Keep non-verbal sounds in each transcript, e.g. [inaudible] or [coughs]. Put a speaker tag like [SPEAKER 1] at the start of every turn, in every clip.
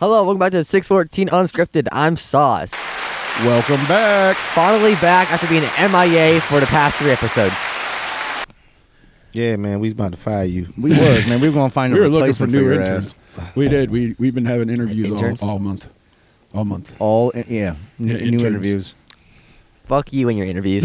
[SPEAKER 1] Hello, welcome back to 614 Unscripted. I'm Sauce.
[SPEAKER 2] Welcome back.
[SPEAKER 1] Finally back after being MIA for the past three episodes.
[SPEAKER 2] Yeah, man, we was about to fire you.
[SPEAKER 3] [laughs]
[SPEAKER 4] We was man. We were gonna find a
[SPEAKER 3] We were looking for
[SPEAKER 4] replacement for
[SPEAKER 3] new
[SPEAKER 4] your
[SPEAKER 3] interns. We did. We we've been having interviews
[SPEAKER 4] Interns?
[SPEAKER 3] all, all month, all month.
[SPEAKER 4] ass. All in- yeah, n-
[SPEAKER 3] Yeah,
[SPEAKER 4] new
[SPEAKER 3] interns.
[SPEAKER 4] interviews.
[SPEAKER 1] Fuck you and your interviews.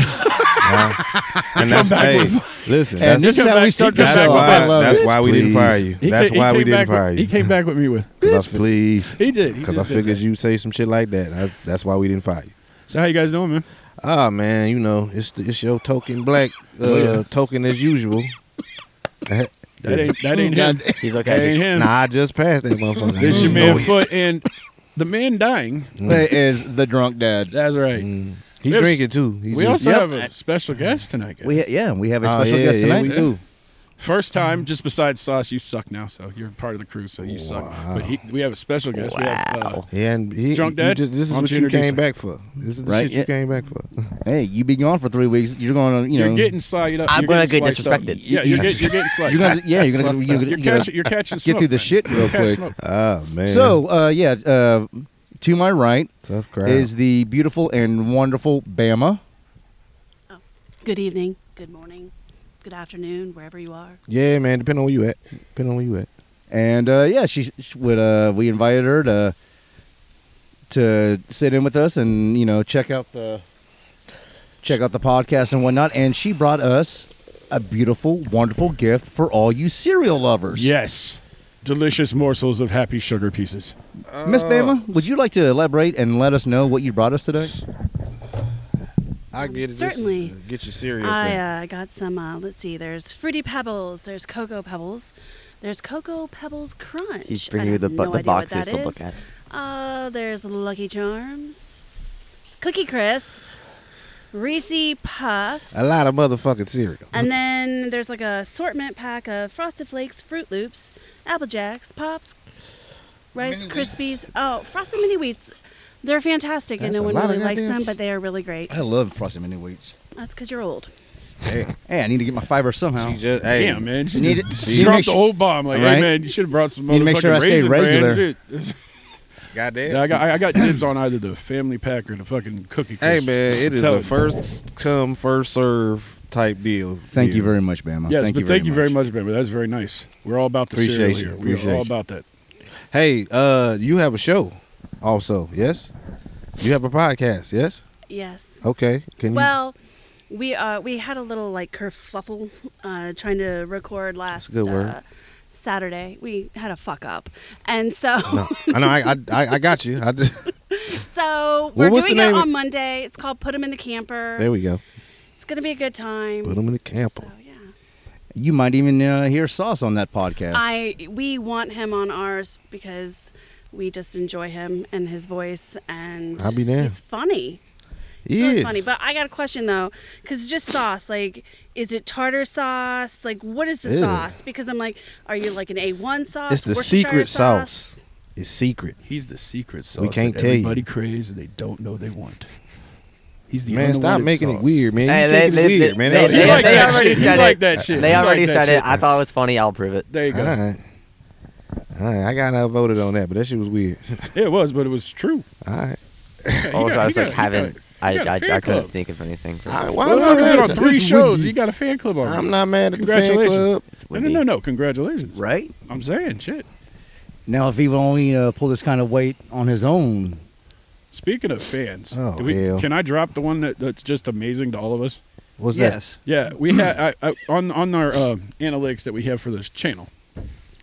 [SPEAKER 2] And that's
[SPEAKER 3] back
[SPEAKER 2] hey,
[SPEAKER 3] with-
[SPEAKER 2] listen.
[SPEAKER 4] And
[SPEAKER 2] that's
[SPEAKER 4] this is
[SPEAKER 3] come
[SPEAKER 4] how we
[SPEAKER 3] back-
[SPEAKER 4] start
[SPEAKER 3] he
[SPEAKER 4] the
[SPEAKER 3] come
[SPEAKER 2] that's
[SPEAKER 4] show.
[SPEAKER 3] back
[SPEAKER 2] why.
[SPEAKER 4] I love
[SPEAKER 2] that's
[SPEAKER 4] it.
[SPEAKER 2] why we didn't fire you.
[SPEAKER 3] He
[SPEAKER 2] that's
[SPEAKER 3] ca- he
[SPEAKER 2] why we
[SPEAKER 3] came
[SPEAKER 2] didn't
[SPEAKER 3] back with-
[SPEAKER 2] fire
[SPEAKER 3] He
[SPEAKER 2] you.
[SPEAKER 3] came back with me with.
[SPEAKER 2] Because I please.
[SPEAKER 3] He did. he
[SPEAKER 2] Because I
[SPEAKER 3] just did
[SPEAKER 2] figured
[SPEAKER 3] that.
[SPEAKER 2] you say some shit like that. That's, that's why we didn't fire you.
[SPEAKER 3] So how you guys doing, man?
[SPEAKER 2] Ah man, you know it's the, it's your token
[SPEAKER 3] [laughs]
[SPEAKER 2] black uh,
[SPEAKER 3] Oh, Yeah.
[SPEAKER 2] token as usual. [laughs]
[SPEAKER 3] That ain't that ain't him.
[SPEAKER 1] He's
[SPEAKER 3] That
[SPEAKER 1] okay.
[SPEAKER 3] ain't him.
[SPEAKER 2] Nah, I just passed that motherfucker. I
[SPEAKER 3] This
[SPEAKER 2] didn't
[SPEAKER 3] your
[SPEAKER 2] know
[SPEAKER 3] man
[SPEAKER 2] it.
[SPEAKER 3] foot and the man dying.
[SPEAKER 4] That is the drunk dad.
[SPEAKER 3] That's right.
[SPEAKER 2] He
[SPEAKER 3] There's-
[SPEAKER 2] drinking too. He
[SPEAKER 3] We
[SPEAKER 2] Mm, just-
[SPEAKER 3] also
[SPEAKER 4] Yep.
[SPEAKER 3] have a special guest tonight, guys.
[SPEAKER 4] We ha- yeah, we have a
[SPEAKER 2] Oh,
[SPEAKER 4] special
[SPEAKER 2] yeah,
[SPEAKER 4] guest
[SPEAKER 2] yeah,
[SPEAKER 4] tonight.
[SPEAKER 2] we do.
[SPEAKER 3] First time, just besides Sauce, you suck now, so you're part of the crew, so you suck. But he, we have a special guest. We have, uh,
[SPEAKER 1] Wow.
[SPEAKER 2] Yeah, and he,
[SPEAKER 3] Drunk
[SPEAKER 2] you
[SPEAKER 3] Dad,
[SPEAKER 2] just- this is
[SPEAKER 3] why don't
[SPEAKER 2] what
[SPEAKER 3] you
[SPEAKER 2] you
[SPEAKER 3] introduce
[SPEAKER 2] came
[SPEAKER 3] him?
[SPEAKER 2] back for. This is the
[SPEAKER 4] Right,
[SPEAKER 2] shit
[SPEAKER 4] yeah.
[SPEAKER 2] you came back for. [laughs]
[SPEAKER 4] Hey, you be gone for three weeks. You're gonna you know
[SPEAKER 3] you're getting slid up.
[SPEAKER 1] I'm
[SPEAKER 3] you're
[SPEAKER 1] gonna
[SPEAKER 3] getting
[SPEAKER 1] get
[SPEAKER 3] sliced up.
[SPEAKER 1] disrespected.
[SPEAKER 3] Yeah, you're, get,
[SPEAKER 2] [laughs]
[SPEAKER 3] you're getting sliced.
[SPEAKER 4] you're gonna yeah you're gonna, you're gonna,
[SPEAKER 3] You're,
[SPEAKER 4] you're gonna
[SPEAKER 3] catching, you're catching
[SPEAKER 4] get through the
[SPEAKER 3] smoke,
[SPEAKER 4] shit real
[SPEAKER 3] man. Catch
[SPEAKER 4] quick.
[SPEAKER 3] smoke.
[SPEAKER 2] Ah man.
[SPEAKER 4] So uh, yeah, uh, to my right
[SPEAKER 2] tough crowd.
[SPEAKER 4] is the beautiful and wonderful Bama.
[SPEAKER 5] Good evening, good morning, good afternoon, wherever you are.
[SPEAKER 2] yeah, man. Depending on where you at. Depending on where you at.
[SPEAKER 4] and uh, yeah, she, she would. Uh, we invited her to to sit in with us and you know check out the check out the podcast and whatnot. And she brought us a beautiful, wonderful gift for all you cereal lovers.
[SPEAKER 3] Yes. Delicious morsels of happy sugar pieces.
[SPEAKER 4] Miss
[SPEAKER 2] Uh,
[SPEAKER 4] Bama, would you like to elaborate and let us know what you brought us today?
[SPEAKER 2] I
[SPEAKER 5] Um, certainly.
[SPEAKER 2] get your cereal.
[SPEAKER 5] I
[SPEAKER 2] thing.
[SPEAKER 5] uh, got some, uh, let's see, there's Fruity Pebbles, there's Cocoa Pebbles, there's Cocoa Pebbles Crunch.
[SPEAKER 1] He's
[SPEAKER 5] I
[SPEAKER 1] bringing you the,
[SPEAKER 5] have
[SPEAKER 1] bu-
[SPEAKER 5] no
[SPEAKER 1] the
[SPEAKER 5] idea what
[SPEAKER 1] boxes
[SPEAKER 5] that
[SPEAKER 1] to
[SPEAKER 5] is.
[SPEAKER 1] look at.
[SPEAKER 5] Uh, there's Lucky Charms, Cookie Crisp, Reese Puffs.
[SPEAKER 2] a lot of motherfucking cereal.
[SPEAKER 5] And then there's like a assortment pack of Frosted Flakes, Fruit Loops, Apple Jacks, Pops, Rice Krispies. Oh, Frosted Mini Wheats. They're fantastic, and
[SPEAKER 2] That's
[SPEAKER 5] no
[SPEAKER 2] a
[SPEAKER 5] one
[SPEAKER 2] lot of
[SPEAKER 5] really likes
[SPEAKER 2] goddamn Uh-huh.
[SPEAKER 5] them,
[SPEAKER 2] sh-
[SPEAKER 5] but they are really great.
[SPEAKER 4] I love frosted mini wheats.
[SPEAKER 5] That's because you're old.
[SPEAKER 2] Damn.
[SPEAKER 4] Hey, I need to get my fiber somehow.
[SPEAKER 2] She just, hey,
[SPEAKER 3] Damn, man. She
[SPEAKER 4] You
[SPEAKER 3] just
[SPEAKER 4] need to-
[SPEAKER 3] dropped
[SPEAKER 4] you need to
[SPEAKER 3] the
[SPEAKER 4] make
[SPEAKER 3] old bomb. Like, hey,
[SPEAKER 4] Right?
[SPEAKER 3] man, you should have brought some
[SPEAKER 4] Need to make
[SPEAKER 3] motherfucking
[SPEAKER 4] sure I stay
[SPEAKER 3] raisin bran,
[SPEAKER 4] regular.
[SPEAKER 3] dude.
[SPEAKER 2] Goddamn.
[SPEAKER 3] Yeah, I got, I got dibs on either the family pack or the fucking cookie.
[SPEAKER 2] hey,
[SPEAKER 3] Crisp.
[SPEAKER 2] man. It is
[SPEAKER 3] Tell
[SPEAKER 2] a first come, first serve type deal.
[SPEAKER 4] Thank you
[SPEAKER 2] here.
[SPEAKER 4] very much, Bama.
[SPEAKER 3] Yes,
[SPEAKER 4] thank
[SPEAKER 3] but
[SPEAKER 4] you
[SPEAKER 3] thank you very
[SPEAKER 4] very
[SPEAKER 3] much, baby. That's very nice. We're all about the cereal
[SPEAKER 2] Appreciate you.
[SPEAKER 3] here. We're
[SPEAKER 2] Appreciate
[SPEAKER 3] all
[SPEAKER 2] you.
[SPEAKER 3] about that.
[SPEAKER 2] Hey, uh, you have a show, also. Yes. You have a podcast. Yes.
[SPEAKER 5] Yes.
[SPEAKER 2] Okay. Can you?
[SPEAKER 5] Well, we uh, we had a little like kerfluffle uh, trying to record last
[SPEAKER 2] good word.
[SPEAKER 5] Uh, Saturday. We had a fuck up, and so
[SPEAKER 2] [laughs] I know. I, I I got you. I just,
[SPEAKER 5] [laughs] so
[SPEAKER 2] Well,
[SPEAKER 5] we're
[SPEAKER 2] what's the
[SPEAKER 5] doing it
[SPEAKER 2] name of-
[SPEAKER 5] on Monday. It's called Put 'Em in the Camper.
[SPEAKER 2] there we go.
[SPEAKER 5] It's gonna be a good time.
[SPEAKER 2] Put them in the camper.
[SPEAKER 5] So yeah.
[SPEAKER 4] You might even uh, hear Sauce on that podcast.
[SPEAKER 5] I we want him on ours because we just enjoy him and his voice and
[SPEAKER 2] I'll be damned.
[SPEAKER 5] he's funny. He's
[SPEAKER 2] yeah.
[SPEAKER 5] really funny. But I got a question though, because just sauce, like, is it tartar sauce? Like, what is the
[SPEAKER 2] Ew.
[SPEAKER 5] sauce? Because I'm like, are you like an A1 sauce?
[SPEAKER 2] It's the
[SPEAKER 5] Worcestershire
[SPEAKER 2] secret sauce. It's secret.
[SPEAKER 3] He's the secret sauce.
[SPEAKER 2] can't
[SPEAKER 3] that
[SPEAKER 2] tell you.
[SPEAKER 3] Everybody craves and they don't know they want. He's the
[SPEAKER 2] Man, stop
[SPEAKER 3] unwanted
[SPEAKER 2] making it
[SPEAKER 3] sauce.
[SPEAKER 2] weird, man.
[SPEAKER 1] Hey,
[SPEAKER 2] you
[SPEAKER 1] they-
[SPEAKER 2] making
[SPEAKER 1] they-
[SPEAKER 2] it weird,
[SPEAKER 1] they-
[SPEAKER 2] man.
[SPEAKER 1] they-
[SPEAKER 2] That-
[SPEAKER 1] they-
[SPEAKER 3] You like
[SPEAKER 1] they
[SPEAKER 3] that
[SPEAKER 1] already
[SPEAKER 3] shit. You
[SPEAKER 1] said it.
[SPEAKER 3] like that shit.
[SPEAKER 1] They
[SPEAKER 3] You
[SPEAKER 1] already
[SPEAKER 3] like that
[SPEAKER 1] said it.
[SPEAKER 3] shit.
[SPEAKER 1] I thought it was funny. I'll prove it.
[SPEAKER 3] There you go.
[SPEAKER 2] All right. All right, I got outvoted on that, but that shit was weird. [laughs]
[SPEAKER 3] It was, but it was true.
[SPEAKER 2] All right.
[SPEAKER 3] Yeah, you
[SPEAKER 1] Also,
[SPEAKER 3] got-
[SPEAKER 1] Oh, I was
[SPEAKER 3] you
[SPEAKER 1] like,
[SPEAKER 3] got- you
[SPEAKER 1] haven't.
[SPEAKER 3] got-
[SPEAKER 1] I,
[SPEAKER 3] you got
[SPEAKER 1] I,
[SPEAKER 3] a
[SPEAKER 1] I
[SPEAKER 3] fan
[SPEAKER 1] couldn't
[SPEAKER 3] club.
[SPEAKER 1] think of anything. For
[SPEAKER 6] Uh,
[SPEAKER 2] I,
[SPEAKER 3] Motherfucker's been on three shows. You got a fan club already.
[SPEAKER 2] I'm not mad at the fan club.
[SPEAKER 3] Congratulations.
[SPEAKER 1] It's
[SPEAKER 3] No,
[SPEAKER 1] would
[SPEAKER 3] no,
[SPEAKER 1] be.
[SPEAKER 3] no, no. Congratulations.
[SPEAKER 4] right
[SPEAKER 3] I'm saying shit.
[SPEAKER 4] now, if he would only uh, pull this kind of weight on his own,
[SPEAKER 3] Speaking of fans,
[SPEAKER 2] Oh,
[SPEAKER 3] do we,
[SPEAKER 2] hell.
[SPEAKER 3] can I drop the one that, that's just amazing to all of us?
[SPEAKER 2] What's
[SPEAKER 4] yes.
[SPEAKER 3] Yeah, we have I, I, on on our uh, analytics that we have for this channel.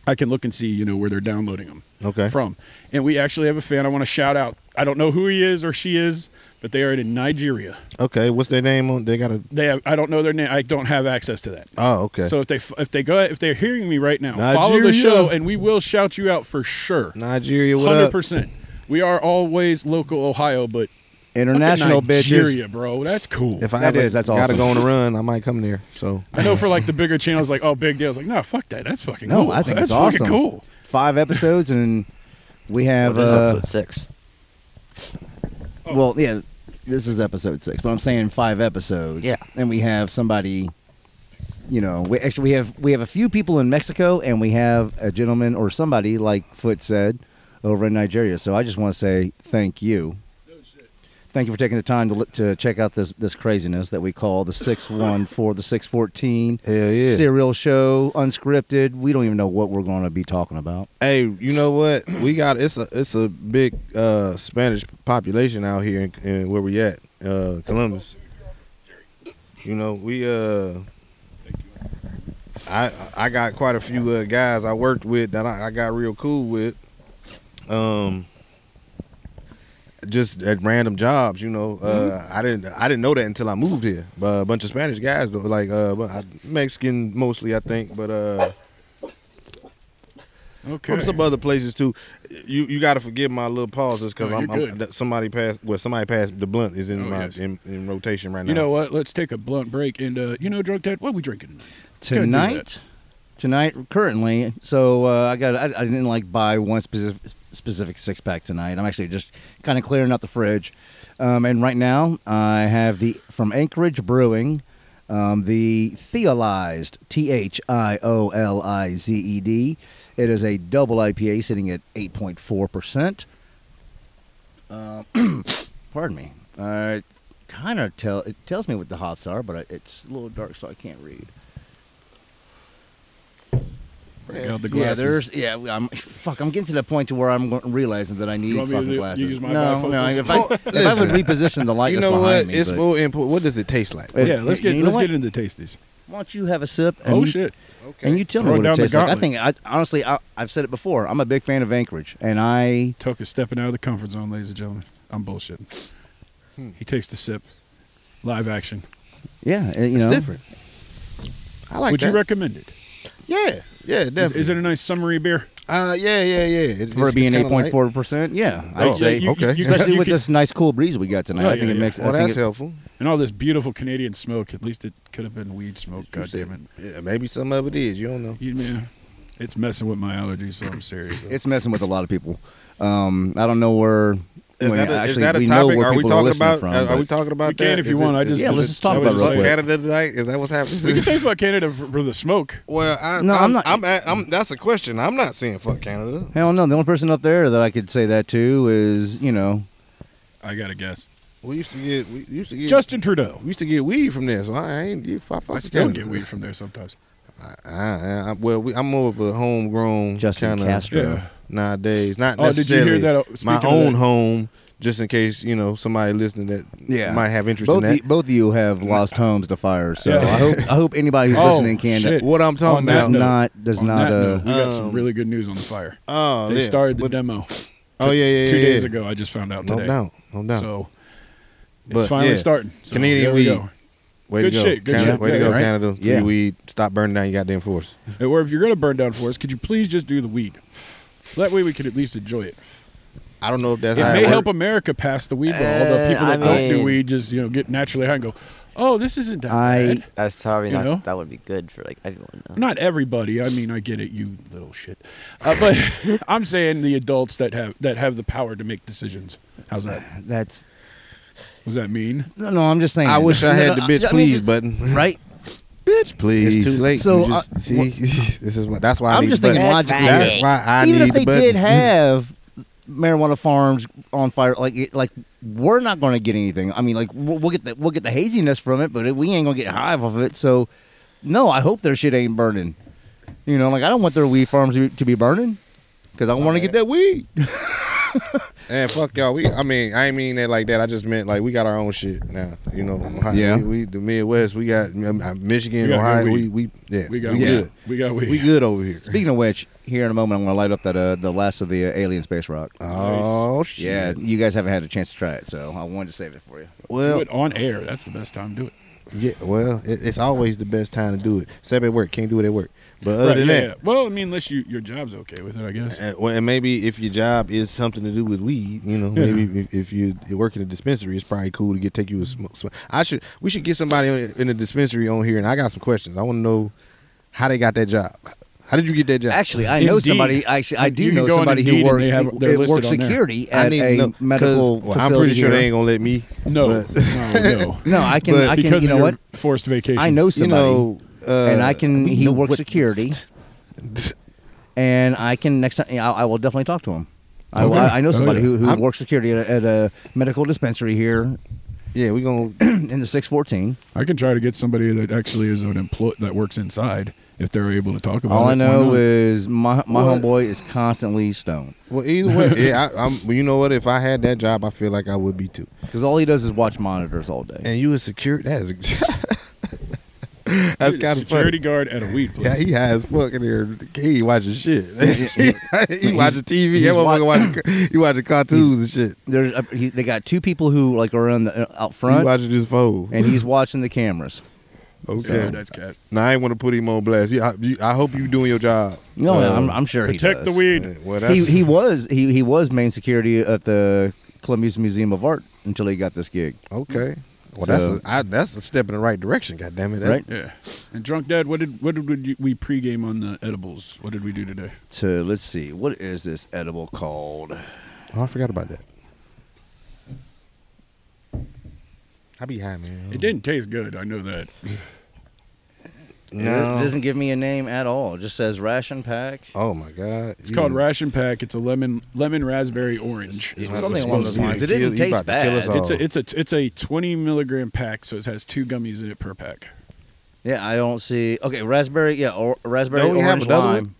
[SPEAKER 3] I can look and see, you know, where they're downloading them
[SPEAKER 2] that? Okay.
[SPEAKER 3] from. And we actually have a fan I want to shout out. I don't know who he is or she is, but they are in Nigeria.
[SPEAKER 2] Okay. What's their name on? They got a.
[SPEAKER 3] They have, I don't know their name. I don't have access to that.
[SPEAKER 2] Oh, okay.
[SPEAKER 3] So if they if they go if they're hearing me right now, follow the
[SPEAKER 2] Nigeria.
[SPEAKER 3] show and we will shout you out for sure.
[SPEAKER 2] Nigeria, what
[SPEAKER 3] Hundred
[SPEAKER 2] up?
[SPEAKER 3] percent. We are always local Ohio, but look at
[SPEAKER 4] International bitches.
[SPEAKER 3] Nigeria, bro. That's cool.
[SPEAKER 2] If I
[SPEAKER 4] That
[SPEAKER 2] ever
[SPEAKER 4] is, that's
[SPEAKER 2] gotta
[SPEAKER 4] awesome.
[SPEAKER 2] go on a run, I might come there. So
[SPEAKER 3] I know for like the bigger channels, like oh big deals, like no fuck that, that's fucking
[SPEAKER 4] No,
[SPEAKER 3] cool.
[SPEAKER 4] I think
[SPEAKER 3] that's
[SPEAKER 4] it's awesome.
[SPEAKER 3] fucking cool.
[SPEAKER 4] Five episodes, and we have.
[SPEAKER 1] This is
[SPEAKER 4] uh,
[SPEAKER 1] episode six.
[SPEAKER 4] well, yeah, this is episode six, but I'm saying five episodes.
[SPEAKER 1] Yeah.
[SPEAKER 4] and we have somebody. You know, we actually we have we have a few people in Mexico, and we have a gentleman or somebody like Foot said over in Nigeria. So I just want to say thank you. Thank you for taking the time to, look, to check out this, this craziness that we call the 614, the 614
[SPEAKER 2] Hell yeah.
[SPEAKER 4] serial show, unscripted. We don't even know what we're going to be talking about.
[SPEAKER 2] Hey, you know what? We got it's a it's a big uh, Spanish population out here in, in where we at, uh, Columbus. You know, we uh, I I got quite a few uh, guys I worked with that I, I got real cool with, um, just at random jobs. You know, uh, I didn't I didn't know that until I moved here. But a bunch of Spanish guys, though, like uh, but I- Mexican mostly, I think, but uh.
[SPEAKER 3] Okay.
[SPEAKER 2] From some other places too. You you got to forgive my little pauses because
[SPEAKER 3] No,
[SPEAKER 2] I'm,
[SPEAKER 3] you're
[SPEAKER 2] I'm
[SPEAKER 3] good.
[SPEAKER 2] that- somebody passed. Well, somebody passed the blunt is in
[SPEAKER 3] Oh,
[SPEAKER 2] my
[SPEAKER 3] yes.
[SPEAKER 2] in, in rotation right now.
[SPEAKER 3] You know what? Let's take a blunt break and uh, you know, drunk dad, what are we drinking tonight? Gotta do
[SPEAKER 4] tonight
[SPEAKER 3] that.
[SPEAKER 4] tonight currently so uh, i got I, I didn't like buy one specific specific six pack tonight i'm actually just kind of clearing out the fridge um, and right now i have the from anchorage brewing um, the theolized t-h-i-o-l-i-z-e-d E it is a double ipa sitting at 8.4% Uh, [clears throat] pardon me uh, it kind of tell it tells me what the hops are but I- it's a little dark so i can't read
[SPEAKER 3] Break out the glasses.
[SPEAKER 4] Yeah, there's. Yeah, we- I'm. Fuck, I'm getting to the point to where I'm go- realizing that I need
[SPEAKER 3] You want me to
[SPEAKER 4] fucking
[SPEAKER 3] do-
[SPEAKER 4] glasses.
[SPEAKER 3] use my
[SPEAKER 4] no,
[SPEAKER 3] bifocals?
[SPEAKER 4] no. If I,
[SPEAKER 2] Well,
[SPEAKER 4] if I would
[SPEAKER 2] listen.
[SPEAKER 4] reposition the light,
[SPEAKER 2] You
[SPEAKER 4] that's
[SPEAKER 2] know what?
[SPEAKER 4] behind me.
[SPEAKER 2] it's
[SPEAKER 4] but-
[SPEAKER 2] more important. What does it taste like?
[SPEAKER 4] It-
[SPEAKER 3] yeah, let's
[SPEAKER 4] you
[SPEAKER 3] get
[SPEAKER 4] know
[SPEAKER 3] let's
[SPEAKER 4] what?
[SPEAKER 3] get into the tasties.
[SPEAKER 4] Why don't you have a sip? and
[SPEAKER 3] Oh
[SPEAKER 4] you-
[SPEAKER 3] shit.
[SPEAKER 2] Okay.
[SPEAKER 4] And you tell me
[SPEAKER 3] Throw
[SPEAKER 4] what
[SPEAKER 3] down
[SPEAKER 4] it
[SPEAKER 3] the
[SPEAKER 4] tastes like. I
[SPEAKER 3] gauntlet.
[SPEAKER 4] think I honestly, I, I've said it before. I'm a big fan of Anchorage, and I
[SPEAKER 3] Tuck is stepping out of the comfort zone, ladies and gentlemen. I'm bullshitting.
[SPEAKER 2] Hmm.
[SPEAKER 3] He takes the sip. Live action.
[SPEAKER 4] yeah, uh, you
[SPEAKER 2] it's
[SPEAKER 4] know,
[SPEAKER 2] different. I like
[SPEAKER 3] Would
[SPEAKER 2] that.
[SPEAKER 3] you recommend it?
[SPEAKER 2] yeah, yeah, definitely.
[SPEAKER 3] Is, is it a nice summery beer?
[SPEAKER 2] Uh, yeah, yeah, yeah. It- it's-
[SPEAKER 4] for it
[SPEAKER 2] it's
[SPEAKER 4] being eight
[SPEAKER 2] kinda
[SPEAKER 4] point
[SPEAKER 2] light.
[SPEAKER 4] four percent. Yeah,
[SPEAKER 2] Oh,
[SPEAKER 4] I'd say,
[SPEAKER 2] you- okay.
[SPEAKER 3] could-
[SPEAKER 4] especially
[SPEAKER 3] you
[SPEAKER 4] with
[SPEAKER 3] could-
[SPEAKER 4] this nice cool breeze we got tonight.
[SPEAKER 3] Oh,
[SPEAKER 4] I think
[SPEAKER 3] yeah,
[SPEAKER 4] it
[SPEAKER 3] yeah.
[SPEAKER 4] makes.
[SPEAKER 2] Well,
[SPEAKER 4] I think
[SPEAKER 2] that's
[SPEAKER 4] it-
[SPEAKER 2] helpful.
[SPEAKER 3] and all this beautiful Canadian smoke. At least it could have been weed smoke. God damn it.
[SPEAKER 2] Yeah, maybe some of it is. You don't know.
[SPEAKER 3] You man, it's messing with my allergies, so I'm serious.
[SPEAKER 4] It's messing with a lot of people. Um, I don't know where.
[SPEAKER 2] Is
[SPEAKER 4] when-
[SPEAKER 2] that a,
[SPEAKER 4] actually,
[SPEAKER 2] is that a
[SPEAKER 4] we know
[SPEAKER 2] topic?
[SPEAKER 4] where
[SPEAKER 2] Are we
[SPEAKER 4] people
[SPEAKER 2] talking
[SPEAKER 4] listening
[SPEAKER 2] about?
[SPEAKER 4] from,
[SPEAKER 2] are, are
[SPEAKER 4] but-
[SPEAKER 2] we talking about
[SPEAKER 3] We can
[SPEAKER 2] that?
[SPEAKER 3] if you
[SPEAKER 2] Is
[SPEAKER 3] want. I just-
[SPEAKER 4] Yeah, let's
[SPEAKER 2] is
[SPEAKER 4] just talk
[SPEAKER 2] is
[SPEAKER 3] about it real
[SPEAKER 2] fuck
[SPEAKER 3] quick.
[SPEAKER 2] Canada tonight. Is that what's happening? [laughs]
[SPEAKER 3] [laughs] we can say fuck Canada for, for the smoke.
[SPEAKER 2] Well, I,
[SPEAKER 4] No,
[SPEAKER 2] I'm,
[SPEAKER 4] I'm not-
[SPEAKER 2] I'm, at- I'm- That's a question. I'm not saying fuck Canada.
[SPEAKER 4] Hell no. The only person up there that I could say that to is, you know,
[SPEAKER 3] I gotta guess.
[SPEAKER 2] We used to get. We used to get.
[SPEAKER 3] Justin Trudeau.
[SPEAKER 2] We used to get weed from there, so I ain't give fuck. fuck
[SPEAKER 3] I still
[SPEAKER 2] Canada.
[SPEAKER 3] get weed from there sometimes.
[SPEAKER 2] I, I, I, well, we, I'm more of a homegrown
[SPEAKER 4] Justin
[SPEAKER 2] kind of
[SPEAKER 4] Castro.
[SPEAKER 3] Yeah.
[SPEAKER 2] nowadays. Not
[SPEAKER 3] Oh, did you
[SPEAKER 2] necessarily
[SPEAKER 3] hear that, uh, speaking
[SPEAKER 2] my
[SPEAKER 3] of
[SPEAKER 2] own
[SPEAKER 3] that-
[SPEAKER 2] home, just in case you know somebody listening that
[SPEAKER 4] Yeah.
[SPEAKER 2] might have interest
[SPEAKER 4] Both
[SPEAKER 2] in
[SPEAKER 4] of,
[SPEAKER 2] that.
[SPEAKER 4] you, both of you have lost homes to fire, so
[SPEAKER 3] Yeah.
[SPEAKER 4] I hope I hope anybody who's
[SPEAKER 3] Oh,
[SPEAKER 4] listening can
[SPEAKER 3] shit.
[SPEAKER 2] what I'm
[SPEAKER 3] On
[SPEAKER 2] talking
[SPEAKER 3] that
[SPEAKER 4] does
[SPEAKER 2] about.
[SPEAKER 3] note-
[SPEAKER 4] not does
[SPEAKER 3] On
[SPEAKER 4] not
[SPEAKER 3] that
[SPEAKER 4] uh
[SPEAKER 3] note, we got some
[SPEAKER 2] um,
[SPEAKER 3] really good news on the fire.
[SPEAKER 2] oh, yeah.
[SPEAKER 3] They started the
[SPEAKER 2] But-
[SPEAKER 3] demo
[SPEAKER 2] Oh yeah, yeah, yeah.
[SPEAKER 3] two days
[SPEAKER 2] yeah.
[SPEAKER 3] ago. I just found out
[SPEAKER 2] No
[SPEAKER 3] today.
[SPEAKER 2] doubt, no doubt.
[SPEAKER 3] So it's
[SPEAKER 2] But,
[SPEAKER 3] finally
[SPEAKER 2] yeah.
[SPEAKER 3] starting. So
[SPEAKER 2] Canadian
[SPEAKER 3] there we
[SPEAKER 2] weed.
[SPEAKER 3] go.
[SPEAKER 2] way
[SPEAKER 3] good
[SPEAKER 2] to go,
[SPEAKER 3] shit, good
[SPEAKER 2] Canada,
[SPEAKER 3] shit.
[SPEAKER 2] Way to
[SPEAKER 3] Yeah,
[SPEAKER 2] go,
[SPEAKER 3] right?
[SPEAKER 2] Canada.
[SPEAKER 4] Yeah.
[SPEAKER 2] Yeah. Weed, stop burning down your goddamn forest.
[SPEAKER 3] Or if you're gonna burn down forests, could you please just do the weed? That way we could at least enjoy it.
[SPEAKER 2] I don't know if that's
[SPEAKER 3] It
[SPEAKER 2] how
[SPEAKER 3] may
[SPEAKER 2] it
[SPEAKER 3] help
[SPEAKER 2] works.
[SPEAKER 3] America pass the weed law. Although people
[SPEAKER 1] Uh,
[SPEAKER 3] that
[SPEAKER 1] I
[SPEAKER 3] don't do
[SPEAKER 1] mean-
[SPEAKER 3] weed just you know get naturally high and go, oh, this isn't that
[SPEAKER 4] I-
[SPEAKER 3] bad.
[SPEAKER 6] That's probably
[SPEAKER 3] You
[SPEAKER 6] not.
[SPEAKER 3] know?
[SPEAKER 6] That would be good for like everyone. Though.
[SPEAKER 3] Not everybody. I mean, I get it, you little shit. Uh, but [laughs] I'm saying the adults that have that have the power to make decisions. How's that?
[SPEAKER 4] that's
[SPEAKER 3] What does that mean?
[SPEAKER 4] no no I'm just saying
[SPEAKER 2] I
[SPEAKER 3] [laughs]
[SPEAKER 2] wish I
[SPEAKER 4] No,
[SPEAKER 2] had
[SPEAKER 4] no,
[SPEAKER 2] the bitch
[SPEAKER 4] I- I mean,
[SPEAKER 2] please button.
[SPEAKER 4] right
[SPEAKER 2] bitch please.
[SPEAKER 4] It's too late.
[SPEAKER 2] So
[SPEAKER 4] So, uh,
[SPEAKER 2] just,
[SPEAKER 4] I-
[SPEAKER 2] see, [laughs] this is what. That's why I
[SPEAKER 4] I'm
[SPEAKER 2] need
[SPEAKER 4] just
[SPEAKER 2] the
[SPEAKER 4] thinking
[SPEAKER 2] button.
[SPEAKER 4] logically
[SPEAKER 2] That's why I
[SPEAKER 4] even
[SPEAKER 2] need
[SPEAKER 4] if
[SPEAKER 2] the
[SPEAKER 4] they
[SPEAKER 2] button. [laughs]
[SPEAKER 4] did have marijuana farms on fire like it- like we're not going to get anything I mean like we'll, we'll get the we'll get the haziness from it but we ain't going to get high off of it so no I hope their shit ain't burning you know like I don't want their weed farms to be, to be burning because I want to get that weed [laughs]
[SPEAKER 2] And fuck y'all. We, I mean, I ain't mean that like that. I just meant like we got our own shit now. You know, Ohio-
[SPEAKER 4] Yeah.
[SPEAKER 2] We, we the Midwest. We got um, uh, Michigan,
[SPEAKER 3] We got
[SPEAKER 2] Ohio.
[SPEAKER 3] good
[SPEAKER 2] We,
[SPEAKER 3] weed.
[SPEAKER 2] we, yeah,
[SPEAKER 3] We got
[SPEAKER 2] we
[SPEAKER 3] weed.
[SPEAKER 2] good.
[SPEAKER 3] We got weed.
[SPEAKER 2] We good over here.
[SPEAKER 4] Speaking of which, here in a moment, I'm going to light up that uh, the last of the uh, alien space rock.
[SPEAKER 2] Oh shit.
[SPEAKER 4] yeah, you guys haven't had a chance to try it, so I wanted to save it for you.
[SPEAKER 3] Do
[SPEAKER 2] Well,
[SPEAKER 3] it on air. That's the best time to do it.
[SPEAKER 2] yeah. Well, it, it's always the best time to do it. Except at work, can't do it at work. But other
[SPEAKER 3] Right,
[SPEAKER 2] than
[SPEAKER 3] yeah,
[SPEAKER 2] that,
[SPEAKER 3] yeah. Well, I mean, unless you your job's okay with it, I guess.
[SPEAKER 2] And, well, and maybe if your job is something to do with weed, you know,
[SPEAKER 3] Yeah.
[SPEAKER 2] maybe if, if you work in a dispensary, it's probably cool to get take you a smoke. sm- I should we should get somebody in, in the dispensary on here, and I got some questions. I want to know how they got that job. How did you get that job?
[SPEAKER 4] Actually, I know
[SPEAKER 3] Indeed.
[SPEAKER 4] somebody. Actually, I
[SPEAKER 3] You
[SPEAKER 4] do
[SPEAKER 3] can
[SPEAKER 4] know
[SPEAKER 3] go on
[SPEAKER 4] somebody who
[SPEAKER 3] Indeed and
[SPEAKER 4] works
[SPEAKER 3] they have- they're
[SPEAKER 4] it
[SPEAKER 3] listed
[SPEAKER 4] works
[SPEAKER 3] on there.
[SPEAKER 4] security
[SPEAKER 2] I
[SPEAKER 4] at a
[SPEAKER 2] need to know 'cause,
[SPEAKER 4] medical
[SPEAKER 2] well,
[SPEAKER 4] facility.
[SPEAKER 2] I'm pretty sure
[SPEAKER 4] here.
[SPEAKER 2] they ain't gonna let me.
[SPEAKER 3] No,
[SPEAKER 2] but,
[SPEAKER 3] no,
[SPEAKER 2] [laughs]
[SPEAKER 3] no.
[SPEAKER 4] No, I can.
[SPEAKER 2] But
[SPEAKER 4] I can.
[SPEAKER 3] because
[SPEAKER 4] You know
[SPEAKER 3] of
[SPEAKER 4] what?
[SPEAKER 3] your forced vacation.
[SPEAKER 4] I know
[SPEAKER 2] you
[SPEAKER 4] somebody,
[SPEAKER 2] know, uh,
[SPEAKER 4] and I can.
[SPEAKER 2] we
[SPEAKER 4] He
[SPEAKER 2] know
[SPEAKER 4] works
[SPEAKER 3] [laughs]
[SPEAKER 2] what-
[SPEAKER 4] security, and I can next time. I, I will definitely talk to him. I,
[SPEAKER 2] Okay.
[SPEAKER 4] I, I know
[SPEAKER 3] Oh,
[SPEAKER 4] somebody
[SPEAKER 3] yeah.
[SPEAKER 4] who, who
[SPEAKER 2] I'm-
[SPEAKER 4] works security at a, at a medical dispensary here [clears throat]
[SPEAKER 2] Yeah, we gonna
[SPEAKER 4] in the 614.
[SPEAKER 3] I can try to get somebody that actually is an employee that works inside if they're able to talk about
[SPEAKER 4] All
[SPEAKER 3] it.
[SPEAKER 4] I
[SPEAKER 3] Why
[SPEAKER 4] know
[SPEAKER 3] not?
[SPEAKER 4] is my my
[SPEAKER 2] What?
[SPEAKER 4] homeboy is constantly stoned
[SPEAKER 2] well either way. Yeah, I, I'm. Well, you know what? If I had that job, I feel like I would be too.
[SPEAKER 4] because all he does is watch monitors all day.
[SPEAKER 2] And you a [laughs] security? That is.
[SPEAKER 3] Dude,
[SPEAKER 2] that's kind of
[SPEAKER 3] security
[SPEAKER 2] funny.
[SPEAKER 3] guard at a weed place.
[SPEAKER 2] Yeah, he high as fuck in there. He watching shit. [laughs] he watching TV.
[SPEAKER 4] he's
[SPEAKER 2] That
[SPEAKER 4] wa-
[SPEAKER 2] motherfucker watching. He watching cartoons and shit.
[SPEAKER 4] There's a, he, they got two people who like are on the out
[SPEAKER 2] He
[SPEAKER 4] front,
[SPEAKER 2] watching his phone.
[SPEAKER 4] and he's watching the cameras.
[SPEAKER 3] So
[SPEAKER 2] Okay.
[SPEAKER 3] that's cat.
[SPEAKER 2] now I ain't want to put him on blast. Yeah, I, you, I hope you doing your job.
[SPEAKER 4] [laughs] No,
[SPEAKER 2] Uh,
[SPEAKER 4] I'm, I'm sure he
[SPEAKER 3] Protect the
[SPEAKER 4] does.
[SPEAKER 3] weed.
[SPEAKER 2] Well, that's,
[SPEAKER 4] He he was he he was main security at the Columbia Museum of Art until he got this gig.
[SPEAKER 2] okay. Well,
[SPEAKER 4] So-
[SPEAKER 2] that's a, I, that's a step in the right direction. God damn it! That-
[SPEAKER 4] Right.
[SPEAKER 3] Yeah. And drunk dad, what did what did we, we pregame on the edibles? What did we do today?
[SPEAKER 4] To let's see, what is this edible called?
[SPEAKER 2] Oh, I forgot about that. I be high, man.
[SPEAKER 3] It didn't taste good. I know that.
[SPEAKER 2] No.
[SPEAKER 4] It doesn't give me a name at all. It just says ration pack.
[SPEAKER 2] Oh my god!
[SPEAKER 3] It's called ration pack. It's a lemon lemon raspberry orange. is what
[SPEAKER 4] Something
[SPEAKER 3] it's
[SPEAKER 4] along
[SPEAKER 3] supposed
[SPEAKER 4] those
[SPEAKER 3] to be.
[SPEAKER 4] lines. It didn't taste bad.
[SPEAKER 3] It's a it's a it's a twenty milligram pack, so it has two gummies in it per pack.
[SPEAKER 4] Yeah, I don't see. Okay, raspberry. Yeah, or, raspberry
[SPEAKER 2] Don't we have
[SPEAKER 4] orange
[SPEAKER 2] another
[SPEAKER 4] lime.
[SPEAKER 2] one?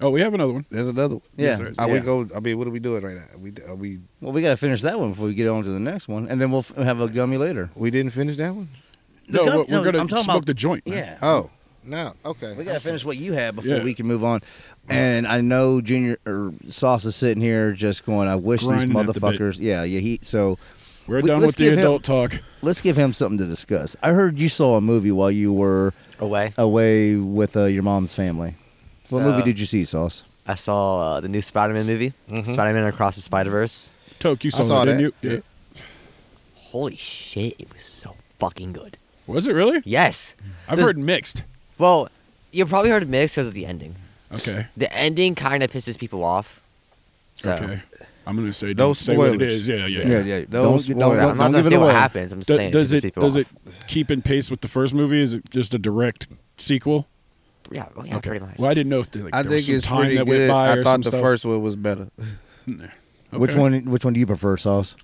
[SPEAKER 3] Oh, we have another one.
[SPEAKER 2] There's another one.
[SPEAKER 4] Yeah,
[SPEAKER 3] Yes,
[SPEAKER 2] Are
[SPEAKER 4] yeah.
[SPEAKER 2] we go? I mean, what are we doing right now? We are we
[SPEAKER 4] Well, we got to finish that one before we get on to the next one, and then we'll f- have a gummy later.
[SPEAKER 2] we didn't finish that one.
[SPEAKER 4] The
[SPEAKER 3] no,
[SPEAKER 4] gum-
[SPEAKER 3] we're, we're
[SPEAKER 4] no,
[SPEAKER 3] gonna
[SPEAKER 4] I'm talking
[SPEAKER 3] smoke
[SPEAKER 4] about-
[SPEAKER 3] the joint. man.
[SPEAKER 4] Yeah,
[SPEAKER 2] Oh no. Okay.
[SPEAKER 4] we got to finish what you had before
[SPEAKER 3] Yeah.
[SPEAKER 4] we can move on. And I know Junior or Sauce is sitting here just going, "I wish
[SPEAKER 3] Grinding
[SPEAKER 4] these
[SPEAKER 3] at the bit.
[SPEAKER 4] motherfuckers." Yeah, yeah. He so
[SPEAKER 3] We're
[SPEAKER 4] We-
[SPEAKER 3] done
[SPEAKER 4] let's
[SPEAKER 3] with the
[SPEAKER 4] give him-
[SPEAKER 3] adult talk.
[SPEAKER 4] let's give him something to discuss. I heard you saw a movie while you were
[SPEAKER 6] Away.
[SPEAKER 4] away with uh, your mom's family. What
[SPEAKER 6] So-
[SPEAKER 4] movie did you see, Sauce?
[SPEAKER 6] I saw uh, the new Spider-Man movie,
[SPEAKER 1] Mm-hmm.
[SPEAKER 6] Spider-Man Across the Spider-Verse.
[SPEAKER 3] Toke, you
[SPEAKER 2] I
[SPEAKER 3] saw,
[SPEAKER 2] saw
[SPEAKER 3] it, didn't you?
[SPEAKER 2] that. Yeah.
[SPEAKER 6] Holy shit, it was so fucking good.
[SPEAKER 3] Was it really?
[SPEAKER 6] Yes.
[SPEAKER 3] I've
[SPEAKER 6] The-
[SPEAKER 3] heard mixed.
[SPEAKER 6] Well, you probably heard mixed because of the ending.
[SPEAKER 3] Okay.
[SPEAKER 6] The ending kind of pisses people off. So.
[SPEAKER 3] Okay. I'm gonna say
[SPEAKER 2] No
[SPEAKER 3] don't say what it
[SPEAKER 2] spoilers.
[SPEAKER 3] is. Yeah, yeah.
[SPEAKER 4] Yeah,
[SPEAKER 3] yeah.
[SPEAKER 4] yeah. Don't,
[SPEAKER 2] Don't
[SPEAKER 4] don't,
[SPEAKER 2] spoil
[SPEAKER 6] I'm
[SPEAKER 2] it.
[SPEAKER 4] don't
[SPEAKER 6] not
[SPEAKER 4] give
[SPEAKER 6] gonna
[SPEAKER 4] it
[SPEAKER 6] say
[SPEAKER 4] away.
[SPEAKER 6] what happens. I'm just
[SPEAKER 3] Do-
[SPEAKER 6] saying
[SPEAKER 3] does
[SPEAKER 6] it pisses
[SPEAKER 3] it
[SPEAKER 6] people
[SPEAKER 3] does
[SPEAKER 6] off.
[SPEAKER 3] it keep in pace with the first movie? Is it just a direct sequel?
[SPEAKER 6] Yeah, well, yeah, pretty much.
[SPEAKER 3] Well, I didn't know if the, like,
[SPEAKER 2] I
[SPEAKER 3] there was
[SPEAKER 2] think
[SPEAKER 3] some
[SPEAKER 2] it's
[SPEAKER 3] time
[SPEAKER 2] pretty
[SPEAKER 3] that went
[SPEAKER 2] good.
[SPEAKER 3] by
[SPEAKER 2] I
[SPEAKER 3] or
[SPEAKER 2] thought
[SPEAKER 3] some
[SPEAKER 2] the
[SPEAKER 3] stuff.
[SPEAKER 2] first one was better.
[SPEAKER 4] Which
[SPEAKER 3] Okay.
[SPEAKER 4] one? Which one do you prefer, Sauce?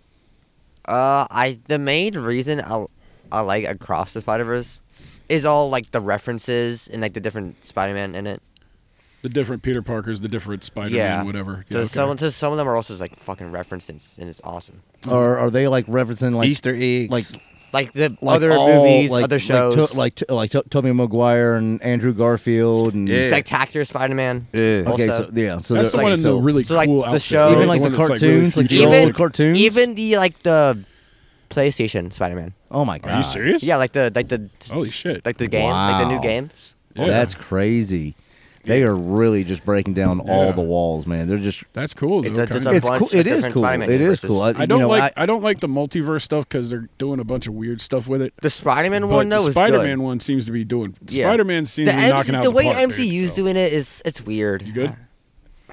[SPEAKER 6] Uh, I the main reason I I like Across the Spider Verse is all like the references and like the different Spider Man in it.
[SPEAKER 3] The different Peter Parkers, the different Spider-Man,
[SPEAKER 6] yeah,
[SPEAKER 3] whatever.
[SPEAKER 6] So
[SPEAKER 3] Yeah, okay.
[SPEAKER 6] some so some of them are also just, like fucking references and it's awesome.
[SPEAKER 4] Or are they like referencing like
[SPEAKER 2] Easter eggs.
[SPEAKER 4] like
[SPEAKER 6] Like the
[SPEAKER 4] like
[SPEAKER 6] other
[SPEAKER 4] all-
[SPEAKER 6] movies,
[SPEAKER 4] like-
[SPEAKER 6] other shows,
[SPEAKER 4] like to, like, to, like to, Tobey Maguire and Andrew Garfield and
[SPEAKER 2] Yeah.
[SPEAKER 6] Spectacular Spider Man.
[SPEAKER 2] Yeah.
[SPEAKER 4] okay,
[SPEAKER 6] Also-
[SPEAKER 4] so yeah, so
[SPEAKER 3] That's
[SPEAKER 4] they're-
[SPEAKER 3] the one in
[SPEAKER 4] so
[SPEAKER 3] the really
[SPEAKER 6] so, like,
[SPEAKER 3] cool
[SPEAKER 6] the
[SPEAKER 3] outfit,
[SPEAKER 6] show-
[SPEAKER 3] right?
[SPEAKER 6] Even,
[SPEAKER 4] like,
[SPEAKER 3] one
[SPEAKER 4] the
[SPEAKER 3] that's, really
[SPEAKER 4] cartoons, like, the
[SPEAKER 3] futuristic.
[SPEAKER 4] old cartoons?
[SPEAKER 6] even the like the PlayStation Spider Man.
[SPEAKER 4] Oh my god!
[SPEAKER 3] Are you serious?
[SPEAKER 6] Yeah, like the like the
[SPEAKER 3] Holy shit.
[SPEAKER 6] like the game, like the
[SPEAKER 4] Wow.
[SPEAKER 6] new games.
[SPEAKER 3] Oh, Yeah.
[SPEAKER 4] That's crazy. They are really just breaking down all
[SPEAKER 3] Yeah.
[SPEAKER 4] the walls, man. They're just
[SPEAKER 3] That's cool. Though,
[SPEAKER 6] It's a-
[SPEAKER 3] kinda.
[SPEAKER 6] just a
[SPEAKER 4] it's
[SPEAKER 6] bunch
[SPEAKER 4] cool.
[SPEAKER 6] of
[SPEAKER 4] It is
[SPEAKER 6] different
[SPEAKER 4] cool.
[SPEAKER 6] Spider-Man
[SPEAKER 4] It is
[SPEAKER 6] universes.
[SPEAKER 4] cool.
[SPEAKER 3] I
[SPEAKER 4] you
[SPEAKER 3] don't
[SPEAKER 4] know,
[SPEAKER 3] like
[SPEAKER 4] I-
[SPEAKER 3] I, don't like the multiverse stuff because they're doing a bunch of weird stuff with it.
[SPEAKER 6] The Spider Man
[SPEAKER 3] But
[SPEAKER 6] one though
[SPEAKER 3] the
[SPEAKER 6] was
[SPEAKER 3] Spider
[SPEAKER 6] good.
[SPEAKER 3] Man one seems to be doing.
[SPEAKER 6] Yeah.
[SPEAKER 3] Spider Man seems
[SPEAKER 6] the
[SPEAKER 3] to be knocking
[SPEAKER 6] MC
[SPEAKER 3] out
[SPEAKER 6] the
[SPEAKER 3] the
[SPEAKER 6] way
[SPEAKER 3] park, dude.
[SPEAKER 6] MCU's doing it is it's weird.
[SPEAKER 3] You good?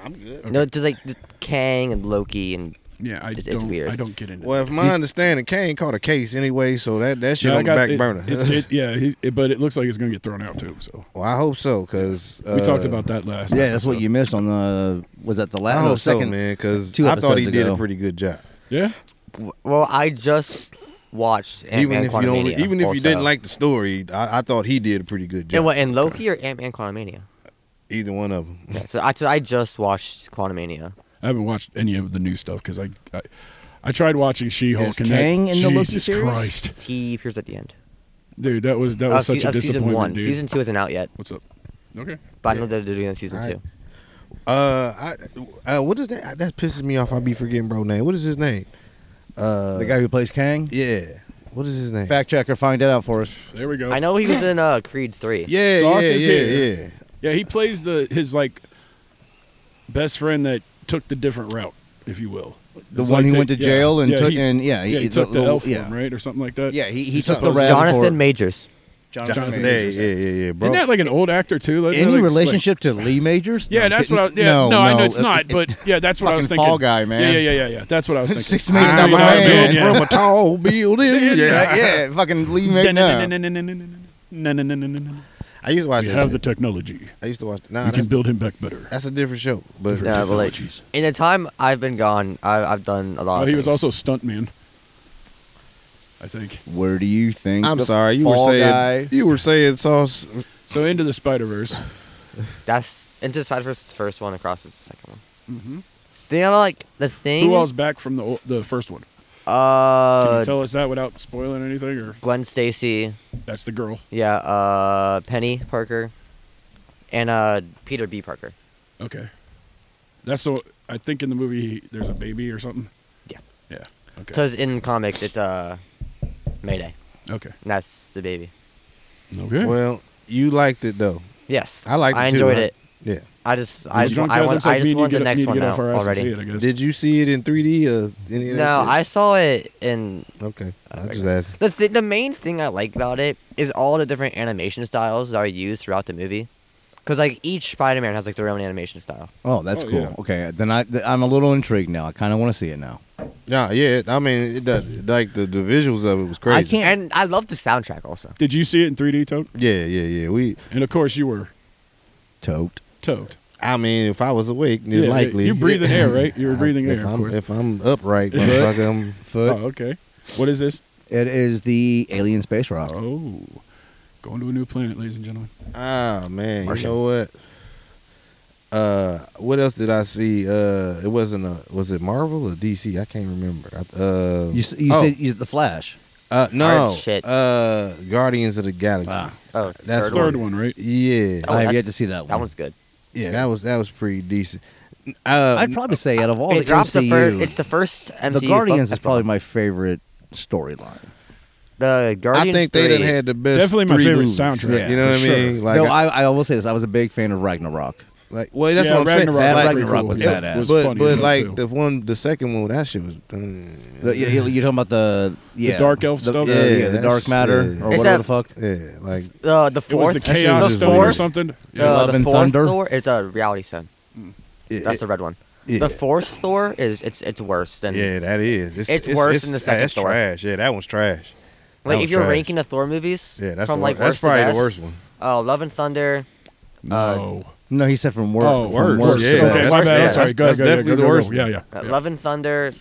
[SPEAKER 2] I'm good.
[SPEAKER 6] No, just like just Kang and Loki and
[SPEAKER 3] Yeah, I
[SPEAKER 6] It's-
[SPEAKER 3] don't.
[SPEAKER 6] it's weird.
[SPEAKER 3] I don't get into.
[SPEAKER 2] Well, if my understanding, Kane caught a case anyway, so that that
[SPEAKER 3] that.
[SPEAKER 2] shit
[SPEAKER 3] Yeah, I
[SPEAKER 2] on the
[SPEAKER 3] got-
[SPEAKER 2] back
[SPEAKER 3] it-
[SPEAKER 2] burner.
[SPEAKER 3] it's- it- yeah, he- it- but it looks like it's gonna get thrown out too. So
[SPEAKER 2] [laughs] well, I hope so, cause uh,
[SPEAKER 3] we talked about that last.
[SPEAKER 4] yeah, that's what
[SPEAKER 3] episode.
[SPEAKER 4] you missed on the was that the
[SPEAKER 2] I
[SPEAKER 4] last no,
[SPEAKER 2] hope
[SPEAKER 4] second
[SPEAKER 2] so, man, cause
[SPEAKER 4] two
[SPEAKER 2] I thought he
[SPEAKER 4] episodes
[SPEAKER 2] did a
[SPEAKER 4] ago.
[SPEAKER 2] pretty good job.
[SPEAKER 3] Yeah,
[SPEAKER 6] W- well, I just watched Ant
[SPEAKER 2] even
[SPEAKER 6] Man
[SPEAKER 2] if you don't,
[SPEAKER 6] Quantumania.
[SPEAKER 2] even if you didn't
[SPEAKER 6] also.
[SPEAKER 2] like the story, I, I thought he did a pretty good job.
[SPEAKER 6] and what and Loki or Ant Man Quantumania.
[SPEAKER 2] Either one of them.
[SPEAKER 6] Yeah, so I so I just watched Quantumania.
[SPEAKER 3] I haven't watched any of the new stuff because I, I, I tried watching She Hulk.
[SPEAKER 4] Is
[SPEAKER 3] and
[SPEAKER 4] Kang
[SPEAKER 3] that,
[SPEAKER 4] in the Loki
[SPEAKER 3] Jesus
[SPEAKER 4] series?
[SPEAKER 3] Christ,
[SPEAKER 6] He appears at the end.
[SPEAKER 3] dude, that was that
[SPEAKER 6] Of
[SPEAKER 3] was
[SPEAKER 6] se-
[SPEAKER 3] such a
[SPEAKER 6] of season
[SPEAKER 3] disappointment,
[SPEAKER 6] one.
[SPEAKER 3] dude.
[SPEAKER 6] Season two isn't out yet,
[SPEAKER 3] What's up? Okay.
[SPEAKER 6] but I know they're doing season
[SPEAKER 2] I-
[SPEAKER 6] two.
[SPEAKER 2] Uh, I, uh, what is that? That pisses me off. I be forgetting bro name. What is his name? Uh,
[SPEAKER 4] the guy who plays Kang?
[SPEAKER 2] Yeah. What is his name?
[SPEAKER 4] Fact checker, find that out for us.
[SPEAKER 3] There we go.
[SPEAKER 6] I know he was in uh, Creed three.
[SPEAKER 2] Yeah,
[SPEAKER 3] Sauce
[SPEAKER 2] yeah,
[SPEAKER 3] is
[SPEAKER 2] yeah,
[SPEAKER 3] here.
[SPEAKER 2] yeah.
[SPEAKER 3] Yeah, he plays the his like best friend that took the different route, if you will.
[SPEAKER 4] The
[SPEAKER 3] It's
[SPEAKER 4] one
[SPEAKER 3] like
[SPEAKER 4] who
[SPEAKER 3] they-
[SPEAKER 4] went to
[SPEAKER 3] yeah,
[SPEAKER 4] jail and
[SPEAKER 3] yeah,
[SPEAKER 4] took
[SPEAKER 3] he-
[SPEAKER 4] and yeah,
[SPEAKER 3] yeah, he took the, L form,
[SPEAKER 4] yeah.
[SPEAKER 3] right, or something like that.
[SPEAKER 4] Yeah, he, he
[SPEAKER 2] He's
[SPEAKER 4] took the
[SPEAKER 2] supposed-
[SPEAKER 4] rad
[SPEAKER 6] Jonathan
[SPEAKER 4] for,
[SPEAKER 6] Majors.
[SPEAKER 2] Jonathan
[SPEAKER 3] Jonathan
[SPEAKER 2] Major.
[SPEAKER 3] Majors,
[SPEAKER 2] Yeah, yeah, yeah, bro.
[SPEAKER 3] Isn't that like an old actor too? Like,
[SPEAKER 4] Any
[SPEAKER 3] like-
[SPEAKER 4] relationship to Lee Majors?
[SPEAKER 3] like-
[SPEAKER 4] No,
[SPEAKER 3] yeah, that's
[SPEAKER 4] kid-
[SPEAKER 3] what. I, yeah, no, I know it's
[SPEAKER 4] Uh,
[SPEAKER 3] not,
[SPEAKER 4] uh, [laughs]
[SPEAKER 3] but yeah, that's what I was
[SPEAKER 4] Fucking
[SPEAKER 3] thinking.
[SPEAKER 4] Fall Guy, man.
[SPEAKER 3] Yeah, yeah, yeah, yeah, yeah. That's what I was thinking.
[SPEAKER 4] Six minutes
[SPEAKER 2] I'm
[SPEAKER 4] Major.
[SPEAKER 2] a man
[SPEAKER 3] Yeah.
[SPEAKER 2] from a tall building.
[SPEAKER 3] [laughs] Yeah.
[SPEAKER 2] Yeah.
[SPEAKER 4] yeah, yeah, fucking Lee Majors. no.
[SPEAKER 3] No, no, no, no, no, no, no, no, no, no, no, no.
[SPEAKER 2] I used to watch.
[SPEAKER 3] We
[SPEAKER 2] that
[SPEAKER 3] have the
[SPEAKER 2] shit.
[SPEAKER 3] technology.
[SPEAKER 2] I used to watch. Nah,
[SPEAKER 3] We can
[SPEAKER 2] that's,
[SPEAKER 3] build him back better.
[SPEAKER 2] that's a different show. But
[SPEAKER 6] Yeah, but like
[SPEAKER 3] Technologies.
[SPEAKER 6] in the time I've been gone, I, I've done a lot.
[SPEAKER 3] Oh,
[SPEAKER 6] of
[SPEAKER 3] he was
[SPEAKER 6] things.
[SPEAKER 3] also a stuntman. I think.
[SPEAKER 4] Where do you think?
[SPEAKER 2] I'm
[SPEAKER 4] the
[SPEAKER 2] sorry, you
[SPEAKER 4] fall
[SPEAKER 2] were saying
[SPEAKER 4] guy-
[SPEAKER 2] you were saying sauce.
[SPEAKER 3] So into the Spider Verse.
[SPEAKER 6] That's Into the Spider Verse the first one, Across is the second one. Mm-hmm. you know, like the thing.
[SPEAKER 3] Who all's back from the ol- the first one? Can
[SPEAKER 6] Uh,
[SPEAKER 3] you tell us that without spoiling anything? Or
[SPEAKER 6] Gwen Stacy,
[SPEAKER 3] that's the girl.
[SPEAKER 6] yeah, uh, Penny Parker, and uh, Peter B. Parker.
[SPEAKER 3] Okay. That's the. I think in the movie there's a baby or something.
[SPEAKER 6] Yeah.
[SPEAKER 3] Yeah. Okay.
[SPEAKER 6] Because in comics, it's uh, Mayday.
[SPEAKER 3] okay.
[SPEAKER 6] And that's the baby.
[SPEAKER 3] Okay.
[SPEAKER 2] Well, you liked it though.
[SPEAKER 6] Yes.
[SPEAKER 2] I liked
[SPEAKER 6] I
[SPEAKER 2] it too,
[SPEAKER 6] enjoyed
[SPEAKER 2] huh?
[SPEAKER 6] it.
[SPEAKER 2] Yeah.
[SPEAKER 6] I just, I
[SPEAKER 3] Those
[SPEAKER 6] just,
[SPEAKER 3] drunk
[SPEAKER 6] I
[SPEAKER 3] guy
[SPEAKER 6] want,
[SPEAKER 3] looks like
[SPEAKER 6] I
[SPEAKER 3] me
[SPEAKER 6] just
[SPEAKER 3] and you
[SPEAKER 6] want
[SPEAKER 3] get
[SPEAKER 6] the
[SPEAKER 3] up-
[SPEAKER 6] next
[SPEAKER 3] need to
[SPEAKER 6] one
[SPEAKER 3] get
[SPEAKER 6] now
[SPEAKER 3] off our ass and see
[SPEAKER 6] already.
[SPEAKER 3] it, I guess.
[SPEAKER 2] Did you see it in 3D or any of that
[SPEAKER 6] No,
[SPEAKER 2] shit?
[SPEAKER 6] I saw it in
[SPEAKER 2] Okay, I
[SPEAKER 6] Okay.
[SPEAKER 2] just asked.
[SPEAKER 6] The th- the main thing I like about it is all the different animation styles that are used throughout the movie, because like each Spider-Man has like their own animation style.
[SPEAKER 4] Oh, that's
[SPEAKER 3] Oh,
[SPEAKER 4] cool.
[SPEAKER 3] yeah.
[SPEAKER 4] Okay, then I th- I'm a little intrigued now. I kind of want to see it now.
[SPEAKER 2] Nah, yeah, I mean, it does, like the, the visuals of it was crazy.
[SPEAKER 4] I can't- Yeah.
[SPEAKER 6] And I love the soundtrack also.
[SPEAKER 3] Did you see it in 3D, Tote?
[SPEAKER 2] Yeah, yeah, yeah. We,
[SPEAKER 3] And of course you were
[SPEAKER 4] Tote.
[SPEAKER 3] Tote.
[SPEAKER 2] I mean, if I was awake, it's
[SPEAKER 3] Yeah,
[SPEAKER 2] likely
[SPEAKER 3] you breathing air, right? You were breathing
[SPEAKER 2] [laughs] if
[SPEAKER 3] air, of
[SPEAKER 2] I'm,
[SPEAKER 3] course.
[SPEAKER 2] If I'm upright, motherfucker, I'm
[SPEAKER 4] Foot.
[SPEAKER 3] oh, okay. What is this?
[SPEAKER 4] It is the alien space rock.
[SPEAKER 3] Oh, going to a new planet, ladies and gentlemen.
[SPEAKER 2] Ah man,
[SPEAKER 6] Martian.
[SPEAKER 2] you know what? Uh, what else did I see? Uh, it wasn't a was it Marvel or DC? I can't remember. I- Uh,
[SPEAKER 4] You s- you
[SPEAKER 2] oh,
[SPEAKER 4] said you, the Flash.
[SPEAKER 2] uh, no
[SPEAKER 6] Hard shit.
[SPEAKER 2] uh Guardians of the Galaxy.
[SPEAKER 4] Ah.
[SPEAKER 6] Oh,
[SPEAKER 2] That's
[SPEAKER 6] third
[SPEAKER 3] Third
[SPEAKER 6] one.
[SPEAKER 3] one, right?
[SPEAKER 2] Yeah,
[SPEAKER 6] Oh,
[SPEAKER 4] I have
[SPEAKER 6] that-
[SPEAKER 4] yet to see that one.
[SPEAKER 6] That one's good.
[SPEAKER 2] yeah, that was that was pretty decent. Uh,
[SPEAKER 4] I'd probably say out of all
[SPEAKER 6] it
[SPEAKER 4] the
[SPEAKER 6] drops
[SPEAKER 4] MCU,
[SPEAKER 6] the first. It's the first MCU.
[SPEAKER 4] the Guardians
[SPEAKER 6] film-
[SPEAKER 4] is probably my favorite storyline.
[SPEAKER 6] the
[SPEAKER 2] I
[SPEAKER 6] Guardians.
[SPEAKER 2] think they done
[SPEAKER 6] 3.
[SPEAKER 2] had the best.
[SPEAKER 3] Definitely my
[SPEAKER 2] three
[SPEAKER 3] favorite
[SPEAKER 2] movies.
[SPEAKER 3] soundtrack,
[SPEAKER 2] you know
[SPEAKER 3] for
[SPEAKER 2] what I
[SPEAKER 3] sure.
[SPEAKER 2] mean? Like,
[SPEAKER 4] no,
[SPEAKER 2] I,
[SPEAKER 4] I, I will say this. I was a big fan of Ragnarok.
[SPEAKER 2] like well, that's
[SPEAKER 3] yeah,
[SPEAKER 2] what I'm
[SPEAKER 3] Ragnarok
[SPEAKER 2] saying.
[SPEAKER 4] That
[SPEAKER 2] Like,
[SPEAKER 4] Ragnarok was
[SPEAKER 3] cool.
[SPEAKER 4] badass.
[SPEAKER 3] It was
[SPEAKER 2] but
[SPEAKER 3] funny as
[SPEAKER 2] but
[SPEAKER 3] hell,
[SPEAKER 2] like
[SPEAKER 3] too.
[SPEAKER 2] the one, the second one, that shit was.
[SPEAKER 4] The- you- you- you're talking about the yeah,
[SPEAKER 3] dark elf stuff?
[SPEAKER 4] the- uh,
[SPEAKER 2] Yeah,
[SPEAKER 4] yeah, the
[SPEAKER 2] that's-
[SPEAKER 4] dark matter
[SPEAKER 2] yeah.
[SPEAKER 4] or
[SPEAKER 6] Is
[SPEAKER 4] whatever
[SPEAKER 6] that-
[SPEAKER 4] the fuck.
[SPEAKER 2] yeah, like
[SPEAKER 6] Uh, the
[SPEAKER 3] it was
[SPEAKER 6] fourth.
[SPEAKER 3] the Chaos
[SPEAKER 6] the
[SPEAKER 3] Stone or
[SPEAKER 6] fourth,
[SPEAKER 3] something.
[SPEAKER 6] The,
[SPEAKER 3] Yeah.
[SPEAKER 4] Love
[SPEAKER 6] the
[SPEAKER 4] and
[SPEAKER 6] fourth
[SPEAKER 4] Thunder?
[SPEAKER 6] Thor. It's a reality son.
[SPEAKER 2] it-
[SPEAKER 6] That's the red one.
[SPEAKER 2] yeah.
[SPEAKER 6] The fourth Thor is it's it's worse than
[SPEAKER 2] Yeah, that is. It's,
[SPEAKER 6] It's worse than the second
[SPEAKER 2] That's
[SPEAKER 6] Thor.
[SPEAKER 2] trash. Yeah, that one's trash. That
[SPEAKER 6] like
[SPEAKER 2] was
[SPEAKER 6] if you're
[SPEAKER 2] trash.
[SPEAKER 6] ranking the Thor movies.
[SPEAKER 2] Yeah, that's
[SPEAKER 6] from
[SPEAKER 2] the,
[SPEAKER 6] like
[SPEAKER 2] wor- that's
[SPEAKER 6] worst to
[SPEAKER 2] probably
[SPEAKER 6] best,
[SPEAKER 2] the worst one.
[SPEAKER 6] Oh, Love and Thunder.
[SPEAKER 3] No.
[SPEAKER 4] No, he said from work.
[SPEAKER 3] oh,
[SPEAKER 4] from
[SPEAKER 2] worse,
[SPEAKER 4] work.
[SPEAKER 2] yeah.
[SPEAKER 4] so
[SPEAKER 3] Okay,
[SPEAKER 2] that's-
[SPEAKER 3] my bad. I'm
[SPEAKER 2] that's-
[SPEAKER 3] sorry. Go
[SPEAKER 2] that's
[SPEAKER 3] ahead, go ahead,
[SPEAKER 2] definitely
[SPEAKER 3] go
[SPEAKER 2] the
[SPEAKER 3] ahead,
[SPEAKER 2] worst
[SPEAKER 3] go ahead.
[SPEAKER 2] one.
[SPEAKER 3] Yeah, yeah.
[SPEAKER 6] Uh,
[SPEAKER 3] yeah.
[SPEAKER 6] Love and Thunder.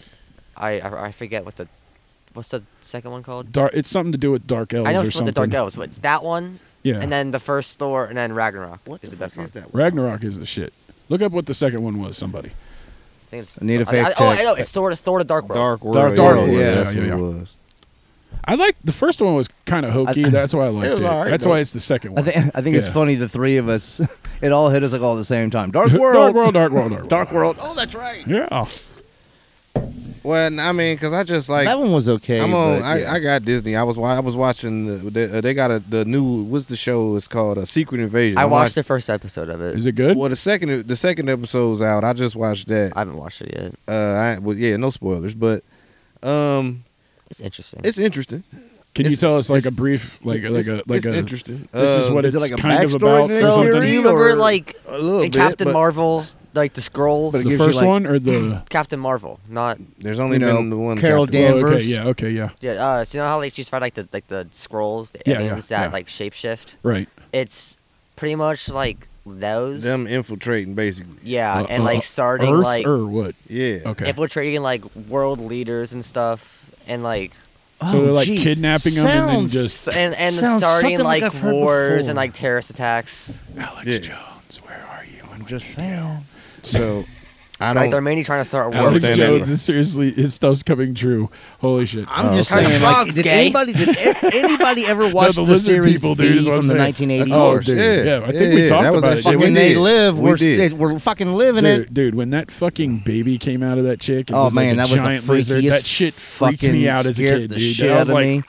[SPEAKER 6] I, I I forget what the what's the second one called.
[SPEAKER 3] Dar- it's something to do with Dark Elves
[SPEAKER 6] I know
[SPEAKER 3] or
[SPEAKER 6] it's not
[SPEAKER 3] something.
[SPEAKER 6] the Dark Elves, but it's that one.
[SPEAKER 3] Yeah.
[SPEAKER 6] And then the first Thor, and then Ragnarok
[SPEAKER 2] What
[SPEAKER 6] is the,
[SPEAKER 2] fuck
[SPEAKER 6] best one.
[SPEAKER 2] is that?
[SPEAKER 3] Ragnarok is the shit. Look up what the second one was. Somebody.
[SPEAKER 6] I think it's,
[SPEAKER 4] I need a
[SPEAKER 6] I- I-
[SPEAKER 4] fact
[SPEAKER 6] Oh, I
[SPEAKER 4] check.
[SPEAKER 6] know it's Thor to Thor to Dark World.
[SPEAKER 2] Dark World.
[SPEAKER 4] Dark
[SPEAKER 2] yeah,
[SPEAKER 4] World, yeah,
[SPEAKER 2] that's
[SPEAKER 3] yeah,
[SPEAKER 2] what
[SPEAKER 3] yeah.
[SPEAKER 2] it was.
[SPEAKER 3] I like the first one was kind of hokey. that's why I liked
[SPEAKER 2] It
[SPEAKER 3] it.
[SPEAKER 2] was alright,
[SPEAKER 3] that's
[SPEAKER 2] though.
[SPEAKER 3] why it's the second
[SPEAKER 4] I
[SPEAKER 3] one.
[SPEAKER 4] think I think it's
[SPEAKER 3] Yeah.
[SPEAKER 4] funny. The three of us, [laughs] it all hit us like all at the same time. Dark world,
[SPEAKER 3] [laughs] Dark World, Dark World, Dark World.
[SPEAKER 4] Dark World. Oh, that,
[SPEAKER 3] Yeah.
[SPEAKER 2] Well, I mean, because I just like.
[SPEAKER 4] that one was okay.
[SPEAKER 2] I'm on.
[SPEAKER 4] but,
[SPEAKER 2] I,
[SPEAKER 4] yeah.
[SPEAKER 2] I got Disney. I was wa- I was watching. The, the, uh, they got a, the new. What's the show? It's called uh, Secret Invasion.
[SPEAKER 6] I watched
[SPEAKER 2] it.
[SPEAKER 6] the first episode of it.
[SPEAKER 3] Is it good?
[SPEAKER 2] Well, the second the second episode's out. I just watched that.
[SPEAKER 6] I haven't watched it yet.
[SPEAKER 2] Uh, I, well, yeah, no spoilers, but um,
[SPEAKER 6] It's interesting.
[SPEAKER 2] it's interesting.
[SPEAKER 3] Can you
[SPEAKER 2] it's-
[SPEAKER 3] tell us like a
[SPEAKER 2] it's-
[SPEAKER 3] brief, like
[SPEAKER 2] it's,
[SPEAKER 3] like a like
[SPEAKER 2] it's
[SPEAKER 3] a
[SPEAKER 2] interesting.
[SPEAKER 3] This is
[SPEAKER 2] Uh,
[SPEAKER 3] what
[SPEAKER 4] is it
[SPEAKER 3] it's
[SPEAKER 4] like a
[SPEAKER 3] kind of
[SPEAKER 4] backstory
[SPEAKER 3] about.
[SPEAKER 4] thing?
[SPEAKER 3] or
[SPEAKER 6] so
[SPEAKER 3] something?
[SPEAKER 6] do you remember
[SPEAKER 2] or-
[SPEAKER 6] like
[SPEAKER 2] a little
[SPEAKER 6] in
[SPEAKER 2] bit,
[SPEAKER 6] Captain
[SPEAKER 2] but-
[SPEAKER 6] Marvel, like the scroll?
[SPEAKER 4] But it
[SPEAKER 3] the
[SPEAKER 4] gives you,
[SPEAKER 3] first
[SPEAKER 4] like-
[SPEAKER 3] one or the?
[SPEAKER 6] Captain Marvel, not
[SPEAKER 2] There's only
[SPEAKER 4] You know,
[SPEAKER 2] been the one.
[SPEAKER 4] Carol
[SPEAKER 2] Captain-
[SPEAKER 3] Oh, okay.
[SPEAKER 4] Danvers.
[SPEAKER 3] Yeah. Okay. Yeah.
[SPEAKER 6] yeah. Uh, so you know how like she's fighting like the like the scrolls, the
[SPEAKER 3] Yeah, yeah,
[SPEAKER 6] aliens that
[SPEAKER 3] yeah.
[SPEAKER 6] like shapeshift.
[SPEAKER 3] Right.
[SPEAKER 6] It's pretty much like those.
[SPEAKER 2] them infiltrating basically.
[SPEAKER 6] Yeah,
[SPEAKER 3] Uh,
[SPEAKER 6] and
[SPEAKER 3] uh,
[SPEAKER 6] like
[SPEAKER 3] uh,
[SPEAKER 6] starting
[SPEAKER 3] Earth
[SPEAKER 6] like
[SPEAKER 3] or what?
[SPEAKER 2] Yeah.
[SPEAKER 3] Okay.
[SPEAKER 6] infiltrating like world leaders and stuff, and like
[SPEAKER 4] Oh,
[SPEAKER 3] So they're, like,
[SPEAKER 4] jeez.
[SPEAKER 3] kidnapping 'em and then
[SPEAKER 4] Sounds-
[SPEAKER 3] just-
[SPEAKER 6] s- and and
[SPEAKER 4] Sounds
[SPEAKER 6] starting
[SPEAKER 4] something like
[SPEAKER 6] like,
[SPEAKER 4] I've heard
[SPEAKER 6] wars
[SPEAKER 4] before.
[SPEAKER 6] and like terrorist attacks.
[SPEAKER 3] Alex
[SPEAKER 2] Yeah.
[SPEAKER 3] Jones, where are you?
[SPEAKER 4] I'm just saying.
[SPEAKER 2] So I
[SPEAKER 6] Like they're
[SPEAKER 2] don't.
[SPEAKER 6] mainly trying to start
[SPEAKER 2] don't
[SPEAKER 6] wars.
[SPEAKER 3] Alex
[SPEAKER 2] understand that.
[SPEAKER 3] Jones is seriously his stuff's coming true. Holy shit!
[SPEAKER 4] I'm just
[SPEAKER 6] okay.
[SPEAKER 4] saying. Like,
[SPEAKER 6] Frogs
[SPEAKER 4] did
[SPEAKER 6] gay.
[SPEAKER 4] anybody did a- anybody ever watch
[SPEAKER 3] the
[SPEAKER 4] the,
[SPEAKER 3] lizard
[SPEAKER 4] series
[SPEAKER 3] people, dude,
[SPEAKER 4] V
[SPEAKER 3] is what I'm
[SPEAKER 4] from the
[SPEAKER 3] saying.
[SPEAKER 4] 1980s?
[SPEAKER 3] Oh,
[SPEAKER 2] course,
[SPEAKER 3] dude.
[SPEAKER 2] yeah.
[SPEAKER 3] Yeah, I think
[SPEAKER 2] Yeah,
[SPEAKER 3] we
[SPEAKER 2] yeah,
[SPEAKER 3] talked
[SPEAKER 2] that was
[SPEAKER 3] about
[SPEAKER 2] that
[SPEAKER 3] it.
[SPEAKER 2] shit.
[SPEAKER 4] Fucking
[SPEAKER 3] didn't we?
[SPEAKER 2] We
[SPEAKER 4] they
[SPEAKER 2] did.
[SPEAKER 4] live.
[SPEAKER 2] We
[SPEAKER 4] We're,
[SPEAKER 2] did.
[SPEAKER 4] st- we're fucking living it.
[SPEAKER 3] Dude, dude, when that fucking baby came out of that chick, and
[SPEAKER 4] Oh
[SPEAKER 3] was
[SPEAKER 4] man,
[SPEAKER 3] like
[SPEAKER 4] that
[SPEAKER 3] a
[SPEAKER 4] was the
[SPEAKER 3] giant lizard.
[SPEAKER 4] freakiest.
[SPEAKER 3] That shit freaked
[SPEAKER 4] fucking
[SPEAKER 3] me out as a
[SPEAKER 4] scared
[SPEAKER 3] kid,
[SPEAKER 4] the
[SPEAKER 3] dude.
[SPEAKER 4] Shit
[SPEAKER 3] I
[SPEAKER 4] out
[SPEAKER 3] was
[SPEAKER 4] of
[SPEAKER 3] like,
[SPEAKER 4] me.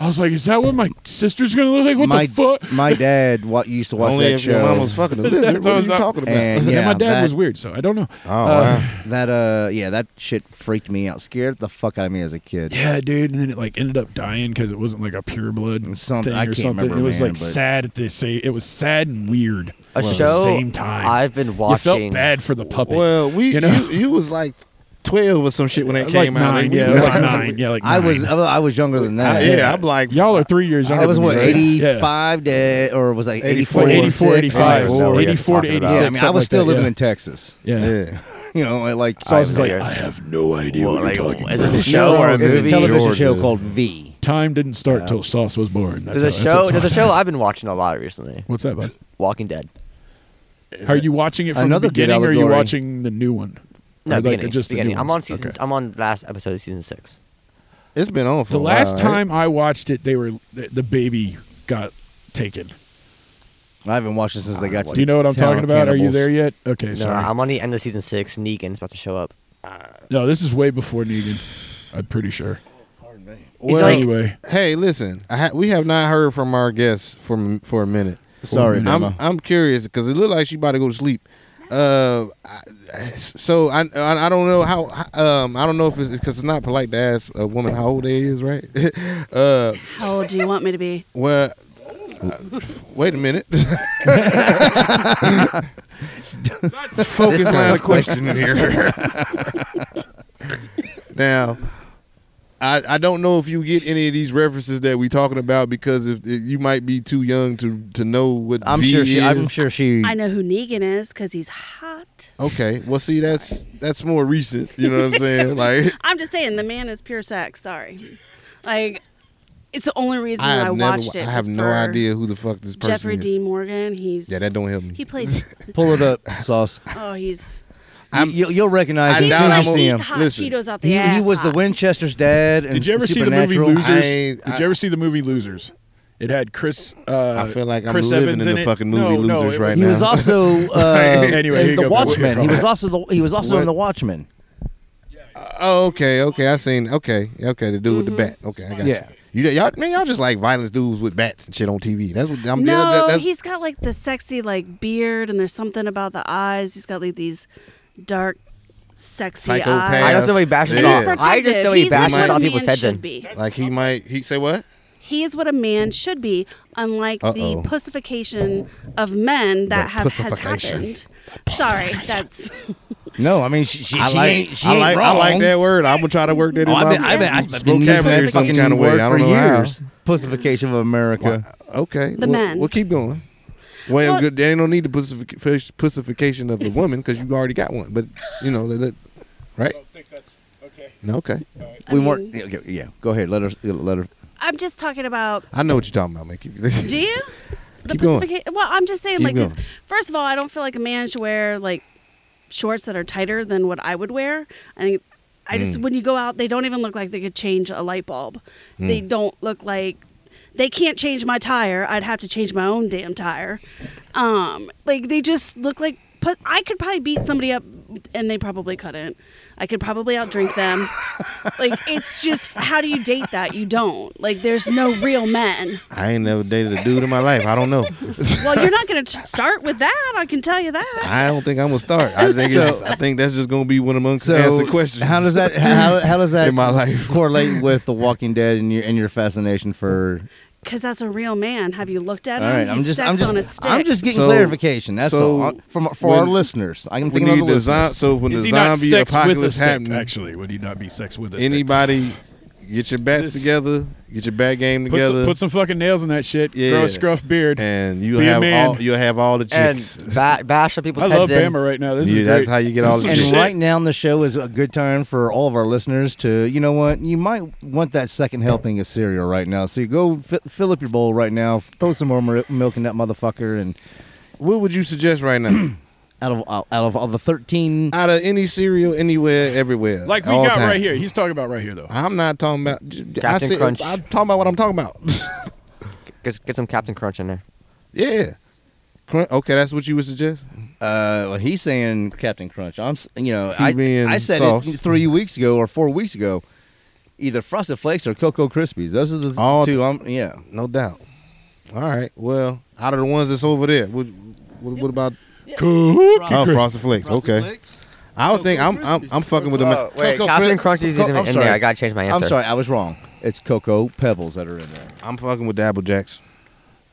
[SPEAKER 3] I was like, is that what my sister's gonna look like? What
[SPEAKER 4] my
[SPEAKER 3] the fuck?
[SPEAKER 4] my dad wa- used to watch
[SPEAKER 2] Only
[SPEAKER 4] that
[SPEAKER 2] if
[SPEAKER 4] show.
[SPEAKER 2] your mom was
[SPEAKER 4] [laughs]
[SPEAKER 2] fucking a lizard.
[SPEAKER 3] That's
[SPEAKER 2] what are
[SPEAKER 3] what
[SPEAKER 2] you
[SPEAKER 3] I-
[SPEAKER 2] talking about?
[SPEAKER 4] And
[SPEAKER 3] Yeah,
[SPEAKER 4] yeah,
[SPEAKER 3] my dad
[SPEAKER 4] that,
[SPEAKER 3] was weird, so I don't know.
[SPEAKER 2] oh
[SPEAKER 3] Uh,
[SPEAKER 2] wow.
[SPEAKER 4] That uh, yeah, that shit freaked me out. Scared the fuck out of me as a kid.
[SPEAKER 3] Yeah, dude, and then it like ended up dying because it wasn't like a pure blood
[SPEAKER 4] Something-
[SPEAKER 3] thing
[SPEAKER 4] I
[SPEAKER 3] or
[SPEAKER 4] can't
[SPEAKER 3] something.
[SPEAKER 4] remember,
[SPEAKER 3] it was
[SPEAKER 4] man,
[SPEAKER 3] like
[SPEAKER 4] but-
[SPEAKER 3] sad at the same. It was sad and weird.
[SPEAKER 6] A
[SPEAKER 3] at
[SPEAKER 6] show
[SPEAKER 3] the same time.
[SPEAKER 6] I've been
[SPEAKER 3] You felt
[SPEAKER 6] watching.
[SPEAKER 3] bad for the puppet.
[SPEAKER 2] Well, we
[SPEAKER 3] You
[SPEAKER 2] you,
[SPEAKER 3] know?
[SPEAKER 2] you was like twelve or some shit when it
[SPEAKER 3] Like
[SPEAKER 2] came out.
[SPEAKER 3] nine,
[SPEAKER 2] Like,
[SPEAKER 3] yeah,
[SPEAKER 2] we-
[SPEAKER 3] like nine, yeah, like
[SPEAKER 4] I was
[SPEAKER 3] nine. Uh,
[SPEAKER 4] I was- I was younger than that.
[SPEAKER 2] I- yeah, I'm like
[SPEAKER 3] Y'all are three years.
[SPEAKER 4] I
[SPEAKER 3] younger
[SPEAKER 4] was
[SPEAKER 3] than
[SPEAKER 4] what
[SPEAKER 3] me, right?
[SPEAKER 4] eighty
[SPEAKER 3] Yeah.
[SPEAKER 4] five to or was like eighty four,
[SPEAKER 3] 84, 84, 85.
[SPEAKER 6] 84,
[SPEAKER 3] 84,
[SPEAKER 6] yeah, something
[SPEAKER 2] uh,
[SPEAKER 3] to 86.
[SPEAKER 6] like
[SPEAKER 4] Yeah, I mean, I was still living in Texas.
[SPEAKER 3] in. Yeah.
[SPEAKER 2] Yeah.
[SPEAKER 4] [laughs] You know, I like
[SPEAKER 3] So I was just like,
[SPEAKER 6] Yeah.
[SPEAKER 3] I have no idea
[SPEAKER 6] Well,
[SPEAKER 3] what
[SPEAKER 6] like,
[SPEAKER 3] you're talking
[SPEAKER 6] is
[SPEAKER 3] about.
[SPEAKER 6] this a
[SPEAKER 4] No,
[SPEAKER 6] show or a
[SPEAKER 4] it's
[SPEAKER 6] movie?
[SPEAKER 4] a television
[SPEAKER 2] Georgia.
[SPEAKER 4] show called V.
[SPEAKER 3] Time didn't start till Sauce was born. That's
[SPEAKER 6] There's a
[SPEAKER 3] how- that's
[SPEAKER 6] show.
[SPEAKER 3] what
[SPEAKER 6] There's a
[SPEAKER 3] Sauce
[SPEAKER 6] show
[SPEAKER 3] is.
[SPEAKER 6] I've been watching a lot recently.
[SPEAKER 3] What's that, bud?
[SPEAKER 6] Walking Dead.
[SPEAKER 3] Are you watching it from
[SPEAKER 4] Another
[SPEAKER 3] the
[SPEAKER 4] good
[SPEAKER 3] beginning, or are you
[SPEAKER 4] allegory.
[SPEAKER 3] watching the new one?
[SPEAKER 6] No,
[SPEAKER 3] Or, like,
[SPEAKER 6] beginning.
[SPEAKER 3] just the new
[SPEAKER 6] beginning. I'm on
[SPEAKER 3] ones.
[SPEAKER 6] season.
[SPEAKER 3] Okay.
[SPEAKER 6] I'm on last episode of season six.
[SPEAKER 2] It's been on for a
[SPEAKER 3] The last
[SPEAKER 2] while, right?
[SPEAKER 3] time I watched it, they were the, the baby got taken.
[SPEAKER 4] I haven't watched it since they got. to
[SPEAKER 3] Do you know Ah, what I'm
[SPEAKER 4] Town
[SPEAKER 3] talking
[SPEAKER 4] of
[SPEAKER 3] about? Are you
[SPEAKER 4] Cannibals.
[SPEAKER 3] there yet? Okay,
[SPEAKER 6] No,
[SPEAKER 3] sorry.
[SPEAKER 6] I'm on the end of season six. Negan's about to show up.
[SPEAKER 3] no, this is way before Negan. I'm pretty sure.
[SPEAKER 6] He's
[SPEAKER 2] Well,
[SPEAKER 6] like-
[SPEAKER 3] anyway,
[SPEAKER 2] Hey, listen, I ha- we have not heard from our guests for for a minute.
[SPEAKER 4] [laughs] Sorry,
[SPEAKER 3] I'm-
[SPEAKER 2] I'm
[SPEAKER 4] Emma.
[SPEAKER 2] I'm curious because it looked like she about to go to sleep. Uh, I, so I, I I don't know how um I don't know if it's because it's not polite to ask a woman how old they is, right? [laughs] uh,
[SPEAKER 5] How old do you want me to
[SPEAKER 2] [laughs]
[SPEAKER 5] be?
[SPEAKER 2] well, uh, wait a minute. [laughs] Focus last question in here. now, I I don't know if you get any of these references that we talking about because if, if you might be too young to to know what
[SPEAKER 4] [laughs] I'm
[SPEAKER 2] V
[SPEAKER 4] sure she.
[SPEAKER 2] is.
[SPEAKER 4] I'm sure she.
[SPEAKER 5] I know who Negan is because he's hot.
[SPEAKER 2] Okay. Well, see, that's that's more recent. You know what I'm
[SPEAKER 5] [laughs]
[SPEAKER 2] saying? Like,
[SPEAKER 5] I'm just saying, the man is pure sex. Sorry. Like, it's the only reason
[SPEAKER 2] I
[SPEAKER 5] I,
[SPEAKER 2] have never.
[SPEAKER 5] watched it.
[SPEAKER 2] I have
[SPEAKER 5] was
[SPEAKER 2] no
[SPEAKER 5] for
[SPEAKER 2] idea who the fuck this person
[SPEAKER 5] Jeffrey
[SPEAKER 2] is.
[SPEAKER 5] D. Morgan. He's
[SPEAKER 2] Yeah, that don't help me. [laughs]
[SPEAKER 5] he plays.
[SPEAKER 4] Pull it up, sauce.
[SPEAKER 5] oh, he's
[SPEAKER 2] I'm-
[SPEAKER 4] you, you'll recognize
[SPEAKER 2] I
[SPEAKER 4] him
[SPEAKER 5] he's
[SPEAKER 4] as
[SPEAKER 2] doubt
[SPEAKER 4] soon
[SPEAKER 2] I'm
[SPEAKER 4] as you
[SPEAKER 5] like
[SPEAKER 2] a-
[SPEAKER 4] see
[SPEAKER 5] eating
[SPEAKER 4] him.
[SPEAKER 5] hot
[SPEAKER 2] Listen,
[SPEAKER 5] Cheetos out the
[SPEAKER 4] He,
[SPEAKER 5] ass.
[SPEAKER 4] he was the
[SPEAKER 5] hot.
[SPEAKER 4] Winchester's dad. And
[SPEAKER 3] did you ever see the movie
[SPEAKER 4] Supernatural.
[SPEAKER 3] Losers?
[SPEAKER 2] I ain't-
[SPEAKER 3] did
[SPEAKER 2] I-
[SPEAKER 3] you ever see the movie Losers? It had Chris. Uh,
[SPEAKER 2] I feel like I'm
[SPEAKER 3] Chris
[SPEAKER 2] living
[SPEAKER 3] Evans
[SPEAKER 2] in the
[SPEAKER 3] it.
[SPEAKER 2] fucking movie
[SPEAKER 3] No, no,
[SPEAKER 2] Losers
[SPEAKER 3] it
[SPEAKER 2] right
[SPEAKER 4] He
[SPEAKER 2] now.
[SPEAKER 4] was
[SPEAKER 2] [laughs]
[SPEAKER 4] also uh,
[SPEAKER 3] Anyway, here you
[SPEAKER 4] the
[SPEAKER 3] go, Bill.
[SPEAKER 4] Watchmen. He was also the he was also
[SPEAKER 2] What?
[SPEAKER 4] in the Watchmen.
[SPEAKER 2] Oh, okay, okay. I seen. Okay, okay. The dude with the bat.
[SPEAKER 5] Mm-hmm.
[SPEAKER 2] Okay, I got
[SPEAKER 4] Yeah.
[SPEAKER 2] you. You y'all man, y'all just like violence dudes with bats and shit on TV. That's what I'm.
[SPEAKER 5] No,
[SPEAKER 2] that- that's,
[SPEAKER 5] he's got like the sexy like beard, and there's something about the eyes. He's got like these dark, sexy
[SPEAKER 2] Psychopath.
[SPEAKER 5] eyes.
[SPEAKER 6] I just know he bashes
[SPEAKER 2] He's
[SPEAKER 6] off. I
[SPEAKER 5] protective.
[SPEAKER 6] just know he
[SPEAKER 5] He's like
[SPEAKER 6] bashes
[SPEAKER 5] what a
[SPEAKER 6] off
[SPEAKER 5] man
[SPEAKER 6] people's heads
[SPEAKER 5] should
[SPEAKER 6] in.
[SPEAKER 5] be.
[SPEAKER 2] like he might. He say what?
[SPEAKER 5] He is what a man should be, unlike
[SPEAKER 2] Uh-oh.
[SPEAKER 5] the pussification of men that
[SPEAKER 2] The
[SPEAKER 5] have has
[SPEAKER 2] pussification.
[SPEAKER 5] happened. Sorry, that's
[SPEAKER 4] No, I mean she, she, she ain't she
[SPEAKER 2] I
[SPEAKER 4] ain't
[SPEAKER 2] like.
[SPEAKER 4] wrong.
[SPEAKER 2] I like that word. I'm gonna try to work that
[SPEAKER 4] Oh,
[SPEAKER 2] in
[SPEAKER 4] I've been,
[SPEAKER 2] my
[SPEAKER 4] I've been, I've been using that
[SPEAKER 2] vocabulary some
[SPEAKER 4] fucking
[SPEAKER 2] kind of way.
[SPEAKER 4] word
[SPEAKER 2] I don't
[SPEAKER 4] for
[SPEAKER 2] know how.
[SPEAKER 4] years. Pussification of America.
[SPEAKER 2] Okay.
[SPEAKER 5] The
[SPEAKER 2] well,
[SPEAKER 5] men.
[SPEAKER 2] Well, keep going. Well,
[SPEAKER 5] Well-
[SPEAKER 2] good. There ain't no need to pussific- pussification of the woman because you already got one. But you know, that, that- right? No, okay.
[SPEAKER 4] we weren't. Yeah, okay, yeah, go ahead. Let her. Let her.
[SPEAKER 5] I'm just talking about.
[SPEAKER 2] I know what you're talking about, man. Keep,
[SPEAKER 5] [laughs] Do you? The
[SPEAKER 2] Keep going.
[SPEAKER 5] pussifica- Well, I'm just saying,
[SPEAKER 2] Keep
[SPEAKER 5] like, 'cause
[SPEAKER 2] going.
[SPEAKER 5] first of all, I don't feel like a man should wear like shorts that are tighter than what I would wear. I think I just
[SPEAKER 2] Mm.
[SPEAKER 5] when you go out, they don't even look like they could change a light bulb.
[SPEAKER 2] Mm.
[SPEAKER 5] They don't look like they can't change my tire. I'd have to change my own damn tire. Um, like they just look like. But I could probably beat somebody up, and they probably couldn't. I could probably
[SPEAKER 2] [laughs]
[SPEAKER 5] outdrink them. like it's just, how do you date that? You don't. Like there's no real men.
[SPEAKER 2] [laughs] I ain't never dated a dude in my life. I don't know.
[SPEAKER 5] Well, you're not going to start with that. I can tell you that.
[SPEAKER 2] I don't think I'm gonna start. I think it's,
[SPEAKER 4] So-
[SPEAKER 2] I think that's just gonna be one of amongst
[SPEAKER 4] So
[SPEAKER 2] answer questions.
[SPEAKER 4] how does that how, how does that
[SPEAKER 2] In my life.
[SPEAKER 4] correlate with The Walking Dead and your and your fascination for?
[SPEAKER 5] Because that's a real man. Have you looked at
[SPEAKER 4] All
[SPEAKER 5] him?
[SPEAKER 4] right,
[SPEAKER 5] He's
[SPEAKER 4] I'm just
[SPEAKER 5] sex
[SPEAKER 4] I'm just
[SPEAKER 5] on a stick.
[SPEAKER 4] I'm just getting
[SPEAKER 2] So-
[SPEAKER 4] clarification. That's
[SPEAKER 2] so
[SPEAKER 4] all from for our
[SPEAKER 2] when-
[SPEAKER 4] listeners. I'm
[SPEAKER 2] we
[SPEAKER 4] thinking
[SPEAKER 2] need
[SPEAKER 4] of the
[SPEAKER 2] the
[SPEAKER 4] listeners.
[SPEAKER 2] zo- so when
[SPEAKER 3] Is
[SPEAKER 2] the
[SPEAKER 3] he not
[SPEAKER 2] zombie
[SPEAKER 3] sex with a
[SPEAKER 2] apocalypse
[SPEAKER 3] stick?
[SPEAKER 2] happens,
[SPEAKER 3] Actually, would he not be sex with a stick?
[SPEAKER 2] anybody get your bats together, get your bat game
[SPEAKER 3] Put
[SPEAKER 2] together,
[SPEAKER 3] some, put some fucking nails in that shit. Grow
[SPEAKER 2] Yeah.
[SPEAKER 3] a scruff beard.
[SPEAKER 2] and you'll
[SPEAKER 3] be a
[SPEAKER 2] have
[SPEAKER 3] man.
[SPEAKER 2] all you'll have all the chicks.
[SPEAKER 6] And ba- bash up people's
[SPEAKER 3] I love
[SPEAKER 6] heads in.
[SPEAKER 3] Bama right now. This
[SPEAKER 2] Yeah,
[SPEAKER 3] is
[SPEAKER 2] that's
[SPEAKER 3] great.
[SPEAKER 2] how you get all
[SPEAKER 3] This
[SPEAKER 2] the
[SPEAKER 3] is
[SPEAKER 4] And
[SPEAKER 2] shit.
[SPEAKER 4] right now, on the show is a good time for all of our listeners to, you know what, you might want that second helping of cereal right now. So you go f- fill up your bowl right now, throw some more mi- milk in that motherfucker, and
[SPEAKER 2] What would you suggest right
[SPEAKER 3] [clears throat]
[SPEAKER 2] now?
[SPEAKER 4] out of out of all the thirteen, uh,
[SPEAKER 2] Out of any cereal, anywhere, everywhere,
[SPEAKER 3] like we
[SPEAKER 2] all
[SPEAKER 3] got
[SPEAKER 2] time.
[SPEAKER 3] right here. He's talking about right here though.
[SPEAKER 2] I'm not talking about. I
[SPEAKER 6] Captain
[SPEAKER 2] said,
[SPEAKER 6] Crunch.
[SPEAKER 2] I'm talking about what I'm talking about. [laughs]
[SPEAKER 6] Get, get some Captain Crunch in there.
[SPEAKER 2] yeah. Crunch. Okay, that's what you would suggest.
[SPEAKER 4] uh, well, he's saying Captain Crunch. I'm, s- you know,
[SPEAKER 2] He
[SPEAKER 4] I,
[SPEAKER 2] being
[SPEAKER 4] I said
[SPEAKER 2] sauce.
[SPEAKER 4] it three weeks ago or four weeks ago. Either Frosted Flakes or Cocoa Krispies. Those are the
[SPEAKER 2] All
[SPEAKER 4] two.
[SPEAKER 2] th-
[SPEAKER 4] I'm, yeah.
[SPEAKER 2] No doubt. All right. Well, out of the ones that's over there, what what, what about
[SPEAKER 3] Cool.
[SPEAKER 2] oh, Frosted Flakes? okay. I would think I'm I'm, I'm fucking with them.
[SPEAKER 6] Oh, wait,
[SPEAKER 4] Cocoa
[SPEAKER 6] Captain
[SPEAKER 4] Crisp-
[SPEAKER 6] Crunch is
[SPEAKER 4] Cocoa-
[SPEAKER 6] even
[SPEAKER 4] I'm
[SPEAKER 6] in
[SPEAKER 4] sorry.
[SPEAKER 6] there. I gotta change my answer.
[SPEAKER 4] I'm sorry, I was wrong. It's Cocoa Pebbles that are in there.
[SPEAKER 2] I'm fucking with the Apple Jacks.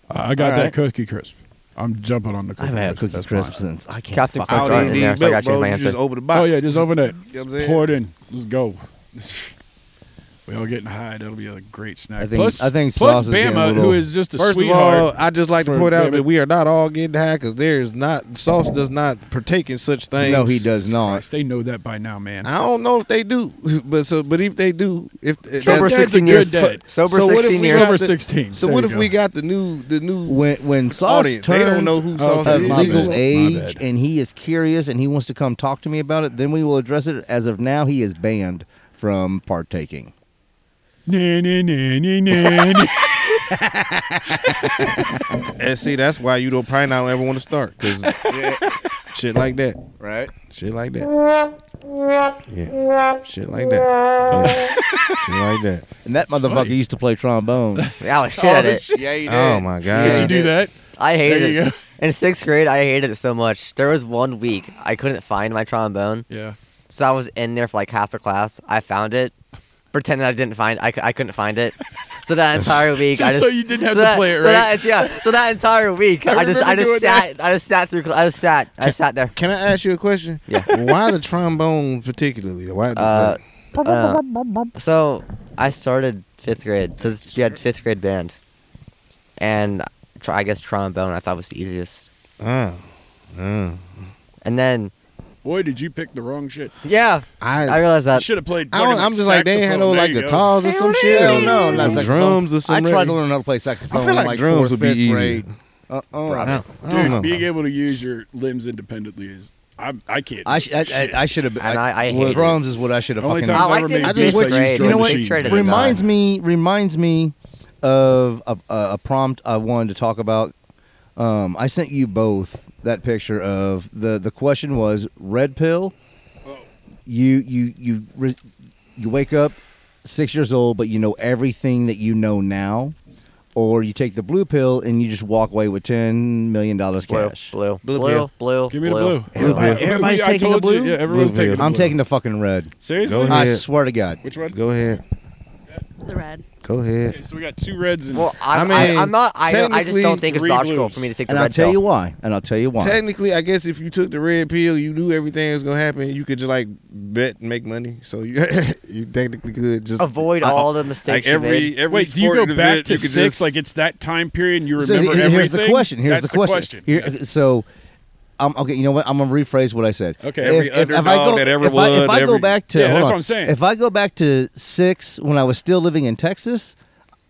[SPEAKER 3] I got
[SPEAKER 4] All
[SPEAKER 3] that
[SPEAKER 4] right.
[SPEAKER 3] cookie crisp. I'm jumping on the cookie.
[SPEAKER 4] I've had
[SPEAKER 3] crisp,
[SPEAKER 4] cookie
[SPEAKER 3] that's
[SPEAKER 4] crisp
[SPEAKER 3] fine.
[SPEAKER 4] since I can't.
[SPEAKER 6] Captain
[SPEAKER 4] fuck-
[SPEAKER 6] Crunch.
[SPEAKER 2] I
[SPEAKER 6] Throw it
[SPEAKER 2] don't
[SPEAKER 6] in
[SPEAKER 2] even
[SPEAKER 6] there
[SPEAKER 2] need
[SPEAKER 6] so I
[SPEAKER 2] milk,
[SPEAKER 6] got your
[SPEAKER 2] bro. You
[SPEAKER 6] answer.
[SPEAKER 2] just open the box.
[SPEAKER 3] Oh yeah, just open it.
[SPEAKER 2] You know what I'm saying?
[SPEAKER 3] Pour it in. Let's go. We all getting high. That'll be a great snack.
[SPEAKER 4] I think-
[SPEAKER 3] plus,
[SPEAKER 4] I think Sauce
[SPEAKER 3] plus
[SPEAKER 4] is getting a
[SPEAKER 3] Bama,
[SPEAKER 4] little-
[SPEAKER 3] who is just a
[SPEAKER 2] First of
[SPEAKER 3] sweetheart.
[SPEAKER 2] all, I just like to
[SPEAKER 3] For
[SPEAKER 2] point out
[SPEAKER 3] Bama.
[SPEAKER 2] that we are not all getting high because there is not sauce does not partake in such things.
[SPEAKER 4] No, he does not.
[SPEAKER 3] Christ, they know that by now, man.
[SPEAKER 2] I don't know if they do, [laughs] but so but if they do, if eh,
[SPEAKER 6] Sober
[SPEAKER 2] that's-
[SPEAKER 3] Dad's a
[SPEAKER 6] 16
[SPEAKER 3] good
[SPEAKER 6] years.
[SPEAKER 3] dad.
[SPEAKER 6] Sober
[SPEAKER 2] so what if
[SPEAKER 6] 16
[SPEAKER 2] we
[SPEAKER 6] years.
[SPEAKER 2] got
[SPEAKER 3] Sober
[SPEAKER 2] the-
[SPEAKER 3] 16,
[SPEAKER 2] So
[SPEAKER 3] there
[SPEAKER 2] what
[SPEAKER 3] you
[SPEAKER 2] if
[SPEAKER 3] go.
[SPEAKER 2] we got the new the new
[SPEAKER 4] When when sauce
[SPEAKER 2] audience? They
[SPEAKER 4] turns
[SPEAKER 2] don't know who
[SPEAKER 3] Oh,
[SPEAKER 2] sauce
[SPEAKER 3] okay,
[SPEAKER 4] of
[SPEAKER 2] is.
[SPEAKER 3] my
[SPEAKER 4] legal
[SPEAKER 3] bad, my
[SPEAKER 4] age
[SPEAKER 3] bad.
[SPEAKER 4] and he is curious and he wants to come talk to me about it, then we will address it. As of now, he is banned from partaking.
[SPEAKER 3] Nah, nah, nah, nah,
[SPEAKER 2] [laughs]
[SPEAKER 3] nah, nah.
[SPEAKER 2] And Eh, see, that's why you don't probably not ever want to start
[SPEAKER 3] [laughs]
[SPEAKER 2] because shit like that,
[SPEAKER 4] Right?
[SPEAKER 2] shit like that, yeah, shit like that, yeah.
[SPEAKER 3] [laughs]
[SPEAKER 2] shit like that.
[SPEAKER 4] And that motherfucker
[SPEAKER 3] funny.
[SPEAKER 4] used to play trombone.
[SPEAKER 6] Alex, shit
[SPEAKER 3] All
[SPEAKER 6] at
[SPEAKER 3] this
[SPEAKER 6] Oh, it.
[SPEAKER 4] [laughs]
[SPEAKER 3] shit.
[SPEAKER 4] yeah, you
[SPEAKER 2] Oh my
[SPEAKER 3] Did you
[SPEAKER 2] god,
[SPEAKER 3] do that?
[SPEAKER 6] I
[SPEAKER 3] There
[SPEAKER 6] hated
[SPEAKER 3] you
[SPEAKER 6] it. In sixth grade, I hated it so much. There was one week I couldn't find my trombone,
[SPEAKER 3] Yeah.
[SPEAKER 6] so I was in there for like half the class. I found it, pretending I didn't find. I, cou- I couldn't find it. So
[SPEAKER 3] [laughs]
[SPEAKER 6] that entire week, I
[SPEAKER 3] Just
[SPEAKER 6] just
[SPEAKER 3] so you didn't have
[SPEAKER 6] so
[SPEAKER 3] to
[SPEAKER 6] that-
[SPEAKER 3] play it,
[SPEAKER 6] so
[SPEAKER 3] right?
[SPEAKER 6] that- yeah. So that entire week,
[SPEAKER 3] [laughs] I
[SPEAKER 6] I, just
[SPEAKER 3] remember
[SPEAKER 6] I
[SPEAKER 3] doing
[SPEAKER 6] just
[SPEAKER 3] that.
[SPEAKER 6] sat I just sat through. cl- I just sat I sat there.
[SPEAKER 2] Can I ask you a question?
[SPEAKER 6] Yeah.
[SPEAKER 2] Why the trombone particularly? Why?
[SPEAKER 6] Uh, Uh, so I started fifth grade. So it's- we had fifth grade band, and tr- I guess trombone I thought was the easiest.
[SPEAKER 2] uh, uh.
[SPEAKER 6] And then
[SPEAKER 3] Boy, did you pick the wrong shit.
[SPEAKER 6] yeah, I
[SPEAKER 2] I,
[SPEAKER 6] realized
[SPEAKER 3] I
[SPEAKER 6] that.
[SPEAKER 3] should have played.
[SPEAKER 2] I don't,
[SPEAKER 3] fucking
[SPEAKER 2] I'm just like they ain't had no
[SPEAKER 3] saxophone. There
[SPEAKER 2] like
[SPEAKER 3] you go.
[SPEAKER 2] guitars or some shit.
[SPEAKER 4] Hell no,
[SPEAKER 2] Some
[SPEAKER 4] not saxophone.
[SPEAKER 2] drums or
[SPEAKER 4] I
[SPEAKER 2] some.
[SPEAKER 4] tried
[SPEAKER 2] rag-
[SPEAKER 4] to learn how to play saxophone.
[SPEAKER 2] I feel
[SPEAKER 4] in,
[SPEAKER 2] like drums
[SPEAKER 4] fourth,
[SPEAKER 2] would be
[SPEAKER 4] fifth
[SPEAKER 2] easier.
[SPEAKER 4] grade. Uh, uh,
[SPEAKER 2] I I don't know.
[SPEAKER 3] Dude, being able to use your limbs independently is I I can't.
[SPEAKER 4] I,
[SPEAKER 3] do
[SPEAKER 4] sh- I, I,
[SPEAKER 3] shit.
[SPEAKER 4] I should have.
[SPEAKER 6] And I- I hate
[SPEAKER 4] drums
[SPEAKER 6] it.
[SPEAKER 4] is what I should have
[SPEAKER 3] Only
[SPEAKER 4] fucking.
[SPEAKER 3] time
[SPEAKER 6] I liked
[SPEAKER 3] I've ever
[SPEAKER 6] it
[SPEAKER 3] made
[SPEAKER 6] in
[SPEAKER 3] beats
[SPEAKER 6] fifth
[SPEAKER 3] I used
[SPEAKER 6] grade.
[SPEAKER 3] drum
[SPEAKER 4] You know what?
[SPEAKER 3] machines.
[SPEAKER 6] Sixth grade I did not.
[SPEAKER 4] reminds me reminds me of a, a, a prompt I wanted to talk about. Um, I sent you both that picture of the the question was red pill. You you you re- you wake up six years old, but you know everything that you know now, or you take the blue pill and you just walk away with ten million dollars
[SPEAKER 6] Blue,
[SPEAKER 4] cash.
[SPEAKER 6] blue,
[SPEAKER 2] Blue
[SPEAKER 6] blue,
[SPEAKER 2] pill.
[SPEAKER 6] blue,
[SPEAKER 3] Give me the blue.
[SPEAKER 2] Everybody-
[SPEAKER 4] everybody's
[SPEAKER 3] I
[SPEAKER 4] taking the
[SPEAKER 3] told you.
[SPEAKER 4] blue?
[SPEAKER 3] Yeah, everyone's
[SPEAKER 2] Blue's
[SPEAKER 3] taking.
[SPEAKER 2] good.
[SPEAKER 3] the
[SPEAKER 4] I'm
[SPEAKER 3] blue.
[SPEAKER 4] taking the fucking red.
[SPEAKER 2] Go
[SPEAKER 3] Seriously?
[SPEAKER 2] ahead.
[SPEAKER 4] I swear to God.
[SPEAKER 3] Which one?
[SPEAKER 2] Go ahead.
[SPEAKER 5] The red.
[SPEAKER 2] Go ahead.
[SPEAKER 3] Okay, so we got two reds and
[SPEAKER 6] Well, I'm,
[SPEAKER 2] I
[SPEAKER 6] I
[SPEAKER 2] mean,
[SPEAKER 6] am not. I, don't- I just don't think it's
[SPEAKER 3] technically,
[SPEAKER 6] logical
[SPEAKER 3] three
[SPEAKER 6] for me to take the
[SPEAKER 4] And I'll
[SPEAKER 6] red
[SPEAKER 4] tell
[SPEAKER 6] pill.
[SPEAKER 4] you why. And I'll tell you why.
[SPEAKER 2] Technically, I guess if you took the red pill, you knew everything was gonna happen. You could just like bet and make money. So you [laughs] you technically could just
[SPEAKER 6] Avoid
[SPEAKER 2] I-
[SPEAKER 6] all the mistakes.
[SPEAKER 2] like
[SPEAKER 6] you
[SPEAKER 2] every
[SPEAKER 6] made.
[SPEAKER 2] every.
[SPEAKER 3] Wait, do you go
[SPEAKER 2] sporting
[SPEAKER 3] back
[SPEAKER 2] event,
[SPEAKER 3] to
[SPEAKER 2] you could
[SPEAKER 3] six?
[SPEAKER 2] Just,
[SPEAKER 3] Like it's that time period, and you
[SPEAKER 4] So
[SPEAKER 3] remember
[SPEAKER 4] he-
[SPEAKER 3] everything.
[SPEAKER 4] here's the question. Here's
[SPEAKER 3] That's
[SPEAKER 4] the question. Here- so, um, okay, you know what? I'm gonna rephrase what I said.
[SPEAKER 3] Okay.
[SPEAKER 4] If-
[SPEAKER 3] Every
[SPEAKER 4] if- if I
[SPEAKER 2] underdog
[SPEAKER 4] go-
[SPEAKER 2] that ever
[SPEAKER 4] if I, if
[SPEAKER 2] won,
[SPEAKER 4] I go
[SPEAKER 2] every-
[SPEAKER 4] back to
[SPEAKER 3] Yeah,
[SPEAKER 4] hold
[SPEAKER 3] that's
[SPEAKER 4] on.
[SPEAKER 3] what I'm saying.
[SPEAKER 4] If I go back to six when I was still living in Texas,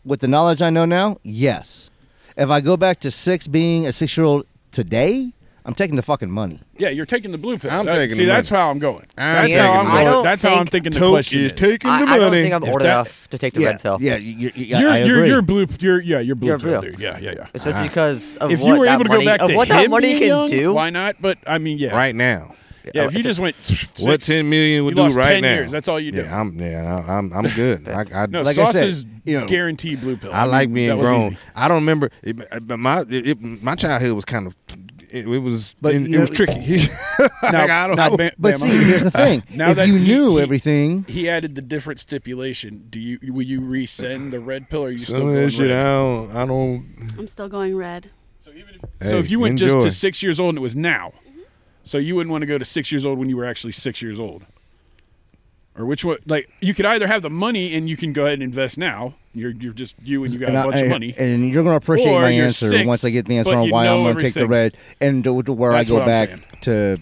[SPEAKER 4] with the knowledge I know now, yes. If I go back to six being a six year old today, I'm taking the fucking money.
[SPEAKER 3] Yeah, you're taking the blue pill.
[SPEAKER 2] I'm
[SPEAKER 3] That-
[SPEAKER 2] taking
[SPEAKER 3] See,
[SPEAKER 2] the
[SPEAKER 3] that's
[SPEAKER 2] money.
[SPEAKER 3] how I'm going.
[SPEAKER 2] I'm
[SPEAKER 3] that's how
[SPEAKER 2] taking
[SPEAKER 3] I'm
[SPEAKER 2] the
[SPEAKER 3] going.
[SPEAKER 2] money. I
[SPEAKER 6] don't
[SPEAKER 3] that's how I'm
[SPEAKER 6] think
[SPEAKER 3] thinking the
[SPEAKER 2] Toke
[SPEAKER 3] question
[SPEAKER 2] is
[SPEAKER 3] is.
[SPEAKER 2] taking
[SPEAKER 6] I,
[SPEAKER 2] the
[SPEAKER 6] I
[SPEAKER 2] money.
[SPEAKER 6] don't think I'm
[SPEAKER 3] If
[SPEAKER 6] old
[SPEAKER 3] that-
[SPEAKER 6] enough to take the
[SPEAKER 4] yeah,
[SPEAKER 6] red pill.
[SPEAKER 4] Yeah, you- you- I-
[SPEAKER 3] You're,
[SPEAKER 4] I
[SPEAKER 3] you're,
[SPEAKER 4] agree.
[SPEAKER 3] you're blue. You're, yeah, you're blue
[SPEAKER 6] You're
[SPEAKER 3] pill,
[SPEAKER 6] blue.
[SPEAKER 3] dude. Yeah, yeah, yeah.
[SPEAKER 6] Especially because of
[SPEAKER 3] if
[SPEAKER 6] what
[SPEAKER 3] you were
[SPEAKER 6] that
[SPEAKER 3] able to
[SPEAKER 6] money,
[SPEAKER 3] go back
[SPEAKER 6] of
[SPEAKER 3] to
[SPEAKER 6] what
[SPEAKER 3] him
[SPEAKER 6] that money
[SPEAKER 3] being
[SPEAKER 6] can
[SPEAKER 3] young,
[SPEAKER 6] do.
[SPEAKER 3] why not? But I mean, yeah,
[SPEAKER 2] right now.
[SPEAKER 3] Yeah, if
[SPEAKER 6] it's
[SPEAKER 3] you
[SPEAKER 6] just-
[SPEAKER 3] just went, [laughs]
[SPEAKER 2] What
[SPEAKER 3] six,
[SPEAKER 2] ten million would
[SPEAKER 3] you
[SPEAKER 2] do
[SPEAKER 3] lost
[SPEAKER 2] right
[SPEAKER 3] 10
[SPEAKER 2] now?
[SPEAKER 3] years. That's all you do.
[SPEAKER 2] Yeah, I'm yeah, I- I'm I'm
[SPEAKER 3] [laughs]
[SPEAKER 2] good. I, I,
[SPEAKER 3] No,
[SPEAKER 4] Like I
[SPEAKER 3] sauce
[SPEAKER 4] said,
[SPEAKER 3] is
[SPEAKER 4] you know,
[SPEAKER 3] guaranteed blue pill.
[SPEAKER 2] I like
[SPEAKER 3] mean,
[SPEAKER 2] being
[SPEAKER 3] that was
[SPEAKER 2] grown.
[SPEAKER 3] easy.
[SPEAKER 2] I don't remember. It, but my it, it- my childhood was kind of it, it was
[SPEAKER 4] But
[SPEAKER 2] it,
[SPEAKER 4] you
[SPEAKER 2] it was
[SPEAKER 4] know-
[SPEAKER 2] tricky. [laughs]
[SPEAKER 3] Now,
[SPEAKER 2] [laughs] Like, I don't
[SPEAKER 3] now
[SPEAKER 2] know.
[SPEAKER 3] Ba-
[SPEAKER 4] But
[SPEAKER 3] Bama,
[SPEAKER 4] see, here's the thing.
[SPEAKER 3] [laughs] Now
[SPEAKER 4] if
[SPEAKER 3] that
[SPEAKER 4] you
[SPEAKER 3] he-
[SPEAKER 4] knew
[SPEAKER 3] he-
[SPEAKER 4] everything,
[SPEAKER 3] he added the different stipulation. Do you will you resend the red pill or are you still
[SPEAKER 2] Some of
[SPEAKER 3] going
[SPEAKER 2] that shit
[SPEAKER 3] red?
[SPEAKER 2] I don't. I don't.
[SPEAKER 5] I'm still going red.
[SPEAKER 3] So, even if,
[SPEAKER 2] Hey,
[SPEAKER 3] so if you went just
[SPEAKER 2] enjoy.
[SPEAKER 3] to six years old and it was now, so you wouldn't want to go to six years old when you were actually six years old, or which one? Like you could either have the money and you can go ahead and invest now. You're you're just you and you got
[SPEAKER 4] and
[SPEAKER 3] a
[SPEAKER 4] I-
[SPEAKER 3] bunch of
[SPEAKER 4] and-
[SPEAKER 3] money.
[SPEAKER 4] And you're going to appreciate
[SPEAKER 3] Or
[SPEAKER 4] my
[SPEAKER 3] you're
[SPEAKER 4] answer
[SPEAKER 3] six,
[SPEAKER 4] once I get the answer
[SPEAKER 3] but
[SPEAKER 4] on
[SPEAKER 3] you
[SPEAKER 4] why I'm
[SPEAKER 3] know
[SPEAKER 4] going to take the
[SPEAKER 3] everything.
[SPEAKER 4] red and to, to where
[SPEAKER 3] That's
[SPEAKER 4] I go
[SPEAKER 3] what I'm
[SPEAKER 4] back
[SPEAKER 3] saying.
[SPEAKER 4] to.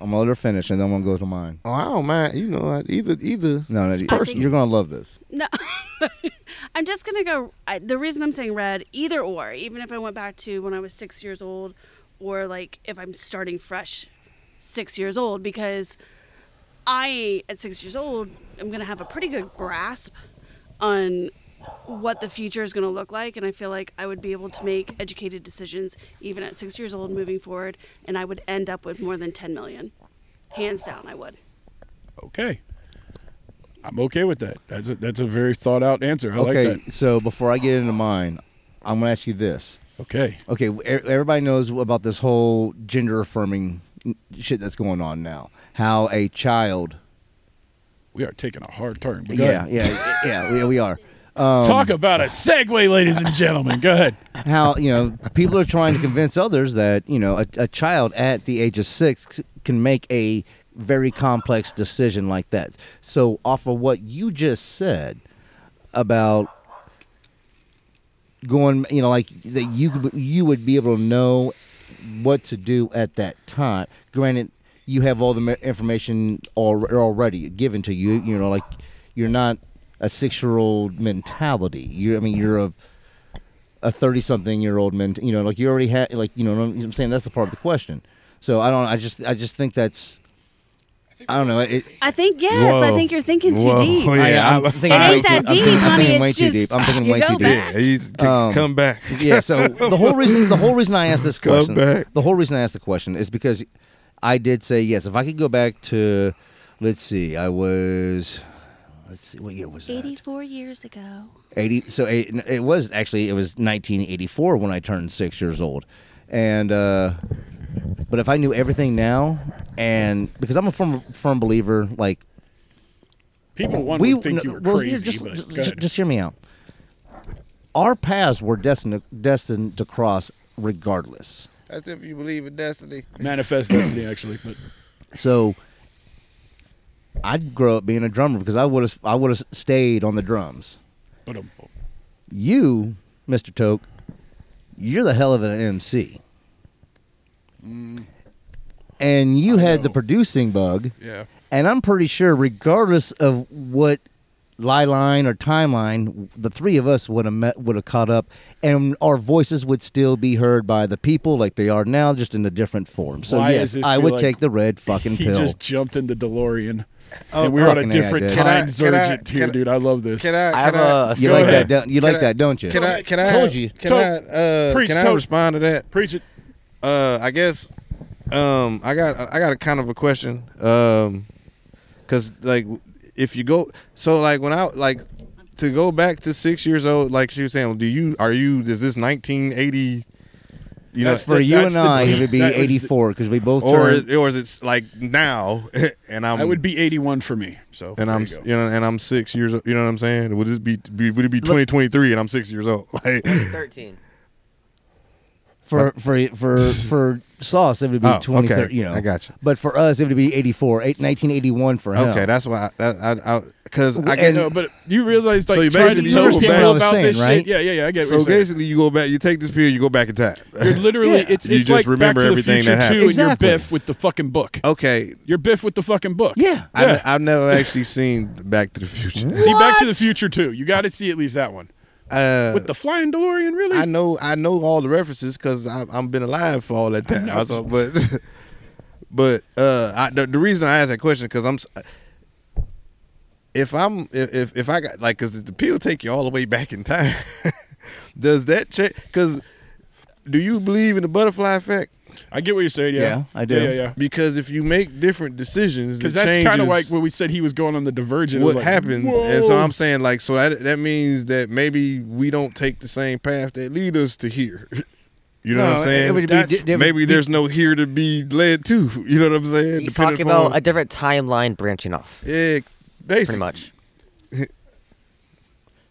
[SPEAKER 4] I'm going to let her finish and then I'm going to go to mine.
[SPEAKER 2] Oh, I don't mind. You know, I- either either.
[SPEAKER 4] No, no,
[SPEAKER 5] personal.
[SPEAKER 4] you're going to love this.
[SPEAKER 5] No, [laughs] I'm just gonna go. I, the reason I'm saying red, either or, even if I went back to when I was six years old, or like if I'm starting fresh, six years old, because I at six years old, I'm gonna have a pretty good grasp on what the future is gonna look like, and I feel like I would be able to make educated decisions even at six years old moving forward, and I would end up with more than 10 million, hands down, I would.
[SPEAKER 3] Okay, I'm okay with that. That's a, that's a very thought out answer. I
[SPEAKER 4] okay,
[SPEAKER 3] like that.
[SPEAKER 4] so before I get into mine, I'm going to ask you this.
[SPEAKER 3] Okay,
[SPEAKER 4] Okay, e- everybody knows about this whole gender affirming shit that's going on now. How a child
[SPEAKER 3] we are taking a hard turn. But go
[SPEAKER 4] Yeah, Um,
[SPEAKER 3] ahead. [laughs]
[SPEAKER 4] yeah, yeah, we, we are.
[SPEAKER 3] Talk about a segue, ladies and gentlemen. Go ahead.
[SPEAKER 4] how you know people are trying to convince others that you know a, a child at the age of six can make a very complex decision like that so off of what you just said about going you know like that you you would be able to know what to do at that time granted you have all the ma- information al- already given to you you know like you're not a six-year-old mentality you i mean you're a a 30 something year old man you know like you already had like you know, what i'm saying that's the part of the question so i don't i just i just think that's i don't know it,
[SPEAKER 5] I think yes. I
[SPEAKER 2] Whoa.
[SPEAKER 5] think you're thinking too
[SPEAKER 2] Whoa. [laughs]
[SPEAKER 5] deep.
[SPEAKER 2] Yeah,
[SPEAKER 4] I, am
[SPEAKER 2] I-
[SPEAKER 5] [laughs]
[SPEAKER 4] thinking
[SPEAKER 5] It
[SPEAKER 4] way
[SPEAKER 5] ain't
[SPEAKER 4] too-
[SPEAKER 5] that
[SPEAKER 4] I'm
[SPEAKER 5] deep,
[SPEAKER 4] thinking- I'm
[SPEAKER 5] honey.
[SPEAKER 4] thinking way
[SPEAKER 5] It's
[SPEAKER 4] too
[SPEAKER 5] just
[SPEAKER 4] deep. I'm thinking
[SPEAKER 5] you
[SPEAKER 4] way
[SPEAKER 5] go
[SPEAKER 4] too deep.
[SPEAKER 5] back.
[SPEAKER 2] Yeah, he's c-
[SPEAKER 4] Um,
[SPEAKER 2] come
[SPEAKER 3] [laughs]
[SPEAKER 2] back.
[SPEAKER 4] Yeah.
[SPEAKER 5] [laughs]
[SPEAKER 4] So the whole reason the whole reason I asked this
[SPEAKER 2] Come
[SPEAKER 4] question
[SPEAKER 2] back.
[SPEAKER 4] the whole reason I asked the question is because I did say yes. If I could go back to, let's see, I was, let's see, what year was that?
[SPEAKER 5] 84 years ago.
[SPEAKER 4] 80 so it, it was actually it was 1984 when i turned six years old and uh but if i knew everything now and because i'm a firm, firm believer like
[SPEAKER 3] People one
[SPEAKER 4] we
[SPEAKER 3] would think you were
[SPEAKER 4] well, here,
[SPEAKER 3] crazy,
[SPEAKER 4] just,
[SPEAKER 3] but
[SPEAKER 4] just,
[SPEAKER 3] go ahead.
[SPEAKER 4] just hear me out our paths were destined to, destined to cross regardless
[SPEAKER 2] That's if you believe in destiny.
[SPEAKER 3] manifest destiny actually, but
[SPEAKER 4] So I'd grow up being a drummer because I would have I would have stayed on the drums.
[SPEAKER 3] but um,
[SPEAKER 4] You, Mr. Toke, you're the hell of an MC. And you had the producing bug,
[SPEAKER 3] yeah.
[SPEAKER 4] and I'm pretty sure, regardless of what lie line or timeline, the three of us would have met, would have caught up, and our voices would still be heard by the people like they are now, just in a different form. So
[SPEAKER 3] Why
[SPEAKER 4] yes,
[SPEAKER 3] is this
[SPEAKER 4] I
[SPEAKER 3] feel
[SPEAKER 4] would
[SPEAKER 3] like
[SPEAKER 4] take the
[SPEAKER 3] [laughs]
[SPEAKER 4] red fucking
[SPEAKER 3] he
[SPEAKER 4] pill.
[SPEAKER 3] just jumped in the DeLorean, and we were on a
[SPEAKER 4] fucking A,
[SPEAKER 3] different
[SPEAKER 4] dude.
[SPEAKER 2] Oh, Can I-
[SPEAKER 3] time
[SPEAKER 2] can I-
[SPEAKER 3] surge here,
[SPEAKER 2] can I-
[SPEAKER 3] dude. I love this.
[SPEAKER 2] Can I?
[SPEAKER 6] I
[SPEAKER 2] can
[SPEAKER 6] have a- a
[SPEAKER 4] You
[SPEAKER 6] Go
[SPEAKER 4] like
[SPEAKER 3] ahead.
[SPEAKER 4] that, don't you? Like
[SPEAKER 2] I-
[SPEAKER 4] that, don't you?
[SPEAKER 2] Can I? Can I?
[SPEAKER 4] Told
[SPEAKER 2] have-
[SPEAKER 4] you.
[SPEAKER 2] Can
[SPEAKER 3] Told-
[SPEAKER 2] I? Uh,
[SPEAKER 3] Preach,
[SPEAKER 2] can I
[SPEAKER 3] told.
[SPEAKER 2] respond to that?
[SPEAKER 3] Preach it.
[SPEAKER 2] Uh, I guess. Um, I got. I got a kind of a question. Um, cause like, if you go, so like when I like to go back to six years old, like she was saying, do you are you? Is this 1980? You know,
[SPEAKER 3] That's
[SPEAKER 4] For
[SPEAKER 3] the-
[SPEAKER 4] you
[SPEAKER 3] that's
[SPEAKER 4] and
[SPEAKER 3] the
[SPEAKER 4] I,
[SPEAKER 3] [laughs] deep-
[SPEAKER 4] it would be
[SPEAKER 3] that was the-
[SPEAKER 4] 84 because we both
[SPEAKER 2] or
[SPEAKER 4] turned.
[SPEAKER 2] is, or is it like now? [laughs] And I'm.
[SPEAKER 3] That would be 81 for me. So
[SPEAKER 2] and
[SPEAKER 3] there
[SPEAKER 2] I'm
[SPEAKER 3] you
[SPEAKER 2] you,
[SPEAKER 3] go.
[SPEAKER 2] know and I'm six years you know what I'm saying would this be, be would it be 2023 and I'm six years old [laughs] like
[SPEAKER 6] Thirteen.
[SPEAKER 4] for for for for sauce, it would be
[SPEAKER 2] Oh,
[SPEAKER 4] 20,
[SPEAKER 2] okay.
[SPEAKER 4] 30, you know.
[SPEAKER 2] I got you.
[SPEAKER 4] But for us, it would be 84, eight- 1981 for him.
[SPEAKER 2] okay that's why I- that I because I,
[SPEAKER 3] I
[SPEAKER 2] get
[SPEAKER 3] know, uh, but you realize like
[SPEAKER 2] So you
[SPEAKER 3] trying
[SPEAKER 2] basically-
[SPEAKER 3] to
[SPEAKER 2] you
[SPEAKER 3] tell
[SPEAKER 2] understand what I
[SPEAKER 3] people
[SPEAKER 2] was
[SPEAKER 3] about
[SPEAKER 4] saying,
[SPEAKER 3] this
[SPEAKER 4] right?
[SPEAKER 3] shit. Yeah, yeah, yeah. I get
[SPEAKER 2] so
[SPEAKER 3] what you're saying.
[SPEAKER 2] basically you go back you take this pill you go back in time [laughs]
[SPEAKER 3] You're literally, it's,
[SPEAKER 2] You
[SPEAKER 3] it's
[SPEAKER 2] just
[SPEAKER 3] like
[SPEAKER 2] remember
[SPEAKER 3] Back to
[SPEAKER 2] everything
[SPEAKER 3] the Future
[SPEAKER 2] that Oh. happened.
[SPEAKER 3] 2
[SPEAKER 4] Exactly.
[SPEAKER 3] and you're Biff with the fucking book.
[SPEAKER 2] okay
[SPEAKER 3] You're Biff with the fucking book.
[SPEAKER 4] Yeah.
[SPEAKER 2] I've,
[SPEAKER 3] Yeah. Mm.
[SPEAKER 2] I've never actually seen Back to the Future
[SPEAKER 3] see Back to the Future 2. You got to see at least that one.
[SPEAKER 2] uh,
[SPEAKER 3] With the flying DeLorean, really?
[SPEAKER 2] I know I know all the references because I've been alive for all that time.
[SPEAKER 3] know.
[SPEAKER 2] I saw- but [laughs] but uh, I, the, the reason I asked that question because I'm s- if I'm if if I got like because the pill take you all the way back in time. [laughs] Does that check? Because do you believe in the butterfly effect?
[SPEAKER 3] I get what you're saying. Yeah,
[SPEAKER 4] Yeah, I do.
[SPEAKER 3] Yeah, yeah.
[SPEAKER 2] Because if you make different decisions,
[SPEAKER 3] Because
[SPEAKER 2] it
[SPEAKER 3] that's kind
[SPEAKER 2] changes-
[SPEAKER 3] of like when we said he was going on the Divergent. it was
[SPEAKER 2] what
[SPEAKER 3] like,
[SPEAKER 2] happens. And so
[SPEAKER 3] whoa.
[SPEAKER 2] I'm saying like so that that means that maybe we don't take the same path that lead us to here. [laughs] You know
[SPEAKER 4] No,
[SPEAKER 2] what I'm saying?
[SPEAKER 4] It would be,
[SPEAKER 3] That's-
[SPEAKER 4] di- different-
[SPEAKER 2] maybe there's no here to be led to. [laughs] You know what I'm saying?
[SPEAKER 6] He's
[SPEAKER 2] Depending
[SPEAKER 6] talking about
[SPEAKER 2] upon-
[SPEAKER 6] a different timeline branching off.
[SPEAKER 2] yeah, basically.
[SPEAKER 6] Pretty much.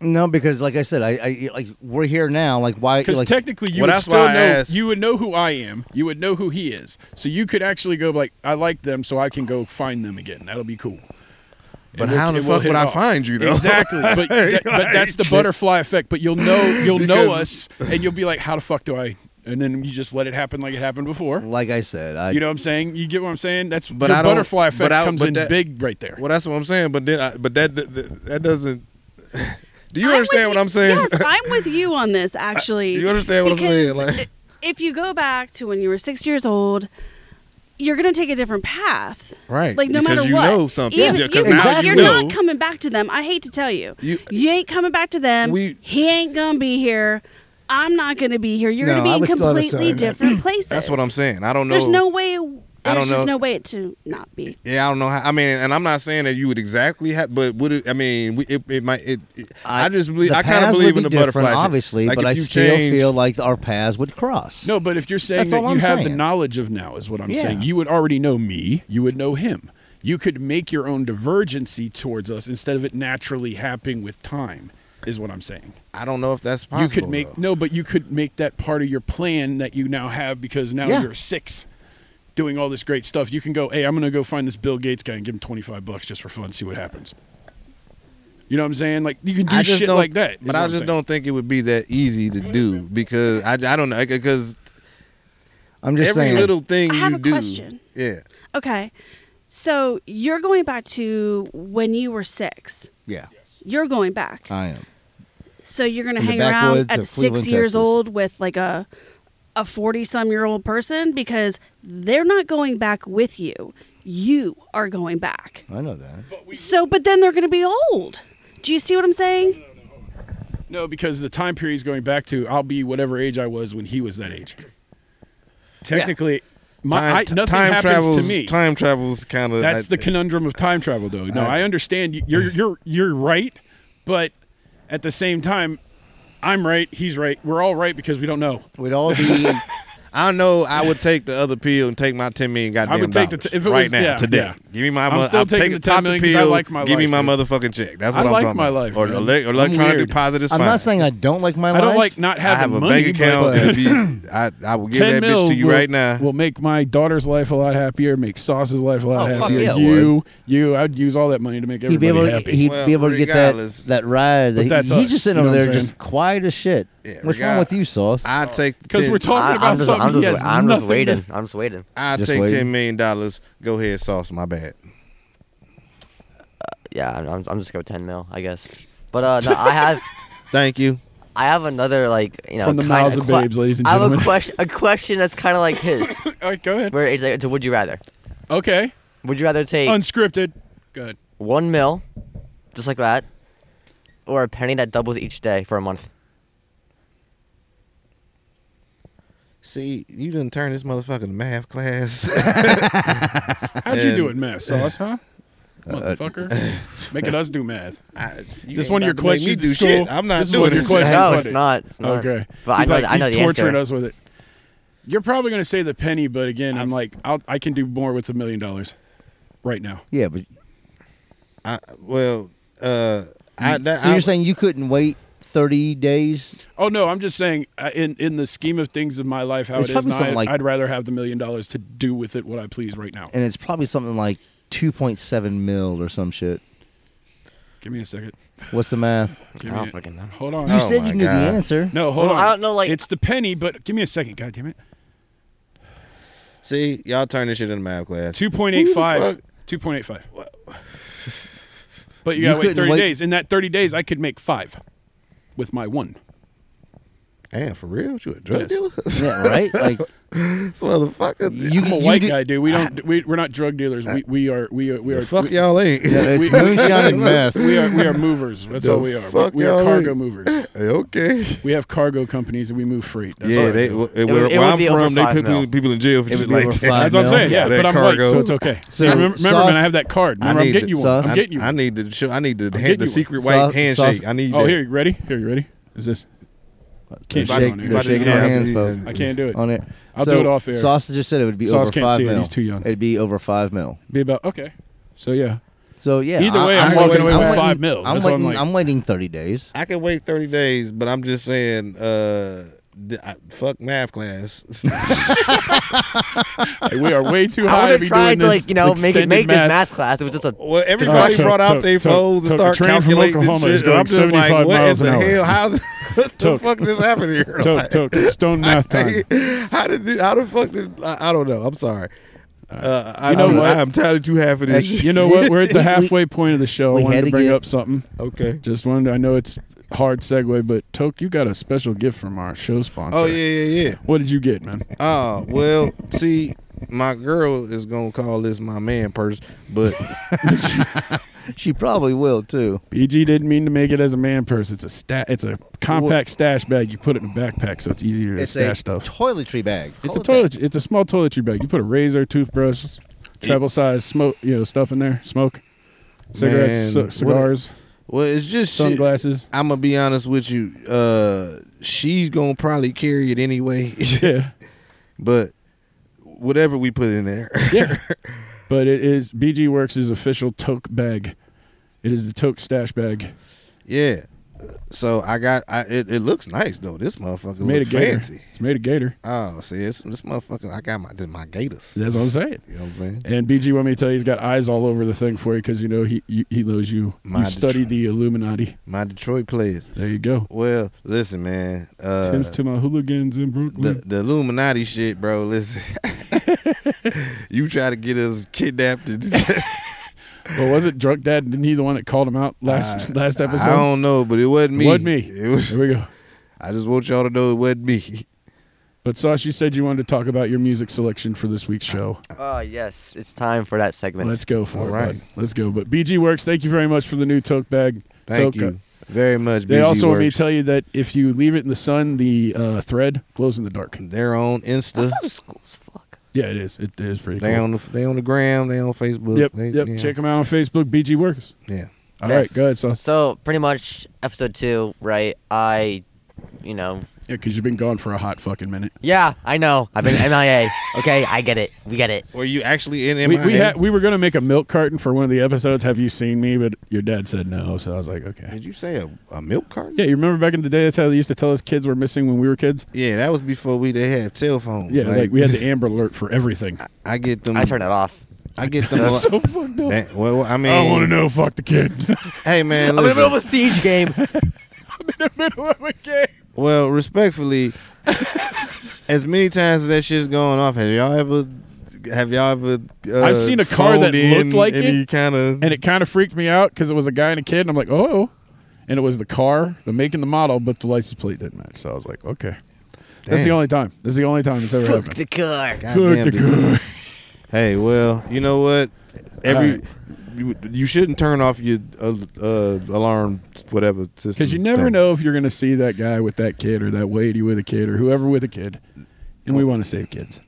[SPEAKER 4] no because like I said, I, I like we're here now. Like why?
[SPEAKER 3] Because
[SPEAKER 4] Like,
[SPEAKER 3] technically, you
[SPEAKER 2] Well,
[SPEAKER 3] would
[SPEAKER 2] that's
[SPEAKER 3] still know.
[SPEAKER 2] why I asked.
[SPEAKER 3] You would know who I am. You would know who he is. So you could actually go like, I like them, so I can go find them again. That'll be cool.
[SPEAKER 2] But
[SPEAKER 3] And we'll-
[SPEAKER 2] how the
[SPEAKER 3] and we'll
[SPEAKER 2] fuck
[SPEAKER 3] hit
[SPEAKER 2] would
[SPEAKER 3] it
[SPEAKER 2] I
[SPEAKER 3] off.
[SPEAKER 2] find you though?
[SPEAKER 3] Exactly. But that, but that's the butterfly effect. But you'll know you'll know us,
[SPEAKER 2] Because-
[SPEAKER 3] and you'll be like, how the fuck do I? And then you just let it happen like it happened before.
[SPEAKER 4] like I said, I
[SPEAKER 3] You know what I'm saying? You get what I'm saying? That's
[SPEAKER 2] But
[SPEAKER 3] your
[SPEAKER 2] I don't-
[SPEAKER 3] butterfly effect
[SPEAKER 2] but I-
[SPEAKER 3] comes
[SPEAKER 2] but
[SPEAKER 3] in
[SPEAKER 2] that-
[SPEAKER 3] big right there.
[SPEAKER 2] [laughs] Well, that's what I'm saying. But then, I, but that that, that doesn't. [laughs] Do you
[SPEAKER 5] I'm
[SPEAKER 2] understand
[SPEAKER 5] with
[SPEAKER 2] what I'm saying?
[SPEAKER 5] Yes, I'm with you on this actually.
[SPEAKER 2] Do [laughs] you understand what I'm saying?
[SPEAKER 5] Because
[SPEAKER 2] Like-
[SPEAKER 5] if you go back to when you were six years old, you're gonna take a different path,
[SPEAKER 2] Right,
[SPEAKER 5] Like no
[SPEAKER 2] because
[SPEAKER 5] matter
[SPEAKER 2] you
[SPEAKER 5] what,
[SPEAKER 2] know something.
[SPEAKER 5] Even,
[SPEAKER 2] Yeah,
[SPEAKER 5] you,
[SPEAKER 2] 'cause
[SPEAKER 4] now you
[SPEAKER 5] are
[SPEAKER 4] know.
[SPEAKER 5] not coming back to them. I hate to tell you, you,
[SPEAKER 2] You-
[SPEAKER 5] ain't coming back to them.
[SPEAKER 2] We-
[SPEAKER 5] he ain't gonna be here. I'm not gonna be here. You're
[SPEAKER 4] No,
[SPEAKER 5] gonna be
[SPEAKER 4] I
[SPEAKER 5] in
[SPEAKER 4] would still have a
[SPEAKER 5] completely
[SPEAKER 4] son.
[SPEAKER 5] different places.
[SPEAKER 2] [laughs] [clears throat] That's what I'm saying. I don't know.
[SPEAKER 5] There's no way. There's
[SPEAKER 2] don't
[SPEAKER 5] just
[SPEAKER 2] know.
[SPEAKER 5] no way to not be.
[SPEAKER 2] Yeah, I don't know how. I mean, and I'm not saying that you would exactly have, but would it? I mean, we, it, it might. It, it- I, just believe.
[SPEAKER 4] the
[SPEAKER 2] I kind of
[SPEAKER 4] paths would
[SPEAKER 2] believe
[SPEAKER 4] be
[SPEAKER 2] in the
[SPEAKER 4] different,
[SPEAKER 2] butterfly. shit.
[SPEAKER 4] obviously.
[SPEAKER 2] Like,
[SPEAKER 4] but
[SPEAKER 2] if
[SPEAKER 4] I
[SPEAKER 2] you
[SPEAKER 4] still
[SPEAKER 2] change-
[SPEAKER 4] feel like our paths would cross.
[SPEAKER 3] No, but if you're saying
[SPEAKER 4] That's
[SPEAKER 3] that
[SPEAKER 4] all
[SPEAKER 3] you
[SPEAKER 4] I'm
[SPEAKER 3] have the
[SPEAKER 4] saying.
[SPEAKER 3] knowledge of now, is what I'm
[SPEAKER 4] Yeah.
[SPEAKER 3] saying. You would already know me. You would know him. You could make your own divergency towards us instead of it naturally happening with time. is what I'm saying.
[SPEAKER 2] I don't know if that's possible.
[SPEAKER 3] you could make
[SPEAKER 2] though.
[SPEAKER 3] no, but you could make that part of your plan that you now have because now
[SPEAKER 2] Yeah.
[SPEAKER 3] you're six, doing all this great stuff. You can go, hey, I'm gonna go find this Bill Gates guy and give him 25 bucks just for fun, see what happens. You know what I'm saying? Like you can do
[SPEAKER 2] I just
[SPEAKER 3] shit
[SPEAKER 2] don't-
[SPEAKER 3] like that. is
[SPEAKER 2] But
[SPEAKER 3] what
[SPEAKER 2] I
[SPEAKER 3] I'm
[SPEAKER 2] just
[SPEAKER 3] saying.
[SPEAKER 2] don't think it would be that easy to do because I, I don't know because
[SPEAKER 4] I'm just
[SPEAKER 2] every
[SPEAKER 4] saying.
[SPEAKER 2] little thing
[SPEAKER 5] I have
[SPEAKER 2] you
[SPEAKER 5] a
[SPEAKER 2] do.
[SPEAKER 5] question.
[SPEAKER 2] Yeah.
[SPEAKER 5] Okay. So you're going back to when you were six.
[SPEAKER 4] yeah,
[SPEAKER 5] You're going back.
[SPEAKER 4] I am.
[SPEAKER 5] so you're going to
[SPEAKER 4] Uh, in the
[SPEAKER 5] hang around
[SPEAKER 4] backwoods
[SPEAKER 5] at
[SPEAKER 4] of
[SPEAKER 5] six
[SPEAKER 4] Cleveland,
[SPEAKER 5] years
[SPEAKER 4] Texas.
[SPEAKER 5] old with like a a 40 some year old person because they're not going back with you. You are going back.
[SPEAKER 4] I know that.
[SPEAKER 5] So but then they're going to be old. Do you see what I'm saying?
[SPEAKER 3] No, because the time period is going back to I'll be whatever age I was when he was that age. Technically, my
[SPEAKER 2] Time,
[SPEAKER 3] I, nothing
[SPEAKER 2] time
[SPEAKER 3] happens
[SPEAKER 2] travels.
[SPEAKER 3] to me.
[SPEAKER 2] Time travels kind of.
[SPEAKER 3] That's the conundrum of time travel, though. No, I, understand you- you're you're you're right, but at the same time, I'm right. He's right. We're all right because we don't know.
[SPEAKER 4] We'd
[SPEAKER 3] [laughs]
[SPEAKER 4] all be.
[SPEAKER 2] I know. I would take the other pill and take my ten million goddamn
[SPEAKER 3] I would take the
[SPEAKER 2] dollars
[SPEAKER 3] t- if it
[SPEAKER 2] right
[SPEAKER 3] was-
[SPEAKER 2] now
[SPEAKER 3] yeah,
[SPEAKER 2] today.
[SPEAKER 3] yeah.
[SPEAKER 2] Give me my.
[SPEAKER 3] I'm
[SPEAKER 2] mo-
[SPEAKER 3] still
[SPEAKER 2] I'll take
[SPEAKER 3] taking the
[SPEAKER 2] top
[SPEAKER 3] 10
[SPEAKER 2] the
[SPEAKER 3] million 'cause I
[SPEAKER 2] pill.
[SPEAKER 3] like my
[SPEAKER 2] Give me my
[SPEAKER 3] life,
[SPEAKER 2] motherfucking check. That's
[SPEAKER 3] I
[SPEAKER 2] what I'm
[SPEAKER 3] like
[SPEAKER 2] talking
[SPEAKER 3] my
[SPEAKER 2] about.
[SPEAKER 3] life,
[SPEAKER 2] Or
[SPEAKER 3] man.
[SPEAKER 2] elec-
[SPEAKER 3] I'm
[SPEAKER 2] electronic
[SPEAKER 3] weird.
[SPEAKER 2] deposit is
[SPEAKER 4] I'm
[SPEAKER 2] fine.
[SPEAKER 4] not saying I don't like my
[SPEAKER 3] I don't
[SPEAKER 4] life.
[SPEAKER 3] like not
[SPEAKER 2] I have
[SPEAKER 3] having
[SPEAKER 2] a
[SPEAKER 3] money.
[SPEAKER 2] bank account.
[SPEAKER 3] but
[SPEAKER 2] It'd
[SPEAKER 3] [laughs] [clears throat]
[SPEAKER 2] be, I I will give
[SPEAKER 3] 10
[SPEAKER 2] that bitch
[SPEAKER 3] mil
[SPEAKER 2] to you
[SPEAKER 3] will,
[SPEAKER 2] right now.
[SPEAKER 3] will make my daughter's life a lot happier. Make Sauce's life a lot
[SPEAKER 6] Oh, fuck
[SPEAKER 3] happier.
[SPEAKER 6] yeah, it
[SPEAKER 3] you, you, I'd use all that money to make
[SPEAKER 4] He'd be
[SPEAKER 3] everybody
[SPEAKER 4] able.
[SPEAKER 3] happy.
[SPEAKER 4] He'd
[SPEAKER 2] Well,
[SPEAKER 4] be able to get that
[SPEAKER 2] regardless-
[SPEAKER 4] that ride. That he-
[SPEAKER 3] that's
[SPEAKER 4] he's
[SPEAKER 3] us,
[SPEAKER 4] just sitting
[SPEAKER 3] you know
[SPEAKER 4] over
[SPEAKER 3] what
[SPEAKER 4] there,
[SPEAKER 3] I'm
[SPEAKER 4] just
[SPEAKER 3] saying?
[SPEAKER 4] quiet as shit.
[SPEAKER 2] Yeah,
[SPEAKER 4] What's wrong
[SPEAKER 2] regard-
[SPEAKER 4] with you, sauce?
[SPEAKER 2] I take
[SPEAKER 3] Because
[SPEAKER 2] 10
[SPEAKER 3] we're talking
[SPEAKER 6] I,
[SPEAKER 3] about
[SPEAKER 6] am just,
[SPEAKER 3] something
[SPEAKER 6] I'm
[SPEAKER 3] he has
[SPEAKER 6] just, I'm just
[SPEAKER 3] nothing to-
[SPEAKER 6] waiting. I'm just waiting.
[SPEAKER 2] I
[SPEAKER 4] Just
[SPEAKER 2] take
[SPEAKER 4] waiting.
[SPEAKER 2] ten million dollars. Go ahead, sauce. My bad.
[SPEAKER 6] Yeah, I'm, I'm, I'm just going ten mil, I guess. But uh, no, I have,
[SPEAKER 2] Thank you.
[SPEAKER 6] I have another like you know
[SPEAKER 3] From the
[SPEAKER 6] kinda
[SPEAKER 3] mouths of
[SPEAKER 6] que-
[SPEAKER 3] babes, ladies and
[SPEAKER 6] I have a
[SPEAKER 3] gentlemen.
[SPEAKER 6] question, a question that's kind of like
[SPEAKER 3] [laughs]
[SPEAKER 6] his.
[SPEAKER 3] [laughs] All right, go ahead.
[SPEAKER 6] Where it's like, it's a would you rather?
[SPEAKER 3] Okay,
[SPEAKER 6] Would you rather take
[SPEAKER 3] unscripted. Good.
[SPEAKER 6] one mil, just like that, or a penny that doubles each day for a month?
[SPEAKER 2] See, you didn't turn this motherfucker to math class. [laughs]
[SPEAKER 3] How'd you
[SPEAKER 2] And-
[SPEAKER 3] do it, in
[SPEAKER 6] [laughs]
[SPEAKER 3] math, sauce? Huh?
[SPEAKER 6] Uh,
[SPEAKER 3] Motherfucker, making us do math.
[SPEAKER 2] Is
[SPEAKER 3] this one of your questions
[SPEAKER 2] Me
[SPEAKER 3] at
[SPEAKER 2] do
[SPEAKER 3] school?
[SPEAKER 2] shit. I'm not
[SPEAKER 3] This is
[SPEAKER 2] doing
[SPEAKER 3] one of your
[SPEAKER 2] it. [laughs]
[SPEAKER 3] questions.
[SPEAKER 6] No,
[SPEAKER 3] funny.
[SPEAKER 6] it's not. It's not.
[SPEAKER 3] Okay,
[SPEAKER 6] but I
[SPEAKER 3] he's
[SPEAKER 6] know,
[SPEAKER 3] like,
[SPEAKER 6] the- I know
[SPEAKER 3] he's
[SPEAKER 6] the
[SPEAKER 3] torturing
[SPEAKER 6] answer.
[SPEAKER 3] us with it. You're probably gonna say the penny, but again, I'm like, I'll, I can do more with a million dollars right now.
[SPEAKER 4] yeah, but
[SPEAKER 2] I, well, uh, I, that,
[SPEAKER 4] so
[SPEAKER 2] I-
[SPEAKER 4] you're saying you couldn't wait 30 days?
[SPEAKER 3] Oh no, I'm just saying, uh, in in the scheme of things in my life, how
[SPEAKER 4] It's
[SPEAKER 3] it is
[SPEAKER 4] probably
[SPEAKER 3] now,
[SPEAKER 4] something
[SPEAKER 3] I,
[SPEAKER 4] like-
[SPEAKER 3] I'd rather have the million dollars to do with it what I please right now.
[SPEAKER 4] And it's probably something like 2.7 mil or some shit.
[SPEAKER 3] Give me a second.
[SPEAKER 4] What's the math?
[SPEAKER 3] Give
[SPEAKER 6] I
[SPEAKER 3] me
[SPEAKER 6] don't
[SPEAKER 3] a-
[SPEAKER 6] fucking know.
[SPEAKER 3] Hold on.
[SPEAKER 4] You
[SPEAKER 2] Oh
[SPEAKER 4] said
[SPEAKER 2] my
[SPEAKER 4] you knew
[SPEAKER 2] God.
[SPEAKER 4] the answer.
[SPEAKER 3] no, hold
[SPEAKER 6] Well,
[SPEAKER 3] on.
[SPEAKER 6] I don't know, like-
[SPEAKER 3] it's the penny, but give me a second. God damn it.
[SPEAKER 2] see, y'all turn this shit into math class.
[SPEAKER 3] Two point eight
[SPEAKER 2] Who the
[SPEAKER 3] five.
[SPEAKER 2] fuck?
[SPEAKER 3] Two point eight five. But
[SPEAKER 4] You
[SPEAKER 3] you gotta wait
[SPEAKER 4] couldn't
[SPEAKER 3] thirty
[SPEAKER 4] wait-
[SPEAKER 3] days. In that thirty days, I could make five with my one.
[SPEAKER 2] Damn, for real? You a drug
[SPEAKER 3] Yes.
[SPEAKER 2] dealer? [laughs] this
[SPEAKER 4] Yeah, right? Like
[SPEAKER 2] motherfucker.
[SPEAKER 4] you,
[SPEAKER 3] [laughs] I'm a
[SPEAKER 4] you
[SPEAKER 3] white
[SPEAKER 4] do-
[SPEAKER 3] guy, dude. We don't. We, we're not drug dealers. We, we are. We are. We
[SPEAKER 2] The
[SPEAKER 3] are.
[SPEAKER 2] fuck
[SPEAKER 3] we,
[SPEAKER 2] y'all ain't. [laughs]
[SPEAKER 4] It's moonshine
[SPEAKER 3] [laughs]
[SPEAKER 4] and meth.
[SPEAKER 3] we are. We are movers. That's
[SPEAKER 2] The
[SPEAKER 3] all we are. We,
[SPEAKER 2] fuck
[SPEAKER 3] we are
[SPEAKER 2] y'all
[SPEAKER 3] cargo
[SPEAKER 2] ain't-
[SPEAKER 3] movers.
[SPEAKER 2] okay.
[SPEAKER 3] We have cargo companies and we move freight. That's all
[SPEAKER 2] yeah,
[SPEAKER 3] I
[SPEAKER 2] they,
[SPEAKER 3] do.
[SPEAKER 2] well,
[SPEAKER 6] would-
[SPEAKER 2] where
[SPEAKER 6] it
[SPEAKER 2] where
[SPEAKER 6] would
[SPEAKER 2] I'm
[SPEAKER 6] be over
[SPEAKER 2] from, they
[SPEAKER 6] five
[SPEAKER 2] put people,
[SPEAKER 6] mil.
[SPEAKER 2] people in jail for
[SPEAKER 4] It
[SPEAKER 2] shit
[SPEAKER 4] would be
[SPEAKER 2] like
[SPEAKER 4] over
[SPEAKER 2] that.
[SPEAKER 4] five
[SPEAKER 3] That's what I'm
[SPEAKER 4] mil.
[SPEAKER 3] saying. Yeah,
[SPEAKER 2] That
[SPEAKER 3] but I'm white,
[SPEAKER 2] cargo.
[SPEAKER 3] so it's okay.
[SPEAKER 4] So,
[SPEAKER 3] So remember, remember, man,
[SPEAKER 4] sauce-
[SPEAKER 3] I have that card.
[SPEAKER 2] I
[SPEAKER 3] Remember, I'm
[SPEAKER 2] need
[SPEAKER 3] getting you
[SPEAKER 2] to-
[SPEAKER 3] one.
[SPEAKER 4] sauce-
[SPEAKER 3] I'm getting you
[SPEAKER 2] I
[SPEAKER 3] one.
[SPEAKER 2] need to show. I need to
[SPEAKER 3] getting
[SPEAKER 2] hand the
[SPEAKER 3] you one.
[SPEAKER 2] secret
[SPEAKER 4] Sauce-
[SPEAKER 2] white handshake.
[SPEAKER 4] sauce-
[SPEAKER 2] I need.
[SPEAKER 3] Oh,
[SPEAKER 2] that.
[SPEAKER 3] here, you ready? Here, you ready? Is this? Can't
[SPEAKER 4] Shake-
[SPEAKER 3] shit on
[SPEAKER 4] go
[SPEAKER 2] about
[SPEAKER 3] here.
[SPEAKER 2] to-
[SPEAKER 4] shaking
[SPEAKER 2] yeah,
[SPEAKER 4] our
[SPEAKER 2] I'm-
[SPEAKER 4] hands, folks.
[SPEAKER 3] I can't do it.
[SPEAKER 4] On it.
[SPEAKER 3] I'll
[SPEAKER 4] So,
[SPEAKER 3] do it off air.
[SPEAKER 4] Sauce just said it would be
[SPEAKER 3] Sauce
[SPEAKER 4] over
[SPEAKER 3] can't
[SPEAKER 4] five
[SPEAKER 3] see it.
[SPEAKER 4] mil.
[SPEAKER 3] He's too young.
[SPEAKER 4] It'd be over five mil.
[SPEAKER 3] Be about okay. So yeah,
[SPEAKER 4] So yeah.
[SPEAKER 3] Either
[SPEAKER 4] I-
[SPEAKER 3] way, I'm
[SPEAKER 2] walking away with
[SPEAKER 4] waiting-
[SPEAKER 3] five mil.
[SPEAKER 4] I'm
[SPEAKER 3] That's what I'm
[SPEAKER 4] waiting.
[SPEAKER 3] like.
[SPEAKER 4] I'm waiting 30 days.
[SPEAKER 2] I can wait 30 days, but I'm just saying, uh, d I fuck math class. [laughs]
[SPEAKER 3] Hey, we are way too
[SPEAKER 6] [laughs] I
[SPEAKER 3] high to
[SPEAKER 6] wasn't
[SPEAKER 3] be
[SPEAKER 6] trying
[SPEAKER 3] doing
[SPEAKER 6] to
[SPEAKER 3] this.
[SPEAKER 6] like you know make it
[SPEAKER 3] extended
[SPEAKER 6] make
[SPEAKER 3] math.
[SPEAKER 6] this math class. It was just a
[SPEAKER 2] well, everybody
[SPEAKER 3] Took-
[SPEAKER 2] brought out
[SPEAKER 3] took-
[SPEAKER 2] their
[SPEAKER 3] took-
[SPEAKER 2] phones
[SPEAKER 3] took
[SPEAKER 2] and
[SPEAKER 3] a
[SPEAKER 2] start
[SPEAKER 3] train from
[SPEAKER 2] calculating this
[SPEAKER 3] Oklahoma. It was
[SPEAKER 2] shit. and I'm
[SPEAKER 3] going
[SPEAKER 2] just like,
[SPEAKER 3] 75
[SPEAKER 2] what in
[SPEAKER 3] miles
[SPEAKER 2] the
[SPEAKER 3] an hour.
[SPEAKER 2] hell? How
[SPEAKER 3] [laughs]
[SPEAKER 2] the, [laughs] what the
[SPEAKER 3] Took-
[SPEAKER 2] fuck this happened here?
[SPEAKER 3] Took,
[SPEAKER 2] Like,
[SPEAKER 3] took
[SPEAKER 2] [laughs]
[SPEAKER 3] stone
[SPEAKER 6] [laughs]
[SPEAKER 3] math time.
[SPEAKER 2] how did it, how the fuck did I, I don't know. I'm sorry. Uh, I,
[SPEAKER 3] You know
[SPEAKER 2] do-
[SPEAKER 3] what?
[SPEAKER 2] I am tired too half of this. shit.
[SPEAKER 3] You know what? We're at
[SPEAKER 6] [laughs]
[SPEAKER 3] the halfway point of the show. I
[SPEAKER 4] we
[SPEAKER 3] wanted
[SPEAKER 4] had to
[SPEAKER 3] to bring
[SPEAKER 4] get-
[SPEAKER 3] up something.
[SPEAKER 2] okay.
[SPEAKER 3] Just wanted. I know it's hard segue, but Toke, you got a special gift from our show sponsor.
[SPEAKER 2] Oh yeah, yeah, yeah.
[SPEAKER 3] What did you get, man?
[SPEAKER 2] Oh well, see, my girl is gonna call this my man purse,
[SPEAKER 3] [laughs]
[SPEAKER 2] but
[SPEAKER 4] She probably will too.
[SPEAKER 3] BG didn't mean to make it as a man purse. It's a sta- It's a compact stash bag. You put it in a backpack, so it's easier to
[SPEAKER 4] It's a
[SPEAKER 3] stash stuff.
[SPEAKER 4] toiletry bag.
[SPEAKER 3] It's
[SPEAKER 4] Call it
[SPEAKER 3] a
[SPEAKER 4] that.
[SPEAKER 3] toilet. It's a small toiletry bag. You put a razor, toothbrush, travel size smoke, you know, stuff in there. Smoke,
[SPEAKER 2] Man,
[SPEAKER 3] cigarettes,
[SPEAKER 2] what a-
[SPEAKER 3] c- cigars,
[SPEAKER 2] well, it's just shit. [laughs]
[SPEAKER 3] sunglasses.
[SPEAKER 2] I'm gonna be honest with you. Uh, she's gonna probably carry it anyway, [laughs]
[SPEAKER 3] Yeah,
[SPEAKER 2] but whatever we put in there, [laughs]
[SPEAKER 3] yeah. but it is BG Works' official toke bag. It is the toke stash bag.
[SPEAKER 2] yeah. so I got I it, it looks nice though. This motherfucker
[SPEAKER 3] It's made a
[SPEAKER 2] look
[SPEAKER 3] gator.
[SPEAKER 2] fancy.
[SPEAKER 3] It's made a gator.
[SPEAKER 2] Oh, see, it's, this motherfucker. I got my this my gators.
[SPEAKER 3] That's what I'm saying.
[SPEAKER 2] You know what I'm saying?
[SPEAKER 3] And BG want me to tell you, he's got eyes all over the thing for you because you know he you, he knows you.
[SPEAKER 2] My
[SPEAKER 3] you study
[SPEAKER 2] Detroit.
[SPEAKER 3] the Illuminati.
[SPEAKER 2] My Detroit players.
[SPEAKER 3] There you go.
[SPEAKER 2] Well, listen, man. Uh,
[SPEAKER 3] Tends to my hooligans in
[SPEAKER 2] the,
[SPEAKER 3] Brooklyn.
[SPEAKER 2] the Illuminati shit, bro. Listen, [laughs] you try to get us kidnapped. And
[SPEAKER 3] well, was it drunk dad? Didn't he the one that called him out [laughs]
[SPEAKER 2] [laughs]
[SPEAKER 3] last
[SPEAKER 2] I-
[SPEAKER 3] last episode?
[SPEAKER 2] I don't know, but it wasn't me.
[SPEAKER 3] It wasn't me.
[SPEAKER 2] It was-
[SPEAKER 3] Here we go.
[SPEAKER 2] I just want y'all to know it wasn't me. [laughs]
[SPEAKER 3] But Sauce, you said you wanted to talk about your music selection for this week's show.
[SPEAKER 6] Oh yes, it's time for that segment.
[SPEAKER 3] Let's go for
[SPEAKER 2] All
[SPEAKER 3] it.
[SPEAKER 2] right.
[SPEAKER 3] bud. Let's go. But BG Works, thank you very much for the new tote bag.
[SPEAKER 2] Thank
[SPEAKER 3] Toke.
[SPEAKER 2] you very much.
[SPEAKER 3] They
[SPEAKER 2] BG
[SPEAKER 3] also want me
[SPEAKER 2] Works.
[SPEAKER 3] to tell you that if you leave it in the sun, the uh, thread glows in the dark.
[SPEAKER 2] They're on Insta.
[SPEAKER 6] That's not as cool as fuck.
[SPEAKER 3] Yeah, it is. It is pretty
[SPEAKER 2] They
[SPEAKER 3] cool.
[SPEAKER 2] on the they on the gram. They on Facebook.
[SPEAKER 3] yep,
[SPEAKER 2] They,
[SPEAKER 3] yep.
[SPEAKER 2] yeah.
[SPEAKER 3] Check them out on Facebook. BG Works.
[SPEAKER 2] Yeah.
[SPEAKER 3] All
[SPEAKER 6] Yeah.
[SPEAKER 3] right, go ahead, Sauce.
[SPEAKER 6] So pretty much episode two, right? I, you know,
[SPEAKER 3] Yeah, because you've been gone for a hot fucking minute.
[SPEAKER 6] yeah, I know. I've been MIA. Okay, I get it. We get it.
[SPEAKER 2] Were you actually in
[SPEAKER 3] We,
[SPEAKER 2] MIA?
[SPEAKER 3] we, had, we were going to make a milk carton for one of the episodes. Have you seen me? But your dad said no. So I was like, okay.
[SPEAKER 2] Did you say a, a milk carton?
[SPEAKER 3] Yeah, you remember back in the day, that's how they used to tell us kids were missing when we were kids?
[SPEAKER 2] Yeah, that was before we they had cell phones.
[SPEAKER 3] Yeah, like, we had the Amber Alert for everything.
[SPEAKER 2] [laughs] I get them.
[SPEAKER 6] I turn it off.
[SPEAKER 2] I get them.
[SPEAKER 3] That's so fucked up.
[SPEAKER 2] that, well, well, I mean,
[SPEAKER 3] I don't want to know. Fuck the kids.
[SPEAKER 2] Hey man,
[SPEAKER 6] I'm
[SPEAKER 3] [laughs]
[SPEAKER 6] in the middle
[SPEAKER 2] listen,
[SPEAKER 6] of a siege game.
[SPEAKER 3] middle of a game.
[SPEAKER 2] well, respectfully, [laughs] as many times as that shit's going off, have y'all ever? Have y'all ever? Uh,
[SPEAKER 3] I've seen a car that
[SPEAKER 2] phoned in
[SPEAKER 3] looked like
[SPEAKER 2] any
[SPEAKER 3] it,
[SPEAKER 2] kind of.
[SPEAKER 3] And it kind of freaked me out because it was a guy and a kid, and I'm like, oh. And it was the car, the make and the model, but the license plate didn't match. So I was like, okay. That's the
[SPEAKER 2] Damn.
[SPEAKER 3] only time. This is the only time it's ever
[SPEAKER 6] Fuck
[SPEAKER 3] happened.
[SPEAKER 6] the car.
[SPEAKER 2] Goddamn, dude.
[SPEAKER 3] Fuck the car.
[SPEAKER 2] Hey, well, you know what? Every
[SPEAKER 3] All right.
[SPEAKER 2] you, you shouldn't turn off your uh, uh, alarm, whatever system.
[SPEAKER 3] Because you never
[SPEAKER 2] thing.
[SPEAKER 3] know if you're going to see that guy with that kid or that lady with a kid or whoever with a kid. And we want to save kids.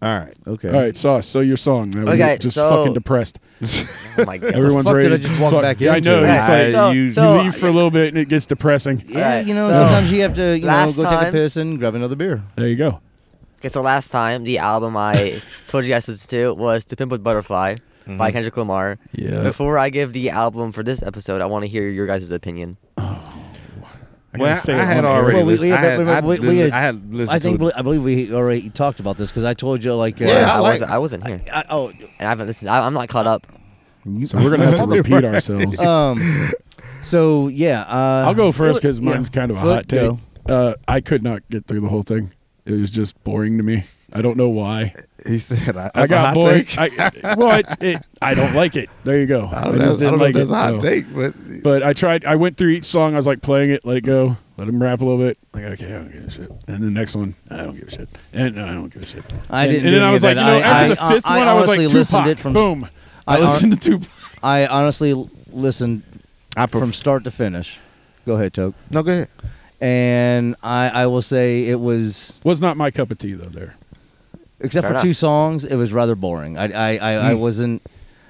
[SPEAKER 2] All right.
[SPEAKER 4] Okay.
[SPEAKER 3] All right, Sauce. So your song. That was
[SPEAKER 6] Okay,
[SPEAKER 3] just
[SPEAKER 6] so-
[SPEAKER 3] fucking depressed.
[SPEAKER 6] Oh my god.
[SPEAKER 3] Everyone's
[SPEAKER 4] fuck did
[SPEAKER 3] ready.
[SPEAKER 4] I just walk
[SPEAKER 3] fuck.
[SPEAKER 4] back
[SPEAKER 3] I
[SPEAKER 4] into?
[SPEAKER 3] know.
[SPEAKER 6] Alright,
[SPEAKER 3] It's like,
[SPEAKER 6] so,
[SPEAKER 2] you-
[SPEAKER 6] so-
[SPEAKER 3] you leave for a little bit and it gets depressing.
[SPEAKER 4] Yeah,
[SPEAKER 6] Alright,
[SPEAKER 4] you know,
[SPEAKER 6] so-
[SPEAKER 4] sometimes you have to, you know,
[SPEAKER 6] Last
[SPEAKER 4] go take a
[SPEAKER 6] time-
[SPEAKER 4] piss and grab another beer.
[SPEAKER 3] There you go.
[SPEAKER 6] Okay, so last time the album I told you guys to listen to was "To Pimp a Butterfly" by Kendrick Lamar.
[SPEAKER 3] Yeah.
[SPEAKER 6] Before I give the album for this episode, I want to hear your guys' opinion.
[SPEAKER 3] I
[SPEAKER 2] Well,
[SPEAKER 3] gotta
[SPEAKER 2] I,
[SPEAKER 3] say it
[SPEAKER 2] had
[SPEAKER 3] on air.
[SPEAKER 2] already.
[SPEAKER 4] Well, we-
[SPEAKER 2] listened-
[SPEAKER 4] we-
[SPEAKER 2] I had-
[SPEAKER 4] we-
[SPEAKER 2] I
[SPEAKER 4] we- we-
[SPEAKER 2] listened- I had listened.
[SPEAKER 4] I think
[SPEAKER 2] to it.
[SPEAKER 4] I believe we already talked about this because I told you like, uh,
[SPEAKER 2] Yeah, I
[SPEAKER 6] I,
[SPEAKER 2] like-
[SPEAKER 6] wasn't, I wasn't here,
[SPEAKER 4] I, oh,
[SPEAKER 6] and I haven't listened. I, I'm not caught up.
[SPEAKER 3] So we're gonna have to [laughs] repeat ourselves.
[SPEAKER 4] um,
[SPEAKER 2] [laughs]
[SPEAKER 4] so yeah, uh,
[SPEAKER 3] I'll go first because
[SPEAKER 4] yeah.
[SPEAKER 3] mine's kind of a
[SPEAKER 4] Foot,
[SPEAKER 3] hot take.
[SPEAKER 4] go.
[SPEAKER 3] Uh, I could not get through the whole thing. It was just boring to me. I don't know why.
[SPEAKER 2] he said, "I,
[SPEAKER 3] I got bored.
[SPEAKER 2] Take.
[SPEAKER 3] I, well, it, it, I don't like it. There you go. I,
[SPEAKER 2] I don't,
[SPEAKER 3] just
[SPEAKER 2] know, I
[SPEAKER 3] didn't
[SPEAKER 2] don't know
[SPEAKER 3] like
[SPEAKER 2] if that's
[SPEAKER 3] it.
[SPEAKER 2] a hot
[SPEAKER 3] so.
[SPEAKER 2] take, but,
[SPEAKER 3] But I tried. I went through each song. I was like playing it, let it go, let him rap a little bit. Like okay, I don't give a shit. And the next one, I don't give a shit. And no, I don't give a shit.
[SPEAKER 4] I
[SPEAKER 3] and,
[SPEAKER 4] didn't
[SPEAKER 3] And
[SPEAKER 4] do
[SPEAKER 3] then I
[SPEAKER 4] any
[SPEAKER 3] was
[SPEAKER 4] of
[SPEAKER 3] like,
[SPEAKER 4] that.
[SPEAKER 3] you know, after
[SPEAKER 4] I-
[SPEAKER 3] the
[SPEAKER 4] I-
[SPEAKER 3] fifth
[SPEAKER 4] I
[SPEAKER 3] one, I was like,
[SPEAKER 4] honestly listened
[SPEAKER 3] Tupac.
[SPEAKER 4] it from-
[SPEAKER 3] boom. I,
[SPEAKER 4] I hon-
[SPEAKER 3] listened
[SPEAKER 4] [laughs]
[SPEAKER 3] to Tupac.
[SPEAKER 4] I honestly l- listened
[SPEAKER 2] I
[SPEAKER 4] from
[SPEAKER 2] prefer.
[SPEAKER 4] start to finish. Go ahead, Toke.
[SPEAKER 2] No, go ahead.
[SPEAKER 4] And I, I will say it was,
[SPEAKER 3] Was not my cup of tea though. There.
[SPEAKER 4] except
[SPEAKER 6] Fair
[SPEAKER 4] for
[SPEAKER 6] enough.
[SPEAKER 4] two songs, it was rather boring. I, I, I, I
[SPEAKER 2] Hmm.
[SPEAKER 4] wasn't.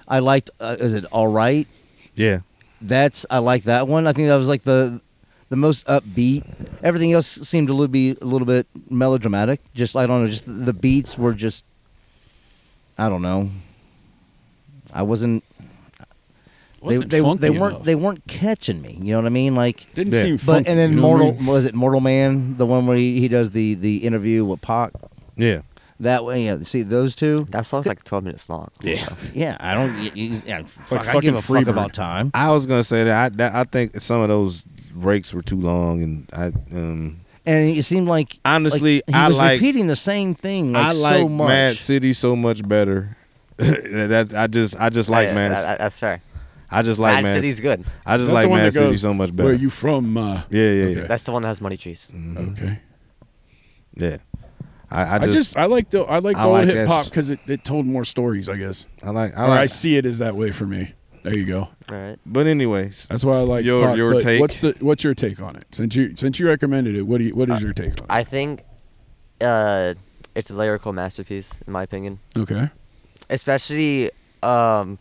[SPEAKER 4] I liked. Uh, is it all right?
[SPEAKER 2] Yeah,
[SPEAKER 4] That's I like that one. I think that was like the the most upbeat. Everything else seemed to li- be a little bit melodramatic. Just I don't know. Just the- the beats were just I don't know. I wasn't.
[SPEAKER 3] Wasn't
[SPEAKER 4] they they,
[SPEAKER 3] funky
[SPEAKER 4] they weren't
[SPEAKER 3] enough.
[SPEAKER 4] they weren't catching me. You know what I mean? Like.
[SPEAKER 3] Didn't
[SPEAKER 2] Yeah.
[SPEAKER 3] seem
[SPEAKER 2] But-
[SPEAKER 3] funky.
[SPEAKER 4] but and then
[SPEAKER 3] you know what I
[SPEAKER 4] Mortal
[SPEAKER 3] mean?
[SPEAKER 4] was it Mortal Man the one where he, he does the the interview with Pac
[SPEAKER 2] yeah.
[SPEAKER 4] that way yeah see those two
[SPEAKER 6] That song's like 12 minutes long. Yeah.
[SPEAKER 4] yeah I don't y- y- yeah, fuck, I
[SPEAKER 3] fucking
[SPEAKER 4] give a fuck
[SPEAKER 3] Freebird.
[SPEAKER 4] about time
[SPEAKER 2] I was gonna say that. I that, I think some of those breaks were too long, and I um
[SPEAKER 4] and it seemed like
[SPEAKER 2] Honestly,
[SPEAKER 4] like, he
[SPEAKER 2] I
[SPEAKER 4] was
[SPEAKER 2] like-
[SPEAKER 4] repeating the same thing like,
[SPEAKER 2] I like
[SPEAKER 4] so much
[SPEAKER 2] Mad City so much better. [laughs] that I just I just like Mad.
[SPEAKER 6] That, that's fair.
[SPEAKER 2] I just like
[SPEAKER 6] Mad
[SPEAKER 2] Mad
[SPEAKER 6] City's good.
[SPEAKER 2] I
[SPEAKER 3] Is
[SPEAKER 2] just
[SPEAKER 3] that
[SPEAKER 2] like
[SPEAKER 3] the one
[SPEAKER 2] Mad
[SPEAKER 3] that
[SPEAKER 2] City
[SPEAKER 3] goes,
[SPEAKER 2] so much
[SPEAKER 3] Where
[SPEAKER 2] better.
[SPEAKER 3] you from? Uh,
[SPEAKER 2] yeah, yeah, yeah.
[SPEAKER 6] That's the one that has money trees.
[SPEAKER 3] Okay.
[SPEAKER 2] Yeah. I, I
[SPEAKER 3] I
[SPEAKER 2] just, I,
[SPEAKER 3] just I like the I like
[SPEAKER 2] I
[SPEAKER 3] the old
[SPEAKER 2] like
[SPEAKER 3] hip hop
[SPEAKER 2] this.
[SPEAKER 3] because it, it told more stories. I guess.
[SPEAKER 2] like I
[SPEAKER 3] Or I
[SPEAKER 2] like
[SPEAKER 3] see it as that way for me. There you go.
[SPEAKER 6] All right.
[SPEAKER 2] but anyways,
[SPEAKER 3] That's why I like
[SPEAKER 2] Your-
[SPEAKER 3] Pac,
[SPEAKER 2] your
[SPEAKER 3] but
[SPEAKER 2] take?
[SPEAKER 3] What's the what's your take on it? Since you since you recommended it, what do you, what is your take on it?
[SPEAKER 6] I think uh, it's a lyrical masterpiece, in my opinion.
[SPEAKER 3] Okay.
[SPEAKER 6] Especially um,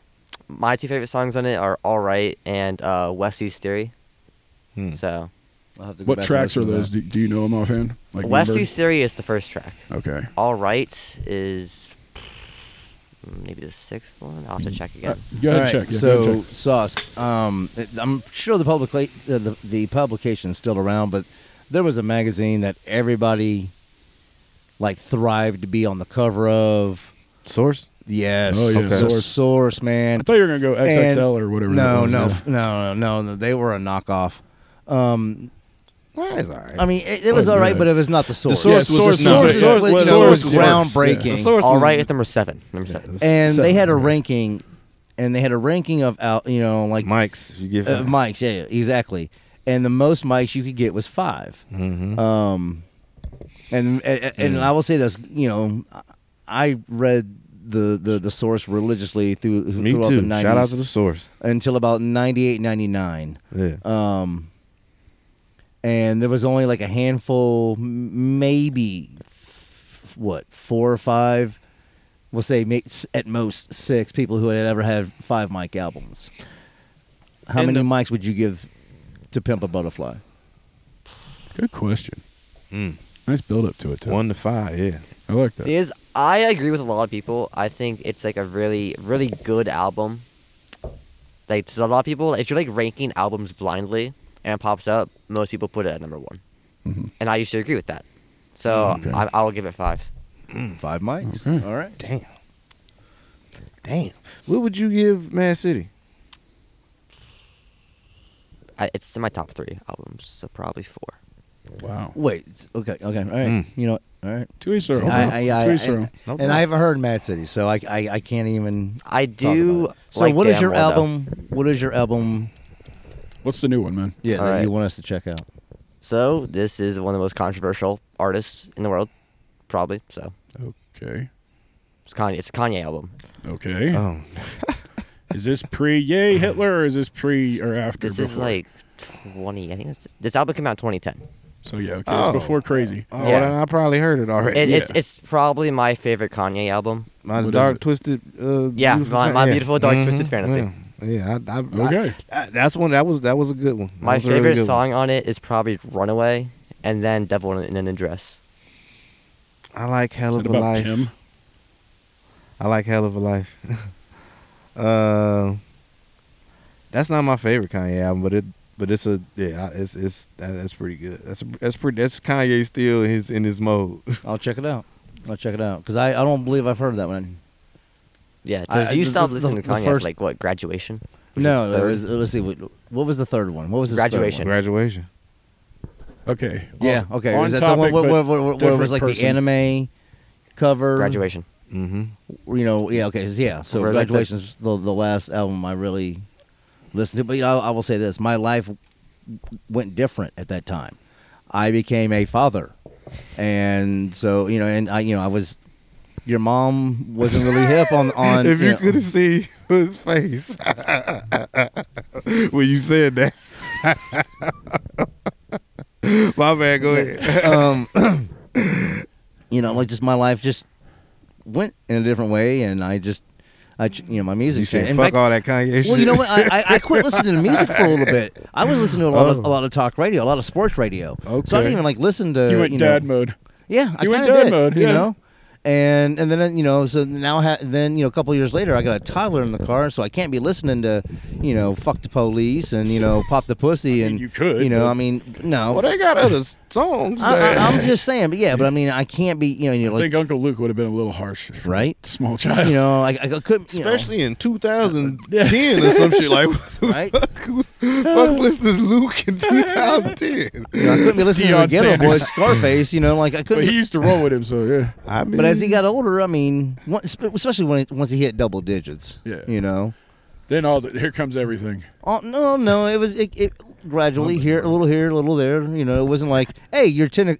[SPEAKER 6] my two favorite songs on it are All Right and uh, Wesley's Theory.
[SPEAKER 2] Hmm.
[SPEAKER 6] So,
[SPEAKER 4] I'll have to go
[SPEAKER 3] What
[SPEAKER 4] back and
[SPEAKER 3] tracks are
[SPEAKER 4] listen to
[SPEAKER 3] those?
[SPEAKER 4] that.
[SPEAKER 3] Do, do you know them offhand? Like
[SPEAKER 6] Wesley's
[SPEAKER 3] numbers?
[SPEAKER 6] Theory is the first track.
[SPEAKER 3] Okay.
[SPEAKER 6] All Right is maybe the sixth one. I'll have to check again.
[SPEAKER 3] Go
[SPEAKER 4] All
[SPEAKER 3] ahead,
[SPEAKER 4] right,
[SPEAKER 3] check. Yeah, go
[SPEAKER 4] so
[SPEAKER 3] ahead, check.
[SPEAKER 4] sauce. Um, it- I'm sure the public uh, the the publication's still around, but there was a magazine that everybody like thrived to be on the cover of.
[SPEAKER 2] Source.
[SPEAKER 4] Yes,
[SPEAKER 3] Oh, yeah.
[SPEAKER 4] the
[SPEAKER 3] Source.
[SPEAKER 4] source. man.
[SPEAKER 3] I thought you were gonna go
[SPEAKER 4] And-
[SPEAKER 3] XXL or whatever. that
[SPEAKER 4] No,
[SPEAKER 3] was,
[SPEAKER 4] no,
[SPEAKER 3] yeah.
[SPEAKER 4] f- no, no, no. They were a knockoff. Um,
[SPEAKER 2] Well, it's all right.
[SPEAKER 4] I mean, it, it was
[SPEAKER 3] Oh,
[SPEAKER 4] all right,
[SPEAKER 3] good.
[SPEAKER 4] but it was not the source.
[SPEAKER 2] source
[SPEAKER 3] Yeah, was- source
[SPEAKER 4] The
[SPEAKER 3] no,
[SPEAKER 4] source, was,
[SPEAKER 3] source was-
[SPEAKER 4] you know,
[SPEAKER 3] source
[SPEAKER 4] was
[SPEAKER 3] was-
[SPEAKER 4] groundbreaking.
[SPEAKER 3] yeah.
[SPEAKER 2] the source
[SPEAKER 6] All
[SPEAKER 2] was-
[SPEAKER 6] right, it's number seven. Number seven.
[SPEAKER 4] and
[SPEAKER 3] Seven,
[SPEAKER 4] they had a
[SPEAKER 3] right.
[SPEAKER 4] ranking, and they had a ranking of out, you know, like
[SPEAKER 2] Mike's. if You give
[SPEAKER 4] uh, mics. Yeah, yeah, exactly. And the most mics you could get was 5
[SPEAKER 2] Mm-hmm.
[SPEAKER 4] Um, and and, and I will say this, you know, I read the the, the source religiously through
[SPEAKER 2] Me
[SPEAKER 4] throughout the
[SPEAKER 2] too.
[SPEAKER 4] 90s
[SPEAKER 2] Shout out to the source.
[SPEAKER 4] until about 98, 99.
[SPEAKER 2] Yeah.
[SPEAKER 6] Uh,
[SPEAKER 4] Um, and there was only like a handful, m- maybe f- what four or five. We'll say ma- s- at most six people who had ever had five mic albums. How
[SPEAKER 2] And
[SPEAKER 4] many
[SPEAKER 2] the-
[SPEAKER 4] mics would you give to Pimp a Butterfly?
[SPEAKER 3] Good question.
[SPEAKER 2] Mm.
[SPEAKER 3] Nice build up to it too.
[SPEAKER 2] One to five. Yeah.
[SPEAKER 3] I like that.
[SPEAKER 6] It is. I agree with a lot of people. I think it's like a really, really good album. Like to a lot of people, if you're like ranking albums blindly and it pops up, most people put it at number one,
[SPEAKER 4] Mm-hmm.
[SPEAKER 3] Mhm.
[SPEAKER 6] and I used to agree with that. So
[SPEAKER 3] Okay.
[SPEAKER 6] I, I'll give it five.
[SPEAKER 4] Five mics.
[SPEAKER 6] Hmm.
[SPEAKER 3] Okay.
[SPEAKER 4] All right.
[SPEAKER 2] Damn. Damn. What would you give Mad City?
[SPEAKER 6] I, it's in my top three albums, so probably four.
[SPEAKER 3] Wow.
[SPEAKER 4] Wait. s- Okay. Okay. All right.
[SPEAKER 2] Mm.
[SPEAKER 4] You know. All right.
[SPEAKER 3] Two each their own.
[SPEAKER 4] I, I, I,
[SPEAKER 3] Two each their own.
[SPEAKER 4] and,
[SPEAKER 2] Nope.
[SPEAKER 4] and I haven't heard Mad City, so I, I, I can't even.
[SPEAKER 6] I
[SPEAKER 4] talk
[SPEAKER 6] do.
[SPEAKER 4] about it. So
[SPEAKER 6] like
[SPEAKER 4] what is
[SPEAKER 6] Damn
[SPEAKER 4] your
[SPEAKER 6] Well, though.
[SPEAKER 4] album? What is your album?
[SPEAKER 3] What's the new one, man?
[SPEAKER 4] Yeah,
[SPEAKER 6] All
[SPEAKER 4] that you
[SPEAKER 6] right.
[SPEAKER 4] want us to check out.
[SPEAKER 6] So this is one of the most controversial artists in the world, probably. So
[SPEAKER 3] Okay.
[SPEAKER 6] it's Kanye. It's a Kanye album.
[SPEAKER 3] Okay.
[SPEAKER 2] Oh,
[SPEAKER 3] Is this pre Yay Hitler or is this pre or after?
[SPEAKER 6] This is
[SPEAKER 3] before?
[SPEAKER 6] like twenty. I think it's, this album came out in twenty ten.
[SPEAKER 3] So yeah. Okay.
[SPEAKER 2] Oh.
[SPEAKER 3] It's before Crazy.
[SPEAKER 4] Uh,
[SPEAKER 2] oh
[SPEAKER 6] Yeah.
[SPEAKER 2] well, then I probably heard it already.
[SPEAKER 6] It, It's
[SPEAKER 3] Yeah.
[SPEAKER 6] it's probably my favorite Kanye album.
[SPEAKER 2] my
[SPEAKER 3] What is
[SPEAKER 2] dark
[SPEAKER 3] it?
[SPEAKER 2] twisted. Uh,
[SPEAKER 6] Yeah,
[SPEAKER 2] beautiful,
[SPEAKER 6] my-
[SPEAKER 2] Fan-
[SPEAKER 6] my Beautiful Dark
[SPEAKER 2] Mhm,
[SPEAKER 6] Twisted Fantasy.
[SPEAKER 2] Yeah, yeah I, I,
[SPEAKER 3] Okay.
[SPEAKER 2] I, I, that's one. That was that was a good one. That
[SPEAKER 6] My
[SPEAKER 2] was a really
[SPEAKER 6] favorite
[SPEAKER 2] good one.
[SPEAKER 6] song on it is probably "Runaway" and then "Devil in in a Dress."
[SPEAKER 2] I like Hell
[SPEAKER 3] Is it
[SPEAKER 2] of a
[SPEAKER 3] about
[SPEAKER 2] Life.
[SPEAKER 3] Kim?
[SPEAKER 2] I like Hell of a Life. [laughs] uh, that's not my favorite Kanye album, but it but it's a yeah, it's it's that, that's pretty good. That's a, that's pretty that's Kanye still in his in his mode.
[SPEAKER 4] I'll check it out. I'll check it out because I, I don't believe I've heard that one.
[SPEAKER 6] Yeah.
[SPEAKER 4] I-
[SPEAKER 6] Does you
[SPEAKER 4] the-
[SPEAKER 6] stop
[SPEAKER 4] the-
[SPEAKER 6] listening
[SPEAKER 4] the-
[SPEAKER 6] to
[SPEAKER 4] the
[SPEAKER 6] Kanye
[SPEAKER 4] first-
[SPEAKER 6] after like what graduation? Which
[SPEAKER 4] No,
[SPEAKER 6] is
[SPEAKER 4] it
[SPEAKER 6] third?
[SPEAKER 4] was, uh, let's see. What, what was the third one? What was his third
[SPEAKER 6] Graduation.
[SPEAKER 4] one?
[SPEAKER 2] Graduation.
[SPEAKER 3] Okay.
[SPEAKER 4] Yeah.
[SPEAKER 3] On-
[SPEAKER 4] Okay.
[SPEAKER 3] On
[SPEAKER 4] is that
[SPEAKER 3] topic,
[SPEAKER 4] the one
[SPEAKER 3] but
[SPEAKER 4] where, where, where, where it was
[SPEAKER 3] different
[SPEAKER 4] like
[SPEAKER 3] person.
[SPEAKER 4] the anime cover?
[SPEAKER 6] Graduation.
[SPEAKER 2] Mm-hmm.
[SPEAKER 4] You know. Yeah. Okay. Yeah. So
[SPEAKER 6] Where it's like the-
[SPEAKER 4] graduation's the, the last album I really listened to. But you know, I will say this: my life went different at that time. I became a father, and so you know, and I, you know, I was. Your mom wasn't really hip on
[SPEAKER 3] [laughs]
[SPEAKER 4] on.
[SPEAKER 2] if you
[SPEAKER 4] know-
[SPEAKER 2] could have seen his face [laughs] when you said that. [laughs] My man, go ahead. [laughs]
[SPEAKER 4] um, you know, like just my life just went in a different way, and I just, I ch- you know, my music.
[SPEAKER 2] You
[SPEAKER 4] changed.
[SPEAKER 2] said
[SPEAKER 4] In
[SPEAKER 2] fuck
[SPEAKER 4] fact-
[SPEAKER 2] all that Kanye shit.
[SPEAKER 4] Well, you know what? I, I, I quit listening to music for a little bit. I was listening to a lot of a
[SPEAKER 2] Oh.
[SPEAKER 4] lot of talk radio, a lot of sports radio. So I
[SPEAKER 2] Okay.
[SPEAKER 4] didn't even like listen to.
[SPEAKER 3] you went
[SPEAKER 4] know-
[SPEAKER 3] dad mode.
[SPEAKER 4] yeah, I
[SPEAKER 3] You went
[SPEAKER 4] kinda
[SPEAKER 3] dad
[SPEAKER 4] did,
[SPEAKER 3] mode,
[SPEAKER 4] You
[SPEAKER 3] yeah.
[SPEAKER 4] know, and and then you know, so now ha- then you know, a couple years later, I got a toddler in the car, so I can't be listening to you know, fuck the police and you know, pop the pussy and
[SPEAKER 3] you could,
[SPEAKER 4] you know,
[SPEAKER 3] but-
[SPEAKER 4] I mean, no.
[SPEAKER 2] Well, Oh, they got other songs.
[SPEAKER 4] I,
[SPEAKER 2] that-
[SPEAKER 4] I,
[SPEAKER 2] [laughs]
[SPEAKER 4] I'm just saying, but yeah, but I mean, I can't be, you know, you're
[SPEAKER 3] I
[SPEAKER 4] like,
[SPEAKER 3] think Uncle Luke would have been a little harsh. for
[SPEAKER 4] right?
[SPEAKER 3] a Small child.
[SPEAKER 4] You know, I, I couldn't, you know,
[SPEAKER 2] Especially in
[SPEAKER 3] [laughs]
[SPEAKER 2] 2010 or some shit like
[SPEAKER 4] Right.
[SPEAKER 2] fuck, who the fuck listening to Luke in 2010.
[SPEAKER 4] you know, I couldn't be listening
[SPEAKER 3] Deion
[SPEAKER 4] to the Ghetto
[SPEAKER 3] Sanders.
[SPEAKER 4] Boys, Scarface, you know, like I
[SPEAKER 3] but
[SPEAKER 4] couldn't.
[SPEAKER 3] he used to roll with him, so yeah.
[SPEAKER 2] I mean,
[SPEAKER 4] but as he got older, I mean, once- especially when it- once he hit double digits,
[SPEAKER 3] Yeah.
[SPEAKER 4] you know.
[SPEAKER 3] Then all the, here comes everything.
[SPEAKER 4] Oh no, no, it was it, it gradually here, a little here, a little there. You know, it wasn't like, hey, you're ten. o-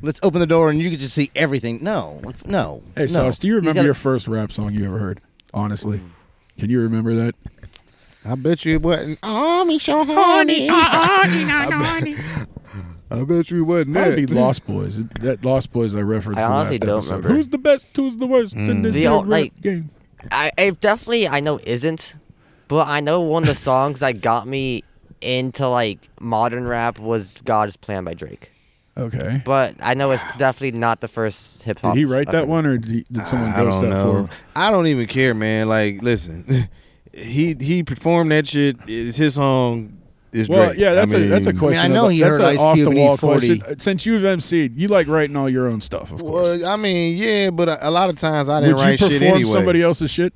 [SPEAKER 4] Let's open the door and you can just see everything. No, like, no.
[SPEAKER 3] Hey,
[SPEAKER 4] no.
[SPEAKER 3] Sauce, do you
[SPEAKER 4] He's
[SPEAKER 3] remember
[SPEAKER 4] gotta-
[SPEAKER 3] your first rap song you ever heard? Honestly, can you remember that?
[SPEAKER 2] I bet you it wasn't. Oh, me so horny. I bet you it wasn't that.
[SPEAKER 3] Probably Lost Boys. That Lost Boys I referenced.
[SPEAKER 6] I
[SPEAKER 3] the
[SPEAKER 6] honestly
[SPEAKER 3] last
[SPEAKER 6] don't
[SPEAKER 3] episode.
[SPEAKER 6] remember.
[SPEAKER 3] Who's the best? Who's the worst in this
[SPEAKER 6] The
[SPEAKER 3] here
[SPEAKER 6] old,
[SPEAKER 3] rap
[SPEAKER 6] like-
[SPEAKER 3] game?
[SPEAKER 6] I, I definitely I know isn't, but I know one of the songs that got me into like modern rap was "God's Plan" by Drake.
[SPEAKER 3] Okay.
[SPEAKER 6] But I know it's definitely not the first hip hop.
[SPEAKER 3] Did he write
[SPEAKER 6] I've
[SPEAKER 3] that
[SPEAKER 6] heard.
[SPEAKER 3] one, or did, he, did someone
[SPEAKER 2] I
[SPEAKER 3] ghost
[SPEAKER 2] don't
[SPEAKER 3] that for
[SPEAKER 2] know.
[SPEAKER 3] him?
[SPEAKER 2] I don't even care, man. Like, listen, [laughs] he he performed that shit. It's his song is
[SPEAKER 3] Well,
[SPEAKER 2] great.
[SPEAKER 3] yeah, that's
[SPEAKER 2] I mean,
[SPEAKER 3] a that's a question.
[SPEAKER 4] I know
[SPEAKER 3] of-
[SPEAKER 4] he
[SPEAKER 3] that's
[SPEAKER 4] heard
[SPEAKER 3] an
[SPEAKER 4] Ice
[SPEAKER 3] off
[SPEAKER 4] Cube E
[SPEAKER 3] the
[SPEAKER 4] and
[SPEAKER 3] wall
[SPEAKER 4] E40.
[SPEAKER 3] question. Uh, Since you've emceed, you like writing all your own stuff. Of course.
[SPEAKER 2] Well, I mean, yeah, but a, a lot of times I didn't
[SPEAKER 3] Would you
[SPEAKER 2] write shit
[SPEAKER 3] perform
[SPEAKER 2] anyway.
[SPEAKER 3] somebody else's shit?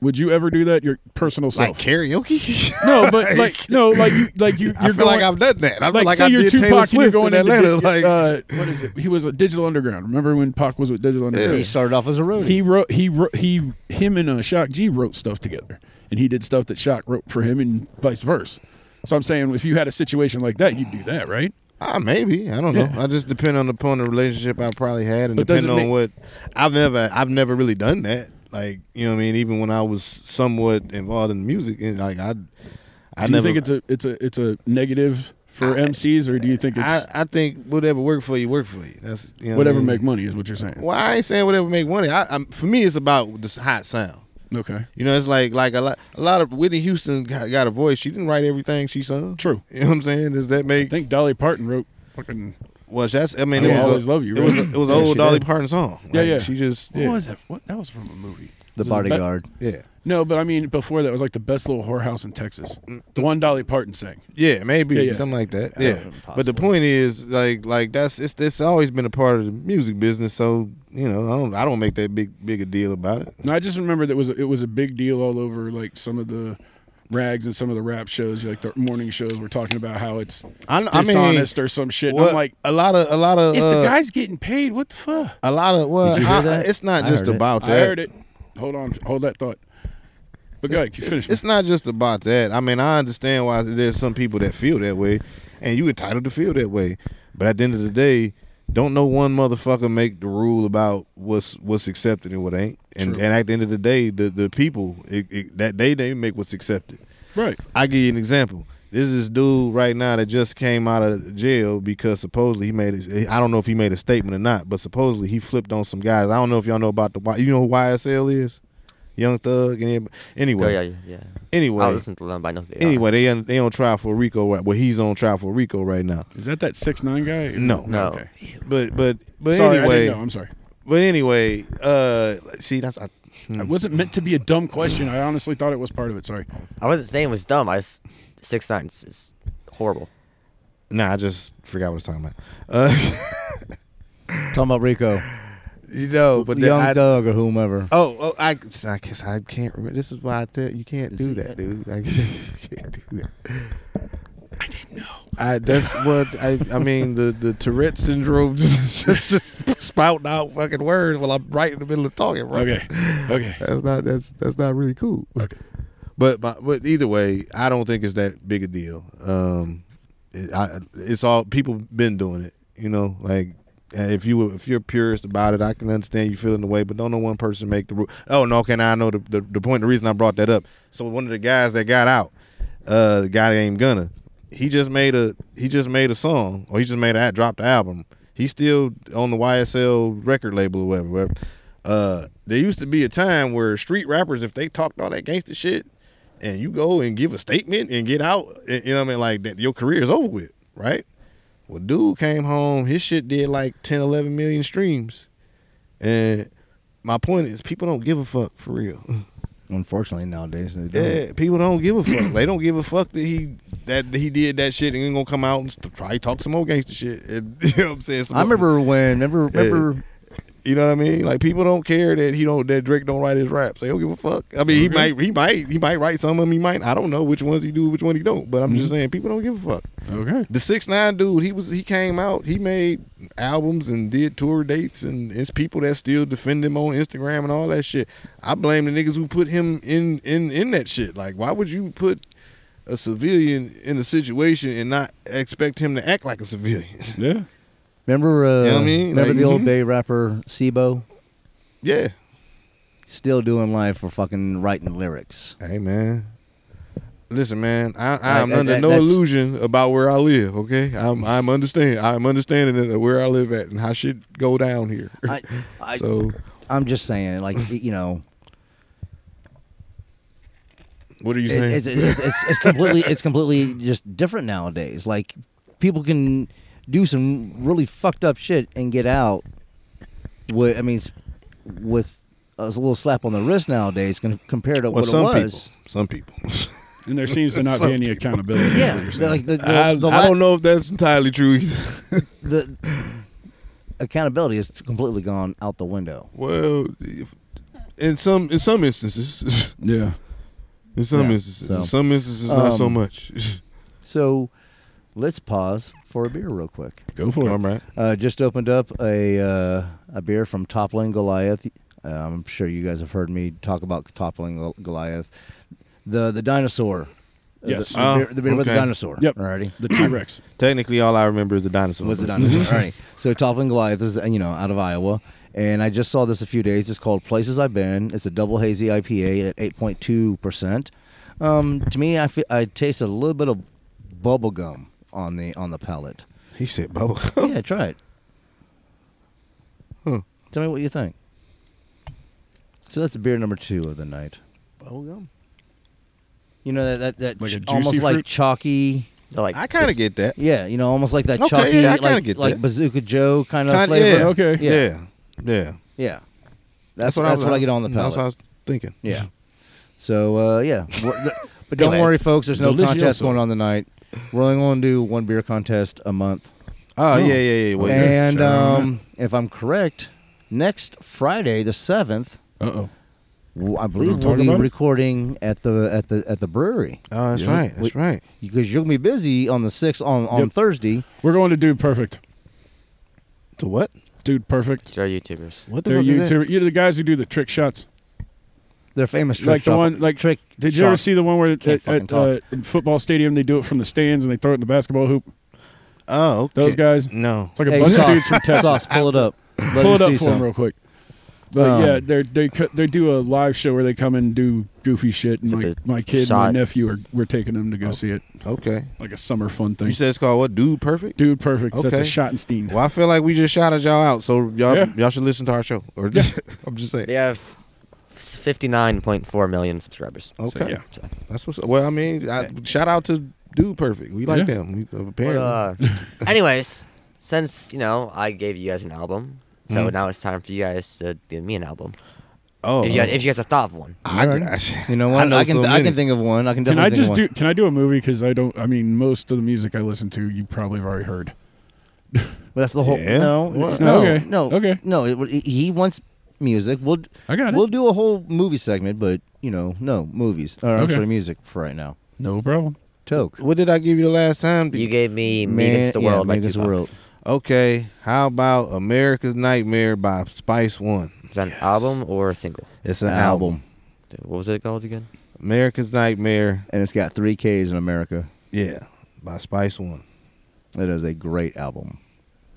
[SPEAKER 3] Would you ever do that? Your personal self?
[SPEAKER 2] like karaoke. [laughs]
[SPEAKER 3] no, but like no, like you, like you. You're
[SPEAKER 2] I feel
[SPEAKER 3] going,
[SPEAKER 2] like I've done that. I feel
[SPEAKER 3] like,
[SPEAKER 2] like,
[SPEAKER 3] say
[SPEAKER 2] I
[SPEAKER 3] you're
[SPEAKER 2] did
[SPEAKER 3] Tupac
[SPEAKER 2] Taylor
[SPEAKER 3] and you're
[SPEAKER 2] Swift
[SPEAKER 3] going
[SPEAKER 2] in
[SPEAKER 3] into
[SPEAKER 2] Atlanta.
[SPEAKER 3] di-
[SPEAKER 2] like,
[SPEAKER 3] uh, what is it? He was a Digital Underground. Remember when Pac was with Digital Underground?
[SPEAKER 4] He started off as a roadie.
[SPEAKER 3] He wrote he wrote, he him and uh, Shock G wrote stuff together, and he did stuff that Shock wrote for him, and vice versa. So I'm saying, if you had a situation like that, you'd do that, right?
[SPEAKER 2] ah, maybe I don't know.
[SPEAKER 3] Yeah.
[SPEAKER 2] I just depend on upon the relationship I probably had, and
[SPEAKER 3] But does
[SPEAKER 2] depending
[SPEAKER 3] it
[SPEAKER 2] on what I've never I've never really done that. Like you know what I mean. Even when I was somewhat involved in music, and like I, I
[SPEAKER 3] do
[SPEAKER 2] never.
[SPEAKER 3] you think it's a it's a it's a negative for MCs, or do you think it's
[SPEAKER 2] I, I think whatever work for you, work for you. That's you know what I
[SPEAKER 3] whatever
[SPEAKER 2] mean?
[SPEAKER 3] make money is what you're saying?
[SPEAKER 2] Well, I ain't saying whatever make money. I, I'm, for me, it's about this hot sound.
[SPEAKER 3] Okay,
[SPEAKER 2] You know, it's like like a lot a lot of Whitney Houston got, got a voice. She didn't write everything she sung.
[SPEAKER 3] true.
[SPEAKER 2] You know what I'm saying? Does that
[SPEAKER 3] I
[SPEAKER 2] make
[SPEAKER 3] think Dolly Parton wrote fucking
[SPEAKER 2] well? That's I mean, it
[SPEAKER 3] I Will
[SPEAKER 2] was
[SPEAKER 3] Always
[SPEAKER 2] a,
[SPEAKER 3] Love You,
[SPEAKER 2] It
[SPEAKER 3] right?
[SPEAKER 2] was a, it was
[SPEAKER 4] Yeah,
[SPEAKER 2] an old
[SPEAKER 4] she
[SPEAKER 2] Dolly
[SPEAKER 4] did.
[SPEAKER 2] Parton song.
[SPEAKER 3] Yeah,
[SPEAKER 2] Like,
[SPEAKER 3] yeah.
[SPEAKER 2] She just
[SPEAKER 3] what
[SPEAKER 2] yeah,
[SPEAKER 3] was that? What that was from a movie.
[SPEAKER 4] the
[SPEAKER 3] Was it
[SPEAKER 4] bodyguard.
[SPEAKER 2] yeah,
[SPEAKER 3] No, but I mean before that was like the best little whorehouse in Texas. The one Dolly Parton sang.
[SPEAKER 2] yeah, maybe
[SPEAKER 3] Yeah, yeah.
[SPEAKER 2] something like that.
[SPEAKER 4] Yeah,
[SPEAKER 2] Yeah, but the point is like like that's it's it's always been a part of the music business. So you know, I don't I don't make that big big a deal about it.
[SPEAKER 3] No, I just remember that was a, it was a big deal all over like some of the rags and some of the rap shows, like the morning shows, were talking about how it's
[SPEAKER 2] I, I mean,
[SPEAKER 3] dishonest or some shit. And
[SPEAKER 2] well,
[SPEAKER 3] I'm like,
[SPEAKER 2] a lot of a lot of
[SPEAKER 3] if
[SPEAKER 2] uh,
[SPEAKER 3] the guy's getting paid, what the fuck?
[SPEAKER 2] a lot of well,
[SPEAKER 4] Did you hear
[SPEAKER 2] I-
[SPEAKER 4] that?
[SPEAKER 2] it's not
[SPEAKER 4] I
[SPEAKER 2] just
[SPEAKER 4] heard it.
[SPEAKER 2] about
[SPEAKER 3] I
[SPEAKER 2] that.
[SPEAKER 3] heard it. Hold on, hold that thought. But go ahead, you finish.
[SPEAKER 2] It's not just about that. I mean, I understand why there's some people that feel that way, and you entitled to feel that way. But at the end of the day, don't no one motherfucker make the rule about what's what's accepted and what ain't. And
[SPEAKER 3] True.
[SPEAKER 2] and at the end of the day, the the people it, it, that they they make what's accepted.
[SPEAKER 3] right.
[SPEAKER 2] I give you an example. This is dude right now that just came out of jail because supposedly he made. A, I don't know if he made a statement or not, but supposedly he flipped on some guys. I don't know if y'all know about the. Y- You know who YSL is, Young Thug, and
[SPEAKER 6] Oh,
[SPEAKER 2] anyway,
[SPEAKER 6] yeah, yeah, yeah. I
[SPEAKER 2] anyway,
[SPEAKER 6] listen to them, but I know who they are.
[SPEAKER 2] Anyway, they on, they on trial for Rico. Right, well, he's on trial for Rico right now.
[SPEAKER 3] Is that that six nine guy?
[SPEAKER 2] No.
[SPEAKER 6] No.
[SPEAKER 3] Okay.
[SPEAKER 2] But but but
[SPEAKER 3] sorry, I
[SPEAKER 2] anyway,
[SPEAKER 3] didn't know. I'm sorry.
[SPEAKER 2] but anyway, uh, see that's I, hmm.
[SPEAKER 3] It wasn't meant to be a dumb question. I honestly thought it was part of it. Sorry.
[SPEAKER 6] I wasn't saying it was dumb. I was six nine. It's, it's horrible.
[SPEAKER 2] nah. I just forgot what I was talking about. Uh, [laughs]
[SPEAKER 4] Talking about Rico,
[SPEAKER 2] you know, but then
[SPEAKER 4] Young
[SPEAKER 2] I,
[SPEAKER 4] Doug or whomever.
[SPEAKER 2] oh oh I I guess I can't remember. This is why I tell you can't do that, dude. I [laughs] can't do that. I that's what I I mean the the Tourette syndrome [laughs] just, just, just spouting out fucking words while I'm right in the middle of talking. Right?
[SPEAKER 3] Okay. Okay.
[SPEAKER 2] that's not that's that's not really cool. But but but either way, I don't think it's that big a deal. Um, it, I, it's all people been doing it. You know, like and if you if you're purist about it, I can understand you feeling the way. But don't know one person make the rule. Oh no, can I know the, the the point? The reason I brought that up. So one of the guys that got out, uh, the guy that ain't gonna. He just made a he just made a song, or he just made a dropped the album. He's still on the YSL record label or whatever. whatever. Uh, there used to be a time where street rappers, if they talked all that gangster shit, and you go and give a statement and get out, eh, you know what I mean? Like that, your career is over with, right? Well, dude came home, his shit did like 10, 11 million streams, and my point is, people don't give a fuck for real. [laughs]
[SPEAKER 4] Unfortunately, nowadays they don't.
[SPEAKER 2] Yeah, people don't give a fuck. they don't give a fuck that he that he did that shit and he gonna come out and st- probably talk some more gangster shit. And, [laughs] you know what I'm saying? Some
[SPEAKER 4] I
[SPEAKER 2] more-
[SPEAKER 4] remember when. Remember,
[SPEAKER 2] Yeah.
[SPEAKER 4] remember.
[SPEAKER 2] You know what I mean? Like people don't care that he don't that Drake don't write his raps. They don't give a fuck. I mean, he
[SPEAKER 3] Okay.
[SPEAKER 2] might he might he might write some of them. He might. I don't know which ones he do, which one he don't. But I'm just saying, people don't give a fuck.
[SPEAKER 3] Okay.
[SPEAKER 2] The six nine dude, he was he came out, he made albums and did tour dates, and it's people that still defend him on Instagram and all that shit. I blame the niggas who put him in in in that shit. Like, why would you put a civilian in a situation and not expect him to act like a civilian? [laughs]
[SPEAKER 3] Yeah.
[SPEAKER 4] Remember, uh,
[SPEAKER 2] You know what I mean?
[SPEAKER 4] remember
[SPEAKER 2] Like,
[SPEAKER 4] the old
[SPEAKER 2] mhm.
[SPEAKER 4] day rapper Sibo,
[SPEAKER 2] yeah.
[SPEAKER 4] still doing life for fucking writing lyrics.
[SPEAKER 2] Hey man. Listen, man. I, I am
[SPEAKER 4] Like,
[SPEAKER 2] under
[SPEAKER 4] that-
[SPEAKER 2] no
[SPEAKER 4] that's-
[SPEAKER 2] illusion about where I live. Okay, I'm I'm understand I'm understanding it, where I live at and how shit go down here.
[SPEAKER 4] I, I,
[SPEAKER 2] [laughs] so
[SPEAKER 4] I'm just saying, like you
[SPEAKER 2] [laughs]
[SPEAKER 4] know,
[SPEAKER 2] what are you
[SPEAKER 4] it-
[SPEAKER 2] saying?
[SPEAKER 4] it's, it's, it's, it's completely it's completely just different nowadays. Like people can do some really fucked up shit and get out. With I mean, s- with a little slap on the wrist nowadays con- compared to
[SPEAKER 2] Well,
[SPEAKER 4] what
[SPEAKER 2] some
[SPEAKER 4] it was.
[SPEAKER 2] people, some people. [laughs]
[SPEAKER 3] And there seems to not be any accountability.
[SPEAKER 4] Yeah, the- like the, the,
[SPEAKER 2] I,
[SPEAKER 4] the
[SPEAKER 2] I
[SPEAKER 4] la-
[SPEAKER 2] don't know if that's entirely true. Either.
[SPEAKER 4] The accountability is completely gone out the window.
[SPEAKER 2] Well, if, in some in some instances, [laughs]
[SPEAKER 3] Yeah.
[SPEAKER 4] uh,
[SPEAKER 2] in some
[SPEAKER 4] Yeah,
[SPEAKER 2] instances,
[SPEAKER 4] so.
[SPEAKER 2] in some instances, not so
[SPEAKER 4] Um,
[SPEAKER 2] much. [laughs]
[SPEAKER 4] So, let's pause for a beer real quick.
[SPEAKER 3] Go for
[SPEAKER 2] All
[SPEAKER 3] it.
[SPEAKER 2] right.
[SPEAKER 4] Uh, just opened up a uh, a beer from Toppling Goliath. Uh, I'm sure you guys have heard me talk about Toppling Gol- Goliath, the the dinosaur. Uh,
[SPEAKER 3] Yes.
[SPEAKER 4] the, the
[SPEAKER 2] Oh,
[SPEAKER 4] beer, the beer with the
[SPEAKER 2] okay.
[SPEAKER 4] dinosaur.
[SPEAKER 3] Yep.
[SPEAKER 4] alrighty.
[SPEAKER 3] The T
[SPEAKER 2] [coughs]
[SPEAKER 3] Rex.
[SPEAKER 2] Technically, all I remember is the dinosaur.
[SPEAKER 4] Was the dinosaur.
[SPEAKER 2] Mm-hmm.
[SPEAKER 4] Alrighty. So Toppling Goliath is uh, you know out of Iowa, and I just saw this a few days. It's called Places I've Been. It's a double hazy IPA at 8.2 percent. Um, to me, I feel, I taste a little bit of bubble gum on the on the palate.
[SPEAKER 2] He said bubble.
[SPEAKER 4] yeah, try it.
[SPEAKER 2] Huh.
[SPEAKER 4] Tell me what you think. So that's beer number two of the night.
[SPEAKER 2] Bubblegum.
[SPEAKER 4] You know that that, that
[SPEAKER 3] Like a
[SPEAKER 4] ch- almost
[SPEAKER 3] juicy
[SPEAKER 4] like
[SPEAKER 3] fruit?
[SPEAKER 4] chalky.
[SPEAKER 6] They're like,
[SPEAKER 2] I kind of
[SPEAKER 6] this-
[SPEAKER 2] get that.
[SPEAKER 4] Yeah, you know, almost like that
[SPEAKER 2] Okay,
[SPEAKER 4] chalky,
[SPEAKER 2] yeah, I kinda
[SPEAKER 4] like
[SPEAKER 2] get
[SPEAKER 4] like
[SPEAKER 2] that.
[SPEAKER 4] Bazooka Joe kind of
[SPEAKER 2] Kind
[SPEAKER 4] flavor.
[SPEAKER 2] yeah.
[SPEAKER 3] Okay.
[SPEAKER 2] Yeah.
[SPEAKER 4] Yeah.
[SPEAKER 2] Yeah.
[SPEAKER 4] Yeah, that's that's what, I, get on the palate.
[SPEAKER 2] That's what I was thinking.
[SPEAKER 4] yeah. So uh,
[SPEAKER 2] [laughs]
[SPEAKER 4] yeah, We're- but don't
[SPEAKER 6] Anyways.
[SPEAKER 4] worry, folks. There's no contest
[SPEAKER 3] Delicioso.
[SPEAKER 4] going on tonight. We're only going to do one beer contest a month.
[SPEAKER 2] Oh, yeah, yeah, yeah. Well, yeah,
[SPEAKER 4] and
[SPEAKER 2] sure.
[SPEAKER 4] um, if I'm correct, next Friday the seventh,
[SPEAKER 3] Uh oh.
[SPEAKER 4] Well, I believe
[SPEAKER 3] gonna
[SPEAKER 4] we'll
[SPEAKER 3] talk
[SPEAKER 4] be
[SPEAKER 3] about it?
[SPEAKER 4] recording at the at the at the brewery
[SPEAKER 2] oh, that's
[SPEAKER 3] yeah.
[SPEAKER 2] right. That's
[SPEAKER 4] Wait.
[SPEAKER 2] right.
[SPEAKER 4] because you're gonna be busy on the sixth on on
[SPEAKER 3] Yep.
[SPEAKER 4] Thursday.
[SPEAKER 3] We're going to Dude Perfect.
[SPEAKER 2] To what?
[SPEAKER 3] Dude Perfect.
[SPEAKER 6] They're YouTubers.
[SPEAKER 2] What the
[SPEAKER 3] They're
[SPEAKER 2] fuck is that?
[SPEAKER 3] YouTuber. You're the guys who do the trick shots.
[SPEAKER 4] They're famous trick
[SPEAKER 3] Like the
[SPEAKER 4] shop-
[SPEAKER 3] one- like-
[SPEAKER 4] trick.
[SPEAKER 3] Did you ever
[SPEAKER 4] shop.
[SPEAKER 3] see the one where at,
[SPEAKER 4] Can't
[SPEAKER 3] at,
[SPEAKER 4] fucking
[SPEAKER 3] uh,
[SPEAKER 4] talk.
[SPEAKER 3] football stadium they do it from the stands and they throw it in the basketball hoop?
[SPEAKER 2] Oh, okay.
[SPEAKER 3] Those guys.
[SPEAKER 2] No.
[SPEAKER 3] It's like a
[SPEAKER 4] Hey,
[SPEAKER 3] bunch
[SPEAKER 4] sauce,
[SPEAKER 3] of dudes from Texas.
[SPEAKER 4] Sauce, pull it up. Let
[SPEAKER 3] [laughs] Pull
[SPEAKER 4] me
[SPEAKER 3] it up
[SPEAKER 4] see
[SPEAKER 3] for
[SPEAKER 4] some.
[SPEAKER 3] them real quick. But
[SPEAKER 4] Um,
[SPEAKER 3] yeah, they they co- they do a live show where they come and do goofy shit, and
[SPEAKER 6] It's
[SPEAKER 3] my,
[SPEAKER 6] like a
[SPEAKER 3] my kid
[SPEAKER 6] shot.
[SPEAKER 3] and my nephew are we're taking them to
[SPEAKER 4] Oh.
[SPEAKER 3] go see it,
[SPEAKER 2] Okay.
[SPEAKER 3] like a summer fun thing.
[SPEAKER 2] You said it's called what? Dude Perfect?
[SPEAKER 3] Dude, perfect. It's at the
[SPEAKER 2] Okay.
[SPEAKER 3] Schottenstein.
[SPEAKER 2] Well, I feel like we just shouted y'all out, so y'all
[SPEAKER 3] Yeah.
[SPEAKER 2] y'all should listen to our show. Or just, [laughs] I'm just saying.
[SPEAKER 6] They have 59.4 million subscribers.
[SPEAKER 2] Okay.
[SPEAKER 3] yeah.
[SPEAKER 6] So,
[SPEAKER 2] That's what's Well, I mean, I, shout out to Dude Perfect. We like
[SPEAKER 3] Yeah.
[SPEAKER 2] them. We,
[SPEAKER 6] but,
[SPEAKER 2] apparently.
[SPEAKER 6] uh, anyways, since you know I gave you guys an album, so
[SPEAKER 2] Mhm.
[SPEAKER 6] now it's time for you guys to give me an album.
[SPEAKER 2] oh.
[SPEAKER 6] If you guys, if you guys have thought of one,
[SPEAKER 2] I,
[SPEAKER 4] You know what?
[SPEAKER 2] I know
[SPEAKER 4] can
[SPEAKER 2] so
[SPEAKER 4] I
[SPEAKER 2] many.
[SPEAKER 4] can think of one. I can
[SPEAKER 3] Can I
[SPEAKER 4] definitely
[SPEAKER 3] just do?
[SPEAKER 4] think
[SPEAKER 3] Can I do a movie? Because I don't. I mean, most of the music I listen to, you probably have already heard.
[SPEAKER 4] of one. Well, that's the whole.
[SPEAKER 2] Yeah.
[SPEAKER 4] No,
[SPEAKER 2] What?
[SPEAKER 4] no,
[SPEAKER 3] Okay.
[SPEAKER 4] no,
[SPEAKER 3] Okay.
[SPEAKER 4] no. It, he wants music. We'll
[SPEAKER 3] I got it.
[SPEAKER 4] we'll do a whole movie segment, but you know, no movies. Or I'm
[SPEAKER 3] Okay.
[SPEAKER 4] sorry, music for right now.
[SPEAKER 3] no problem.
[SPEAKER 4] Toke.
[SPEAKER 2] [laughs] What did I give you the last time?
[SPEAKER 6] you gave me
[SPEAKER 4] Man-
[SPEAKER 6] "Me Against the
[SPEAKER 4] yeah,
[SPEAKER 6] World" by
[SPEAKER 4] Megan's the
[SPEAKER 6] Tupac.
[SPEAKER 4] world.
[SPEAKER 2] Okay, how about America's Nightmare by Spice One?
[SPEAKER 6] Is that an album or a single?
[SPEAKER 2] It's an album.
[SPEAKER 6] What was it called again?
[SPEAKER 2] America's Nightmare,
[SPEAKER 4] and it's got three Ks in America.
[SPEAKER 2] yeah, by Spice One.
[SPEAKER 4] It is a great album.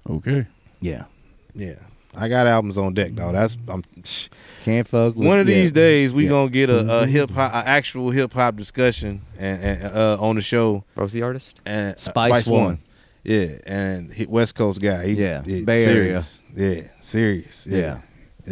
[SPEAKER 3] Okay.
[SPEAKER 4] Yeah.
[SPEAKER 2] Yeah, I got albums on deck, though. That's I'm,
[SPEAKER 4] Can't fuck with
[SPEAKER 2] one of these
[SPEAKER 4] yeah.
[SPEAKER 2] days we
[SPEAKER 4] Yeah. Mm-hmm.
[SPEAKER 2] gonna get a, a hip hop, a actual hip hop discussion and, and uh, on the show
[SPEAKER 6] What was the artist?
[SPEAKER 2] and uh,
[SPEAKER 4] Spice One.
[SPEAKER 2] Yeah, and he, West Coast guy. He,
[SPEAKER 4] Yeah,
[SPEAKER 2] he-
[SPEAKER 4] Bay Area.
[SPEAKER 2] serious. Yeah, serious. Yeah, yeah,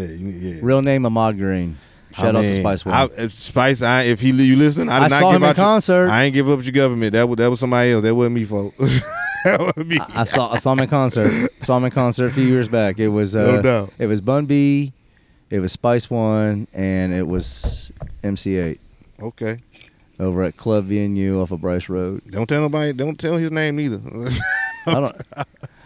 [SPEAKER 2] yeah. you- yeah.
[SPEAKER 4] Real name Ahmad Green. Shout
[SPEAKER 2] I
[SPEAKER 4] out to
[SPEAKER 2] mean,
[SPEAKER 4] Spice One.
[SPEAKER 2] I, if Spice, I, if he you listening, I did
[SPEAKER 4] I
[SPEAKER 2] not
[SPEAKER 4] saw
[SPEAKER 2] give
[SPEAKER 4] him in
[SPEAKER 2] out your-
[SPEAKER 4] concert.
[SPEAKER 2] I ain't give up your government. That was that was somebody else. That wasn't me, folks. [laughs] that was me.
[SPEAKER 4] I saw I saw him in
[SPEAKER 2] [laughs]
[SPEAKER 4] concert. saw him in concert a few years back. It was uh,
[SPEAKER 2] No doubt.
[SPEAKER 4] it was Bun B, it was Spice One, and it was MC8
[SPEAKER 2] okay.
[SPEAKER 4] over at Club VNU off of Bryce Road.
[SPEAKER 2] Don't tell nobody. Don't tell his name [laughs] either.
[SPEAKER 4] I
[SPEAKER 2] [laughs]
[SPEAKER 4] don't.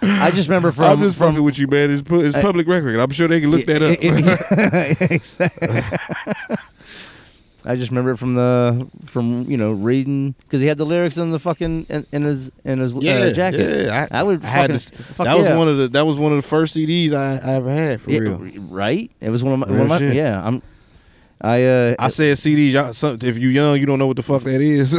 [SPEAKER 4] I just remember from
[SPEAKER 2] I'm just fucking with you, man. It's, pu- it's public record. I'm sure they can look that up. [laughs]
[SPEAKER 4] [laughs] Exactly. I just remember it from the from you know reading because he had the lyrics in the fucking in, in his in his uh, jacket.
[SPEAKER 2] yeah.
[SPEAKER 4] I would
[SPEAKER 2] had
[SPEAKER 4] fucking-
[SPEAKER 2] this-
[SPEAKER 4] fuck
[SPEAKER 2] that was
[SPEAKER 4] yeah.
[SPEAKER 2] one of the that was one of the first CDs I, I ever had for
[SPEAKER 4] Yeah,
[SPEAKER 2] real.
[SPEAKER 4] right? It was one of my, one
[SPEAKER 2] Real
[SPEAKER 4] of my
[SPEAKER 2] shit.
[SPEAKER 4] yeah. I'm I uh
[SPEAKER 2] I said CDs. Y'all, some, if you young, you don't know what the fuck that is.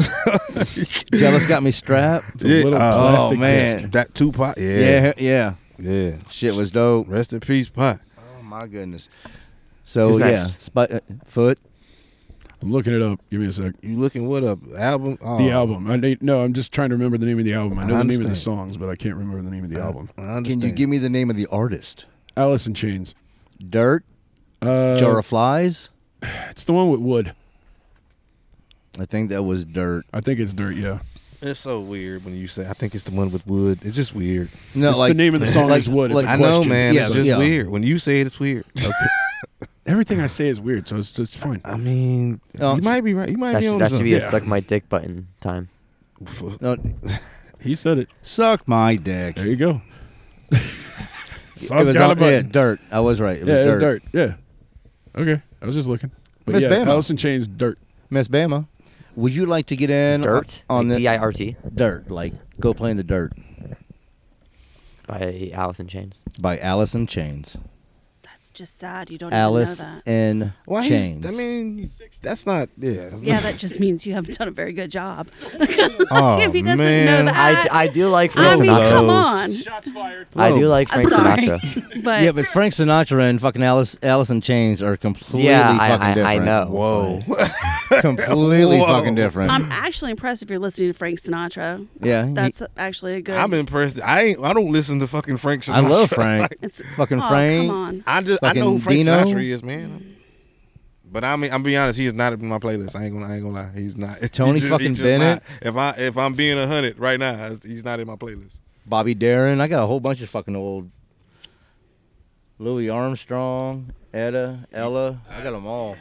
[SPEAKER 2] [laughs]
[SPEAKER 4] jealous got me strapped.
[SPEAKER 3] a little
[SPEAKER 4] plastic disc.
[SPEAKER 2] that Tupac.
[SPEAKER 4] Yeah,
[SPEAKER 2] [laughs] Yeah,
[SPEAKER 4] yeah,
[SPEAKER 2] yeah.
[SPEAKER 4] Shit was dope.
[SPEAKER 2] Rest in peace, Pac.
[SPEAKER 4] Oh my goodness. So
[SPEAKER 6] Who's
[SPEAKER 4] yeah,
[SPEAKER 6] next?
[SPEAKER 4] Spi- uh, foot.
[SPEAKER 3] I'm looking it up. Give me a sec.
[SPEAKER 2] You looking what up? Album? Oh,
[SPEAKER 3] The album. I need, no, I'm just trying to remember the name of the album. I know
[SPEAKER 2] I
[SPEAKER 3] the name of the
[SPEAKER 2] understand.
[SPEAKER 3] songs, but I can't remember the name
[SPEAKER 4] Uh,
[SPEAKER 3] of the album.
[SPEAKER 2] I
[SPEAKER 4] Can
[SPEAKER 2] understand.
[SPEAKER 4] you give me the name of the artist?
[SPEAKER 3] Alice in Chains.
[SPEAKER 4] Dirt.
[SPEAKER 3] Uh,
[SPEAKER 4] Jar of Flies.
[SPEAKER 3] It's the one with Wood.
[SPEAKER 4] I think that was Dirt.
[SPEAKER 3] I think it's Dirt. Yeah.
[SPEAKER 2] It's so weird when you say. I think it's the one with wood. It's just weird.
[SPEAKER 4] No,
[SPEAKER 3] It's the name of the song is Wood. It's a
[SPEAKER 2] I know,
[SPEAKER 4] question.
[SPEAKER 2] man.
[SPEAKER 4] Yeah,
[SPEAKER 2] it's just
[SPEAKER 4] yeah.
[SPEAKER 2] weird. When you say it, it's weird.
[SPEAKER 3] Everything I say is weird, so it's just fine.
[SPEAKER 4] Uh,
[SPEAKER 2] I mean,
[SPEAKER 4] Oh,
[SPEAKER 2] you might be right. You might
[SPEAKER 6] That
[SPEAKER 2] be on
[SPEAKER 6] should, that should
[SPEAKER 2] something.
[SPEAKER 6] be a
[SPEAKER 3] Yeah.
[SPEAKER 6] suck my dick button time.
[SPEAKER 2] F-
[SPEAKER 4] No,
[SPEAKER 3] He said it.
[SPEAKER 4] suck my dick.
[SPEAKER 3] There
[SPEAKER 4] [laughs]
[SPEAKER 3] you go.
[SPEAKER 4] It
[SPEAKER 3] Sauce
[SPEAKER 4] was
[SPEAKER 3] got a
[SPEAKER 4] on- yeah,
[SPEAKER 3] button.
[SPEAKER 4] dirt. I was right. It was
[SPEAKER 3] yeah, it was
[SPEAKER 4] dirt.
[SPEAKER 3] dirt. Yeah. Okay. I was just looking. But
[SPEAKER 4] Miss
[SPEAKER 3] yeah,
[SPEAKER 4] Bama.
[SPEAKER 3] Allison changed dirt.
[SPEAKER 4] Miss Bama, would you like to get in
[SPEAKER 6] Dirt
[SPEAKER 4] on
[SPEAKER 6] like
[SPEAKER 4] the
[SPEAKER 6] D-I-R-T
[SPEAKER 4] dirt? Like go play in the dirt
[SPEAKER 6] by Alice in Chains.
[SPEAKER 4] by Alice in Chains.
[SPEAKER 5] That's just sad. You don't
[SPEAKER 4] Alice
[SPEAKER 5] even know that.
[SPEAKER 4] in
[SPEAKER 2] Why? he's-
[SPEAKER 4] Chains.
[SPEAKER 2] I mean, that's not. Yeah.
[SPEAKER 5] Yeah, that just means you haven't done a very
[SPEAKER 4] [laughs]
[SPEAKER 5] good job.
[SPEAKER 2] [laughs] oh
[SPEAKER 5] if he doesn't know
[SPEAKER 2] man.
[SPEAKER 5] that-
[SPEAKER 6] I, I do like
[SPEAKER 5] I
[SPEAKER 6] Frank
[SPEAKER 5] mean,
[SPEAKER 6] Sinatra.
[SPEAKER 5] come
[SPEAKER 2] Blows.
[SPEAKER 5] on.
[SPEAKER 3] Shots fired.
[SPEAKER 6] I do
[SPEAKER 2] Whoa.
[SPEAKER 6] like
[SPEAKER 5] I'm
[SPEAKER 6] Frank
[SPEAKER 5] sorry. [laughs]
[SPEAKER 6] Sinatra.
[SPEAKER 5] But,
[SPEAKER 4] yeah, but Frank Sinatra and fucking Alice Alice in Chains are completely
[SPEAKER 6] Yeah, I-
[SPEAKER 4] fucking
[SPEAKER 6] I- I
[SPEAKER 4] different.
[SPEAKER 6] know.
[SPEAKER 2] Whoa. [laughs]
[SPEAKER 4] completely
[SPEAKER 2] Whoa.
[SPEAKER 4] fucking different.
[SPEAKER 5] I'm actually impressed if you're listening to Frank Sinatra.
[SPEAKER 4] yeah, he-
[SPEAKER 5] That's actually a good.
[SPEAKER 2] I'm impressed. I ain't. I don't listen to fucking Frank Sinatra.
[SPEAKER 4] I
[SPEAKER 2] [laughs]
[SPEAKER 4] love Frank.
[SPEAKER 5] it's
[SPEAKER 4] fucking
[SPEAKER 5] oh,
[SPEAKER 4] Frank.
[SPEAKER 5] Come on.
[SPEAKER 2] I just. I know who
[SPEAKER 4] Fucking
[SPEAKER 2] Frank
[SPEAKER 4] Dino.
[SPEAKER 2] Sinatra is, man. But I mean, I'm being honest. He is not in my playlist. I ain't gonna. I ain't gonna lie. He's not. [laughs] He
[SPEAKER 4] Tony
[SPEAKER 2] just- he
[SPEAKER 4] fucking
[SPEAKER 2] just
[SPEAKER 4] Bennett.
[SPEAKER 2] not. if I if I'm being a hundred right now, he's not in my playlist.
[SPEAKER 4] Bobby Darin. I got a whole bunch of fucking old Louis Armstrong, Etta, Ella. I got them all.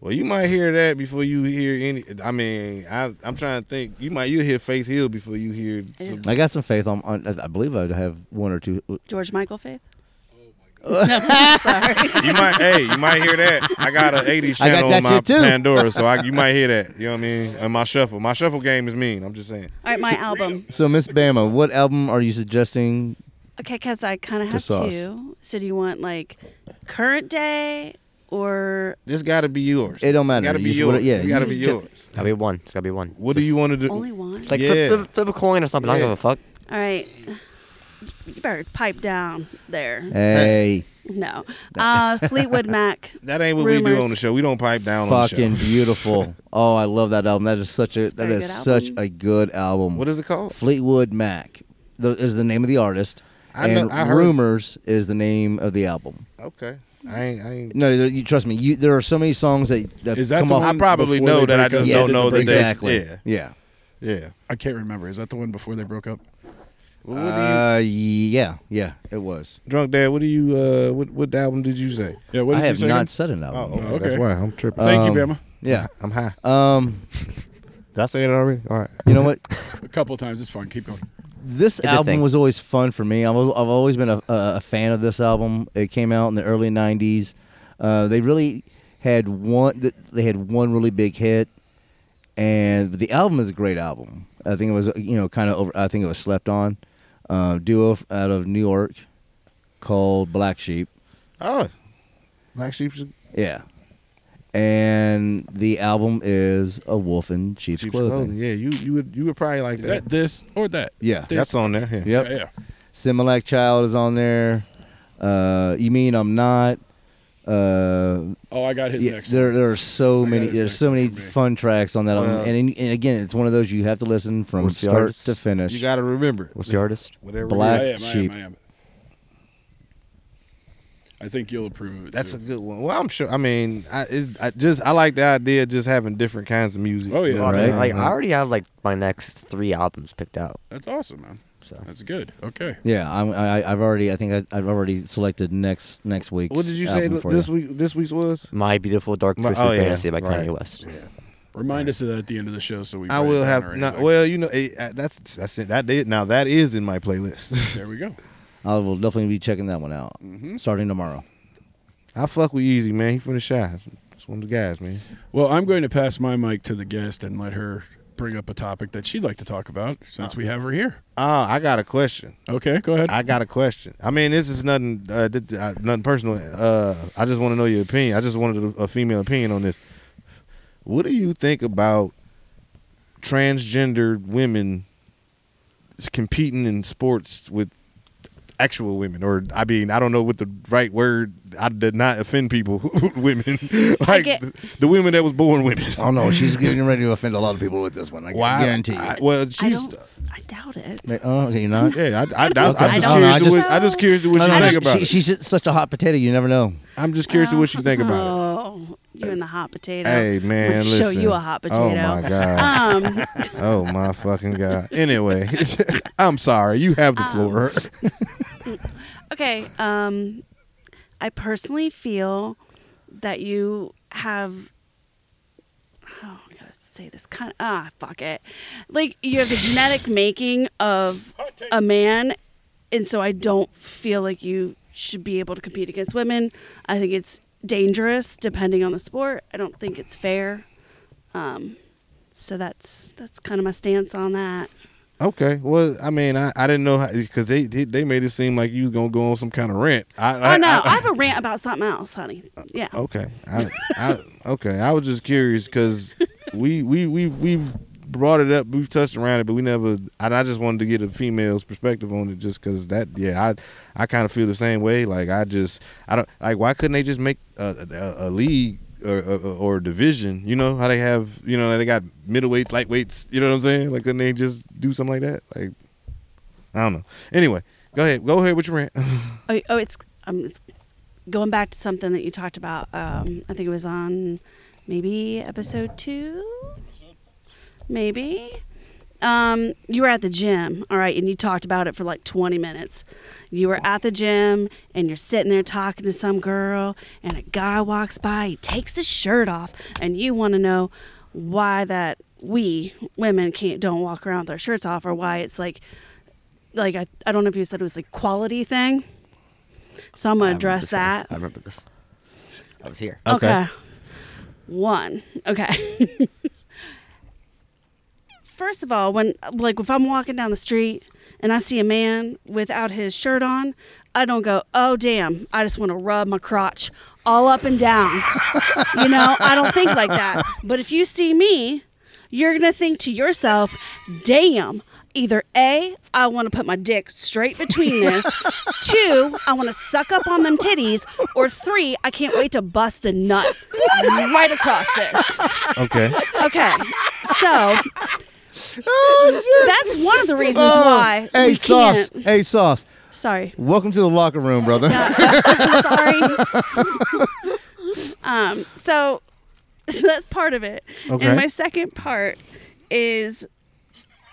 [SPEAKER 2] Well, you might hear that before you hear any. I mean, I, I'm trying to think. You might you hear Faith Hill before you hear. Some,
[SPEAKER 4] I got some faith on. on I believe I have one or two.
[SPEAKER 5] George Michael Faith.
[SPEAKER 2] Oh
[SPEAKER 5] [laughs]
[SPEAKER 2] you might hey, you might hear that. I got an 80s
[SPEAKER 4] I got
[SPEAKER 2] channel
[SPEAKER 4] that
[SPEAKER 2] on my
[SPEAKER 4] shit too.
[SPEAKER 2] Pandora, so I, you might hear that. You know what I mean? And my shuffle, my shuffle game is mean. I'm just saying.
[SPEAKER 5] All right, my album.
[SPEAKER 4] So Miss Bama, what album are you suggesting?
[SPEAKER 5] Okay, because I kind of have
[SPEAKER 4] sauce.
[SPEAKER 5] to. So do you want like current day or
[SPEAKER 2] This got to be yours.
[SPEAKER 4] It don't matter.
[SPEAKER 2] Got to be
[SPEAKER 4] You-
[SPEAKER 2] yours.
[SPEAKER 4] what- yeah,
[SPEAKER 2] it got to
[SPEAKER 4] you
[SPEAKER 2] be
[SPEAKER 4] ju-
[SPEAKER 2] yours.
[SPEAKER 6] Gotta be one. It's gotta be one.
[SPEAKER 2] What do you want to do?
[SPEAKER 5] only one?
[SPEAKER 6] It's like flip,
[SPEAKER 2] Yeah.
[SPEAKER 6] flip, flip a coin or something. I don't
[SPEAKER 2] Yeah.
[SPEAKER 6] give a fuck.
[SPEAKER 5] All right. You better pipe down
[SPEAKER 2] Eh.
[SPEAKER 5] there.
[SPEAKER 4] Hey,
[SPEAKER 5] No. Uh, Fleetwood Mac.
[SPEAKER 2] [laughs] that ain't what we do
[SPEAKER 5] Rumors.
[SPEAKER 2] on the show. We don't pipe down on
[SPEAKER 4] fucking
[SPEAKER 2] the
[SPEAKER 4] [laughs]
[SPEAKER 2] show.
[SPEAKER 4] beautiful. Oh, I love that album. That is such a
[SPEAKER 5] It's a
[SPEAKER 4] that
[SPEAKER 5] very
[SPEAKER 4] is
[SPEAKER 5] good
[SPEAKER 4] such
[SPEAKER 5] album.
[SPEAKER 4] a good album.
[SPEAKER 2] What is it called?
[SPEAKER 4] Fleetwood Mac the, is the name of the artist.
[SPEAKER 2] I know-
[SPEAKER 4] and
[SPEAKER 2] I heard-
[SPEAKER 4] Rumors is the name of the album.
[SPEAKER 2] Okay, I ain't. I ain't
[SPEAKER 4] No, there- you trust me. You, there are so many songs that, that
[SPEAKER 3] Is that
[SPEAKER 4] come
[SPEAKER 3] the
[SPEAKER 4] off.
[SPEAKER 2] I
[SPEAKER 3] one
[SPEAKER 2] probably
[SPEAKER 3] before
[SPEAKER 2] know
[SPEAKER 3] they
[SPEAKER 2] that I
[SPEAKER 3] break
[SPEAKER 2] just
[SPEAKER 3] up?
[SPEAKER 2] don't
[SPEAKER 3] Yeah,
[SPEAKER 2] know that
[SPEAKER 3] they break up.
[SPEAKER 4] exactly.
[SPEAKER 2] yeah.
[SPEAKER 4] yeah.
[SPEAKER 2] yeah.
[SPEAKER 3] I can't remember. Is that the one before they broke up?
[SPEAKER 2] Well, what do you,
[SPEAKER 4] Uh, yeah, yeah, it was.
[SPEAKER 2] drunk dad? What do you? Uh, what what album did you say? Uh,
[SPEAKER 3] Yeah. What
[SPEAKER 4] I
[SPEAKER 3] did you
[SPEAKER 4] have
[SPEAKER 3] say?
[SPEAKER 4] not
[SPEAKER 3] again?
[SPEAKER 4] said
[SPEAKER 2] Oh,
[SPEAKER 4] an album.
[SPEAKER 3] okay.
[SPEAKER 2] That's why I'm tripping.
[SPEAKER 3] Thank you,
[SPEAKER 4] um,
[SPEAKER 3] Bama.
[SPEAKER 4] Yeah.
[SPEAKER 2] I'm high.
[SPEAKER 4] Um,
[SPEAKER 2] Did I say it already? All right.
[SPEAKER 4] you know what?
[SPEAKER 3] A couple times. It's fine. Keep going.
[SPEAKER 4] This
[SPEAKER 6] a
[SPEAKER 4] album
[SPEAKER 6] thing.
[SPEAKER 4] was always fun for me. I've, al- I've always been a, a a fan of this album. It came out in the early '90s. Uh, they really had one. th- They had one really big hit, and the album is a great album. I think it was you know kind of over. I think it was slept on. Uh, duo f- out of New York called Black Sheep.
[SPEAKER 2] Oh, Black Sheep's
[SPEAKER 4] Yeah, and the album is a wolf in sheep's,
[SPEAKER 2] Sheep's
[SPEAKER 4] clothing.
[SPEAKER 2] clothing. Yeah, you you would you would probably like
[SPEAKER 3] Is
[SPEAKER 2] that.
[SPEAKER 3] that this or that?
[SPEAKER 4] Yeah.
[SPEAKER 3] This-
[SPEAKER 2] That's on there. Yeah.
[SPEAKER 4] Yep.
[SPEAKER 3] Yeah.
[SPEAKER 4] Similac Child is on there. Uh, you mean I'm not? Uh,
[SPEAKER 3] Oh, I got his
[SPEAKER 4] yeah,
[SPEAKER 3] next.
[SPEAKER 4] there,
[SPEAKER 3] one.
[SPEAKER 4] there are so
[SPEAKER 3] I
[SPEAKER 4] many.
[SPEAKER 3] got his
[SPEAKER 4] There's
[SPEAKER 3] next
[SPEAKER 4] so
[SPEAKER 3] one
[SPEAKER 4] many
[SPEAKER 3] for me.
[SPEAKER 4] fun tracks on that. album.
[SPEAKER 2] Well-
[SPEAKER 4] and, and again, it's one of those you have to listen from
[SPEAKER 6] What's the
[SPEAKER 4] start
[SPEAKER 6] artist?
[SPEAKER 4] to finish.
[SPEAKER 2] You got to remember.
[SPEAKER 6] What's the artist?
[SPEAKER 2] Whatever.
[SPEAKER 4] Black-
[SPEAKER 2] It
[SPEAKER 3] Oh, I
[SPEAKER 2] is.
[SPEAKER 3] am.
[SPEAKER 4] sheep.
[SPEAKER 3] I am. I am. I think you'll approve of it.
[SPEAKER 2] That's a
[SPEAKER 3] too.
[SPEAKER 2] good one. Well, I'm sure. I mean, I it, I just I like the idea of just having different kinds of music.
[SPEAKER 3] Oh, yeah.
[SPEAKER 6] Well, I mean,
[SPEAKER 4] Right.
[SPEAKER 6] Like I already have like my next three albums picked out.
[SPEAKER 3] That's awesome, man.
[SPEAKER 6] So
[SPEAKER 3] That's good. Okay.
[SPEAKER 4] yeah, I'm, I, I've already. I think I, I've already selected next next week's.
[SPEAKER 2] What did you say
[SPEAKER 4] album
[SPEAKER 2] th-
[SPEAKER 4] for
[SPEAKER 2] this
[SPEAKER 4] you.
[SPEAKER 2] week? This week's was.
[SPEAKER 6] my beautiful dark
[SPEAKER 2] My-
[SPEAKER 6] twisted
[SPEAKER 2] oh, yeah,
[SPEAKER 6] fantasy by
[SPEAKER 2] right.
[SPEAKER 6] Kanye West.
[SPEAKER 3] Remind us of that at the end of the show, so we.
[SPEAKER 2] I
[SPEAKER 3] write it
[SPEAKER 2] will
[SPEAKER 3] down
[SPEAKER 2] have
[SPEAKER 3] or
[SPEAKER 2] not. [laughs]
[SPEAKER 3] anything.
[SPEAKER 2] Well, you know, eh, uh, that's that's it. That did now. That is in my [laughs] playlist.
[SPEAKER 3] There we go. Mm-hmm.
[SPEAKER 4] I will definitely be checking that one out starting tomorrow.
[SPEAKER 2] I fuck with Easy man. He from the shy. It's one of the guys, man.
[SPEAKER 3] Well, I'm going to pass my mic to the guest and let her bring up a topic that she'd like to talk about since we have her here.
[SPEAKER 2] Ah, I got a question.
[SPEAKER 3] Okay, go ahead.
[SPEAKER 2] Oh. I got a question. I mean, this is nothing, uh, th- th- uh, nothing personal. Uh, I just want to know your opinion. I just wanted a, a female opinion on this. What do you think about transgendered women competing in sports with actual women? Or I mean, I don't know what the right word. I did not offend people. [laughs] women, like
[SPEAKER 5] get-
[SPEAKER 2] the, the women that was born women.
[SPEAKER 4] Oh no, [laughs] she's getting ready to offend a lot of people with this one. I
[SPEAKER 2] Why?
[SPEAKER 4] guarantee.
[SPEAKER 2] I- well,
[SPEAKER 5] I
[SPEAKER 2] she's.
[SPEAKER 5] don't. I doubt it.
[SPEAKER 4] oh, okay, you're not.
[SPEAKER 2] yeah, I, I, I, am
[SPEAKER 5] don't- I
[SPEAKER 2] just
[SPEAKER 5] don't-
[SPEAKER 2] curious.
[SPEAKER 4] I
[SPEAKER 2] to
[SPEAKER 4] just-
[SPEAKER 2] what, I'm just curious to what
[SPEAKER 4] No,
[SPEAKER 2] you
[SPEAKER 4] no,
[SPEAKER 2] think
[SPEAKER 4] she-
[SPEAKER 2] about
[SPEAKER 4] she-
[SPEAKER 2] it.
[SPEAKER 4] she's such a hot potato. You never know.
[SPEAKER 2] I'm just curious to what you think about it.
[SPEAKER 5] Oh, you in the hot potato.
[SPEAKER 2] Hey man,
[SPEAKER 5] We'll show
[SPEAKER 2] listen.
[SPEAKER 5] you a hot potato.
[SPEAKER 2] Oh my god.
[SPEAKER 5] Um,
[SPEAKER 2] oh my fucking god. Anyway, [laughs] I'm sorry. You have
[SPEAKER 4] Um.
[SPEAKER 2] the floor.
[SPEAKER 5] okay. Um, I personally feel that you have. Oh, I gotta say this kind of ah fuck it. Like you have the genetic making of a man, and so I don't feel like you should be able to compete against women. I think it's dangerous depending on the sport. I don't think it's fair. Um, so that's that's kind of my stance on that.
[SPEAKER 2] Okay. Well, I mean, I, I didn't know because they, they they made it seem like you was gonna go on some kind of rant. I,
[SPEAKER 5] Oh
[SPEAKER 2] I-
[SPEAKER 5] no, I
[SPEAKER 2] I-
[SPEAKER 5] have a rant about something else, honey. Yeah.
[SPEAKER 2] okay. I, I, okay. I was just curious because we we we we've brought it up, we've touched around it, but we never. And I just wanted to get a female's perspective on it, just because that. Yeah, I I kind of feel the same way. Like I just I don't like why couldn't they just make a a, a league. Or, or, or a division, you know how they have, you know, they got middleweights, lightweights. You know what I'm saying? Like, couldn't they just do something like that? Like, I don't know. Anyway, go ahead, go ahead with your rant. [laughs]
[SPEAKER 5] Oh, oh it's um, it's going back to something that you talked about. Um, I think it was on maybe episode two, maybe. Um, you were at the gym, all right, and you talked about it for like 20 minutes. You were at the gym and you're sitting there talking to some girl, and a guy walks by, he takes his shirt off, and you want to know why that we women can't don't walk around with our shirts off or why it's like like I, I don't know if you said it was the quality thing. So I'm
[SPEAKER 6] I
[SPEAKER 5] gonna
[SPEAKER 6] remember
[SPEAKER 5] address
[SPEAKER 6] this one.
[SPEAKER 5] that.
[SPEAKER 6] I remember this. I was here.
[SPEAKER 2] Okay.
[SPEAKER 5] Okay. One. Okay. [laughs] First of all, when like if I'm walking down the street and I see a man without his shirt on, I don't go, "Oh damn, I just want to rub my crotch all up and down." you know, I don't think like that. But if you see me, you're going to think to yourself, "Damn, either A, I want to put my dick straight
[SPEAKER 4] [laughs]
[SPEAKER 5] between this. Two, I want to suck up on them titties, or three, I can't wait to bust a nut right across this."
[SPEAKER 4] [laughs]
[SPEAKER 2] Okay.
[SPEAKER 5] Okay. So That's one of the reasons why
[SPEAKER 4] Oh, Hey,
[SPEAKER 5] we
[SPEAKER 4] sauce.
[SPEAKER 5] can't.
[SPEAKER 4] Hey, sauce.
[SPEAKER 5] Sorry.
[SPEAKER 4] Welcome to the locker room, brother.
[SPEAKER 5] [laughs] Sorry. [laughs] um, so, [laughs] so that's part of it.
[SPEAKER 2] Okay.
[SPEAKER 5] And my second part is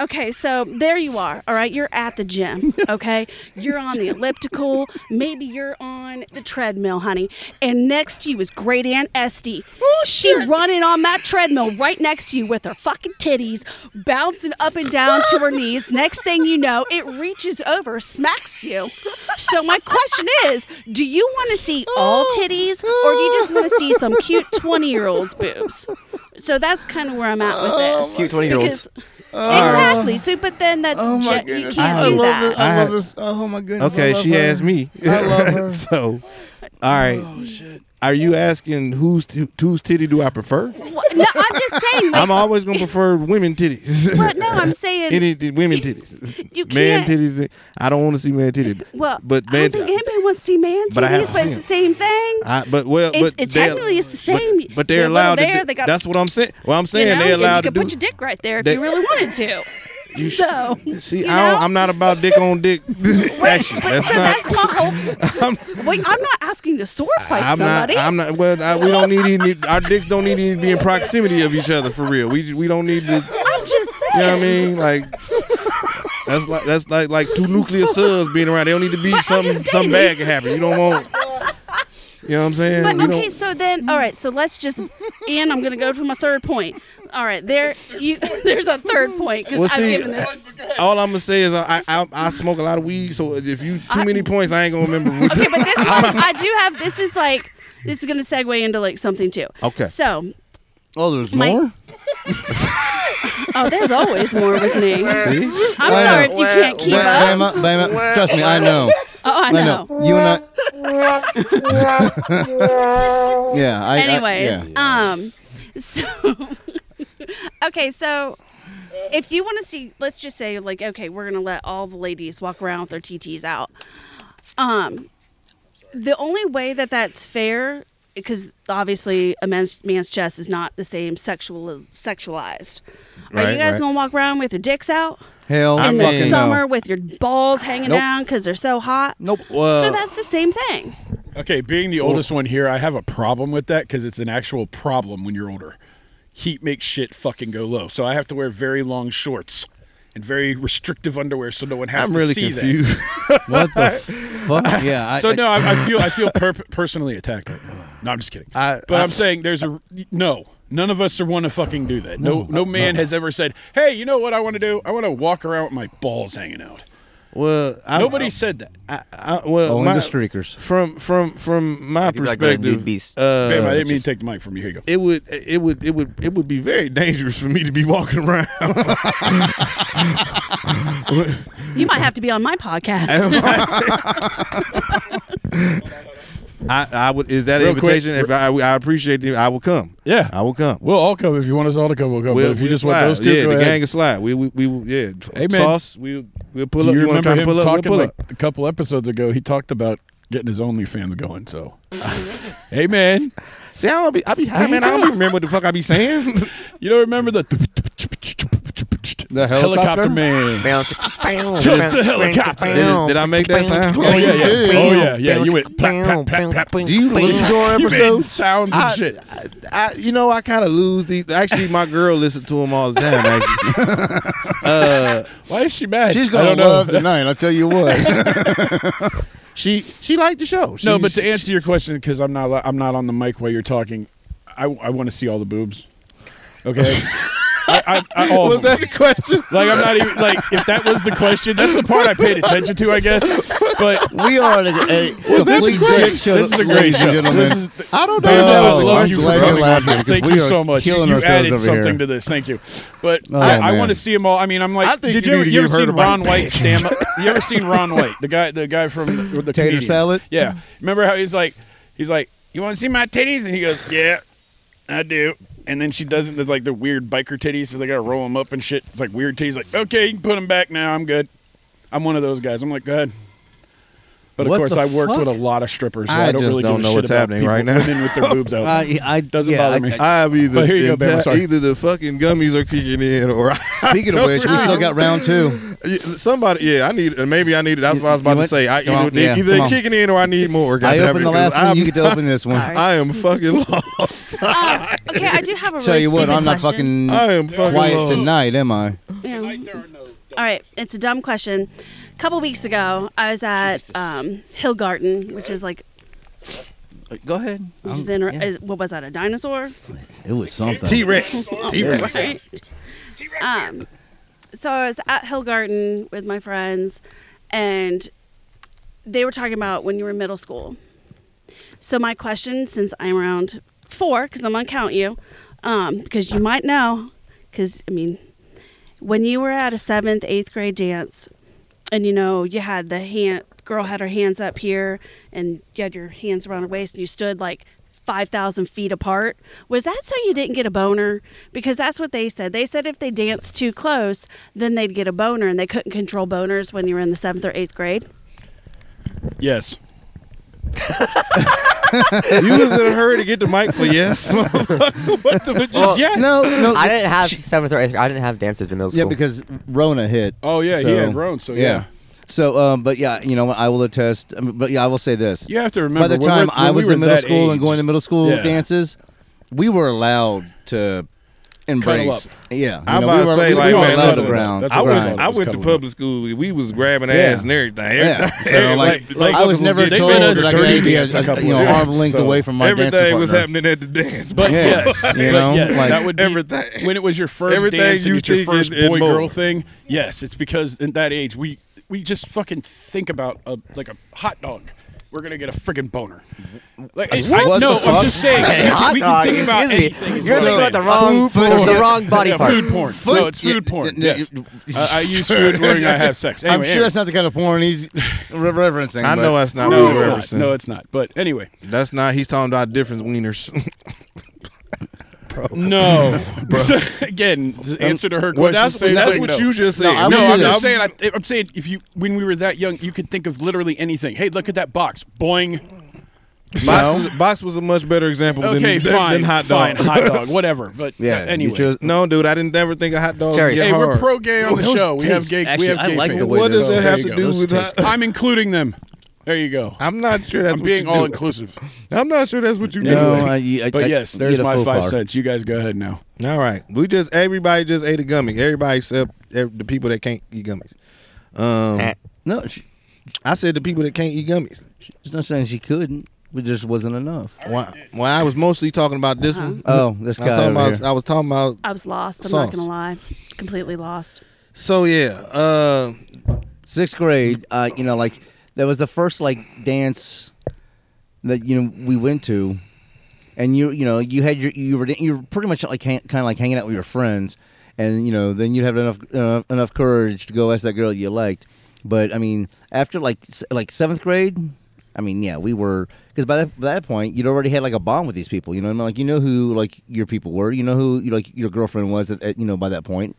[SPEAKER 5] okay, so there you are. All right. You're at the gym. Okay. You're on the elliptical. Maybe you're on the treadmill, honey. And next to you is Great Aunt Esty. she running on that treadmill right next to you with her fucking titties bouncing up and down to her knees. Next thing you know, it reaches over, smacks you. So my question is, do you want to see all titties or do you just want to see some cute 20-year-olds boobs? So that's kind of where I'm at with this.
[SPEAKER 6] Cute 20-year-olds.
[SPEAKER 5] Because- Exactly. So, but then that's
[SPEAKER 4] Oh my
[SPEAKER 5] gen- you
[SPEAKER 4] goodness.
[SPEAKER 5] can't
[SPEAKER 4] I
[SPEAKER 5] do
[SPEAKER 4] love
[SPEAKER 5] that.
[SPEAKER 4] This. I,
[SPEAKER 2] I
[SPEAKER 4] love
[SPEAKER 2] had-
[SPEAKER 4] this. Oh my goodness.
[SPEAKER 2] Okay,
[SPEAKER 4] I love
[SPEAKER 2] she
[SPEAKER 4] her.
[SPEAKER 2] asked me.
[SPEAKER 4] I love her.
[SPEAKER 2] [laughs] so, all right.
[SPEAKER 5] Oh,
[SPEAKER 2] Are you asking whose t- whose titty do I prefer?
[SPEAKER 5] What- No, I'm just saying. Like,
[SPEAKER 2] I'm always gonna prefer women
[SPEAKER 5] [laughs]
[SPEAKER 2] titties. [laughs]
[SPEAKER 5] Well, no, I'm saying-
[SPEAKER 2] any t- women titties.
[SPEAKER 5] [laughs] You
[SPEAKER 2] man
[SPEAKER 5] can't-
[SPEAKER 2] titties. I don't want to see man titties.
[SPEAKER 5] well,
[SPEAKER 2] but
[SPEAKER 5] but
[SPEAKER 2] man,
[SPEAKER 5] I don't think anybody wants to see man titties,
[SPEAKER 2] but
[SPEAKER 5] but,
[SPEAKER 2] I haven't
[SPEAKER 5] it's the
[SPEAKER 2] seen
[SPEAKER 5] same thing.
[SPEAKER 2] I, but well,
[SPEAKER 5] It's-
[SPEAKER 2] but
[SPEAKER 5] it's
[SPEAKER 2] they-
[SPEAKER 5] technically it's the
[SPEAKER 2] but-
[SPEAKER 5] same.
[SPEAKER 2] But, they're
[SPEAKER 5] They're
[SPEAKER 2] allowed to.
[SPEAKER 5] there,
[SPEAKER 2] do-
[SPEAKER 5] they got-
[SPEAKER 2] that's what I'm saying. Well, I'm
[SPEAKER 5] you
[SPEAKER 2] saying
[SPEAKER 5] know,
[SPEAKER 2] they're
[SPEAKER 5] you,
[SPEAKER 2] allowed
[SPEAKER 5] could
[SPEAKER 2] to
[SPEAKER 5] put
[SPEAKER 2] do.
[SPEAKER 5] your dick right there if
[SPEAKER 2] They-
[SPEAKER 5] you really wanted to.
[SPEAKER 2] [laughs] You sh-
[SPEAKER 5] so,
[SPEAKER 2] see,
[SPEAKER 5] you
[SPEAKER 2] I don't,
[SPEAKER 5] know?
[SPEAKER 2] I'm not about dick on
[SPEAKER 5] [laughs]
[SPEAKER 2] dick action.
[SPEAKER 5] but
[SPEAKER 2] That's
[SPEAKER 5] so
[SPEAKER 2] not.
[SPEAKER 5] that's my
[SPEAKER 2] [laughs]
[SPEAKER 5] whole. [laughs] wait, I'm not asking you to sword fight
[SPEAKER 2] I'm
[SPEAKER 5] somebody.
[SPEAKER 2] not. I'm not. Well, I, we don't need any. Our dicks don't need to be in proximity of each other for real. We we don't need to.
[SPEAKER 5] I'm just saying.
[SPEAKER 2] [laughs] You know what I mean? Like that's like that's like like two nuclear subs being around. They don't need to be something
[SPEAKER 5] just
[SPEAKER 2] something bad
[SPEAKER 5] saying.
[SPEAKER 2] can happen. You don't want. You know what I'm saying?
[SPEAKER 5] But
[SPEAKER 2] You
[SPEAKER 5] okay,
[SPEAKER 2] don't-
[SPEAKER 5] so then, all right, so let's just, and I'm gonna go to my third point. All right, there, you, [laughs] there's a third point because
[SPEAKER 2] Well,
[SPEAKER 5] I've
[SPEAKER 2] see,
[SPEAKER 5] given this.
[SPEAKER 2] all I'm gonna say is I, I I smoke a lot of weed. So if you too
[SPEAKER 5] [laughs]
[SPEAKER 2] many points, I ain't gonna remember.
[SPEAKER 5] Okay, but this one, I do have. This is like, this is gonna segue into like something too.
[SPEAKER 2] Okay.
[SPEAKER 5] So,
[SPEAKER 4] Oh, there's
[SPEAKER 5] My-
[SPEAKER 4] more.
[SPEAKER 5] oh, there's always more with me.
[SPEAKER 4] [laughs]
[SPEAKER 5] I'm
[SPEAKER 2] See?
[SPEAKER 5] sorry if you can't keep up.
[SPEAKER 4] Bama, Bama. Trust me, I know.
[SPEAKER 5] Oh,
[SPEAKER 4] I
[SPEAKER 5] I know.
[SPEAKER 4] know. You
[SPEAKER 5] [laughs]
[SPEAKER 4] and I. yeah. I, I-
[SPEAKER 5] Anyways,
[SPEAKER 4] yeah.
[SPEAKER 5] um, so [laughs] okay, so if you want to see, let's just say, like, okay, we're gonna let all the ladies walk around with their TTs out. Um, the only way that that's fair, because obviously a man's, man's chest is not the same sexual sexualized. Are
[SPEAKER 2] Right,
[SPEAKER 5] you guys
[SPEAKER 2] right.
[SPEAKER 5] gonna walk around with your dicks out
[SPEAKER 4] Hell,
[SPEAKER 2] I mean-
[SPEAKER 5] in the
[SPEAKER 4] fucking
[SPEAKER 5] summer
[SPEAKER 4] no.
[SPEAKER 5] with your balls hanging
[SPEAKER 4] Nope.
[SPEAKER 5] down down because they're so hot?
[SPEAKER 4] Nope.
[SPEAKER 2] Well,
[SPEAKER 5] so that's the same thing.
[SPEAKER 3] Okay, being the oldest one here, I have a problem with that because it's an actual problem when you're older. Heat makes shit fucking go low, so I have to wear very long shorts and very restrictive underwear so no one has
[SPEAKER 2] I'm
[SPEAKER 3] to
[SPEAKER 2] really
[SPEAKER 3] see
[SPEAKER 2] confused.
[SPEAKER 4] What the fuck? Yeah. I,
[SPEAKER 3] that. So
[SPEAKER 4] I-
[SPEAKER 3] no, I, I feel
[SPEAKER 2] [laughs]
[SPEAKER 3] I feel per- personally attacked. Right now. No, I'm just kidding.
[SPEAKER 2] I-
[SPEAKER 3] but
[SPEAKER 2] I-
[SPEAKER 3] I, am saying there's a no. None of us are want to fucking do that. No, no, man has ever said, "Hey, you know what I want to do? I want to walk around with my balls hanging out."
[SPEAKER 2] well, I,
[SPEAKER 3] Nobody
[SPEAKER 2] I,
[SPEAKER 3] said that.
[SPEAKER 2] I, I, well,
[SPEAKER 4] Only
[SPEAKER 2] my,
[SPEAKER 4] the streakers.
[SPEAKER 2] From from from my
[SPEAKER 6] Oh, People are gonna do
[SPEAKER 2] perspective,
[SPEAKER 6] beast.
[SPEAKER 2] uh,
[SPEAKER 3] Bam, I didn't mean to take the mic from you. Here you go.
[SPEAKER 2] it would it would it would it would be very dangerous for me to be walking around.
[SPEAKER 5] You might have to be on
[SPEAKER 4] [laughs]
[SPEAKER 5] my podcast.
[SPEAKER 2] [laughs] I, I would is that an
[SPEAKER 3] Real quick,
[SPEAKER 2] invitation? if I, I appreciate it, I will come.
[SPEAKER 3] Yeah.
[SPEAKER 2] I will come.
[SPEAKER 3] We'll all come if you want us all to come. We'll come. but if you just
[SPEAKER 2] slide.
[SPEAKER 3] want those two,
[SPEAKER 2] yeah,
[SPEAKER 3] go
[SPEAKER 2] the
[SPEAKER 3] ahead.
[SPEAKER 2] gang is slide. We we, we will- yeah.
[SPEAKER 3] Hey, man.
[SPEAKER 2] Sauce, we we'll pull
[SPEAKER 3] Do
[SPEAKER 2] up.
[SPEAKER 3] you,
[SPEAKER 2] wanna
[SPEAKER 3] remember
[SPEAKER 2] try to
[SPEAKER 3] him
[SPEAKER 2] pull up? We'll
[SPEAKER 3] talking
[SPEAKER 2] pull
[SPEAKER 3] like
[SPEAKER 2] up.
[SPEAKER 3] a couple episodes ago? He talked about getting his OnlyFans going. So, [laughs] hey man,
[SPEAKER 2] See, I don't be I be high, man. I don't be remember what the fuck I be
[SPEAKER 3] [laughs]
[SPEAKER 2] saying.
[SPEAKER 3] you don't
[SPEAKER 2] [laughs]
[SPEAKER 3] remember the
[SPEAKER 4] The helicopter?
[SPEAKER 3] man?
[SPEAKER 6] Just
[SPEAKER 3] the helicopter.
[SPEAKER 2] did, did I make that sound?
[SPEAKER 3] Oh yeah, yeah, oh yeah, yeah. You went plap plap plap plap.
[SPEAKER 4] Do you listen to our
[SPEAKER 3] You made
[SPEAKER 4] episodes?
[SPEAKER 3] sounds and
[SPEAKER 2] I,
[SPEAKER 3] shit.
[SPEAKER 2] I, I- you know, I kind of lose these. Actually, my girl listens to them all the time.
[SPEAKER 3] [laughs]
[SPEAKER 2] Actually. uh,
[SPEAKER 3] Why is she mad?
[SPEAKER 4] She's
[SPEAKER 3] I
[SPEAKER 4] gonna
[SPEAKER 3] don't know.
[SPEAKER 4] love the night. I'll tell you [laughs] what.
[SPEAKER 2] she she liked the show. She,
[SPEAKER 3] No, but to
[SPEAKER 2] she-
[SPEAKER 3] answer your question, because I'm not I'm not on the mic while you're talking, I, I want to see all the boobs. Okay.
[SPEAKER 4] [laughs]
[SPEAKER 3] I, I, I, all of
[SPEAKER 2] was that
[SPEAKER 3] them.
[SPEAKER 2] the question?
[SPEAKER 3] Like I'm not even like if that was the question, that's the part I paid attention to, I guess. But
[SPEAKER 4] we are a, [laughs] a complete dick show.
[SPEAKER 3] This is a great
[SPEAKER 4] ladies and
[SPEAKER 3] show.
[SPEAKER 4] gentlemen.
[SPEAKER 3] This is the-
[SPEAKER 2] I don't
[SPEAKER 3] Bam,
[SPEAKER 4] no,
[SPEAKER 3] I
[SPEAKER 4] I'm
[SPEAKER 3] love you for
[SPEAKER 4] glad you're
[SPEAKER 3] coming on.
[SPEAKER 4] laughing
[SPEAKER 3] here.
[SPEAKER 4] because
[SPEAKER 3] Thank
[SPEAKER 4] we
[SPEAKER 3] you
[SPEAKER 4] are
[SPEAKER 3] so much. You,
[SPEAKER 4] killing
[SPEAKER 3] you
[SPEAKER 4] ourselves
[SPEAKER 3] added
[SPEAKER 4] over
[SPEAKER 3] something
[SPEAKER 4] here.
[SPEAKER 3] to this. Thank you. But
[SPEAKER 4] Oh,
[SPEAKER 3] I, I
[SPEAKER 4] man.
[SPEAKER 3] want to see them all. I mean, I'm
[SPEAKER 2] I
[SPEAKER 3] like,
[SPEAKER 2] think
[SPEAKER 3] did
[SPEAKER 2] you
[SPEAKER 3] you, ever,
[SPEAKER 2] need to
[SPEAKER 3] you ever
[SPEAKER 2] give her
[SPEAKER 3] seen
[SPEAKER 2] the mic.
[SPEAKER 3] Ron White stand up? You ever seen Ron White, the guy, the guy from the, the
[SPEAKER 4] Tater
[SPEAKER 3] comedian?
[SPEAKER 4] salad?
[SPEAKER 3] Yeah. Remember how he's like, he's like, you want to see my titties? And he goes, yeah, I do. And then she doesn't. There's like the weird biker titties, so they gotta roll them up and shit. It's like weird titties. Like, okay, you can put them back now. I'm good. I'm one of those guys. I'm like, go ahead. But of
[SPEAKER 4] What
[SPEAKER 3] course,
[SPEAKER 4] the
[SPEAKER 3] I worked
[SPEAKER 4] fuck?
[SPEAKER 3] with a lot of strippers, so I,
[SPEAKER 2] I
[SPEAKER 3] don't
[SPEAKER 2] just
[SPEAKER 3] really
[SPEAKER 2] don't
[SPEAKER 3] give a
[SPEAKER 2] know
[SPEAKER 3] shit
[SPEAKER 2] what's
[SPEAKER 3] about
[SPEAKER 2] happening
[SPEAKER 3] people,
[SPEAKER 2] right now.
[SPEAKER 3] women with their
[SPEAKER 4] [laughs]
[SPEAKER 3] boobs out.
[SPEAKER 4] I, I
[SPEAKER 3] [laughs] Doesn't
[SPEAKER 4] Uh, yeah,
[SPEAKER 3] bother
[SPEAKER 4] I-
[SPEAKER 3] me.
[SPEAKER 4] I-
[SPEAKER 2] I'm either
[SPEAKER 3] But Oh, here you go, Bam, I'm sorry.
[SPEAKER 2] either the fucking gummies are kicking in, or I,
[SPEAKER 4] [laughs] speaking of
[SPEAKER 3] [laughs]
[SPEAKER 4] which, we still got round two.
[SPEAKER 2] Yeah, somebody. Yeah, I need. Maybe I need. That's what I was
[SPEAKER 4] you
[SPEAKER 2] about to
[SPEAKER 4] went-
[SPEAKER 2] say. I
[SPEAKER 4] come
[SPEAKER 2] either,
[SPEAKER 4] on,
[SPEAKER 2] they,
[SPEAKER 4] yeah,
[SPEAKER 2] either
[SPEAKER 4] come
[SPEAKER 2] they
[SPEAKER 4] on.
[SPEAKER 2] kicking in, or I need more. God
[SPEAKER 4] I
[SPEAKER 2] damn
[SPEAKER 4] opened
[SPEAKER 2] it,
[SPEAKER 4] the
[SPEAKER 2] 'cause
[SPEAKER 4] last one.
[SPEAKER 2] I'm-
[SPEAKER 4] You get to open this one.
[SPEAKER 5] Sorry.
[SPEAKER 2] [laughs] I am fucking lost.
[SPEAKER 5] um, okay, I do
[SPEAKER 4] [laughs]
[SPEAKER 5] have a really
[SPEAKER 4] Tell you what,
[SPEAKER 5] stupid
[SPEAKER 4] I'm not fucking
[SPEAKER 5] question.
[SPEAKER 2] I am fucking
[SPEAKER 4] quiet
[SPEAKER 2] lost.
[SPEAKER 4] tonight, am I?
[SPEAKER 5] Yeah. All right, it's a dumb question. A couple weeks ago, I was at um, Hill Garden, which is like,
[SPEAKER 4] Go ahead. Um,
[SPEAKER 5] which is, in, is what was that? A dinosaur?
[SPEAKER 4] It was something.
[SPEAKER 2] Rex. T Rex.
[SPEAKER 5] Right. Um, so I was at Hill Garden with my friends, and they were talking about when you were in middle school. So my question, since I'm around four, because I'm gonna count you, um, because you might know, because I mean, when you were at a seventh, eighth grade dance, and you know you had the hand girl had her hands up here, and you had your hands around her waist, and you stood like five thousand feet apart. Was that so you didn't get a boner? Because that's what they said. They said if they danced too close, then they'd get a boner, and they couldn't control boners when you were in the seventh or eighth grade.
[SPEAKER 3] Yes.
[SPEAKER 4] [laughs]
[SPEAKER 2] You was in a hurry to get the mic for yes.
[SPEAKER 3] But just
[SPEAKER 6] Well,
[SPEAKER 3] yes.
[SPEAKER 4] No, no.
[SPEAKER 6] I didn't have seventh or eighth. I didn't have dances in middle school.
[SPEAKER 4] Yeah, because Rona hit.
[SPEAKER 3] Oh yeah, he
[SPEAKER 4] So,
[SPEAKER 3] had grown. So yeah.
[SPEAKER 4] So, um, but yeah, you know, what, I will attest. um, But yeah, I will say this.
[SPEAKER 3] you have to remember.
[SPEAKER 4] By the
[SPEAKER 3] when
[SPEAKER 4] time
[SPEAKER 3] we're-
[SPEAKER 4] I
[SPEAKER 3] when we
[SPEAKER 4] was
[SPEAKER 3] were
[SPEAKER 4] in middle
[SPEAKER 3] that
[SPEAKER 4] school and
[SPEAKER 3] age-
[SPEAKER 4] going to middle school
[SPEAKER 3] Yeah.
[SPEAKER 4] dances, we were allowed to embrace.
[SPEAKER 3] up.
[SPEAKER 4] Yeah, you
[SPEAKER 2] I'm
[SPEAKER 4] know,
[SPEAKER 2] about
[SPEAKER 4] we
[SPEAKER 2] to
[SPEAKER 4] were-
[SPEAKER 2] say,
[SPEAKER 4] we
[SPEAKER 2] like,
[SPEAKER 4] were
[SPEAKER 2] man,
[SPEAKER 4] allowed to
[SPEAKER 2] listen,
[SPEAKER 4] ground.
[SPEAKER 3] that's
[SPEAKER 2] I
[SPEAKER 3] what
[SPEAKER 2] went.
[SPEAKER 3] Right.
[SPEAKER 2] I went to
[SPEAKER 3] Cuddling.
[SPEAKER 2] public school. We was grabbing ass and everything.
[SPEAKER 4] Yeah. So, like,
[SPEAKER 2] Everything-
[SPEAKER 3] like,
[SPEAKER 4] I was never
[SPEAKER 3] They
[SPEAKER 4] told
[SPEAKER 3] fed us
[SPEAKER 4] that I could
[SPEAKER 3] dirty
[SPEAKER 4] be a,
[SPEAKER 3] dance a couple
[SPEAKER 4] you know
[SPEAKER 3] of
[SPEAKER 4] arm
[SPEAKER 3] times,
[SPEAKER 4] length
[SPEAKER 3] so
[SPEAKER 4] away from my dancing
[SPEAKER 2] everything was
[SPEAKER 4] partner.
[SPEAKER 2] happening at the dance. bro.
[SPEAKER 3] But
[SPEAKER 4] Yes,
[SPEAKER 3] yes,
[SPEAKER 4] you
[SPEAKER 3] but
[SPEAKER 4] know,
[SPEAKER 3] yes,
[SPEAKER 4] like-
[SPEAKER 3] that would be
[SPEAKER 2] Everything.
[SPEAKER 3] when it was your first
[SPEAKER 2] Everything
[SPEAKER 3] dance
[SPEAKER 2] you
[SPEAKER 3] and it's your
[SPEAKER 2] think
[SPEAKER 3] first
[SPEAKER 2] and- and
[SPEAKER 3] boy
[SPEAKER 2] more.
[SPEAKER 3] girl thing. Yes, it's because at that age we we just fucking think about a like a hot dog. We're gonna get a friggin' boner. Like, I, I,
[SPEAKER 4] What
[SPEAKER 3] no,
[SPEAKER 4] the
[SPEAKER 3] I'm just saying.
[SPEAKER 6] Hey, hot
[SPEAKER 3] we
[SPEAKER 6] dog
[SPEAKER 3] can think
[SPEAKER 6] is
[SPEAKER 3] about
[SPEAKER 6] easy.
[SPEAKER 3] anything. is
[SPEAKER 6] You're
[SPEAKER 3] what I'm
[SPEAKER 6] thinking about the
[SPEAKER 3] saying.
[SPEAKER 6] wrong,
[SPEAKER 4] Food
[SPEAKER 6] the
[SPEAKER 4] porn.
[SPEAKER 6] wrong body
[SPEAKER 3] Yeah,
[SPEAKER 6] part.
[SPEAKER 3] Food porn. no, it's food
[SPEAKER 4] yeah,
[SPEAKER 3] porn.
[SPEAKER 4] n- n-
[SPEAKER 3] yes.
[SPEAKER 4] you-
[SPEAKER 3] I, I use food during I have sex.
[SPEAKER 4] I'm
[SPEAKER 3] Anyway,
[SPEAKER 4] sure that's not the kind of porn he's re- referencing.
[SPEAKER 2] I
[SPEAKER 4] but-
[SPEAKER 2] know that's not
[SPEAKER 3] anyway.
[SPEAKER 2] what
[SPEAKER 3] no,
[SPEAKER 2] we're
[SPEAKER 3] it's not. No, it's not. But anyway,
[SPEAKER 2] That's not. He's talking about different wieners.
[SPEAKER 3] no. [laughs] So, Again, the answer to her question.
[SPEAKER 2] well, that's
[SPEAKER 3] same
[SPEAKER 2] what, that's
[SPEAKER 3] thing,
[SPEAKER 2] what
[SPEAKER 3] no.
[SPEAKER 2] you just
[SPEAKER 4] No,
[SPEAKER 2] said.
[SPEAKER 4] I'm
[SPEAKER 3] no,
[SPEAKER 4] sure
[SPEAKER 3] I'm
[SPEAKER 4] that-
[SPEAKER 3] just saying. I, I'm saying if you when we were that young, you could think of literally anything. Hey, look at that box, boing.
[SPEAKER 2] Box, was, box was a much better example than,
[SPEAKER 3] Okay,
[SPEAKER 2] than,
[SPEAKER 3] fine,
[SPEAKER 2] than hot
[SPEAKER 3] fine,
[SPEAKER 2] dog.
[SPEAKER 3] hot dog, whatever. But
[SPEAKER 4] Yeah.
[SPEAKER 3] yeah,
[SPEAKER 4] you
[SPEAKER 3] anyway.
[SPEAKER 4] chose-
[SPEAKER 2] No, dude, I didn't ever think a hot dog.
[SPEAKER 6] Cherry.
[SPEAKER 2] would get
[SPEAKER 3] hey, we're
[SPEAKER 2] hard.
[SPEAKER 3] pro gay on the
[SPEAKER 4] those
[SPEAKER 3] show. We have
[SPEAKER 4] taste-
[SPEAKER 3] gay.
[SPEAKER 4] actually,
[SPEAKER 3] we have
[SPEAKER 4] I
[SPEAKER 3] gay
[SPEAKER 4] like the
[SPEAKER 3] fans.
[SPEAKER 4] way
[SPEAKER 2] What
[SPEAKER 4] Wait,
[SPEAKER 2] does
[SPEAKER 4] no,
[SPEAKER 2] that
[SPEAKER 4] there
[SPEAKER 2] have
[SPEAKER 4] you
[SPEAKER 2] to
[SPEAKER 4] go.
[SPEAKER 2] do
[SPEAKER 4] Those
[SPEAKER 2] with
[SPEAKER 4] taste-
[SPEAKER 2] hot?
[SPEAKER 3] I'm including them. There you go.
[SPEAKER 2] I'm not sure that's
[SPEAKER 3] I'm
[SPEAKER 2] what
[SPEAKER 3] being
[SPEAKER 2] you do.
[SPEAKER 3] all inclusive.
[SPEAKER 2] I'm not sure that's what you
[SPEAKER 4] No,
[SPEAKER 2] do.
[SPEAKER 4] I, I,
[SPEAKER 3] But
[SPEAKER 4] I-
[SPEAKER 3] yes,
[SPEAKER 4] you
[SPEAKER 3] there's
[SPEAKER 4] get a
[SPEAKER 3] my
[SPEAKER 4] full
[SPEAKER 3] five
[SPEAKER 4] car.
[SPEAKER 3] cents. You guys go ahead now.
[SPEAKER 2] All right, we just everybody just ate a gummy. Everybody except ev- the people that can't eat gummies. Um,
[SPEAKER 6] Eh.
[SPEAKER 4] No, she,
[SPEAKER 2] I said the people that can't eat gummies.
[SPEAKER 4] she's not saying she couldn't. It just wasn't enough.
[SPEAKER 2] Why? Why I was mostly talking about
[SPEAKER 5] Uh-huh.
[SPEAKER 2] this one.
[SPEAKER 4] Oh, this
[SPEAKER 2] I was
[SPEAKER 4] guy
[SPEAKER 2] talking
[SPEAKER 4] over
[SPEAKER 2] about.
[SPEAKER 4] here.
[SPEAKER 2] I was talking about.
[SPEAKER 5] I was lost. I'm
[SPEAKER 2] Sauce.
[SPEAKER 5] not gonna lie, completely lost.
[SPEAKER 2] So yeah, uh,
[SPEAKER 4] Sixth grade, uh, you know, like that was the first like dance that you know we went to, and you you know you had your you were you were pretty much like kind of like hanging out with your friends, and you know then you'd have enough uh, enough courage to go ask that girl you liked, but I mean after like s- like seventh grade. I mean, yeah, we were because by that, by that point you'd already had like a bond with these people, you know. what I mean? Like you know who like your people were, you know who like your girlfriend was, at, at, you know by that point.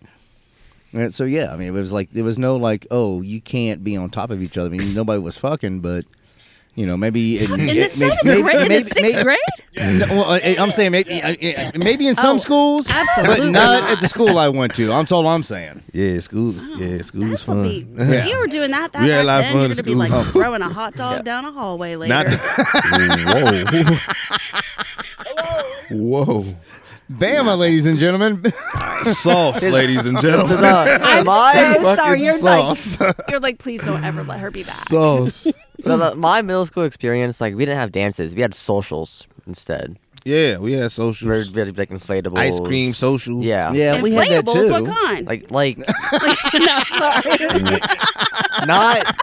[SPEAKER 4] And so yeah, I mean, it was like there was no like, oh, you can't be on top of each other. I mean, nobody was fucking, but you know, maybe in,
[SPEAKER 2] Hmm.
[SPEAKER 5] In the
[SPEAKER 4] it- may-
[SPEAKER 5] seventh
[SPEAKER 4] may-
[SPEAKER 5] grade, in the
[SPEAKER 4] maybe-
[SPEAKER 5] sixth
[SPEAKER 4] may-
[SPEAKER 5] grade,
[SPEAKER 4] No, well, I- I'm saying maybe I- I- maybe in some
[SPEAKER 5] Oh,
[SPEAKER 4] schools, but
[SPEAKER 5] absolutely
[SPEAKER 4] not
[SPEAKER 5] not.
[SPEAKER 4] at the school I went to. I'm all I'm saying.
[SPEAKER 2] yeah, school. Yeah, school's
[SPEAKER 5] Oh, that's
[SPEAKER 2] fun.
[SPEAKER 5] be, if you were doing that that
[SPEAKER 2] We had a
[SPEAKER 5] back
[SPEAKER 2] lot of fun
[SPEAKER 5] then, you're
[SPEAKER 2] in
[SPEAKER 5] gonna be
[SPEAKER 2] school.
[SPEAKER 5] like throwing a hot
[SPEAKER 2] [laughs]
[SPEAKER 5] dog down a hallway later.
[SPEAKER 2] Not.
[SPEAKER 5] [laughs]
[SPEAKER 2] Whoa. [laughs] Whoa.
[SPEAKER 4] Bama, ladies and gentlemen. [laughs]
[SPEAKER 2] Sauce, ladies and gentlemen.
[SPEAKER 5] [laughs] I'm
[SPEAKER 6] my
[SPEAKER 5] so sorry.
[SPEAKER 2] fucking
[SPEAKER 5] You're
[SPEAKER 2] sauce. [laughs]
[SPEAKER 5] like, you're like, please don't ever let her be back.
[SPEAKER 2] Sauce.
[SPEAKER 6] so the, my middle school experience, like we didn't have dances, we had socials instead.
[SPEAKER 2] Yeah, we had
[SPEAKER 6] We had,
[SPEAKER 2] socials.
[SPEAKER 6] we had like inflatables,
[SPEAKER 2] Ice cream social.
[SPEAKER 6] Yeah,
[SPEAKER 4] yeah, we had that
[SPEAKER 5] Inflatables,
[SPEAKER 4] too.
[SPEAKER 5] what kind?
[SPEAKER 6] Like like
[SPEAKER 5] [laughs] no, sorry.
[SPEAKER 6] [laughs] not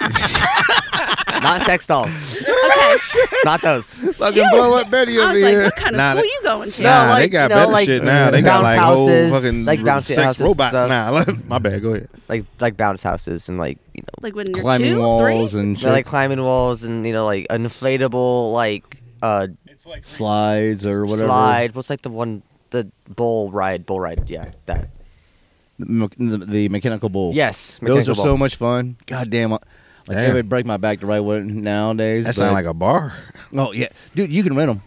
[SPEAKER 6] not sex dolls,
[SPEAKER 5] Okay.
[SPEAKER 6] not those.
[SPEAKER 4] Fucking blow up Betty
[SPEAKER 5] I
[SPEAKER 4] over
[SPEAKER 5] was like,
[SPEAKER 4] here.
[SPEAKER 5] what kind of
[SPEAKER 2] Nah,
[SPEAKER 5] school
[SPEAKER 2] that-
[SPEAKER 5] you going to?
[SPEAKER 2] Nah,
[SPEAKER 6] No,
[SPEAKER 2] they
[SPEAKER 6] like,
[SPEAKER 2] got
[SPEAKER 6] you know,
[SPEAKER 2] better
[SPEAKER 6] like,
[SPEAKER 2] shit now. They
[SPEAKER 6] bounce
[SPEAKER 2] got uh, like
[SPEAKER 6] houses,
[SPEAKER 2] whole fucking
[SPEAKER 6] like bounce
[SPEAKER 2] sex
[SPEAKER 6] houses and
[SPEAKER 2] robots
[SPEAKER 6] stuff.
[SPEAKER 2] now. [laughs] My bad. Go ahead.
[SPEAKER 6] like like bounce houses and like you know
[SPEAKER 5] Like when you're
[SPEAKER 4] climbing
[SPEAKER 5] two,
[SPEAKER 4] walls
[SPEAKER 5] three?
[SPEAKER 4] and
[SPEAKER 6] they're,
[SPEAKER 4] shit.
[SPEAKER 6] like climbing walls and you know like an inflatable like uh
[SPEAKER 3] It's like
[SPEAKER 4] slides or whatever.
[SPEAKER 6] slide. What's like the one the bull ride? Bull ride, yeah, that.
[SPEAKER 4] The, me- the, the mechanical bull.
[SPEAKER 6] Yes,
[SPEAKER 4] those
[SPEAKER 6] mechanical
[SPEAKER 4] are
[SPEAKER 6] bull.
[SPEAKER 4] so much fun. God damn. Like
[SPEAKER 2] Damn.
[SPEAKER 4] it would break my back to ride one nowadays.
[SPEAKER 2] That
[SPEAKER 4] but-
[SPEAKER 2] sounds like a bar.
[SPEAKER 4] Oh yeah, dude, you can rent them.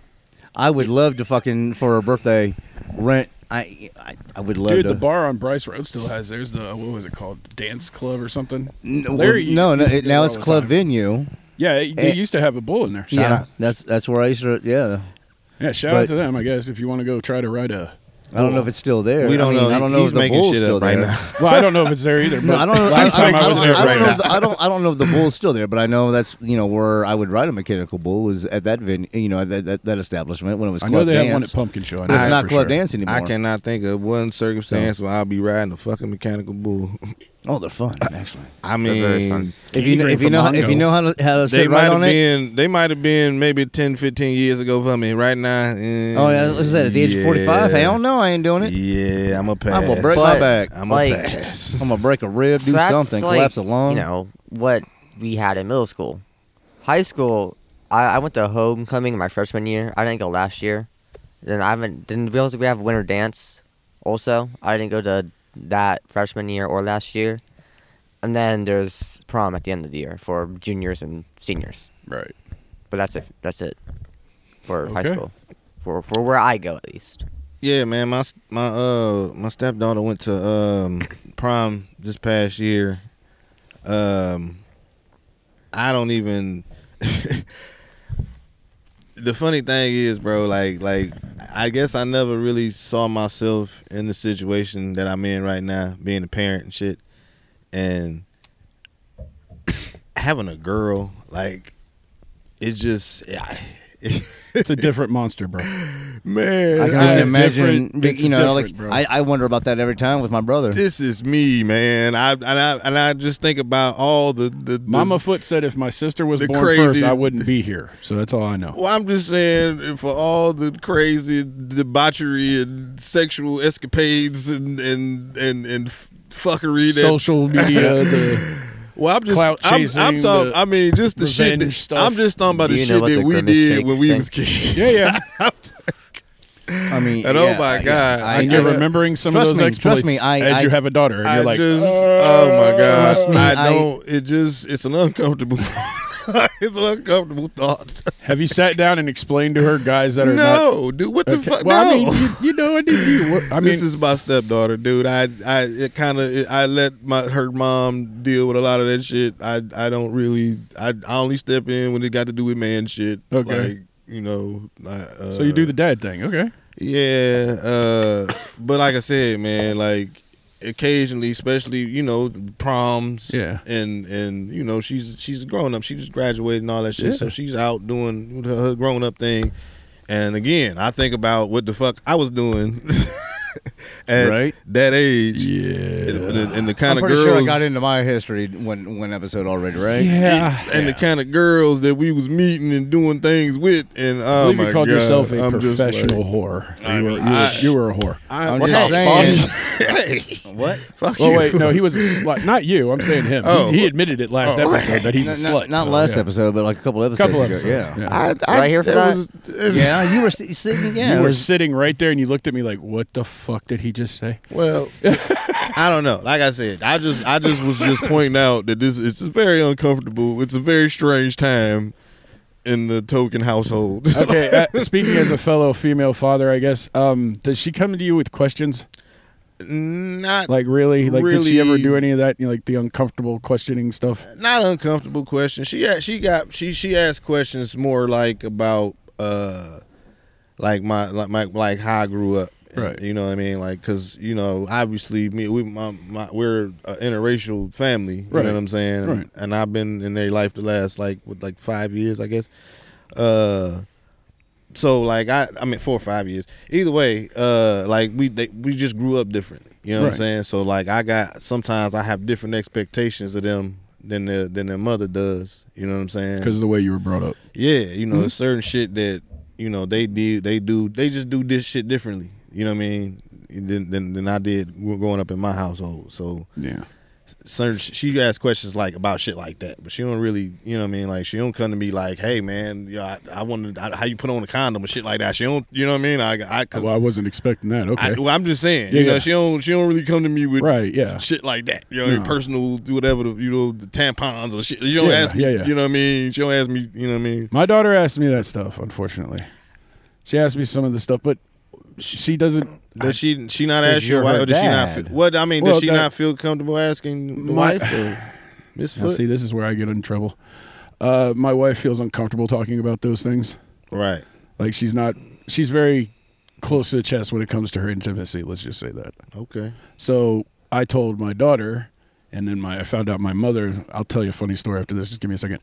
[SPEAKER 4] I would love to fucking for a birthday rent. I I, I would love
[SPEAKER 3] Dude,
[SPEAKER 4] to.
[SPEAKER 3] the bar on Bryce Road still has. There's the what was it called? Dance club or something?
[SPEAKER 4] N-
[SPEAKER 3] Larry
[SPEAKER 4] well,
[SPEAKER 3] used
[SPEAKER 4] no,
[SPEAKER 3] to
[SPEAKER 4] no,
[SPEAKER 3] go
[SPEAKER 4] it,
[SPEAKER 3] there
[SPEAKER 4] now
[SPEAKER 3] all
[SPEAKER 4] it's
[SPEAKER 3] the
[SPEAKER 4] Club
[SPEAKER 3] time.
[SPEAKER 4] venue.
[SPEAKER 3] Yeah, it- they
[SPEAKER 4] Eh.
[SPEAKER 3] used to have a bull in there.
[SPEAKER 4] yeah,
[SPEAKER 2] out.
[SPEAKER 4] that's that's where I used to. Yeah,
[SPEAKER 3] Yeah, shout
[SPEAKER 4] But-
[SPEAKER 3] out to them, I guess, if you want to go try to ride a.
[SPEAKER 4] I don't know if it's still there.
[SPEAKER 2] We don't
[SPEAKER 4] I mean,
[SPEAKER 2] know.
[SPEAKER 4] I don't know
[SPEAKER 2] He's
[SPEAKER 4] if the
[SPEAKER 2] making
[SPEAKER 4] bull's
[SPEAKER 2] shit
[SPEAKER 4] still
[SPEAKER 2] up right
[SPEAKER 4] there.
[SPEAKER 2] now.
[SPEAKER 3] Well, I don't know if it's there either. But
[SPEAKER 4] No, I don't. I,
[SPEAKER 3] Last
[SPEAKER 4] I,
[SPEAKER 3] time I,
[SPEAKER 4] I
[SPEAKER 3] was
[SPEAKER 4] don't,
[SPEAKER 3] there,
[SPEAKER 4] I don't
[SPEAKER 2] right
[SPEAKER 4] know.
[SPEAKER 2] now.
[SPEAKER 4] if the- I don't. I don't know if the bull's still there, but I know that's you know where I would ride a mechanical bull was at that venue. You know at that, that that establishment when it was
[SPEAKER 3] I
[SPEAKER 4] Club
[SPEAKER 3] know they
[SPEAKER 4] Dance.
[SPEAKER 3] have one at Pumpkin Show. I
[SPEAKER 4] but
[SPEAKER 3] know
[SPEAKER 4] it's
[SPEAKER 3] that
[SPEAKER 4] not
[SPEAKER 3] for
[SPEAKER 4] Club
[SPEAKER 3] sure.
[SPEAKER 4] Dance anymore.
[SPEAKER 2] I cannot think of one circumstance where I'll be riding a fucking mechanical bull. [laughs]
[SPEAKER 4] Oh, they're fun actually.
[SPEAKER 2] I
[SPEAKER 6] very
[SPEAKER 2] mean,
[SPEAKER 6] fun.
[SPEAKER 4] If you,
[SPEAKER 3] Catering
[SPEAKER 4] if you
[SPEAKER 3] from
[SPEAKER 4] know how, if you
[SPEAKER 3] Mongo.
[SPEAKER 4] know how to how to
[SPEAKER 2] they
[SPEAKER 4] sit
[SPEAKER 2] might
[SPEAKER 4] right
[SPEAKER 2] have
[SPEAKER 4] on it,
[SPEAKER 2] been they might have been maybe 10, 15 years ago for me. Right now, eh,
[SPEAKER 4] Oh yeah, I said at the age of forty five, hell no, I ain't doing it.
[SPEAKER 2] Yeah, I'm a pass.
[SPEAKER 4] I'm gonna break my
[SPEAKER 6] But-
[SPEAKER 4] back.
[SPEAKER 2] I'm
[SPEAKER 6] Like-
[SPEAKER 2] a pass.
[SPEAKER 4] I'm gonna break a rib,
[SPEAKER 6] So
[SPEAKER 4] do
[SPEAKER 6] that's,
[SPEAKER 4] something,
[SPEAKER 6] like,
[SPEAKER 4] collapse a lung.
[SPEAKER 6] You know what we had in middle school, high school. I, I went to homecoming my freshman year. I didn't go last year. Then I haven't. Didn't realize we have winter dance. Also, I didn't go to that freshman year or last year. And then there's prom at the end of the year for juniors and seniors.
[SPEAKER 3] Right.
[SPEAKER 6] But that's it. That's it for high
[SPEAKER 3] Okay.
[SPEAKER 6] school. For for where I go at least.
[SPEAKER 2] Yeah, man, my my uh my stepdaughter went to um prom this past year. Um, I don't even. [laughs] the funny thing is, bro, like like I guess I never really saw myself in the situation that I'm in right now, being a parent and shit, and [coughs] having a girl like it just. [laughs]
[SPEAKER 3] It's a different monster,
[SPEAKER 4] [laughs]
[SPEAKER 3] bro.
[SPEAKER 2] Man,
[SPEAKER 4] I can
[SPEAKER 3] It's
[SPEAKER 4] only
[SPEAKER 3] a
[SPEAKER 4] imagine.
[SPEAKER 3] different-
[SPEAKER 4] be-
[SPEAKER 3] it's
[SPEAKER 4] You know, like
[SPEAKER 3] different, bro.
[SPEAKER 4] I, I wonder about that every time with my brother.
[SPEAKER 2] this is me, man. I and I and I just think about all the the, the-
[SPEAKER 3] Mama Foot said if my sister was
[SPEAKER 2] the
[SPEAKER 3] born
[SPEAKER 2] crazy-
[SPEAKER 3] first, I wouldn't be here. So that's all I know.
[SPEAKER 2] Well, I'm just saying for all the crazy debauchery and sexual escapades and and and and f- fuckery
[SPEAKER 4] [laughs]
[SPEAKER 2] that.
[SPEAKER 3] Social media, the,
[SPEAKER 2] well, I'm just
[SPEAKER 3] clout
[SPEAKER 2] I'm, I'm
[SPEAKER 3] chasing,
[SPEAKER 2] talking.
[SPEAKER 3] the
[SPEAKER 2] I mean, just the shit.
[SPEAKER 3] revenge
[SPEAKER 2] That,
[SPEAKER 3] stuff.
[SPEAKER 2] I'm just talking about
[SPEAKER 6] Do
[SPEAKER 2] the
[SPEAKER 6] you know
[SPEAKER 2] shit
[SPEAKER 6] what
[SPEAKER 2] that
[SPEAKER 6] the
[SPEAKER 2] we
[SPEAKER 6] grimace
[SPEAKER 2] did
[SPEAKER 6] shake
[SPEAKER 2] when we
[SPEAKER 6] thing-
[SPEAKER 2] was kids.
[SPEAKER 3] [laughs] yeah,
[SPEAKER 2] [laughs]
[SPEAKER 3] yeah.
[SPEAKER 4] I mean,
[SPEAKER 2] And oh
[SPEAKER 4] yeah,
[SPEAKER 2] my
[SPEAKER 4] yeah,
[SPEAKER 2] God, I
[SPEAKER 4] I
[SPEAKER 3] And
[SPEAKER 2] Yeah.
[SPEAKER 3] you're
[SPEAKER 4] never.
[SPEAKER 3] remembering some
[SPEAKER 4] Trust
[SPEAKER 3] of those
[SPEAKER 4] me,
[SPEAKER 3] exploits
[SPEAKER 4] trust me, I-
[SPEAKER 3] as
[SPEAKER 4] I-
[SPEAKER 3] you have a daughter, and
[SPEAKER 2] I
[SPEAKER 3] you're like,
[SPEAKER 2] just, oh my god!
[SPEAKER 4] Trust me,
[SPEAKER 2] I
[SPEAKER 4] I-
[SPEAKER 2] know it just—it's an uncomfortable. [laughs] it's an uncomfortable thought.
[SPEAKER 3] Have you sat down and explained to her guys that are not?
[SPEAKER 2] No, dude, what the
[SPEAKER 3] Okay,
[SPEAKER 2] fuck?
[SPEAKER 3] Well,
[SPEAKER 2] no.
[SPEAKER 3] I mean, you, you know, I,
[SPEAKER 2] [laughs]
[SPEAKER 3] did, you, what- I mean,
[SPEAKER 2] this is my stepdaughter, dude. I, I, it kind of, I let my her mom deal with a lot of that shit. I, I don't really, I, I only step in when it got to do with man shit.
[SPEAKER 3] Okay.
[SPEAKER 2] Like, you know, I, uh,
[SPEAKER 3] so you do the dad thing, okay?
[SPEAKER 2] yeah, uh, but like I said, man, like occasionally, especially you know proms,
[SPEAKER 3] Yeah.
[SPEAKER 2] and and you know she's she's grown up, she just graduated and all that shit, so she's out doing her her grown up thing. And again, I think about what the fuck I was doing [laughs] at
[SPEAKER 3] Right.
[SPEAKER 2] that age,
[SPEAKER 3] Yeah.
[SPEAKER 2] and, the- and the
[SPEAKER 4] I'm
[SPEAKER 2] kind of
[SPEAKER 4] pretty
[SPEAKER 2] girls.
[SPEAKER 4] sure I got into my history one one episode already, right?
[SPEAKER 3] Yeah.
[SPEAKER 2] and the kind of girls that we was meeting and doing things with, and oh
[SPEAKER 3] believe
[SPEAKER 2] my
[SPEAKER 3] you called
[SPEAKER 2] god,
[SPEAKER 3] yourself a
[SPEAKER 2] I'm just like-
[SPEAKER 3] professional whore. You were, you, were,
[SPEAKER 2] I-
[SPEAKER 3] you were a whore.
[SPEAKER 2] I,
[SPEAKER 4] I'm
[SPEAKER 2] what
[SPEAKER 4] just
[SPEAKER 2] the
[SPEAKER 4] saying.
[SPEAKER 2] fuck? [laughs] hey,
[SPEAKER 4] What?
[SPEAKER 2] fuck
[SPEAKER 3] Well,
[SPEAKER 2] you.
[SPEAKER 3] wait,
[SPEAKER 2] [laughs]
[SPEAKER 3] no, he was a slut. Not you. I'm saying him. He-
[SPEAKER 2] Oh.
[SPEAKER 3] he, admitted it last
[SPEAKER 2] Oh.
[SPEAKER 3] episode that he's
[SPEAKER 4] Not,
[SPEAKER 3] a slut.
[SPEAKER 4] not
[SPEAKER 3] so,
[SPEAKER 4] last
[SPEAKER 3] Oh, yeah.
[SPEAKER 4] episode, but like a couple episodes
[SPEAKER 3] Couple
[SPEAKER 4] ago.
[SPEAKER 3] episodes.
[SPEAKER 4] Yeah.
[SPEAKER 6] I,
[SPEAKER 2] I-
[SPEAKER 6] I here for that.
[SPEAKER 2] was-
[SPEAKER 4] Yeah, you
[SPEAKER 6] [laughs]
[SPEAKER 4] were st- sitting. Yeah,
[SPEAKER 3] you
[SPEAKER 4] it
[SPEAKER 3] were
[SPEAKER 4] was-
[SPEAKER 3] sitting right there, and you looked at me like, "What the fuck did he just
[SPEAKER 2] [laughs]
[SPEAKER 3] say?"
[SPEAKER 2] Well, I don't know. Like I said, I just I just was just pointing out that this it's very uncomfortable. It's a very strange time in the token household. [laughs]
[SPEAKER 3] Okay, uh, speaking as a fellow female father, I guess, um, does she come to you with questions?
[SPEAKER 2] not
[SPEAKER 3] Like, really? Like, did she ever
[SPEAKER 2] Really-
[SPEAKER 3] do any of that? You know, like the uncomfortable questioning stuff?
[SPEAKER 2] not uncomfortable question. She a- she got she she asked questions more like about uh like my like my like how I grew up.
[SPEAKER 3] Right.
[SPEAKER 2] You know what I mean? Like cuz you know, obviously me we my, my we're an interracial family, you
[SPEAKER 3] Right.
[SPEAKER 2] know what I'm saying?
[SPEAKER 3] Right.
[SPEAKER 2] And I've been in their life the last like with like 5 years, I guess. Uh so like I I mean 4 or 5 years. Either way, uh like we they, we just grew up differently. You know what I'm
[SPEAKER 3] Right.
[SPEAKER 2] saying? So like I got sometimes I have different expectations of them than their than their mother does. You know what I'm saying?
[SPEAKER 3] Because of the way you were brought up.
[SPEAKER 2] Yeah, you
[SPEAKER 3] Mm-hmm.
[SPEAKER 2] know, it's certain shit that you know they did, they do, they just do this shit differently. You know what I mean? Than than, than I did growing up in my household. So
[SPEAKER 3] Yeah.
[SPEAKER 2] certain sh- she asked questions like about shit like that, but she don't really, you know what I mean? Like she don't come to me like, hey man, yo, I, I wanted I, how you put on a condom and shit like that. She don't, you know what I mean? I I, cause
[SPEAKER 3] Well, I wasn't expecting that. Okay.
[SPEAKER 2] I well, I'm just saying,
[SPEAKER 3] Yeah,
[SPEAKER 2] you know,
[SPEAKER 3] yeah.
[SPEAKER 2] she don't she don't really come to me with
[SPEAKER 3] right. Yeah.
[SPEAKER 2] shit like that. You know,
[SPEAKER 3] No.
[SPEAKER 2] personal whatever the, you know the tampons or shit. You don't
[SPEAKER 3] Yeah,
[SPEAKER 2] ask me.
[SPEAKER 3] yeah, yeah.
[SPEAKER 2] You know what I mean? She don't ask me. You know what I mean?
[SPEAKER 3] My daughter asked me that stuff. Unfortunately, she asked me some of the stuff, but she doesn't.
[SPEAKER 2] Does she she not
[SPEAKER 4] Because
[SPEAKER 2] ask you
[SPEAKER 4] you're
[SPEAKER 2] why?
[SPEAKER 4] her
[SPEAKER 2] Or does she not?
[SPEAKER 4] dad.
[SPEAKER 2] Feel, what I mean,
[SPEAKER 3] Well,
[SPEAKER 2] does she
[SPEAKER 3] that-
[SPEAKER 2] not feel comfortable asking the
[SPEAKER 3] My-
[SPEAKER 2] wife
[SPEAKER 3] [sighs]
[SPEAKER 2] or Miss
[SPEAKER 3] Now,
[SPEAKER 2] Foot?
[SPEAKER 3] see, this is where I get in trouble. Uh, my wife feels uncomfortable talking about those things.
[SPEAKER 2] Right.
[SPEAKER 3] Like she's not. She's very close to the chest when it comes to her intimacy. Let's just say that.
[SPEAKER 2] Okay.
[SPEAKER 3] So I told my daughter, and then my I found out my mother. I'll tell you a funny story after this. Just give me a second.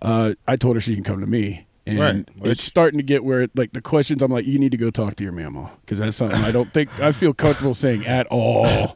[SPEAKER 3] Uh, I told her she can come to me, and
[SPEAKER 2] Right.
[SPEAKER 3] it's starting to get where like the questions. I'm like, you need to go talk to your mama because that's something I don't think I feel comfortable saying at all.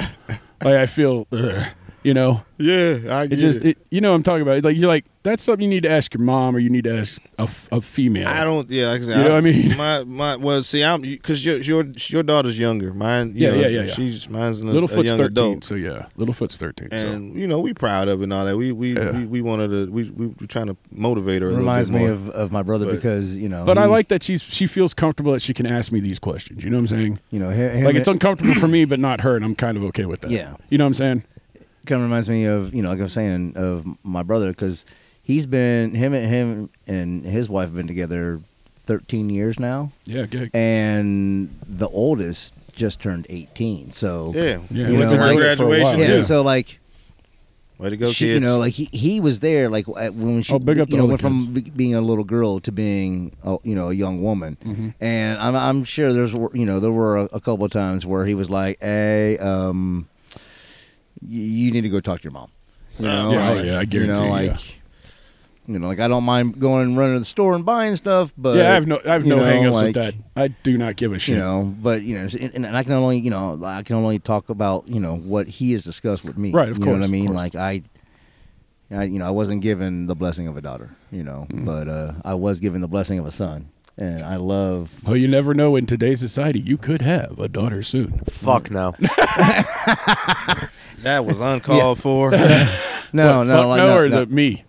[SPEAKER 3] like I feel, ugh, you know,
[SPEAKER 2] Yeah, I
[SPEAKER 3] it
[SPEAKER 2] get
[SPEAKER 3] just
[SPEAKER 2] it.
[SPEAKER 3] it, you know what I'm talking about. Like you're like that's something you need to ask your mom or you need to ask a, f- a female.
[SPEAKER 2] I don't. Yeah, like I said,
[SPEAKER 3] You know what I
[SPEAKER 2] [laughs]
[SPEAKER 3] mean?
[SPEAKER 2] My my. Well, see, I'm because your your your daughter's younger. Mine. You
[SPEAKER 3] Yeah,
[SPEAKER 2] know,
[SPEAKER 3] yeah, yeah, yeah.
[SPEAKER 2] She's mine's a, a
[SPEAKER 3] Littlefoot's
[SPEAKER 2] young
[SPEAKER 3] 13,
[SPEAKER 2] adult.
[SPEAKER 3] so yeah, Littlefoot's 13. so.
[SPEAKER 2] And you know we proud of it and all that. We we
[SPEAKER 3] Yeah.
[SPEAKER 2] we, we wanted to we we were trying to motivate her. A little
[SPEAKER 4] reminds
[SPEAKER 2] bit
[SPEAKER 4] me
[SPEAKER 2] more.
[SPEAKER 4] of, of my brother
[SPEAKER 2] But-
[SPEAKER 4] because you know.
[SPEAKER 3] But I
[SPEAKER 4] he-
[SPEAKER 3] like that she's she feels comfortable that she can ask me these questions. You know what I'm saying?
[SPEAKER 4] you know hi- him,
[SPEAKER 3] like it's uncomfortable for me, but not her, and I'm kind of okay with that.
[SPEAKER 4] Yeah.
[SPEAKER 3] you know what I'm saying?
[SPEAKER 4] kind of reminds me of you know like I'm saying of my brother because he's been him and him and his wife have been together 13 years now
[SPEAKER 3] Yeah, gay.
[SPEAKER 4] and the oldest just turned 18 so
[SPEAKER 2] yeah.
[SPEAKER 3] Yeah.
[SPEAKER 2] We
[SPEAKER 4] You
[SPEAKER 2] went to
[SPEAKER 4] know,
[SPEAKER 2] her
[SPEAKER 4] like-
[SPEAKER 2] graduation
[SPEAKER 4] yeah,
[SPEAKER 3] Yeah.
[SPEAKER 2] too.
[SPEAKER 4] so like
[SPEAKER 2] Way to go,
[SPEAKER 4] she,
[SPEAKER 2] kids.
[SPEAKER 4] you know like he, he was there like at- when she
[SPEAKER 3] Oh, big up to
[SPEAKER 4] you know
[SPEAKER 3] all the
[SPEAKER 4] went from be- being a little girl to being a, you know a young woman
[SPEAKER 3] Mm-hmm.
[SPEAKER 4] and I'm, I'm sure there's you know there were a, a couple of times where he was like hey um you, you need to go talk to your mom you know
[SPEAKER 3] Oh, yeah,
[SPEAKER 4] like,
[SPEAKER 3] yeah, I
[SPEAKER 4] you
[SPEAKER 3] guarantee,
[SPEAKER 4] know
[SPEAKER 3] yeah.
[SPEAKER 4] like you know like I don't mind going and running to the store and buying stuff but
[SPEAKER 3] yeah, I have no I have
[SPEAKER 4] you
[SPEAKER 3] no
[SPEAKER 4] know,
[SPEAKER 3] hangups with
[SPEAKER 4] like,
[SPEAKER 3] that. I do not give a shit.
[SPEAKER 4] you know, but you know, it's- and, and I can only you know I can only talk about you know what he has discussed with me.
[SPEAKER 3] Right, of
[SPEAKER 4] you Know
[SPEAKER 3] course,
[SPEAKER 4] what I
[SPEAKER 3] of
[SPEAKER 4] mean,
[SPEAKER 3] course.
[SPEAKER 4] like I, I, you know, I wasn't given the blessing of a daughter, you know,
[SPEAKER 3] Mm.
[SPEAKER 4] but uh, I was given the blessing of a son, and I love.
[SPEAKER 3] Well, you never know in today's society. You could have a daughter soon.
[SPEAKER 6] Fuck no.
[SPEAKER 2] that
[SPEAKER 3] [laughs]
[SPEAKER 2] was uncalled for. [laughs]
[SPEAKER 4] No,
[SPEAKER 3] What,
[SPEAKER 4] no,
[SPEAKER 3] fuck
[SPEAKER 4] like
[SPEAKER 3] no,
[SPEAKER 4] no,
[SPEAKER 3] or
[SPEAKER 4] no.
[SPEAKER 3] the me.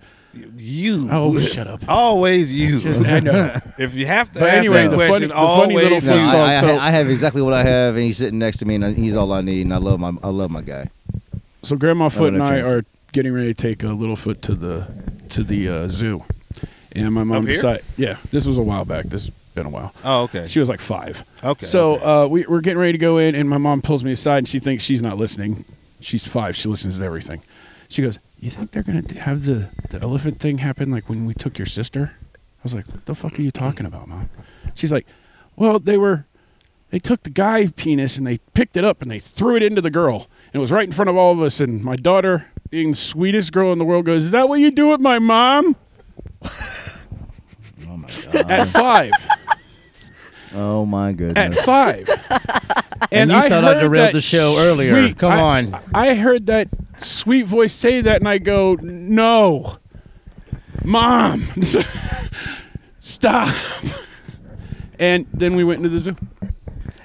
[SPEAKER 2] you.
[SPEAKER 3] Oh, shut up.
[SPEAKER 2] Always you.
[SPEAKER 3] I
[SPEAKER 4] [laughs]
[SPEAKER 3] know.
[SPEAKER 2] [laughs] If you have to
[SPEAKER 3] But
[SPEAKER 2] ask
[SPEAKER 3] anyway,
[SPEAKER 2] that
[SPEAKER 3] the funny-
[SPEAKER 2] question,
[SPEAKER 3] the funny
[SPEAKER 2] always
[SPEAKER 3] little
[SPEAKER 4] no,
[SPEAKER 2] you.
[SPEAKER 3] thing- song,
[SPEAKER 4] I, I,
[SPEAKER 3] so-
[SPEAKER 4] I have exactly what I have, and he's sitting next to me, and I, he's all I need, and I love my, I love my guy.
[SPEAKER 3] So Grandma Foot and
[SPEAKER 4] no
[SPEAKER 3] I
[SPEAKER 4] change.
[SPEAKER 3] are getting ready to take uh, Littlefoot to the to the uh, zoo. and my mom
[SPEAKER 2] Up here?
[SPEAKER 3] decided. Yeah, this was a while back. This has been a while.
[SPEAKER 2] Oh, okay.
[SPEAKER 3] She was like five.
[SPEAKER 2] Okay,
[SPEAKER 3] So
[SPEAKER 2] okay.
[SPEAKER 3] Uh, we, we're getting ready to go in, and my mom pulls me aside, and she thinks she's not listening. She's five. She listens to everything. She goes, "You think they're gonna have the the elephant thing happen like when we took your sister?" I was like, "What the fuck are you talking about, mom?" She's like, "Well, they were." They took the guy penis and they picked it up and they threw it into the girl. And it was right in front of all of us. And my daughter, being the sweetest girl in the world, goes, Is that what you do with my mom?
[SPEAKER 4] Oh my god.
[SPEAKER 3] At five.
[SPEAKER 4] Oh my
[SPEAKER 3] at
[SPEAKER 4] goodness.
[SPEAKER 3] five.
[SPEAKER 4] And you thought I
[SPEAKER 3] heard
[SPEAKER 4] derailed
[SPEAKER 3] that
[SPEAKER 4] the show earlier.
[SPEAKER 3] sweet-
[SPEAKER 4] Come
[SPEAKER 3] I-
[SPEAKER 4] on.
[SPEAKER 3] I heard that sweet voice say that, and I go, "No, mom, stop." And then we went into the zoo,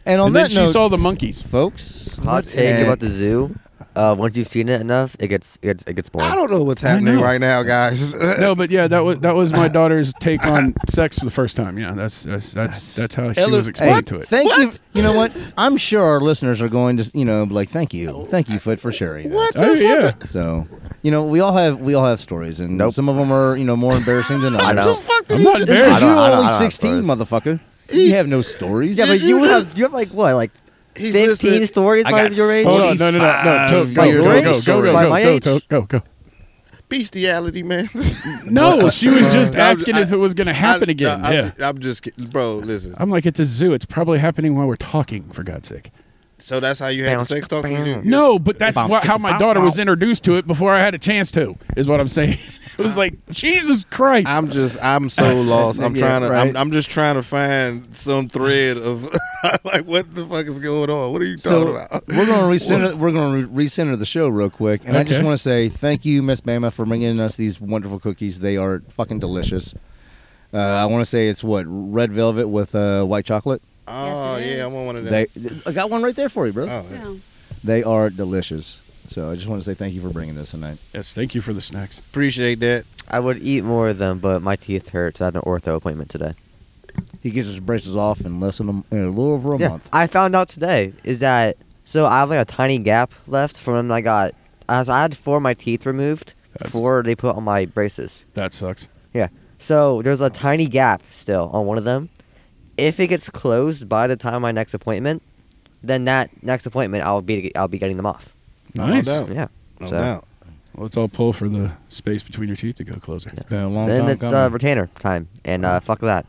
[SPEAKER 4] And on
[SPEAKER 3] and then
[SPEAKER 4] that
[SPEAKER 3] she
[SPEAKER 4] note,
[SPEAKER 3] saw the monkeys.
[SPEAKER 4] folks.
[SPEAKER 6] Hot
[SPEAKER 4] what
[SPEAKER 6] take
[SPEAKER 4] an-
[SPEAKER 6] about the zoo. Uh, once you've seen it enough, it gets it gets, it gets boring.
[SPEAKER 2] I don't know what's happening
[SPEAKER 3] know.
[SPEAKER 2] right now, guys. [laughs]
[SPEAKER 3] No, but yeah, that was that was my daughter's take on sex for the first time. Yeah, that's that's that's that's how she was
[SPEAKER 2] Ellen-
[SPEAKER 3] exposed
[SPEAKER 4] Hey,
[SPEAKER 3] to it.
[SPEAKER 4] Thank you. You know what? I'm sure our listeners are going to, you know, be like, thank you, thank you, Foot, for sharing. What?
[SPEAKER 3] oh yeah,
[SPEAKER 4] So, you know, we all have we all have stories, and
[SPEAKER 6] Nope.
[SPEAKER 4] some of them are, you know, more embarrassing than
[SPEAKER 6] [laughs]
[SPEAKER 4] others.
[SPEAKER 6] I know.
[SPEAKER 3] I'm not
[SPEAKER 4] Because
[SPEAKER 3] embarrassed.
[SPEAKER 4] you're
[SPEAKER 6] I don't- I don't-
[SPEAKER 4] only
[SPEAKER 6] I don't
[SPEAKER 4] 16,
[SPEAKER 6] have
[SPEAKER 4] motherfucker. You have no stories.
[SPEAKER 6] yeah, but you have you have like what like
[SPEAKER 2] He's
[SPEAKER 6] fifteen
[SPEAKER 2] listening.
[SPEAKER 6] stories
[SPEAKER 4] I
[SPEAKER 6] by
[SPEAKER 4] got
[SPEAKER 6] your age.
[SPEAKER 3] Hold on, no, no, no, no, Toad, go,
[SPEAKER 6] years
[SPEAKER 3] go,
[SPEAKER 6] old.
[SPEAKER 3] go, go, go,
[SPEAKER 6] By my
[SPEAKER 3] go,
[SPEAKER 6] age?
[SPEAKER 3] go, go, go.
[SPEAKER 2] Bestiality, man. [laughs]
[SPEAKER 3] No, she was just
[SPEAKER 2] I'm-
[SPEAKER 3] asking if
[SPEAKER 2] I-
[SPEAKER 3] it was going to happen
[SPEAKER 2] I-
[SPEAKER 3] again.
[SPEAKER 2] no, I'm,
[SPEAKER 3] yeah.
[SPEAKER 2] I'm just, kidding. bro. Listen.
[SPEAKER 3] I'm like, it's a zoo. It's probably happening while we're talking, for God's sake.
[SPEAKER 2] So that's how you had the
[SPEAKER 6] Bounce,
[SPEAKER 2] sex talk. with
[SPEAKER 6] bounce.
[SPEAKER 2] you?
[SPEAKER 3] No, but that's wha- how my daughter was introduced to it before I had a chance to, is what I'm saying. [laughs] It was like, Jesus Christ.
[SPEAKER 2] I'm just, I'm
[SPEAKER 3] [laughs]
[SPEAKER 2] so lost. I'm
[SPEAKER 4] Yeah,
[SPEAKER 2] trying to,
[SPEAKER 4] right.
[SPEAKER 2] I'm, I'm just trying to find some thread of [laughs] like what the fuck is going on. What are you
[SPEAKER 4] [laughs] So
[SPEAKER 2] talking about?
[SPEAKER 4] we're gonna recenter. We're gonna re- recenter the show real quick, and I just
[SPEAKER 3] Okay.
[SPEAKER 4] want to say thank you, Miss Bama, for bringing us these wonderful cookies. They are fucking delicious. Uh, I want to say it's what red velvet with uh, white chocolate.
[SPEAKER 2] Oh
[SPEAKER 5] Yes, it
[SPEAKER 2] yeah, I
[SPEAKER 5] is.
[SPEAKER 2] want one of them.
[SPEAKER 4] They, I got one right there for you, bro.
[SPEAKER 2] oh,
[SPEAKER 5] Yeah.
[SPEAKER 4] They are delicious. So I just want to say thank you for bringing this tonight.
[SPEAKER 3] Yes, thank you for the snacks.
[SPEAKER 2] appreciate that.
[SPEAKER 6] I would eat more of them, but my teeth hurt. So I had an ortho appointment today.
[SPEAKER 4] He gets his braces off in less than a, in a little over a
[SPEAKER 6] yeah,
[SPEAKER 4] month.
[SPEAKER 6] I found out today is that so I have like a tiny gap left from when I got. I, was, I had four of my teeth removed.
[SPEAKER 3] That's-
[SPEAKER 6] Four they put on my braces.
[SPEAKER 3] That sucks.
[SPEAKER 6] Yeah. So there's a tiny gap still on one of them. If it gets closed by the time of my next appointment, then that next appointment I'll be I'll be getting them off.
[SPEAKER 3] Nice.
[SPEAKER 2] No doubt.
[SPEAKER 6] Yeah.
[SPEAKER 2] No
[SPEAKER 6] so
[SPEAKER 2] doubt.
[SPEAKER 3] Let's all pull for the space between your teeth to go closer.
[SPEAKER 4] Been a long
[SPEAKER 6] then
[SPEAKER 4] time
[SPEAKER 6] it's
[SPEAKER 4] coming.
[SPEAKER 6] uh, retainer time, and uh, fuck that.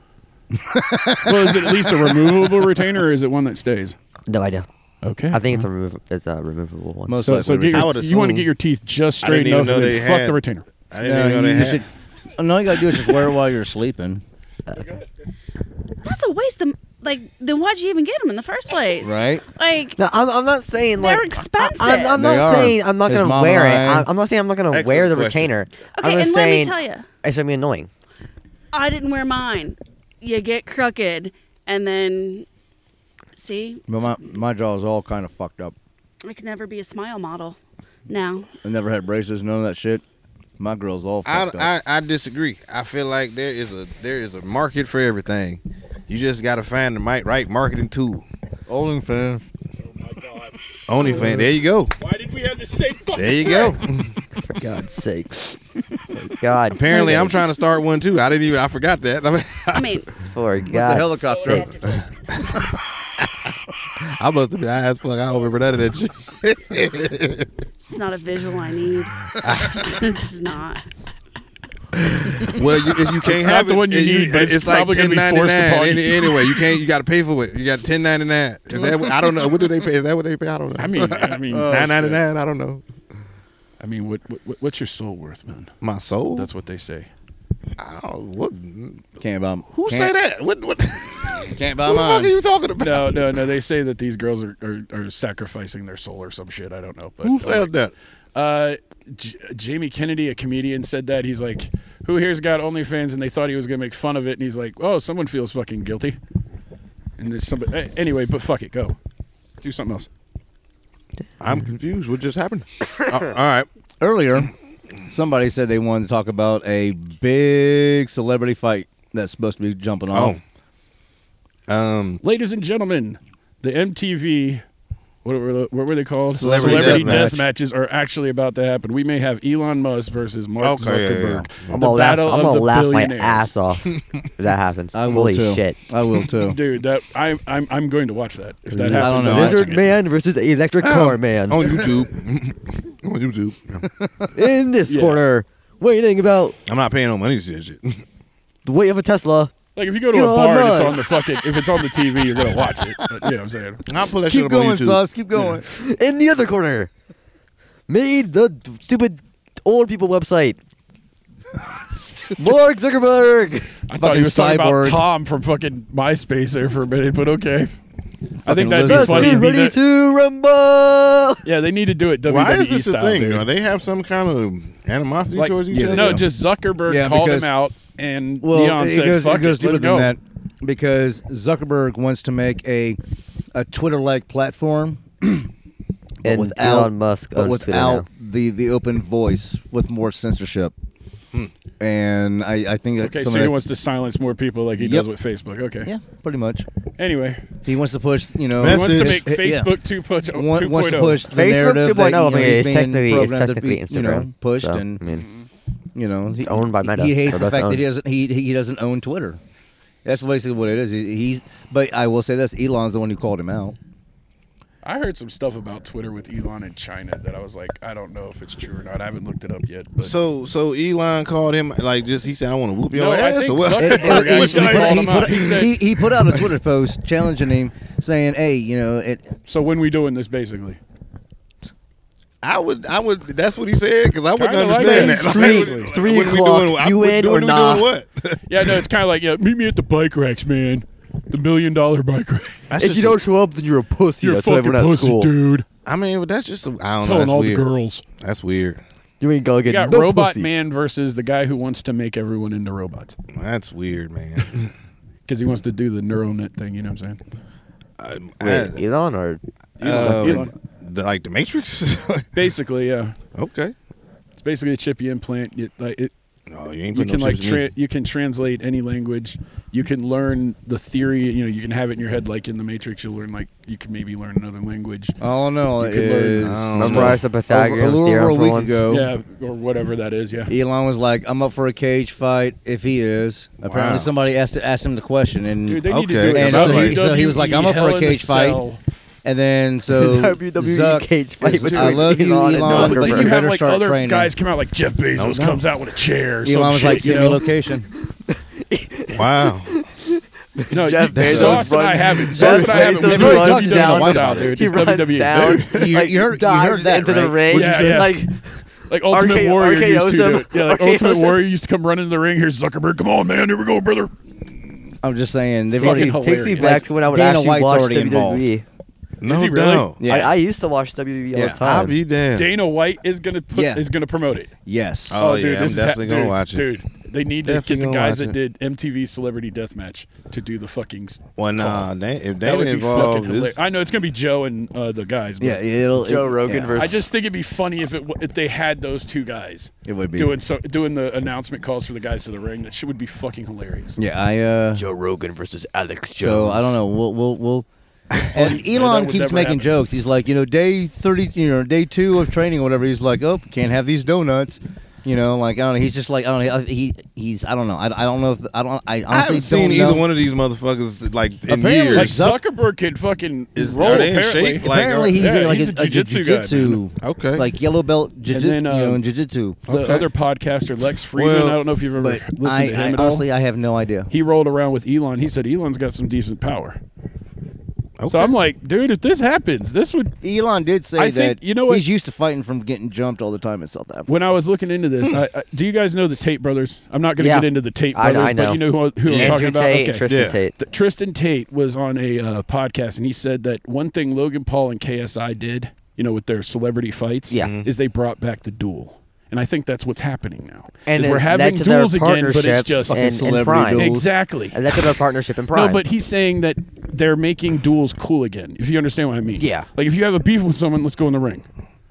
[SPEAKER 3] well, is it
[SPEAKER 6] [laughs]
[SPEAKER 3] at least a removable retainer or is it one that stays?
[SPEAKER 6] No idea.
[SPEAKER 3] Okay.
[SPEAKER 6] I think it's a remov- it's a removable one.
[SPEAKER 4] Most
[SPEAKER 3] so,
[SPEAKER 4] likely
[SPEAKER 3] so get
[SPEAKER 2] I
[SPEAKER 3] your,
[SPEAKER 2] would
[SPEAKER 3] you want to
[SPEAKER 2] assume-
[SPEAKER 3] get your teeth just
[SPEAKER 2] I didn't
[SPEAKER 3] straight
[SPEAKER 2] even
[SPEAKER 3] enough.
[SPEAKER 2] know
[SPEAKER 3] that
[SPEAKER 2] they
[SPEAKER 3] fuck
[SPEAKER 2] had-
[SPEAKER 3] the retainer.
[SPEAKER 2] I didn't
[SPEAKER 4] No,
[SPEAKER 2] even know
[SPEAKER 4] you
[SPEAKER 2] they
[SPEAKER 4] just
[SPEAKER 2] had.
[SPEAKER 4] should- all you gotta do is just wear it while you're sleeping,
[SPEAKER 5] That's a waste of like. Then why'd you even get them in the first place?
[SPEAKER 4] right?
[SPEAKER 5] Like
[SPEAKER 6] No, I'm, I'm not saying like
[SPEAKER 5] They're expensive.
[SPEAKER 6] I, am I'm
[SPEAKER 4] They
[SPEAKER 6] not
[SPEAKER 4] are.
[SPEAKER 6] saying I'm not
[SPEAKER 4] His
[SPEAKER 6] gonna
[SPEAKER 4] mama
[SPEAKER 6] wear it.
[SPEAKER 4] and I-
[SPEAKER 6] I'm, I'm not saying I'm not gonna wear
[SPEAKER 2] Excellent
[SPEAKER 6] the
[SPEAKER 2] question.
[SPEAKER 6] retainer.
[SPEAKER 5] okay,
[SPEAKER 6] I'm
[SPEAKER 5] and
[SPEAKER 6] just
[SPEAKER 5] let me
[SPEAKER 6] saying
[SPEAKER 5] tell you,
[SPEAKER 6] it's gonna be annoying.
[SPEAKER 5] I didn't wear mine. You get crooked, and then see,
[SPEAKER 4] But my my jaw is all kind of fucked up.
[SPEAKER 5] I could never be a smile model. Now,
[SPEAKER 4] I never had braces, none of that shit. My girl's all fucked up.
[SPEAKER 2] I, I I disagree. I feel like there is a there is a market for everything. You just gotta find the mi- right marketing tool.
[SPEAKER 4] Olden fan.
[SPEAKER 2] OnlyFans. There you go.
[SPEAKER 3] Why did we have the same fucking
[SPEAKER 2] There you go.
[SPEAKER 6] For God's [laughs] sake. God.
[SPEAKER 2] [laughs] Apparently, I'm trying to start one too. I didn't even. I forgot that. [laughs] I mean,
[SPEAKER 4] [laughs]
[SPEAKER 5] I mean,
[SPEAKER 6] For God.
[SPEAKER 4] helicopter.
[SPEAKER 2] I must have been high as fuck. I don't remember none of that shit.
[SPEAKER 5] it's not a visual I need. [laughs] it's just not.
[SPEAKER 2] [laughs] Well, you, you can't
[SPEAKER 3] not
[SPEAKER 2] have
[SPEAKER 3] the
[SPEAKER 2] it.
[SPEAKER 3] one you
[SPEAKER 2] It-
[SPEAKER 3] need, but it's probably gonna be forced
[SPEAKER 2] 10.99
[SPEAKER 3] upon you.
[SPEAKER 2] any- Anyway, you can't. You got to pay for it. You got 10.99. Is that? What, I don't know. What do they pay? Is that what they pay? I don't know.
[SPEAKER 3] I mean, I mean,
[SPEAKER 2] Uh, 9.99. I don't know.
[SPEAKER 3] I mean, what, what what's your soul worth, man?
[SPEAKER 2] My soul.
[SPEAKER 3] That's what they say.
[SPEAKER 2] I don't- what?
[SPEAKER 4] Can't buy.
[SPEAKER 2] Who say
[SPEAKER 4] can't,
[SPEAKER 2] that? What? What?
[SPEAKER 4] Can't
[SPEAKER 2] Who
[SPEAKER 4] buy
[SPEAKER 2] the fuck are
[SPEAKER 4] mine.
[SPEAKER 2] you talking about?
[SPEAKER 3] [laughs] No, no, no. They say that these girls are, are, are sacrificing their soul or some shit. I don't know. But
[SPEAKER 2] Who said that?
[SPEAKER 3] Uh, J- Jamie Kennedy, a comedian, said that he's like, "Who here's got OnlyFans?" And they thought he was gonna make fun of it, and he's like, "Oh, someone feels fucking guilty." And there's somebody a- anyway, but fuck it, go do something else.
[SPEAKER 2] I'm confused. What just [coughs] happened? Uh, all right.
[SPEAKER 4] Earlier, somebody said they wanted to talk about a big celebrity fight that's supposed to be jumping off.
[SPEAKER 2] Oh. Um.
[SPEAKER 3] Ladies and gentlemen, the MTV what were, the- what were they called?
[SPEAKER 2] Celebrity
[SPEAKER 3] death
[SPEAKER 2] deathmatch.
[SPEAKER 3] matches are actually about to happen. We may have Elon Musk versus Mark
[SPEAKER 2] Okay, yeah, yeah,
[SPEAKER 3] Zuckerberg.
[SPEAKER 2] yeah.
[SPEAKER 6] I'm
[SPEAKER 3] The
[SPEAKER 6] gonna laugh.
[SPEAKER 3] battle
[SPEAKER 6] I'm
[SPEAKER 3] of
[SPEAKER 6] gonna
[SPEAKER 3] the
[SPEAKER 6] laugh my
[SPEAKER 3] billionaires.
[SPEAKER 6] ass off if that happens.
[SPEAKER 4] I will
[SPEAKER 6] Holy
[SPEAKER 4] too.
[SPEAKER 6] shit.
[SPEAKER 4] I will
[SPEAKER 2] [laughs]
[SPEAKER 4] too.
[SPEAKER 3] Dude, that I, I'm I'm going to watch that if that
[SPEAKER 4] Mm. I Oh. don't
[SPEAKER 3] happens.
[SPEAKER 4] know.
[SPEAKER 3] I'm
[SPEAKER 4] Lizard
[SPEAKER 6] Lizard
[SPEAKER 3] watching it.
[SPEAKER 6] man versus electric car man.
[SPEAKER 2] on YouTube. [laughs] on YouTube.
[SPEAKER 6] In this
[SPEAKER 3] Yeah.
[SPEAKER 6] corner, waiting about
[SPEAKER 2] I'm not paying no money to see that shit. [laughs]
[SPEAKER 6] the weight of a Tesla.
[SPEAKER 3] Like if you go to a
[SPEAKER 6] Elon
[SPEAKER 3] bar and it's
[SPEAKER 6] Musk.
[SPEAKER 3] on the fucking if it's on the TV, you're gonna watch it. But, you know what I'm saying?
[SPEAKER 2] I'll put that shit
[SPEAKER 4] Keep
[SPEAKER 2] up
[SPEAKER 4] going,
[SPEAKER 2] on YouTube.
[SPEAKER 4] Sauce. Keep going.
[SPEAKER 6] In the other corner, made the d- stupid old people
[SPEAKER 4] [laughs]
[SPEAKER 6] website. Mark Zuckerberg.
[SPEAKER 3] I thought he was talking about
[SPEAKER 4] cyborg.
[SPEAKER 3] Tom from fucking MySpace there for a minute, but okay. I think that'd be
[SPEAKER 4] lizard.
[SPEAKER 3] funny.
[SPEAKER 6] Get
[SPEAKER 3] to be
[SPEAKER 6] ready
[SPEAKER 3] that-
[SPEAKER 6] to rumble.
[SPEAKER 3] yeah, they need to do it WWE
[SPEAKER 2] Why is this
[SPEAKER 3] style.
[SPEAKER 2] a thing?
[SPEAKER 3] dude.
[SPEAKER 2] Are they have some kind of animosity
[SPEAKER 3] Like,
[SPEAKER 2] towards each
[SPEAKER 4] yeah,
[SPEAKER 2] other?
[SPEAKER 3] no, just Zuckerberg
[SPEAKER 4] Yeah,
[SPEAKER 3] called
[SPEAKER 4] because-
[SPEAKER 3] him out, and
[SPEAKER 4] Well,
[SPEAKER 3] Elon
[SPEAKER 4] it
[SPEAKER 3] said,
[SPEAKER 4] goes,
[SPEAKER 3] "Fuck
[SPEAKER 4] it goes
[SPEAKER 3] it,
[SPEAKER 4] deeper
[SPEAKER 3] let's go."
[SPEAKER 4] than that because Zuckerberg wants to make a a Twitter-like platform, but
[SPEAKER 6] And
[SPEAKER 4] without
[SPEAKER 6] Elon Musk
[SPEAKER 4] but
[SPEAKER 6] owns Twitter now.
[SPEAKER 4] without the the open voice with more censorship. And I, I think that
[SPEAKER 3] Hmm.
[SPEAKER 4] some
[SPEAKER 3] Okay, so
[SPEAKER 4] of
[SPEAKER 3] he
[SPEAKER 4] that's-
[SPEAKER 3] wants to silence more people like he
[SPEAKER 4] Yep.
[SPEAKER 3] does with Facebook. Okay.
[SPEAKER 4] yeah, pretty much.
[SPEAKER 3] Anyway,
[SPEAKER 4] He wants to push, you know,
[SPEAKER 3] he
[SPEAKER 2] Message.
[SPEAKER 3] wants to
[SPEAKER 2] It's-
[SPEAKER 3] make
[SPEAKER 4] it- yeah.
[SPEAKER 3] Facebook two oh. push
[SPEAKER 4] Wa- wants to
[SPEAKER 3] 2.0.
[SPEAKER 4] push the
[SPEAKER 6] Facebook
[SPEAKER 4] narrative that,
[SPEAKER 6] 2.0,
[SPEAKER 4] you know,
[SPEAKER 6] I mean,
[SPEAKER 4] he's
[SPEAKER 6] it's
[SPEAKER 4] being
[SPEAKER 6] technically, it's
[SPEAKER 4] programmed to be,
[SPEAKER 6] technically Instagram.
[SPEAKER 4] you know, pushed
[SPEAKER 6] so,
[SPEAKER 4] and
[SPEAKER 6] I mean,
[SPEAKER 4] you know, he,
[SPEAKER 6] owned by Meta.
[SPEAKER 4] He
[SPEAKER 6] They're
[SPEAKER 4] hates the
[SPEAKER 6] both
[SPEAKER 4] fact that he
[SPEAKER 6] owned.
[SPEAKER 4] doesn't he he doesn't own Twitter. That's basically what it is. He, he's but I will say this: Elon's the one who called him out.
[SPEAKER 3] I heard some stuff about Twitter with Elon in China that I was like, I don't know if it's true or not. I haven't looked it up yet. But
[SPEAKER 2] So so Elon called him like just he said I want to whoop your
[SPEAKER 3] No, I
[SPEAKER 2] ass.
[SPEAKER 3] think
[SPEAKER 2] or [laughs] what?
[SPEAKER 3] Zuck-
[SPEAKER 4] It- it-
[SPEAKER 3] Zuckerberg
[SPEAKER 4] it- [laughs]
[SPEAKER 3] actually
[SPEAKER 4] he,
[SPEAKER 3] called
[SPEAKER 4] put, he,
[SPEAKER 3] him out.
[SPEAKER 4] put,
[SPEAKER 3] He said-
[SPEAKER 4] he, he put out a Twitter post challenging him, saying, "Hey, you know, it,
[SPEAKER 3] so when we doing this, basically,
[SPEAKER 2] I would I would that's what he said because I wouldn't
[SPEAKER 3] Kinda like
[SPEAKER 2] understand
[SPEAKER 3] that.
[SPEAKER 2] that. Like,
[SPEAKER 6] Three-
[SPEAKER 2] what- like,
[SPEAKER 6] three
[SPEAKER 2] what we
[SPEAKER 6] o'clock,
[SPEAKER 2] doing? I-
[SPEAKER 6] you
[SPEAKER 2] what-
[SPEAKER 6] in
[SPEAKER 2] doing-
[SPEAKER 6] or
[SPEAKER 2] we doing
[SPEAKER 6] nah?
[SPEAKER 3] [laughs]
[SPEAKER 2] what?
[SPEAKER 3] yeah, no, it's kind of like, yeah, meet me at the bike racks, man. The million dollar bike rack.
[SPEAKER 6] [laughs]
[SPEAKER 2] That's
[SPEAKER 6] if
[SPEAKER 2] just
[SPEAKER 6] you don't show up, then you're a pussy.
[SPEAKER 3] You're a
[SPEAKER 6] That's what
[SPEAKER 3] fucking
[SPEAKER 6] everyone at
[SPEAKER 3] pussy,
[SPEAKER 6] school.
[SPEAKER 3] dude.
[SPEAKER 2] I mean, but that's just a, I don't know.
[SPEAKER 3] Telling
[SPEAKER 2] That's
[SPEAKER 3] all
[SPEAKER 2] weird.
[SPEAKER 3] the girls.
[SPEAKER 2] That's weird.
[SPEAKER 6] You ain't gonna get
[SPEAKER 3] You got
[SPEAKER 6] no
[SPEAKER 3] Robot
[SPEAKER 6] pussy.
[SPEAKER 3] Man versus the guy who wants to make everyone into robots
[SPEAKER 2] That's weird,
[SPEAKER 3] [laughs]
[SPEAKER 2] man.
[SPEAKER 3] because he wants to do the neural net thing. You know what I'm saying?
[SPEAKER 6] Wait, Elon or Oh,
[SPEAKER 2] Uh,
[SPEAKER 3] Elon.
[SPEAKER 2] the, like the Matrix. [laughs]
[SPEAKER 3] Basically, yeah,
[SPEAKER 2] okay.
[SPEAKER 3] it's basically a chip you implant. You, like it,
[SPEAKER 2] No, you ain't
[SPEAKER 3] you
[SPEAKER 2] putting
[SPEAKER 3] can
[SPEAKER 2] no
[SPEAKER 3] like
[SPEAKER 2] chips in me.
[SPEAKER 3] tra- you can translate any language. You can learn the theory. You know, you can have it in your head like in the Matrix. You'll learn like you can maybe learn another language.
[SPEAKER 4] all no,
[SPEAKER 3] You could learn-
[SPEAKER 4] is
[SPEAKER 2] Oh,
[SPEAKER 6] memorize the Pythagorean
[SPEAKER 4] over, a little
[SPEAKER 6] theorem
[SPEAKER 4] over a
[SPEAKER 6] for
[SPEAKER 4] week
[SPEAKER 6] once.
[SPEAKER 4] ago."
[SPEAKER 3] Yeah, or whatever that is. Yeah.
[SPEAKER 4] Elon was like, "I'm up for a cage fight if he is." Apparently,
[SPEAKER 2] Wow.
[SPEAKER 4] somebody asked asked him the question, and
[SPEAKER 3] Dude, they need to
[SPEAKER 2] Okay.
[SPEAKER 3] do it.
[SPEAKER 2] And
[SPEAKER 3] It's
[SPEAKER 2] so he-
[SPEAKER 3] like
[SPEAKER 4] so he was like, I'm up for a
[SPEAKER 3] Hell in
[SPEAKER 4] cage fight.
[SPEAKER 3] Cell.
[SPEAKER 4] and then so
[SPEAKER 6] WWE
[SPEAKER 4] Zuck-
[SPEAKER 6] cage fight
[SPEAKER 4] is-
[SPEAKER 6] between
[SPEAKER 4] I love you,
[SPEAKER 6] Elon and
[SPEAKER 3] No,
[SPEAKER 4] Elon.
[SPEAKER 3] but
[SPEAKER 6] Zuckerberg.
[SPEAKER 4] but
[SPEAKER 3] then
[SPEAKER 4] you
[SPEAKER 3] you have
[SPEAKER 4] better
[SPEAKER 3] like
[SPEAKER 4] start
[SPEAKER 3] other
[SPEAKER 4] training.
[SPEAKER 3] guys come out like Jeff Bezos
[SPEAKER 2] No, no.
[SPEAKER 3] comes out with a chair. Or some
[SPEAKER 4] Elon was
[SPEAKER 3] shit,
[SPEAKER 4] like,
[SPEAKER 3] you
[SPEAKER 4] "Send me
[SPEAKER 3] know?
[SPEAKER 4] location."
[SPEAKER 3] [laughs]
[SPEAKER 2] Wow.
[SPEAKER 3] No,
[SPEAKER 6] Jeff
[SPEAKER 3] you-
[SPEAKER 6] Bezos
[SPEAKER 3] Sauce and I
[SPEAKER 6] runs- [laughs]
[SPEAKER 3] haven't. Sauce
[SPEAKER 6] Jeff
[SPEAKER 3] and I haven't.
[SPEAKER 6] Bezos
[SPEAKER 3] It's
[SPEAKER 6] runs
[SPEAKER 3] WWE
[SPEAKER 6] down.
[SPEAKER 3] style, dude.
[SPEAKER 6] He
[SPEAKER 3] It's E.
[SPEAKER 6] runs
[SPEAKER 3] WWE. [laughs]
[SPEAKER 6] down,
[SPEAKER 4] You-
[SPEAKER 6] like,
[SPEAKER 4] you heard- you
[SPEAKER 6] dives
[SPEAKER 4] heard that,
[SPEAKER 6] into the
[SPEAKER 4] right?
[SPEAKER 6] ring.
[SPEAKER 3] Yeah, yeah.
[SPEAKER 6] [laughs] Like,
[SPEAKER 3] Like Ultimate
[SPEAKER 6] RKO
[SPEAKER 3] Warrior used to do
[SPEAKER 6] some-
[SPEAKER 3] it. Yeah, like
[SPEAKER 6] RKO
[SPEAKER 3] Ultimate
[SPEAKER 6] some-
[SPEAKER 3] Warrior used to come running to the ring. Here's Zuckerberg. Come on, man. Here we go, brother.
[SPEAKER 4] I'm just saying, they've already
[SPEAKER 3] Fucking
[SPEAKER 6] takes
[SPEAKER 3] hilarious.
[SPEAKER 6] me
[SPEAKER 3] Like,
[SPEAKER 6] back to when I would
[SPEAKER 4] Dana
[SPEAKER 6] actually
[SPEAKER 4] White's
[SPEAKER 6] watch
[SPEAKER 4] already
[SPEAKER 6] WWE.
[SPEAKER 2] No
[SPEAKER 3] Is he really?
[SPEAKER 2] doubt.
[SPEAKER 4] Yeah.
[SPEAKER 6] I, I used to watch WWE all
[SPEAKER 4] Yeah.
[SPEAKER 6] the
[SPEAKER 2] I'll
[SPEAKER 6] time.
[SPEAKER 2] be damned.
[SPEAKER 3] Dana White is gonna put,
[SPEAKER 4] Yeah.
[SPEAKER 3] is gonna promote it.
[SPEAKER 4] yes.
[SPEAKER 2] Oh,
[SPEAKER 3] dude,
[SPEAKER 2] yeah,
[SPEAKER 3] this
[SPEAKER 2] I'm
[SPEAKER 3] is ha-
[SPEAKER 2] definitely gonna
[SPEAKER 3] dude,
[SPEAKER 2] watch it.
[SPEAKER 3] Dude, they need
[SPEAKER 2] Definitely
[SPEAKER 3] to get the
[SPEAKER 2] gonna
[SPEAKER 3] guys
[SPEAKER 2] watch
[SPEAKER 3] that did MTV Celebrity Deathmatch to do the fucking. s-
[SPEAKER 2] Well, nah.
[SPEAKER 3] call.
[SPEAKER 2] They, if they
[SPEAKER 3] Oh, that would
[SPEAKER 2] didn't
[SPEAKER 3] be fucking
[SPEAKER 2] involve
[SPEAKER 3] hilarious.
[SPEAKER 2] this,
[SPEAKER 3] I know it's gonna be Joe and uh, the guys. But
[SPEAKER 4] yeah, it'll
[SPEAKER 6] Joe
[SPEAKER 4] it-
[SPEAKER 6] Rogan
[SPEAKER 4] yeah.
[SPEAKER 6] versus
[SPEAKER 3] I just think it'd be funny if it w- if they had those two guys.
[SPEAKER 4] It would be.
[SPEAKER 3] doing so doing the announcement calls for the guys to the ring. That shit would be fucking hilarious.
[SPEAKER 4] Yeah, I uh,
[SPEAKER 6] Joe Rogan versus Alex Jones.
[SPEAKER 4] So I don't know. We'll we'll. we'll and Elon
[SPEAKER 3] would
[SPEAKER 4] keeps
[SPEAKER 3] never
[SPEAKER 4] making
[SPEAKER 3] happen.
[SPEAKER 4] jokes. He's like, you know, day thirty, you know, day two of training or whatever. He's like, oh, can't have these donuts. You know, like I don't know. He's just like I don't know. He he's I don't know. I, I don't know if I don't. I honestly
[SPEAKER 2] I haven't
[SPEAKER 4] don't
[SPEAKER 2] seen
[SPEAKER 4] know.
[SPEAKER 2] either one of these motherfuckers like in
[SPEAKER 4] Apparently,
[SPEAKER 2] years.
[SPEAKER 3] Like
[SPEAKER 4] Zuck-
[SPEAKER 3] Zuckerberg can fucking
[SPEAKER 2] Is-
[SPEAKER 3] roll
[SPEAKER 2] are they in
[SPEAKER 3] apparently.
[SPEAKER 2] shape? Like,
[SPEAKER 4] Apparently,
[SPEAKER 2] are-
[SPEAKER 4] he's
[SPEAKER 3] yeah,
[SPEAKER 4] a, like
[SPEAKER 3] he's
[SPEAKER 4] a,
[SPEAKER 3] a jiu-jitsu guy,
[SPEAKER 4] jiu-jitsu,
[SPEAKER 2] man. Okay.
[SPEAKER 4] like yellow belt jiu-jitsu,
[SPEAKER 3] then,
[SPEAKER 4] you know,
[SPEAKER 3] um,
[SPEAKER 4] in
[SPEAKER 3] [laughs]
[SPEAKER 4] jiu-jitsu.
[SPEAKER 3] the other podcaster Lex Friedman.
[SPEAKER 2] Well,
[SPEAKER 3] I don't know if you've ever
[SPEAKER 4] But
[SPEAKER 3] listened
[SPEAKER 4] I,
[SPEAKER 3] to
[SPEAKER 4] I
[SPEAKER 3] him at
[SPEAKER 4] honestly,
[SPEAKER 3] all.
[SPEAKER 4] I have no idea.
[SPEAKER 3] He rolled around with Elon. He said Elon's got some decent power.
[SPEAKER 2] Okay.
[SPEAKER 3] So I'm like, dude, if this happens, this would.
[SPEAKER 4] Elon did say
[SPEAKER 3] I
[SPEAKER 4] that
[SPEAKER 3] think- you know what-
[SPEAKER 4] he's used to fighting from getting jumped all the time in South Africa.
[SPEAKER 3] When I was looking into this, I, I, do you guys know the Tate brothers? I'm not going to
[SPEAKER 6] Hmm. Yeah.
[SPEAKER 3] get into the Tate
[SPEAKER 6] I- I
[SPEAKER 3] brothers, but
[SPEAKER 6] know.
[SPEAKER 3] you know who, who I'm
[SPEAKER 6] Andrew
[SPEAKER 3] talking about.
[SPEAKER 6] Tate,
[SPEAKER 3] Okay.
[SPEAKER 6] Tristan
[SPEAKER 2] Yeah.
[SPEAKER 6] Tate.
[SPEAKER 3] Th- Tristan Tate was on a uh, podcast and he said that one thing Logan Paul and KSI did, you know, with their celebrity fights,
[SPEAKER 6] Yeah.
[SPEAKER 4] Mm-hmm.
[SPEAKER 6] Mhm.
[SPEAKER 3] is they brought back the duel. And I think that's what's happening now.
[SPEAKER 6] And
[SPEAKER 3] is
[SPEAKER 6] it
[SPEAKER 3] we're having
[SPEAKER 6] led to their
[SPEAKER 3] duels again, but it's
[SPEAKER 6] partnership
[SPEAKER 3] just
[SPEAKER 6] and,
[SPEAKER 4] celebrity
[SPEAKER 6] and Prime.
[SPEAKER 4] duels.
[SPEAKER 3] exactly.
[SPEAKER 6] And that's another partnership in Prime.
[SPEAKER 3] No, but he's saying that they're making duels cool again. If you understand what I mean.
[SPEAKER 6] Yeah.
[SPEAKER 3] Like if you have a beef with someone, let's go in the ring.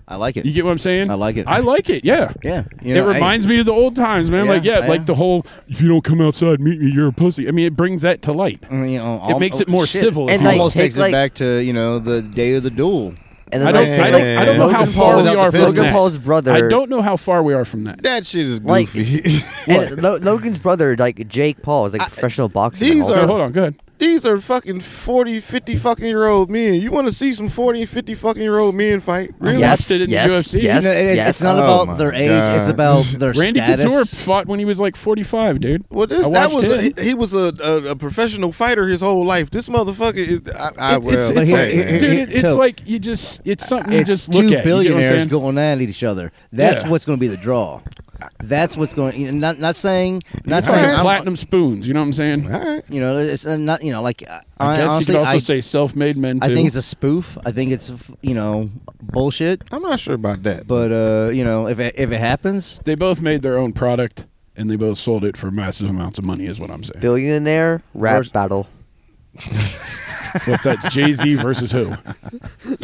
[SPEAKER 4] I like it.
[SPEAKER 3] You get what I'm saying?
[SPEAKER 4] I like it.
[SPEAKER 3] I like it. Yeah.
[SPEAKER 4] yeah, you
[SPEAKER 3] it
[SPEAKER 4] know, I-
[SPEAKER 3] reminds me of the old times, man.
[SPEAKER 4] Yeah,
[SPEAKER 3] like, yeah,
[SPEAKER 4] I
[SPEAKER 3] like
[SPEAKER 4] know.
[SPEAKER 3] the whole "if you don't come outside, meet me, you're a pussy." I mean, it brings that to light.
[SPEAKER 4] I mean, you know, al-
[SPEAKER 3] makes it more
[SPEAKER 4] shit.
[SPEAKER 3] civil, if
[SPEAKER 4] It
[SPEAKER 6] you will.
[SPEAKER 4] almost
[SPEAKER 6] Like,
[SPEAKER 4] takes
[SPEAKER 6] take,
[SPEAKER 4] it back to you know the day of the duel.
[SPEAKER 6] And
[SPEAKER 3] I
[SPEAKER 6] then,
[SPEAKER 3] don't,
[SPEAKER 6] like,
[SPEAKER 3] I don't, I don't know
[SPEAKER 6] Logan
[SPEAKER 3] how
[SPEAKER 6] Paul
[SPEAKER 3] far we
[SPEAKER 6] without
[SPEAKER 3] are
[SPEAKER 6] the
[SPEAKER 3] from
[SPEAKER 6] fist. Logan
[SPEAKER 3] that.
[SPEAKER 6] Paul's brother.
[SPEAKER 3] I don't know how far we are from that.
[SPEAKER 2] That shit is
[SPEAKER 6] Like-
[SPEAKER 2] goofy. [laughs]
[SPEAKER 6] And Lo- Logan's brother, like Jake Paul, is like a professional boxer.
[SPEAKER 2] these
[SPEAKER 3] So,
[SPEAKER 2] are-
[SPEAKER 3] hold on, go ahead.
[SPEAKER 2] These are fucking 40, 50 fucking year old men. You want to see some 40, 50 fucking year old men fight? Really?
[SPEAKER 6] Yes,
[SPEAKER 3] watched it in the
[SPEAKER 6] yes,
[SPEAKER 3] UFC.
[SPEAKER 6] Yes,
[SPEAKER 4] You know, it- it-
[SPEAKER 6] yes.
[SPEAKER 4] It's not
[SPEAKER 2] Oh my
[SPEAKER 4] about their age.
[SPEAKER 2] God.
[SPEAKER 4] It's [laughs] about their
[SPEAKER 3] Randy
[SPEAKER 4] status.
[SPEAKER 3] Couture fought when he was like 45, dude.
[SPEAKER 2] Well, this,
[SPEAKER 3] I
[SPEAKER 2] that
[SPEAKER 3] watched
[SPEAKER 2] was
[SPEAKER 3] him.
[SPEAKER 2] a, he was a, a, a professional fighter his whole life. This motherfucker is. I, I
[SPEAKER 3] It's,
[SPEAKER 2] well,
[SPEAKER 3] it's,
[SPEAKER 4] but
[SPEAKER 3] it's
[SPEAKER 4] here-
[SPEAKER 3] like,
[SPEAKER 2] hey, man.
[SPEAKER 4] here-
[SPEAKER 3] dude, it, it's
[SPEAKER 4] so-
[SPEAKER 3] like you just, it's something [laughs] you
[SPEAKER 4] it's
[SPEAKER 3] just
[SPEAKER 4] two
[SPEAKER 3] look at. You get what I'm
[SPEAKER 4] billionaires
[SPEAKER 3] saying?
[SPEAKER 4] going at each other. That's
[SPEAKER 3] Yeah.
[SPEAKER 4] what's going to be the draw. That's what's going. You know, not not saying not
[SPEAKER 3] It's like
[SPEAKER 4] saying I'm-
[SPEAKER 3] platinum spoons. You know what I'm saying?
[SPEAKER 2] all right.
[SPEAKER 4] You know, it's uh, not you know like I,
[SPEAKER 3] I guess
[SPEAKER 4] honestly,
[SPEAKER 3] you could also
[SPEAKER 4] I,
[SPEAKER 3] say self-made men too.
[SPEAKER 4] I think it's a spoof. I think it's you know bullshit.
[SPEAKER 2] I'm not sure about that.
[SPEAKER 4] But uh, you know, if it, if it happens,
[SPEAKER 3] they both made their own product and they both sold it for massive amounts of money. Is what I'm saying.
[SPEAKER 6] Billionaire rap
[SPEAKER 4] First-
[SPEAKER 6] battle.
[SPEAKER 3] [laughs] What's that? Jay Z versus who?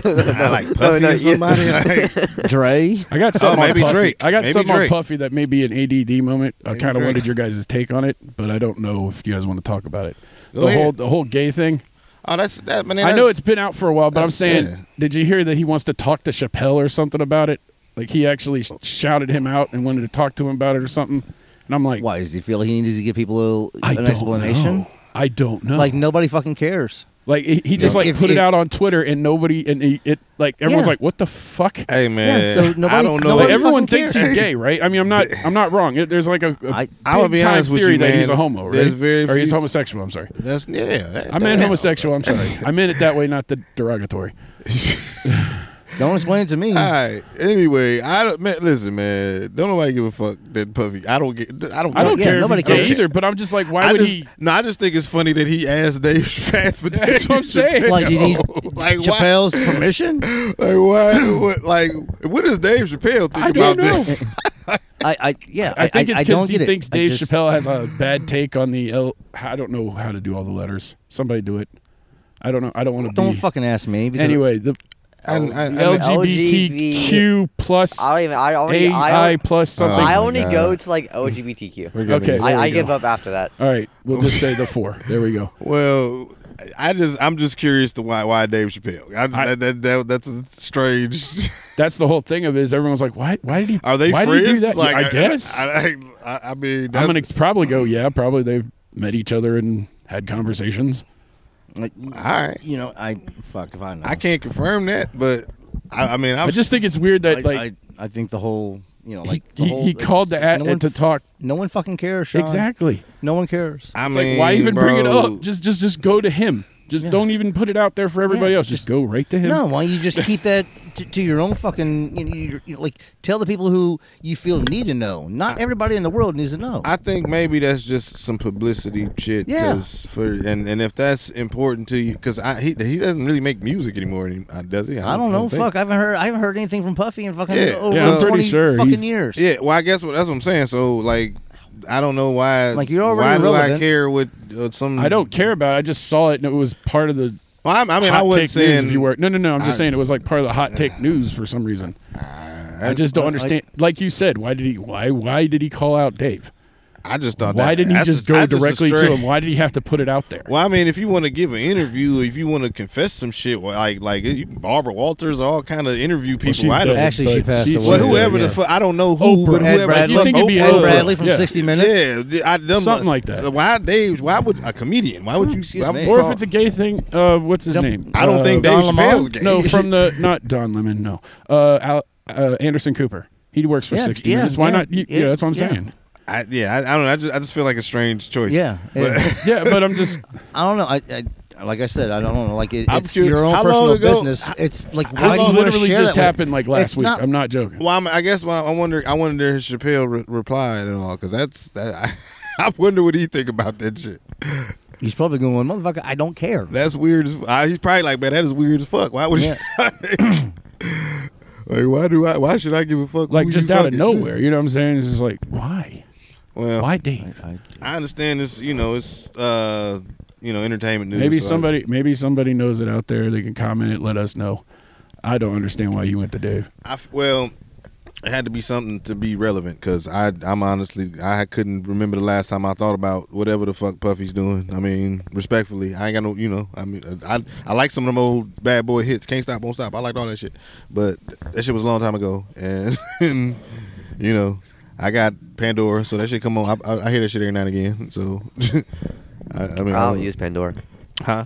[SPEAKER 2] I
[SPEAKER 3] [laughs]
[SPEAKER 2] like
[SPEAKER 6] [laughs]
[SPEAKER 2] puffy
[SPEAKER 6] no,
[SPEAKER 2] or
[SPEAKER 6] you- [laughs]
[SPEAKER 2] somebody. [laughs] like,
[SPEAKER 4] Dre.
[SPEAKER 3] I got something
[SPEAKER 2] Oh,
[SPEAKER 3] on
[SPEAKER 2] maybe
[SPEAKER 3] Puffy.
[SPEAKER 2] Drake.
[SPEAKER 3] I got
[SPEAKER 2] Maybe
[SPEAKER 3] something
[SPEAKER 2] Drake.
[SPEAKER 3] on Puffy that may be an ADD moment. I
[SPEAKER 2] Maybe
[SPEAKER 3] kind of
[SPEAKER 2] Drake.
[SPEAKER 3] wanted your guys' take on it, but I don't know if you guys want to talk about it.
[SPEAKER 2] Go
[SPEAKER 3] the
[SPEAKER 2] ahead.
[SPEAKER 3] whole the whole gay thing.
[SPEAKER 2] oh, that's that. Man,
[SPEAKER 3] I know
[SPEAKER 2] that's-
[SPEAKER 3] it's been out for a while, but I'm
[SPEAKER 2] that's-
[SPEAKER 3] saying,
[SPEAKER 2] yeah.
[SPEAKER 3] did you hear that he wants to talk to Chappelle or something about it? Like he actually sh- shouted him out and wanted to talk to him about it or something. And I'm like,
[SPEAKER 4] Why does he feel he needs to give people a,
[SPEAKER 3] I
[SPEAKER 4] an
[SPEAKER 3] don't
[SPEAKER 4] explanation?
[SPEAKER 3] know. I don't know.
[SPEAKER 4] Like nobody fucking cares.
[SPEAKER 3] Like he, he just
[SPEAKER 4] No.
[SPEAKER 3] like
[SPEAKER 4] If-
[SPEAKER 3] put it
[SPEAKER 4] if-
[SPEAKER 3] out on Twitter and nobody and he, it like everyone's
[SPEAKER 4] Yeah.
[SPEAKER 3] like, what the fuck?
[SPEAKER 2] Hey man,
[SPEAKER 4] Yeah, so nobody-
[SPEAKER 2] I don't know.
[SPEAKER 3] Like,
[SPEAKER 4] nobody
[SPEAKER 3] Oh, everyone
[SPEAKER 4] fucking
[SPEAKER 3] thinks he's gay, right? I mean, I'm not. I'm not wrong. It- There's like a, a
[SPEAKER 4] I-
[SPEAKER 2] I would
[SPEAKER 3] big
[SPEAKER 2] be
[SPEAKER 3] time
[SPEAKER 2] honest with
[SPEAKER 3] theory
[SPEAKER 2] you,
[SPEAKER 3] that he's
[SPEAKER 2] man.
[SPEAKER 3] a homo,
[SPEAKER 2] There's
[SPEAKER 3] right?
[SPEAKER 2] very
[SPEAKER 3] or he's
[SPEAKER 2] few-
[SPEAKER 3] homosexual. I'm sorry.
[SPEAKER 2] That's yeah. that-
[SPEAKER 3] I meant
[SPEAKER 2] that-
[SPEAKER 3] homosexual. I'm sorry. I meant it that way, not the derogatory.
[SPEAKER 4] Don't explain it to
[SPEAKER 2] [laughs]
[SPEAKER 4] me.
[SPEAKER 2] All right. Anyway, I don't man, listen, man. Don't nobody give a fuck that puffy. I don't get. I don't.
[SPEAKER 3] I don't
[SPEAKER 4] Yeah,
[SPEAKER 3] care if
[SPEAKER 4] nobody
[SPEAKER 3] he's gay
[SPEAKER 4] cares.
[SPEAKER 3] either, but I'm just like, why
[SPEAKER 2] I
[SPEAKER 3] would
[SPEAKER 2] just,
[SPEAKER 3] he?
[SPEAKER 2] No, I just think it's funny that he asked Dave [laughs] Chappelle for
[SPEAKER 3] That's
[SPEAKER 2] Dave
[SPEAKER 3] what I'm saying.
[SPEAKER 2] Chappelle.
[SPEAKER 4] like you need
[SPEAKER 2] [laughs] like why?
[SPEAKER 4] Chappelle's permission.
[SPEAKER 2] Like why? What, like what does Dave Chappelle think
[SPEAKER 3] I
[SPEAKER 2] about
[SPEAKER 3] don't know.
[SPEAKER 2] this?
[SPEAKER 4] [laughs]
[SPEAKER 2] [laughs]
[SPEAKER 4] I, I yeah.
[SPEAKER 3] I think it's
[SPEAKER 4] I
[SPEAKER 3] because
[SPEAKER 4] don't
[SPEAKER 3] he
[SPEAKER 4] get it.
[SPEAKER 3] thinks
[SPEAKER 4] I
[SPEAKER 3] Dave
[SPEAKER 4] just-
[SPEAKER 3] Chappelle has a bad take on the L. I don't know how to do all the letters. Somebody do it. I don't know. I don't want to be.
[SPEAKER 4] Don't fucking ask me. Because
[SPEAKER 3] Anyway, the
[SPEAKER 2] I, I, I mean,
[SPEAKER 3] LGBTQ plus
[SPEAKER 6] I don't even. I only. I,
[SPEAKER 3] AI
[SPEAKER 6] don't-
[SPEAKER 3] plus something.
[SPEAKER 2] Oh
[SPEAKER 6] I
[SPEAKER 2] my
[SPEAKER 6] only
[SPEAKER 2] God.
[SPEAKER 6] go to like LGBTQ.
[SPEAKER 2] gonna-
[SPEAKER 6] I,
[SPEAKER 3] Okay. there
[SPEAKER 6] I
[SPEAKER 3] we go.
[SPEAKER 6] give up after that.
[SPEAKER 3] All right, we'll just say the four. There we go.
[SPEAKER 2] well, I just I'm just curious to why why Dave Chappelle. I,
[SPEAKER 3] I-
[SPEAKER 2] that, that, that, that's a strange. [laughs]
[SPEAKER 3] That's the whole thing of it is everyone's like, why? Why did he?
[SPEAKER 2] Are they
[SPEAKER 3] why
[SPEAKER 2] friends?
[SPEAKER 3] Did he do that?
[SPEAKER 2] Like
[SPEAKER 3] I guess. I,
[SPEAKER 2] I, I, I, I mean,
[SPEAKER 3] am
[SPEAKER 2] that's-
[SPEAKER 3] gonna probably go. Yeah, probably they met each other and had conversations.
[SPEAKER 4] like,
[SPEAKER 2] all right.
[SPEAKER 4] you know, I fuck if I know.
[SPEAKER 2] I can't confirm that, but I, I mean, I'm
[SPEAKER 3] i just think it's weird that
[SPEAKER 4] I,
[SPEAKER 3] like
[SPEAKER 4] I, I think the whole you know
[SPEAKER 3] he,
[SPEAKER 4] like the
[SPEAKER 3] he,
[SPEAKER 4] whole,
[SPEAKER 3] he called to at,
[SPEAKER 4] no one
[SPEAKER 3] to
[SPEAKER 4] f-
[SPEAKER 3] talk.
[SPEAKER 4] No one fucking cares. Sean.
[SPEAKER 3] Exactly.
[SPEAKER 4] No one cares.
[SPEAKER 2] I
[SPEAKER 3] It's
[SPEAKER 2] mean,
[SPEAKER 3] like why even bring it
[SPEAKER 2] bro,
[SPEAKER 3] up? Just just just go to him. Just don't even put it out there for everybody
[SPEAKER 4] Yeah,
[SPEAKER 3] else. Just, go right to him.
[SPEAKER 4] No, why you just keep that to, to your own fucking you know, you, you know, like tell the people who you feel need to know. Not everybody in the world needs to know.
[SPEAKER 2] I think maybe that's just some publicity shit.
[SPEAKER 4] Yeah.
[SPEAKER 2] 'cause For and and if that's important to you, because I he, he doesn't really make music anymore, any- uh, does he?
[SPEAKER 4] I don't know.
[SPEAKER 2] think.
[SPEAKER 4] Fuck, I haven't heard. I haven't heard anything from Puffy in fucking
[SPEAKER 2] Yeah,
[SPEAKER 4] over
[SPEAKER 2] yeah, I'm pretty
[SPEAKER 4] 20
[SPEAKER 3] sure
[SPEAKER 4] fucking
[SPEAKER 3] he's-
[SPEAKER 4] years.
[SPEAKER 2] Yeah. Well, I guess what that's what I'm saying. So like, I don't know why.
[SPEAKER 4] Like, you're already
[SPEAKER 2] Why do I
[SPEAKER 4] relevant.
[SPEAKER 2] care what uh, some?
[SPEAKER 3] I don't care about. it. I just saw it and it was part of the
[SPEAKER 2] Well, I, I mean,
[SPEAKER 3] hot
[SPEAKER 2] I wasn't
[SPEAKER 3] take news
[SPEAKER 2] saying
[SPEAKER 3] if you were. No, no, no. I'm just
[SPEAKER 2] I- Uh,
[SPEAKER 3] saying it was like part of the hot take news for
[SPEAKER 2] [sighs]
[SPEAKER 3] some reason. I just don't understand. Like you said, why did he? Why? Why did he call out Dave?
[SPEAKER 2] I just thought.
[SPEAKER 3] Why
[SPEAKER 2] that-
[SPEAKER 3] didn't he
[SPEAKER 2] that's
[SPEAKER 3] just
[SPEAKER 2] I
[SPEAKER 3] go
[SPEAKER 2] a
[SPEAKER 3] directly to
[SPEAKER 2] straight-
[SPEAKER 3] him? Why did he have to put it out there?
[SPEAKER 2] Well, I mean, if you want to give an interview, if you want to confess some shit, well, like like you- Barbara Walters, all kind of interview people.
[SPEAKER 3] she's
[SPEAKER 2] I
[SPEAKER 3] dead,
[SPEAKER 2] don't,
[SPEAKER 4] Actually, she
[SPEAKER 3] but
[SPEAKER 4] passed
[SPEAKER 3] she's-
[SPEAKER 4] away.
[SPEAKER 2] well,
[SPEAKER 3] she's
[SPEAKER 2] whoever
[SPEAKER 3] dead,
[SPEAKER 2] the
[SPEAKER 3] yeah.
[SPEAKER 2] fuck, I don't know who, but
[SPEAKER 3] Oprah.
[SPEAKER 2] whoever.
[SPEAKER 3] Bradley.
[SPEAKER 2] I
[SPEAKER 3] You think
[SPEAKER 2] love
[SPEAKER 3] it'd be
[SPEAKER 2] Oprah.
[SPEAKER 3] Ed
[SPEAKER 4] Ed Bradley from
[SPEAKER 3] Yeah.
[SPEAKER 4] 60 Minutes.
[SPEAKER 2] Yeah, th- I, them, uh,
[SPEAKER 3] Something like that.
[SPEAKER 2] Why Dave? Why would a comedian? Why would you?
[SPEAKER 4] Excuse
[SPEAKER 2] why
[SPEAKER 4] me.
[SPEAKER 2] would you
[SPEAKER 3] or if
[SPEAKER 2] call-
[SPEAKER 3] it's a gay thing, uh, what's his
[SPEAKER 4] Don't-
[SPEAKER 3] name?
[SPEAKER 2] I don't
[SPEAKER 3] Uh,
[SPEAKER 2] think
[SPEAKER 4] Don
[SPEAKER 2] Dave
[SPEAKER 4] Lamont?
[SPEAKER 2] Chappelle's gay.
[SPEAKER 3] No,
[SPEAKER 2] [laughs]
[SPEAKER 3] from the not Don Lemon. No, uh, Al, uh, Anderson Cooper. He works for
[SPEAKER 4] Yeah,
[SPEAKER 3] 60
[SPEAKER 4] yeah,
[SPEAKER 3] minutes. Why
[SPEAKER 4] yeah,
[SPEAKER 3] not? You, yeah,
[SPEAKER 4] yeah,
[SPEAKER 3] that's what I'm
[SPEAKER 4] yeah.
[SPEAKER 3] saying.
[SPEAKER 2] I, yeah, I, I don't know. I just I just feel like a strange choice.
[SPEAKER 4] Yeah,
[SPEAKER 2] [laughs]
[SPEAKER 4] yeah.
[SPEAKER 3] Yeah, but I'm just.
[SPEAKER 4] I don't know. I, I like I said, I don't know. Like it,
[SPEAKER 2] I'm
[SPEAKER 4] it's
[SPEAKER 2] curious-
[SPEAKER 4] your own
[SPEAKER 2] how long
[SPEAKER 4] personal
[SPEAKER 2] ago-
[SPEAKER 4] business. It's like
[SPEAKER 2] how
[SPEAKER 4] why do
[SPEAKER 3] this
[SPEAKER 4] you wanna
[SPEAKER 3] literally
[SPEAKER 4] share
[SPEAKER 3] just
[SPEAKER 4] that with-
[SPEAKER 3] happened like last
[SPEAKER 4] It's
[SPEAKER 3] week.
[SPEAKER 4] not-
[SPEAKER 3] I'm not joking.
[SPEAKER 2] Well, I'm, I guess when I, I wonder, I wonder his Chappelle re- reply and all, because that's that. [laughs] I, I wonder what he think about that shit.
[SPEAKER 4] he's probably going, motherfucker. I don't care.
[SPEAKER 2] That's weird. As, I, he's probably like, man, that is weird as fuck. Why would [laughs]
[SPEAKER 4] Yeah.
[SPEAKER 2] you? like, why do I? Why should I give a fuck?
[SPEAKER 3] Like
[SPEAKER 2] who
[SPEAKER 3] just
[SPEAKER 2] you
[SPEAKER 3] out of
[SPEAKER 2] fucking-
[SPEAKER 3] nowhere. You know what I'm saying? It's just like why?
[SPEAKER 2] Well,
[SPEAKER 3] Why Dave?
[SPEAKER 2] I understand this. You know, it's uh, you know, entertainment news.
[SPEAKER 3] Maybe
[SPEAKER 2] so I-
[SPEAKER 3] somebody, maybe somebody knows it out there. They can comment it. Let us know. I don't understand why you went to Dave.
[SPEAKER 2] I f well, it had to be something to be relevant because I I'm honestly I couldn't remember the last time I thought about whatever the fuck Puffy's doing. I mean, respectfully, I ain't got no you know I mean uh, I I like some of them old bad boy hits. Can't stop, won't stop. I liked all that shit, but that shit was a long time ago, and, [laughs] you know I got Pandora, so that shit come on. I, I, I hear that shit every now and again. So [laughs] I, I
[SPEAKER 3] Oh.
[SPEAKER 2] mean,
[SPEAKER 6] I
[SPEAKER 2] I-
[SPEAKER 6] don't use Pandora.
[SPEAKER 2] huh?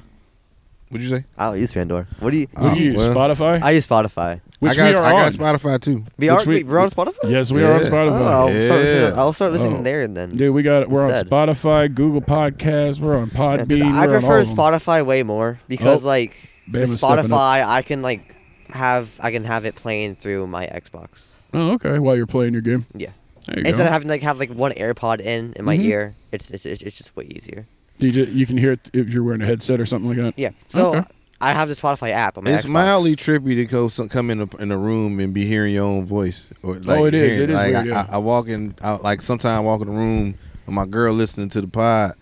[SPEAKER 2] What'd you say?
[SPEAKER 6] I don't use Pandora. What do you?
[SPEAKER 2] Oh,
[SPEAKER 3] you use
[SPEAKER 2] well.
[SPEAKER 3] Spotify?
[SPEAKER 6] I use Spotify.
[SPEAKER 3] Which
[SPEAKER 2] I got
[SPEAKER 3] we are
[SPEAKER 2] I got
[SPEAKER 3] on.
[SPEAKER 2] Spotify too.
[SPEAKER 6] We
[SPEAKER 3] Which
[SPEAKER 6] are.
[SPEAKER 3] we-
[SPEAKER 6] We, are on Spotify.
[SPEAKER 3] Yes, we are on
[SPEAKER 2] Yeah.
[SPEAKER 6] Oh,
[SPEAKER 3] Spotify.
[SPEAKER 6] I'll, start listening,
[SPEAKER 2] Yeah.
[SPEAKER 6] I'll start listening
[SPEAKER 3] Oh.
[SPEAKER 6] there and then.
[SPEAKER 3] Dude, we got we're
[SPEAKER 6] Instead.
[SPEAKER 3] on Spotify, Google Podcasts, we're on
[SPEAKER 6] Yeah, 'cause
[SPEAKER 3] Podbean.
[SPEAKER 6] I
[SPEAKER 3] we're on all
[SPEAKER 6] prefer
[SPEAKER 3] of them.
[SPEAKER 6] Spotify way more because
[SPEAKER 3] Oh,
[SPEAKER 6] like with
[SPEAKER 3] Bama's stepping up.
[SPEAKER 6] Spotify, I can like have I can have it playing through my Xbox.
[SPEAKER 3] Oh, okay. While you're playing your game,
[SPEAKER 6] Yeah.
[SPEAKER 3] there you
[SPEAKER 6] Instead
[SPEAKER 3] go. Mm-hmm.
[SPEAKER 6] of having to, like have like one AirPod in in my ear, it's, it's it's it's just way easier.
[SPEAKER 3] you, ju- you can hear it if you're wearing a headset or something like that.
[SPEAKER 6] Yeah. So
[SPEAKER 3] Okay.
[SPEAKER 6] I have the Spotify app on my
[SPEAKER 2] It's
[SPEAKER 6] Xbox.
[SPEAKER 2] mildly trippy to go some, come in a, in a room and be hearing your own voice. Or like
[SPEAKER 3] Oh, it is.
[SPEAKER 2] hearing-
[SPEAKER 3] It is
[SPEAKER 2] Like
[SPEAKER 3] weird,
[SPEAKER 2] I,
[SPEAKER 3] yeah.
[SPEAKER 2] I, I walk in, I, like sometimes I walk in the room and my girl listening to the pod,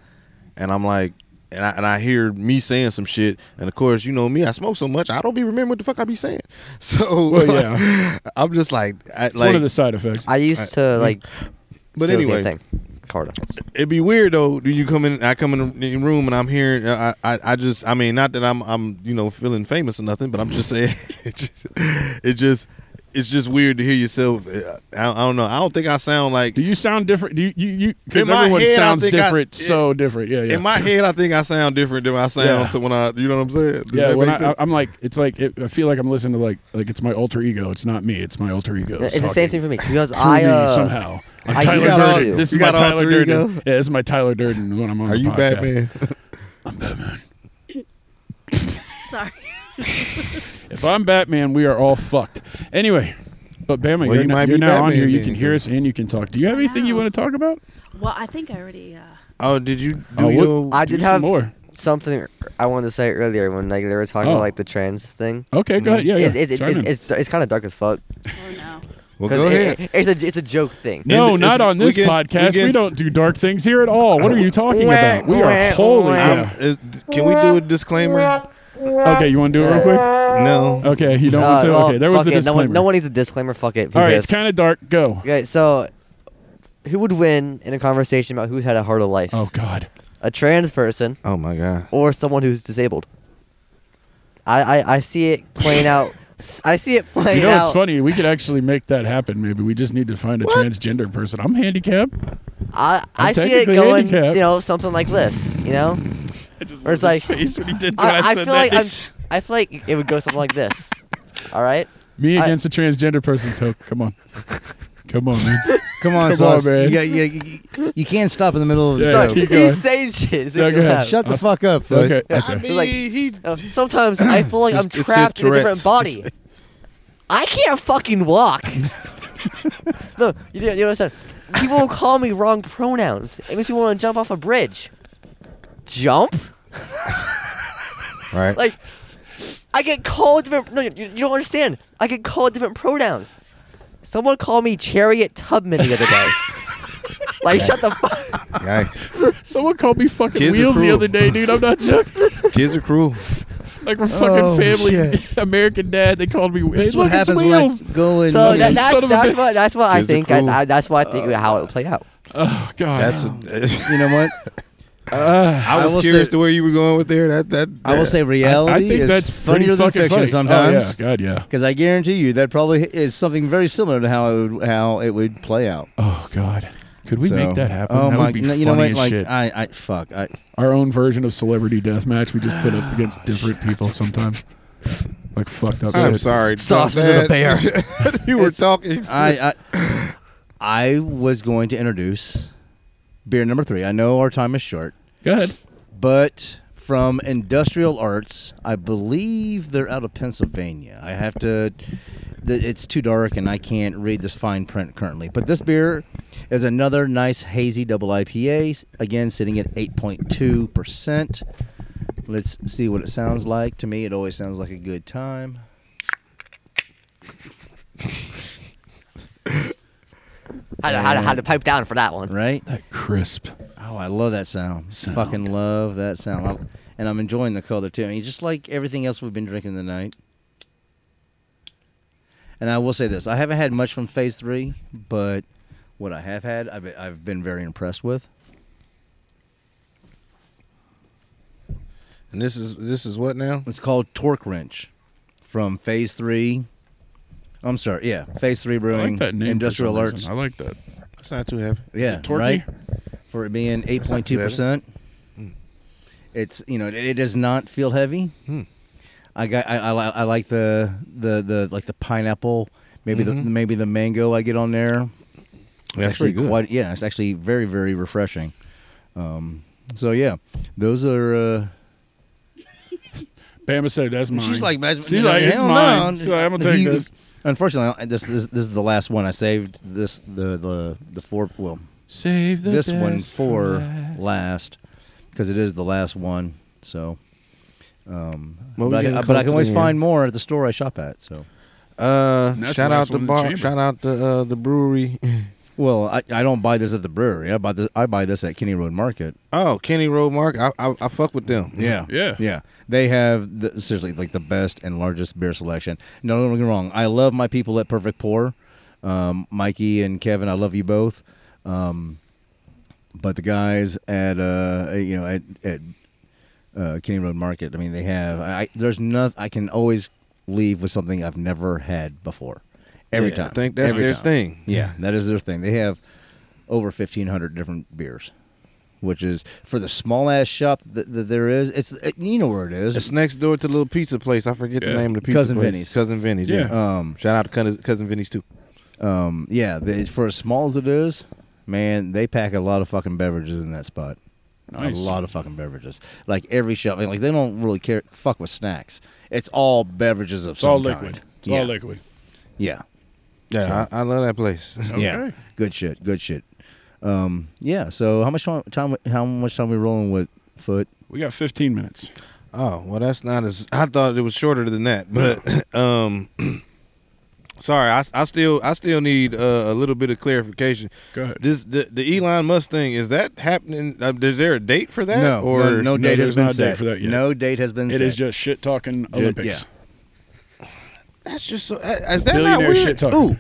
[SPEAKER 2] and I'm like, and I, and I hear me saying some shit, and of course you know me, I smoke so much I don't be remembering what the fuck I be saying. [laughs] So
[SPEAKER 3] Well, yeah.
[SPEAKER 2] [laughs] I'm just like, I,
[SPEAKER 3] It's one
[SPEAKER 2] like,
[SPEAKER 3] of the side effects.
[SPEAKER 6] I used to like. do
[SPEAKER 2] but
[SPEAKER 6] the same
[SPEAKER 2] anyway,
[SPEAKER 6] thing. Carter.
[SPEAKER 2] it'd be weird though. Do you come in? I come in the room and I'm hearing. I, I I just. I mean, not that I'm I'm you know feeling famous or nothing, but I'm just saying. [laughs] It just. It just it's just weird to hear yourself. uh, I, I don't know. I don't think I sound like
[SPEAKER 3] do you sound different? Do you you you? Because
[SPEAKER 2] In my
[SPEAKER 3] everyone
[SPEAKER 2] head, I
[SPEAKER 3] sounds
[SPEAKER 2] think I-
[SPEAKER 3] different, so different. Yeah, yeah.
[SPEAKER 2] in my head. I think I sound different than I sound
[SPEAKER 3] Yeah.
[SPEAKER 2] to when I. You know what I'm saying? Does
[SPEAKER 3] yeah,
[SPEAKER 2] that
[SPEAKER 3] when
[SPEAKER 2] make
[SPEAKER 3] I, I,
[SPEAKER 2] sense?
[SPEAKER 3] I'm like, it's like it, I feel like I'm listening to like like it's my alter ego. It's not me. It's my alter ego.
[SPEAKER 6] It's the same
[SPEAKER 3] talking
[SPEAKER 6] thing for me because
[SPEAKER 3] through
[SPEAKER 6] I
[SPEAKER 3] me
[SPEAKER 6] uh,
[SPEAKER 3] somehow. I'm
[SPEAKER 6] I- you
[SPEAKER 3] Tyler
[SPEAKER 2] got
[SPEAKER 3] Durden.
[SPEAKER 6] al-
[SPEAKER 3] this
[SPEAKER 2] you
[SPEAKER 3] is my
[SPEAKER 2] got
[SPEAKER 3] Tyler
[SPEAKER 2] alter
[SPEAKER 3] Durden.
[SPEAKER 2] ego?
[SPEAKER 3] Yeah, this is my Tyler Durden when I'm on.
[SPEAKER 2] Are
[SPEAKER 3] the
[SPEAKER 2] you
[SPEAKER 3] podcast.
[SPEAKER 2] Batman? [laughs]
[SPEAKER 5] Sorry.
[SPEAKER 3] If I'm Batman, we are all fucked. Anyway, but Bama,
[SPEAKER 2] Well,
[SPEAKER 3] you're,
[SPEAKER 2] you
[SPEAKER 3] now,
[SPEAKER 2] might
[SPEAKER 3] you're
[SPEAKER 2] be
[SPEAKER 3] now on
[SPEAKER 2] Batman
[SPEAKER 3] here. You
[SPEAKER 2] then,
[SPEAKER 3] can hear us
[SPEAKER 2] because-
[SPEAKER 3] and you can talk. Do you have anything you
[SPEAKER 5] know.
[SPEAKER 3] want to talk about?
[SPEAKER 5] Well, I think I already. Uh,
[SPEAKER 2] oh, did you do
[SPEAKER 3] Oh, what-
[SPEAKER 2] your?
[SPEAKER 6] I
[SPEAKER 3] Do
[SPEAKER 6] did
[SPEAKER 3] some
[SPEAKER 6] have
[SPEAKER 3] more.
[SPEAKER 6] something I wanted to say earlier when like they were talking
[SPEAKER 3] Oh.
[SPEAKER 6] about like the trans thing.
[SPEAKER 3] Okay, go ahead. Yeah, yeah.
[SPEAKER 6] It's, it's, it's,
[SPEAKER 3] Chime in.
[SPEAKER 6] it's, it's, kind of dark as fuck.
[SPEAKER 5] oh no.
[SPEAKER 2] well,
[SPEAKER 6] 'Cause
[SPEAKER 2] go
[SPEAKER 6] it- [laughs]
[SPEAKER 2] ahead.
[SPEAKER 6] it- it's a it's a joke thing.
[SPEAKER 3] no,
[SPEAKER 2] it's-
[SPEAKER 3] not on
[SPEAKER 2] we
[SPEAKER 3] this
[SPEAKER 2] can-
[SPEAKER 3] podcast.
[SPEAKER 2] we
[SPEAKER 3] We,
[SPEAKER 2] can-
[SPEAKER 3] don't do dark things here at all. What are you talking about? We are holy.
[SPEAKER 2] I'm-
[SPEAKER 3] Yeah.
[SPEAKER 2] is- can we do a disclaimer?
[SPEAKER 3] Okay, you want to do it real quick?
[SPEAKER 2] No.
[SPEAKER 3] Okay, you don't
[SPEAKER 6] Uh,
[SPEAKER 3] want to.
[SPEAKER 6] well,
[SPEAKER 3] okay, there was
[SPEAKER 6] fuck
[SPEAKER 3] the
[SPEAKER 6] it. No
[SPEAKER 3] disclaimer.
[SPEAKER 6] one, no one needs a disclaimer. Fuck it.
[SPEAKER 3] all right,
[SPEAKER 6] because-
[SPEAKER 3] it's kind of dark. Go.
[SPEAKER 6] Okay, so who would win in a conversation about who's had a harder life?
[SPEAKER 3] Oh
[SPEAKER 6] [laughs]
[SPEAKER 3] God.
[SPEAKER 6] A trans person
[SPEAKER 2] Oh my god.
[SPEAKER 6] or someone who's disabled? I, I, I see it playing out.
[SPEAKER 3] [laughs]
[SPEAKER 6] I see it playing
[SPEAKER 3] You know,
[SPEAKER 6] out.
[SPEAKER 3] it's funny. We could actually make that happen. Maybe we just need to find a transgender person. I'm handicapped.
[SPEAKER 6] I, I
[SPEAKER 3] I'm
[SPEAKER 6] see it
[SPEAKER 3] technically
[SPEAKER 6] going,
[SPEAKER 3] handicapped.
[SPEAKER 6] you know, something like this, you know?
[SPEAKER 3] I just
[SPEAKER 6] Or it's love his like-
[SPEAKER 3] face when he did
[SPEAKER 6] I, I, feel like I'm, I feel like it would go something like this. All right?
[SPEAKER 3] Me
[SPEAKER 6] I-
[SPEAKER 3] against a transgender person, Toke. Come on. Come on, man.
[SPEAKER 6] [laughs]
[SPEAKER 4] Come on,
[SPEAKER 3] Come
[SPEAKER 4] sauce.
[SPEAKER 3] on, man.
[SPEAKER 4] You, got- you, you, you can't stop in the middle of the
[SPEAKER 3] Yeah,
[SPEAKER 4] joke.
[SPEAKER 3] keep going.
[SPEAKER 6] He's saying shit.
[SPEAKER 3] No, go ahead.
[SPEAKER 4] Shut the
[SPEAKER 3] I'll-
[SPEAKER 4] fuck up. Foot.
[SPEAKER 3] Okay.
[SPEAKER 6] Yeah,
[SPEAKER 3] okay.
[SPEAKER 6] I-
[SPEAKER 2] I mean,
[SPEAKER 6] Like-
[SPEAKER 2] he.
[SPEAKER 6] Uh, Sometimes I feel like I'm
[SPEAKER 2] It's- it's
[SPEAKER 6] trapped in a
[SPEAKER 2] Tourette's.
[SPEAKER 6] different body. I can't fucking
[SPEAKER 3] [laughs]
[SPEAKER 6] walk. no, you don't, you don't understand. People will call me wrong pronouns. It makes me want to jump off a bridge. Jump?
[SPEAKER 2] Right.
[SPEAKER 6] [laughs] Like, I get called different. No, you, you don't understand. I get called different pronouns. Someone called me Chariot Tubman the other
[SPEAKER 3] [laughs]
[SPEAKER 6] day. like, shut the fuck.
[SPEAKER 2] Yikes.
[SPEAKER 3] Someone called me fucking
[SPEAKER 2] Kids are
[SPEAKER 3] wheels the
[SPEAKER 2] cruel.
[SPEAKER 3] other day, dude. I'm not joking.
[SPEAKER 2] Kids are cruel.
[SPEAKER 3] Like we're fucking
[SPEAKER 4] Oh,
[SPEAKER 3] family
[SPEAKER 4] shit.
[SPEAKER 3] [laughs] American dad. They called me. Hey,
[SPEAKER 4] This is
[SPEAKER 3] look,
[SPEAKER 4] what
[SPEAKER 3] it's
[SPEAKER 4] happens when I
[SPEAKER 3] wheels.
[SPEAKER 4] go in.
[SPEAKER 6] So
[SPEAKER 3] you
[SPEAKER 6] that,
[SPEAKER 3] son of
[SPEAKER 6] that's
[SPEAKER 3] a
[SPEAKER 6] that's
[SPEAKER 3] Uh, bitch.
[SPEAKER 6] what that's what I
[SPEAKER 2] Kids are
[SPEAKER 6] think. I,
[SPEAKER 2] cruel.
[SPEAKER 6] I, that's what I think how it would play out.
[SPEAKER 3] Oh God. Ah.
[SPEAKER 2] That's [laughs] a.
[SPEAKER 4] you know what?
[SPEAKER 2] [laughs] I was
[SPEAKER 4] will
[SPEAKER 2] curious
[SPEAKER 4] say-
[SPEAKER 2] to where you were going with there. That that,
[SPEAKER 4] I will
[SPEAKER 2] that-
[SPEAKER 4] say reality
[SPEAKER 3] I think
[SPEAKER 4] is
[SPEAKER 3] that's pretty
[SPEAKER 4] funnier than
[SPEAKER 3] fucking
[SPEAKER 4] fiction
[SPEAKER 3] funny.
[SPEAKER 4] sometimes.
[SPEAKER 3] Oh, yeah. God, yeah.
[SPEAKER 4] Because I guarantee you that probably is something very similar to how it would, how it would play out.
[SPEAKER 3] Oh God. Could we
[SPEAKER 4] So-
[SPEAKER 3] make that happen?
[SPEAKER 4] Oh
[SPEAKER 3] that
[SPEAKER 4] my!
[SPEAKER 3] would be
[SPEAKER 4] no,
[SPEAKER 3] funny
[SPEAKER 4] you know what?
[SPEAKER 3] as
[SPEAKER 4] Like
[SPEAKER 3] shit.
[SPEAKER 4] I, I fuck. I,
[SPEAKER 3] Our own version of celebrity death match. We just put up against different people sometimes. Like fucked up.
[SPEAKER 2] I'm
[SPEAKER 3] shit.
[SPEAKER 2] sorry.
[SPEAKER 6] Sauce was
[SPEAKER 2] about
[SPEAKER 6] a
[SPEAKER 2] that.
[SPEAKER 6] bear.
[SPEAKER 2] [laughs] you were talking.
[SPEAKER 4] I, I, I was going to introduce beer number three. I know our time is short,
[SPEAKER 3] Go ahead.
[SPEAKER 4] but from Industrial Arts, I believe they're out of Pennsylvania. I have to. th- It's too dark, and I can't read this fine print currently. But this beer is another nice hazy double IPA. Again, sitting at eight point two percent. Let's see what it sounds like. To me, it always sounds like a good time.
[SPEAKER 3] uh,
[SPEAKER 6] Had to, had to, had to pipe down for that one.
[SPEAKER 4] Right?
[SPEAKER 3] That crisp.
[SPEAKER 4] Oh, I love that sound.
[SPEAKER 3] Sound.
[SPEAKER 4] Fucking love that sound. I- and I'm enjoying the color too. I mean, just like everything else we've been drinking tonight. And I will say this: I haven't had much from Phase Three, but what I have had, I've been, I've been very impressed with.
[SPEAKER 2] And this is this is what now?
[SPEAKER 4] It's called Torque Wrench from Phase Three. I'm sorry, yeah, Phase Three
[SPEAKER 3] I
[SPEAKER 4] Brewing,
[SPEAKER 3] like that name. for
[SPEAKER 4] Industrial
[SPEAKER 3] some
[SPEAKER 4] Alerts,
[SPEAKER 3] reason. I like that.
[SPEAKER 2] That's not too heavy.
[SPEAKER 4] yeah,
[SPEAKER 3] Torquey?
[SPEAKER 4] right. For it being eight
[SPEAKER 2] not
[SPEAKER 4] point
[SPEAKER 2] too
[SPEAKER 4] two
[SPEAKER 2] bad.
[SPEAKER 4] percent, it's you know it, it does not feel heavy.
[SPEAKER 2] Hmm.
[SPEAKER 4] I got I, I, li- I like the the the like the pineapple, maybe the maybe the mango I get on there. It's
[SPEAKER 2] Mm-hmm. That's
[SPEAKER 4] actually
[SPEAKER 2] pretty good.
[SPEAKER 4] quite yeah. It's actually very very refreshing. Um, so yeah, those are. Uh,
[SPEAKER 3] Bama said that's mine.
[SPEAKER 4] she's like,
[SPEAKER 3] she's like, it's mine. She's like, I'm gonna take this.
[SPEAKER 4] Unfortunately, I- this, this this is the last one I saved. This the the the four well
[SPEAKER 3] Save the
[SPEAKER 4] this one
[SPEAKER 3] best
[SPEAKER 4] for
[SPEAKER 3] last.
[SPEAKER 4] last because it is the last one. So, um,
[SPEAKER 2] Well, we
[SPEAKER 4] but, I,
[SPEAKER 2] getting
[SPEAKER 4] can- but I
[SPEAKER 2] close to
[SPEAKER 4] can always
[SPEAKER 2] the
[SPEAKER 4] find
[SPEAKER 2] end.
[SPEAKER 4] more at the store I shop at. So,
[SPEAKER 2] Uh,
[SPEAKER 3] And that's
[SPEAKER 2] shout
[SPEAKER 3] the
[SPEAKER 2] out
[SPEAKER 3] last
[SPEAKER 2] the
[SPEAKER 3] one in the
[SPEAKER 2] bar.
[SPEAKER 3] chamber.
[SPEAKER 2] shout out the uh, the brewery. [laughs]
[SPEAKER 4] well, I, I don't buy this at the brewery. I buy this I buy this at Kenny Road Market.
[SPEAKER 2] oh, Kenny Road Mark. I, I I fuck with them.
[SPEAKER 3] Yeah.
[SPEAKER 4] yeah. They have the, seriously like the best and largest beer selection. No, don't get me wrong. I love my people at Perfect Pour, um, Mikey and Kevin. I love you both. Um, but the guys at uh, you know at at uh, Kenny Road Market. I mean, they have. I there's nothing. I can always leave with something I've never had before. Every
[SPEAKER 2] Yeah,
[SPEAKER 4] time.
[SPEAKER 2] I think that's
[SPEAKER 4] Every
[SPEAKER 2] their
[SPEAKER 4] time.
[SPEAKER 2] thing.
[SPEAKER 4] Yeah, [laughs] that is their thing. They have over fifteen hundred different beers, which is for the small ass shop that, that there is. It's it- you know where it is.
[SPEAKER 2] It's next door to the little pizza place. I forget
[SPEAKER 3] Yeah.
[SPEAKER 2] the name of the pizza
[SPEAKER 4] Cousin
[SPEAKER 2] place.
[SPEAKER 4] Vinny's.
[SPEAKER 2] Cousin Vinny's. Yeah.
[SPEAKER 4] um,
[SPEAKER 2] shout out to cousin, cousin Vinny's too.
[SPEAKER 4] um, yeah. they- for as small as it is, man, they pack a lot of fucking beverages in that spot.
[SPEAKER 3] Nice.
[SPEAKER 4] A lot of fucking beverages. Like every shop, like they don't really care. Fuck with snacks. It's all beverages of
[SPEAKER 3] It's
[SPEAKER 4] some
[SPEAKER 3] all liquid.
[SPEAKER 4] kind.
[SPEAKER 3] It's
[SPEAKER 4] yeah.
[SPEAKER 3] all liquid.
[SPEAKER 4] Yeah.
[SPEAKER 2] Yeah, I, I love that place. [laughs]
[SPEAKER 4] Yeah.
[SPEAKER 3] Okay.
[SPEAKER 4] Good shit. Good shit. Um, yeah. So how much time, time? How much time we rolling with foot?
[SPEAKER 3] We got 15 minutes.
[SPEAKER 2] Oh well, that's not as I thought it was shorter than that, but [clears throat] um, sorry, I, I still I still need uh, a little bit of clarification.
[SPEAKER 3] Go ahead.
[SPEAKER 2] This the, the Elon Musk thing is that happening? Uh, is there a date for that?
[SPEAKER 4] no,
[SPEAKER 2] or
[SPEAKER 4] no, no date
[SPEAKER 3] there's
[SPEAKER 4] has been
[SPEAKER 3] not a date
[SPEAKER 4] set.
[SPEAKER 3] for that yet.
[SPEAKER 4] No date has been
[SPEAKER 3] It is
[SPEAKER 4] set.
[SPEAKER 3] just shit talking
[SPEAKER 4] yeah.
[SPEAKER 3] Olympics.
[SPEAKER 2] that's just so. uh, Is that not
[SPEAKER 3] Billionaire
[SPEAKER 2] weird?
[SPEAKER 3] shit talking.
[SPEAKER 4] Ooh,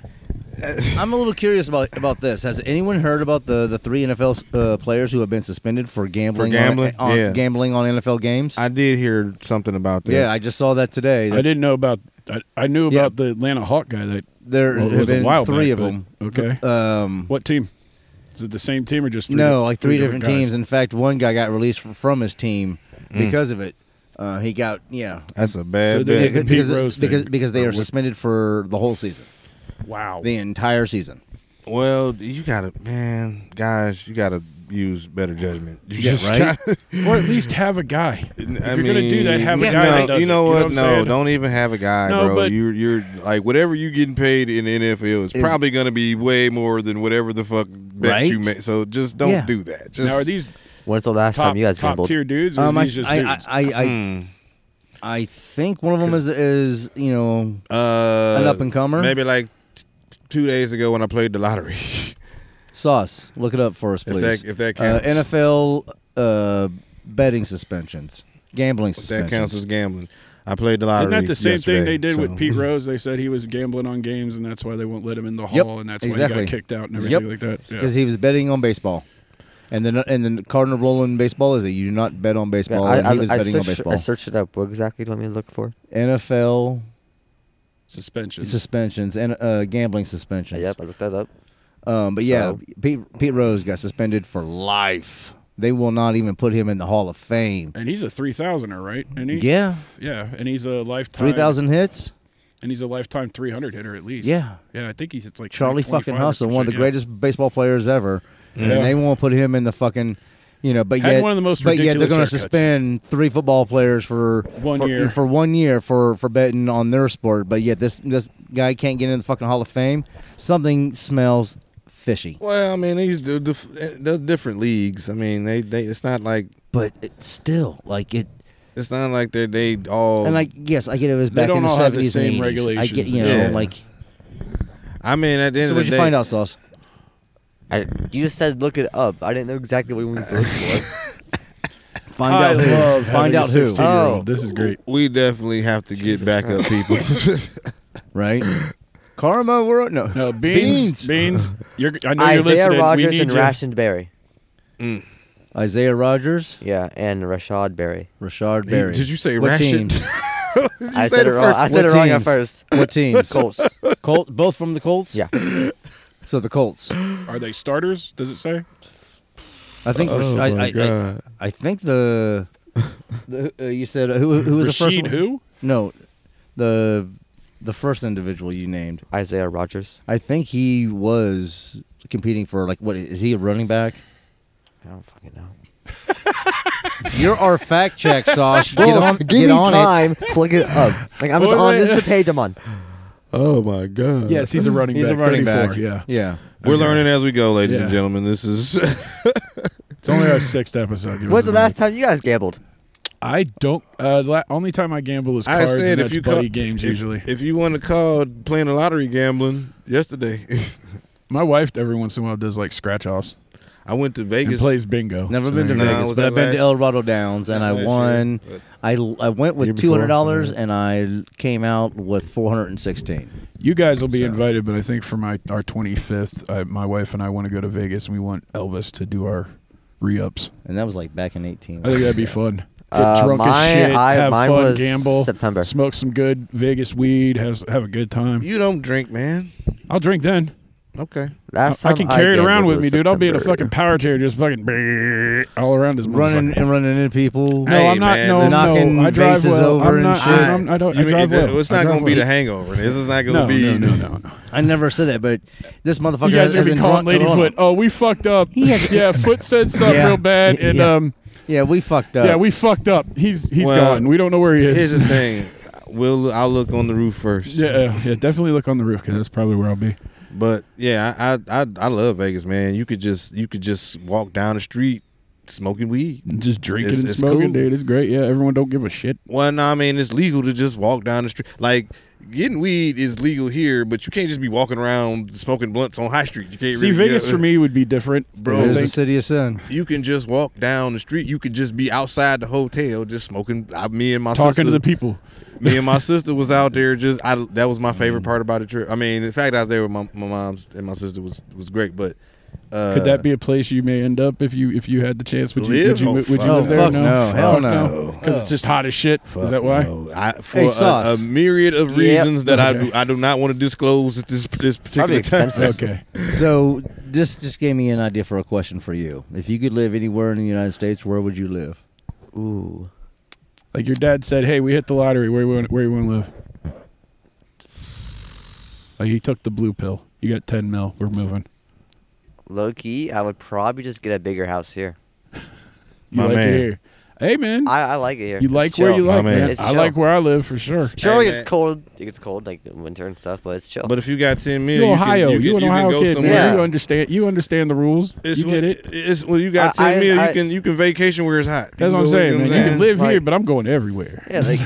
[SPEAKER 4] I'm a little curious about about this. Has anyone heard about the the three NFL uh, players who have been suspended for gambling
[SPEAKER 2] gambling?
[SPEAKER 4] on, on
[SPEAKER 2] Yeah.
[SPEAKER 4] gambling on NFL games?
[SPEAKER 2] I did hear something about that.
[SPEAKER 4] yeah, I just saw that today.
[SPEAKER 3] I didn't know about. I, I knew
[SPEAKER 4] Yeah.
[SPEAKER 3] about the Atlanta Hawk guy. That
[SPEAKER 4] There
[SPEAKER 3] well, it
[SPEAKER 4] have
[SPEAKER 3] was a
[SPEAKER 4] been
[SPEAKER 3] while
[SPEAKER 4] three
[SPEAKER 3] back,
[SPEAKER 4] of them.
[SPEAKER 3] but- Okay.
[SPEAKER 4] Um,
[SPEAKER 3] what team? Is it the same team or just three
[SPEAKER 4] no,
[SPEAKER 3] di-
[SPEAKER 4] like three, different,
[SPEAKER 3] guys? Mm.
[SPEAKER 4] teams. In fact, one guy got released fr- from his team because of it. Uh, he got yeah.
[SPEAKER 2] that's a bad
[SPEAKER 3] So
[SPEAKER 2] bet.
[SPEAKER 3] did the Pete
[SPEAKER 4] because,
[SPEAKER 3] Rose thing. Uh,
[SPEAKER 4] because, because they are suspended for the whole season,
[SPEAKER 3] Wow.
[SPEAKER 4] the entire season.
[SPEAKER 2] Well, you gotta, man, guys, you gotta use better judgment. You
[SPEAKER 4] Yeah,
[SPEAKER 2] just
[SPEAKER 4] right?
[SPEAKER 2] gotta-
[SPEAKER 3] or at least have
[SPEAKER 2] [laughs]
[SPEAKER 3] a guy. If
[SPEAKER 2] I
[SPEAKER 3] you're gonna do that,
[SPEAKER 2] mean,
[SPEAKER 3] have a
[SPEAKER 2] you
[SPEAKER 3] guy.
[SPEAKER 2] know,
[SPEAKER 3] that does
[SPEAKER 2] you
[SPEAKER 3] it.
[SPEAKER 2] know what?
[SPEAKER 3] I'm
[SPEAKER 2] no,
[SPEAKER 3] saying?
[SPEAKER 2] don't even have a guy,
[SPEAKER 3] No,
[SPEAKER 2] bro.
[SPEAKER 3] but-
[SPEAKER 2] You're you're like whatever you getting paid in the NFL is,
[SPEAKER 4] Is-
[SPEAKER 2] probably gonna be way more than whatever the fuck bet
[SPEAKER 4] Right?
[SPEAKER 2] you make. So just don't
[SPEAKER 4] Yeah.
[SPEAKER 2] do that. Just
[SPEAKER 3] Now are these
[SPEAKER 6] When's the last
[SPEAKER 3] top
[SPEAKER 6] time you guys
[SPEAKER 3] top
[SPEAKER 6] gambled?
[SPEAKER 3] tier dudes? Or
[SPEAKER 4] Um,
[SPEAKER 3] are
[SPEAKER 4] I,
[SPEAKER 3] these just
[SPEAKER 4] I, I,
[SPEAKER 3] dudes?
[SPEAKER 4] I, I,
[SPEAKER 2] Hmm.
[SPEAKER 4] I think one of them is is you know
[SPEAKER 2] uh,
[SPEAKER 4] An up-and-comer?
[SPEAKER 2] Maybe like t- two days ago when I played the lottery. [laughs]
[SPEAKER 4] sauce. Look it up for us,
[SPEAKER 2] If
[SPEAKER 4] please.
[SPEAKER 2] that- if that
[SPEAKER 4] uh,
[SPEAKER 2] counts.
[SPEAKER 4] NFL uh, betting suspensions, gambling
[SPEAKER 2] that
[SPEAKER 4] suspensions.
[SPEAKER 2] counts as gambling. I played the lottery.
[SPEAKER 3] Isn't that the same
[SPEAKER 2] yesterday,
[SPEAKER 3] thing they did
[SPEAKER 2] so-
[SPEAKER 3] with Pete Rose? They said he was gambling on games, and that's why they won't let him in the
[SPEAKER 4] Yep,
[SPEAKER 3] hall, and that's why
[SPEAKER 4] exactly.
[SPEAKER 3] he got kicked out and everything
[SPEAKER 4] Yep.
[SPEAKER 3] like that. Yeah.
[SPEAKER 4] because he was betting on baseball. And then and then cardinal rule in baseball is that you do not bet on
[SPEAKER 6] Yeah,
[SPEAKER 4] baseball.
[SPEAKER 6] I,
[SPEAKER 4] and
[SPEAKER 6] I,
[SPEAKER 4] he was
[SPEAKER 6] I
[SPEAKER 4] betting on
[SPEAKER 6] searched,
[SPEAKER 4] baseball.
[SPEAKER 6] I searched it up. What exactly do you want me to look for?
[SPEAKER 4] NFL
[SPEAKER 3] Suspension.
[SPEAKER 4] suspensions and uh, gambling suspensions.
[SPEAKER 6] Yep, I looked that up.
[SPEAKER 4] Um, but yeah,
[SPEAKER 6] So-
[SPEAKER 4] Pete, Pete Rose got suspended for life. They will not even put him in the Hall of Fame.
[SPEAKER 3] and he's a three thousander, right? And he,
[SPEAKER 4] Yeah,
[SPEAKER 3] yeah, and he's a lifetime
[SPEAKER 4] three thousand hits.
[SPEAKER 3] and he's a lifetime three hundred hitter at least.
[SPEAKER 4] Yeah.
[SPEAKER 3] yeah, I think he's it's like
[SPEAKER 4] Charlie
[SPEAKER 3] 25
[SPEAKER 4] fucking
[SPEAKER 3] or
[SPEAKER 4] Hustle,
[SPEAKER 3] some
[SPEAKER 4] one of the
[SPEAKER 3] shit, yeah.
[SPEAKER 4] greatest baseball players ever,
[SPEAKER 3] Yeah.
[SPEAKER 4] and they won't put him in the fucking, you know. But
[SPEAKER 3] Had
[SPEAKER 4] yet,
[SPEAKER 3] one of the most
[SPEAKER 4] but yet they're
[SPEAKER 3] ridiculous
[SPEAKER 4] gonna
[SPEAKER 3] haircuts.
[SPEAKER 4] suspend three football players for
[SPEAKER 3] One
[SPEAKER 4] for,
[SPEAKER 3] year.
[SPEAKER 4] for one year for for betting on their sport. But yet this this guy can't get in the fucking Hall of Fame. Something smells fishy.
[SPEAKER 2] [laughs] Well, I mean, these the, the, the different leagues. I mean, they, they it's not like
[SPEAKER 4] But it's still like it.
[SPEAKER 2] it's not like they they all.
[SPEAKER 4] And like yes, I get it was back
[SPEAKER 3] don't
[SPEAKER 4] in the
[SPEAKER 3] all have the
[SPEAKER 4] seventies and
[SPEAKER 3] same
[SPEAKER 4] eighties. I get
[SPEAKER 3] regulations
[SPEAKER 4] you know
[SPEAKER 2] and shit.
[SPEAKER 4] like.
[SPEAKER 2] I mean, at the end
[SPEAKER 4] So
[SPEAKER 2] of the
[SPEAKER 4] what'd you
[SPEAKER 2] day,
[SPEAKER 4] find out, Sauce?
[SPEAKER 6] I, you just said look it up. I didn't know exactly what you
[SPEAKER 3] [laughs]
[SPEAKER 6] wanted me to look for.
[SPEAKER 4] Find
[SPEAKER 3] I
[SPEAKER 4] out
[SPEAKER 3] love
[SPEAKER 4] who. Find
[SPEAKER 3] having a
[SPEAKER 4] out who.
[SPEAKER 3] 16 year old.
[SPEAKER 6] Oh.
[SPEAKER 3] This is great.
[SPEAKER 2] [laughs] we definitely have to get back up people.
[SPEAKER 4] Right. Oh. [laughs] Karma World. No,
[SPEAKER 3] No beans, beans. You're, I know you're
[SPEAKER 6] Isaiah
[SPEAKER 3] listening.
[SPEAKER 6] Rogers
[SPEAKER 3] we need
[SPEAKER 6] and
[SPEAKER 3] you.
[SPEAKER 6] Rashon Berry.
[SPEAKER 4] Isaiah Rogers,
[SPEAKER 6] Yeah, and Rashad Berry.
[SPEAKER 4] Rashard
[SPEAKER 2] He-
[SPEAKER 4] [laughs] Berry.
[SPEAKER 2] Did you say
[SPEAKER 4] What
[SPEAKER 2] ration?
[SPEAKER 3] [laughs]
[SPEAKER 4] teams?
[SPEAKER 6] I said it wrong. I
[SPEAKER 4] What
[SPEAKER 6] said it wrong at
[SPEAKER 4] teams?
[SPEAKER 6] first.
[SPEAKER 4] What teams?
[SPEAKER 6] Colts.
[SPEAKER 4] Colt. Both from the Colts.
[SPEAKER 6] Yeah.
[SPEAKER 4] So the Colts.
[SPEAKER 3] Are they starters? Does it say?
[SPEAKER 4] I think.
[SPEAKER 2] Oh,
[SPEAKER 4] Rash- I, [laughs]
[SPEAKER 2] my
[SPEAKER 4] I,
[SPEAKER 2] God.
[SPEAKER 4] I, I think the. the uh, you said who? Who was the first?
[SPEAKER 3] Rashid
[SPEAKER 4] one?
[SPEAKER 3] who?
[SPEAKER 4] No, the the first individual you named.
[SPEAKER 6] Isaiah Rogers.
[SPEAKER 4] I think he was competing for like what is he a running back?
[SPEAKER 6] I don't fucking know.
[SPEAKER 4] You're our fact check, Sosh. Get
[SPEAKER 6] Well,
[SPEAKER 4] on,
[SPEAKER 6] give
[SPEAKER 4] get
[SPEAKER 6] me
[SPEAKER 4] on
[SPEAKER 6] time. to Look it up. Like I'm just
[SPEAKER 3] Wait,
[SPEAKER 6] on. This
[SPEAKER 3] wait.
[SPEAKER 6] is the page I'm on.
[SPEAKER 2] Oh my god.
[SPEAKER 3] Yes, he's a
[SPEAKER 4] it.
[SPEAKER 3] running
[SPEAKER 4] He's
[SPEAKER 3] back.
[SPEAKER 4] a running back.
[SPEAKER 3] 34, Yeah.
[SPEAKER 4] yeah.
[SPEAKER 2] We're learning as we go, ladies and
[SPEAKER 3] Yeah.
[SPEAKER 2] gentlemen. This [laughs] is
[SPEAKER 3] It's only our sixth episode. Give us
[SPEAKER 6] When's the
[SPEAKER 3] a
[SPEAKER 6] last
[SPEAKER 3] break.
[SPEAKER 6] time you guys gambled?
[SPEAKER 3] I don't. Uh, the la- only time I gamble is
[SPEAKER 2] I said
[SPEAKER 3] cards. and
[SPEAKER 2] if
[SPEAKER 3] that's
[SPEAKER 2] you call,
[SPEAKER 3] buddy games
[SPEAKER 2] if-
[SPEAKER 3] usually.
[SPEAKER 2] If you want to call playing the lottery gambling yesterday, [laughs]
[SPEAKER 3] My wife every once in a while does like scratch offs
[SPEAKER 2] I went to
[SPEAKER 3] and
[SPEAKER 2] Vegas.
[SPEAKER 3] plays bingo.
[SPEAKER 4] Never
[SPEAKER 3] So
[SPEAKER 4] been to
[SPEAKER 3] there you go.
[SPEAKER 2] No,
[SPEAKER 4] Vegas,
[SPEAKER 2] was
[SPEAKER 4] but
[SPEAKER 2] that
[SPEAKER 4] I've been to
[SPEAKER 2] last-
[SPEAKER 4] El Dorado Downs and I
[SPEAKER 2] last year,
[SPEAKER 4] won.
[SPEAKER 2] but-
[SPEAKER 4] I, I went
[SPEAKER 2] Year
[SPEAKER 4] with two
[SPEAKER 2] before,
[SPEAKER 4] hundred dollars
[SPEAKER 2] yeah.
[SPEAKER 4] and I came out with four hundred and sixteen.
[SPEAKER 3] You guys will be
[SPEAKER 4] So-
[SPEAKER 3] invited, but I think for my our 25th, I, my wife and I want to go to Vegas and we want Elvis to do our re-ups.
[SPEAKER 4] And that was like back in eighteen.
[SPEAKER 3] I think that'd be fun. Get
[SPEAKER 6] Uh,
[SPEAKER 3] drunk
[SPEAKER 6] mine-
[SPEAKER 3] as shit,
[SPEAKER 6] I-
[SPEAKER 3] have
[SPEAKER 6] mine
[SPEAKER 3] fun,
[SPEAKER 6] was
[SPEAKER 3] gamble,
[SPEAKER 6] September.
[SPEAKER 3] smoke some good Vegas weed, has have a good time.
[SPEAKER 2] You don't drink, man.
[SPEAKER 3] I'll drink then.
[SPEAKER 2] Okay.
[SPEAKER 6] Last
[SPEAKER 3] I
[SPEAKER 6] time
[SPEAKER 3] can carry it
[SPEAKER 6] gambled
[SPEAKER 3] around with
[SPEAKER 6] was
[SPEAKER 3] me, dude. I'll be in a
[SPEAKER 6] September.
[SPEAKER 3] fucking power chair, just fucking all around his
[SPEAKER 4] running and running into people.
[SPEAKER 3] No,
[SPEAKER 2] Hey,
[SPEAKER 3] I'm not.
[SPEAKER 2] man,
[SPEAKER 3] no,
[SPEAKER 2] this-
[SPEAKER 3] I'm no,
[SPEAKER 4] Knocking
[SPEAKER 3] I drive
[SPEAKER 4] bases
[SPEAKER 3] well.
[SPEAKER 4] over
[SPEAKER 3] I'm
[SPEAKER 4] and
[SPEAKER 3] not,
[SPEAKER 4] shit.
[SPEAKER 3] I, I'm, I don't. I
[SPEAKER 2] You mean-
[SPEAKER 3] drive well.
[SPEAKER 2] It's
[SPEAKER 3] I
[SPEAKER 2] not
[SPEAKER 3] drive
[SPEAKER 2] going to be
[SPEAKER 3] well.
[SPEAKER 2] the hangover. This is not going to
[SPEAKER 3] No,
[SPEAKER 2] be.
[SPEAKER 3] no, no, no, no.
[SPEAKER 4] I never said that, but this motherfucker
[SPEAKER 3] You guys are
[SPEAKER 4] has
[SPEAKER 3] gonna
[SPEAKER 4] been
[SPEAKER 3] be calling
[SPEAKER 4] drunk- hold on.
[SPEAKER 3] Ladyfoot. Oh, we fucked up.
[SPEAKER 4] He has-
[SPEAKER 3] yeah, Foot said something
[SPEAKER 4] Yeah.
[SPEAKER 3] real bad, and
[SPEAKER 4] Yeah.
[SPEAKER 3] um,
[SPEAKER 4] Yeah, we fucked up.
[SPEAKER 3] yeah, we fucked up. He's he's
[SPEAKER 2] Well,
[SPEAKER 3] gone. We don't know where he
[SPEAKER 2] Here's
[SPEAKER 3] is.
[SPEAKER 2] the thing. We'll I'll look on the roof first.
[SPEAKER 3] [laughs] yeah, uh, yeah, definitely look on the roof because that's probably where I'll be.
[SPEAKER 2] But yeah, I, I I I love Vegas, man. You could just you could just walk down the street smoking weed.
[SPEAKER 3] Just drinking
[SPEAKER 2] It's-
[SPEAKER 3] and
[SPEAKER 2] it's
[SPEAKER 3] smoking,
[SPEAKER 2] cool.
[SPEAKER 3] dude. It's great. Yeah, everyone don't give a shit.
[SPEAKER 2] Well, no, I mean it's legal to just walk down the street. Like getting weed is legal here, but you can't just be walking around smoking blunts on High Street. You can't
[SPEAKER 3] See,
[SPEAKER 2] really-
[SPEAKER 3] Vegas for me would be different,
[SPEAKER 2] Bro,
[SPEAKER 3] I
[SPEAKER 4] It is the
[SPEAKER 3] think-
[SPEAKER 4] city of sin.
[SPEAKER 2] You can just walk down the street. You could just be outside the hotel, just smoking. I, me and my
[SPEAKER 3] Talking to
[SPEAKER 2] sister,
[SPEAKER 3] the people. Mm.
[SPEAKER 2] me and my sister was
[SPEAKER 3] [laughs]
[SPEAKER 2] out there. Just I, that was my favorite part about the trip. I mean, the fact I was there with my, my mom's and my sister was was great. But uh,
[SPEAKER 3] Could that be a place you may end up if you if you had the chance? Would you
[SPEAKER 2] Live?
[SPEAKER 3] would you,
[SPEAKER 2] Oh,
[SPEAKER 3] mo- would you
[SPEAKER 2] fuck
[SPEAKER 4] no.
[SPEAKER 3] live there?
[SPEAKER 4] Fuck no. Hell no.
[SPEAKER 3] because it's just hot as shit. Is that why?
[SPEAKER 2] No, I, for
[SPEAKER 4] Hey,
[SPEAKER 2] a- a,
[SPEAKER 4] Sauce.
[SPEAKER 2] myriad of
[SPEAKER 6] Yep.
[SPEAKER 2] reasons that I
[SPEAKER 3] Okay.
[SPEAKER 2] do, I do not want to disclose at this this particular time.
[SPEAKER 6] expensive.
[SPEAKER 3] Okay.
[SPEAKER 4] So this just gave me an idea for a question for you. If you could live anywhere in the United States, where would you live?
[SPEAKER 6] Ooh,
[SPEAKER 3] Like your dad said, "Hey, we hit the lottery. Where you want, where you want to live?" Like he took the blue pill. You got ten mil. We're moving.
[SPEAKER 6] low key, I would probably just get a bigger house here.
[SPEAKER 3] You
[SPEAKER 2] My
[SPEAKER 3] like
[SPEAKER 2] man.
[SPEAKER 3] it here? Hey man,
[SPEAKER 6] I, I like it here.
[SPEAKER 3] you
[SPEAKER 6] It's
[SPEAKER 3] like where
[SPEAKER 6] chill.
[SPEAKER 3] you
[SPEAKER 2] My
[SPEAKER 3] like,
[SPEAKER 2] man.
[SPEAKER 3] man.
[SPEAKER 6] It's
[SPEAKER 3] I
[SPEAKER 6] chill.
[SPEAKER 3] like where I live for sure.
[SPEAKER 6] Sure,
[SPEAKER 2] Hey,
[SPEAKER 6] it's
[SPEAKER 2] man.
[SPEAKER 6] cold. It gets cold like in winter and stuff, but it's chill.
[SPEAKER 2] But if you got ten
[SPEAKER 3] You
[SPEAKER 2] million,
[SPEAKER 3] Ohio,
[SPEAKER 2] you can, you,
[SPEAKER 3] you,
[SPEAKER 2] can,
[SPEAKER 3] an
[SPEAKER 2] you can
[SPEAKER 3] Ohio
[SPEAKER 2] go
[SPEAKER 3] kid,
[SPEAKER 2] somewhere.
[SPEAKER 3] man. You
[SPEAKER 6] Yeah.
[SPEAKER 3] understand. You understand the rules.
[SPEAKER 2] It's
[SPEAKER 3] you
[SPEAKER 2] when,
[SPEAKER 3] get it.
[SPEAKER 2] It's when you got
[SPEAKER 6] I-
[SPEAKER 2] ten
[SPEAKER 6] I-
[SPEAKER 2] million,
[SPEAKER 6] I-
[SPEAKER 2] you can you can vacation where it's hot.
[SPEAKER 3] That's
[SPEAKER 2] You
[SPEAKER 3] what I'm
[SPEAKER 2] know
[SPEAKER 3] saying, man.
[SPEAKER 2] I'm
[SPEAKER 3] You can
[SPEAKER 2] saying?
[SPEAKER 3] live here,
[SPEAKER 6] Like-
[SPEAKER 3] but I'm going everywhere.
[SPEAKER 6] [laughs] yeah, like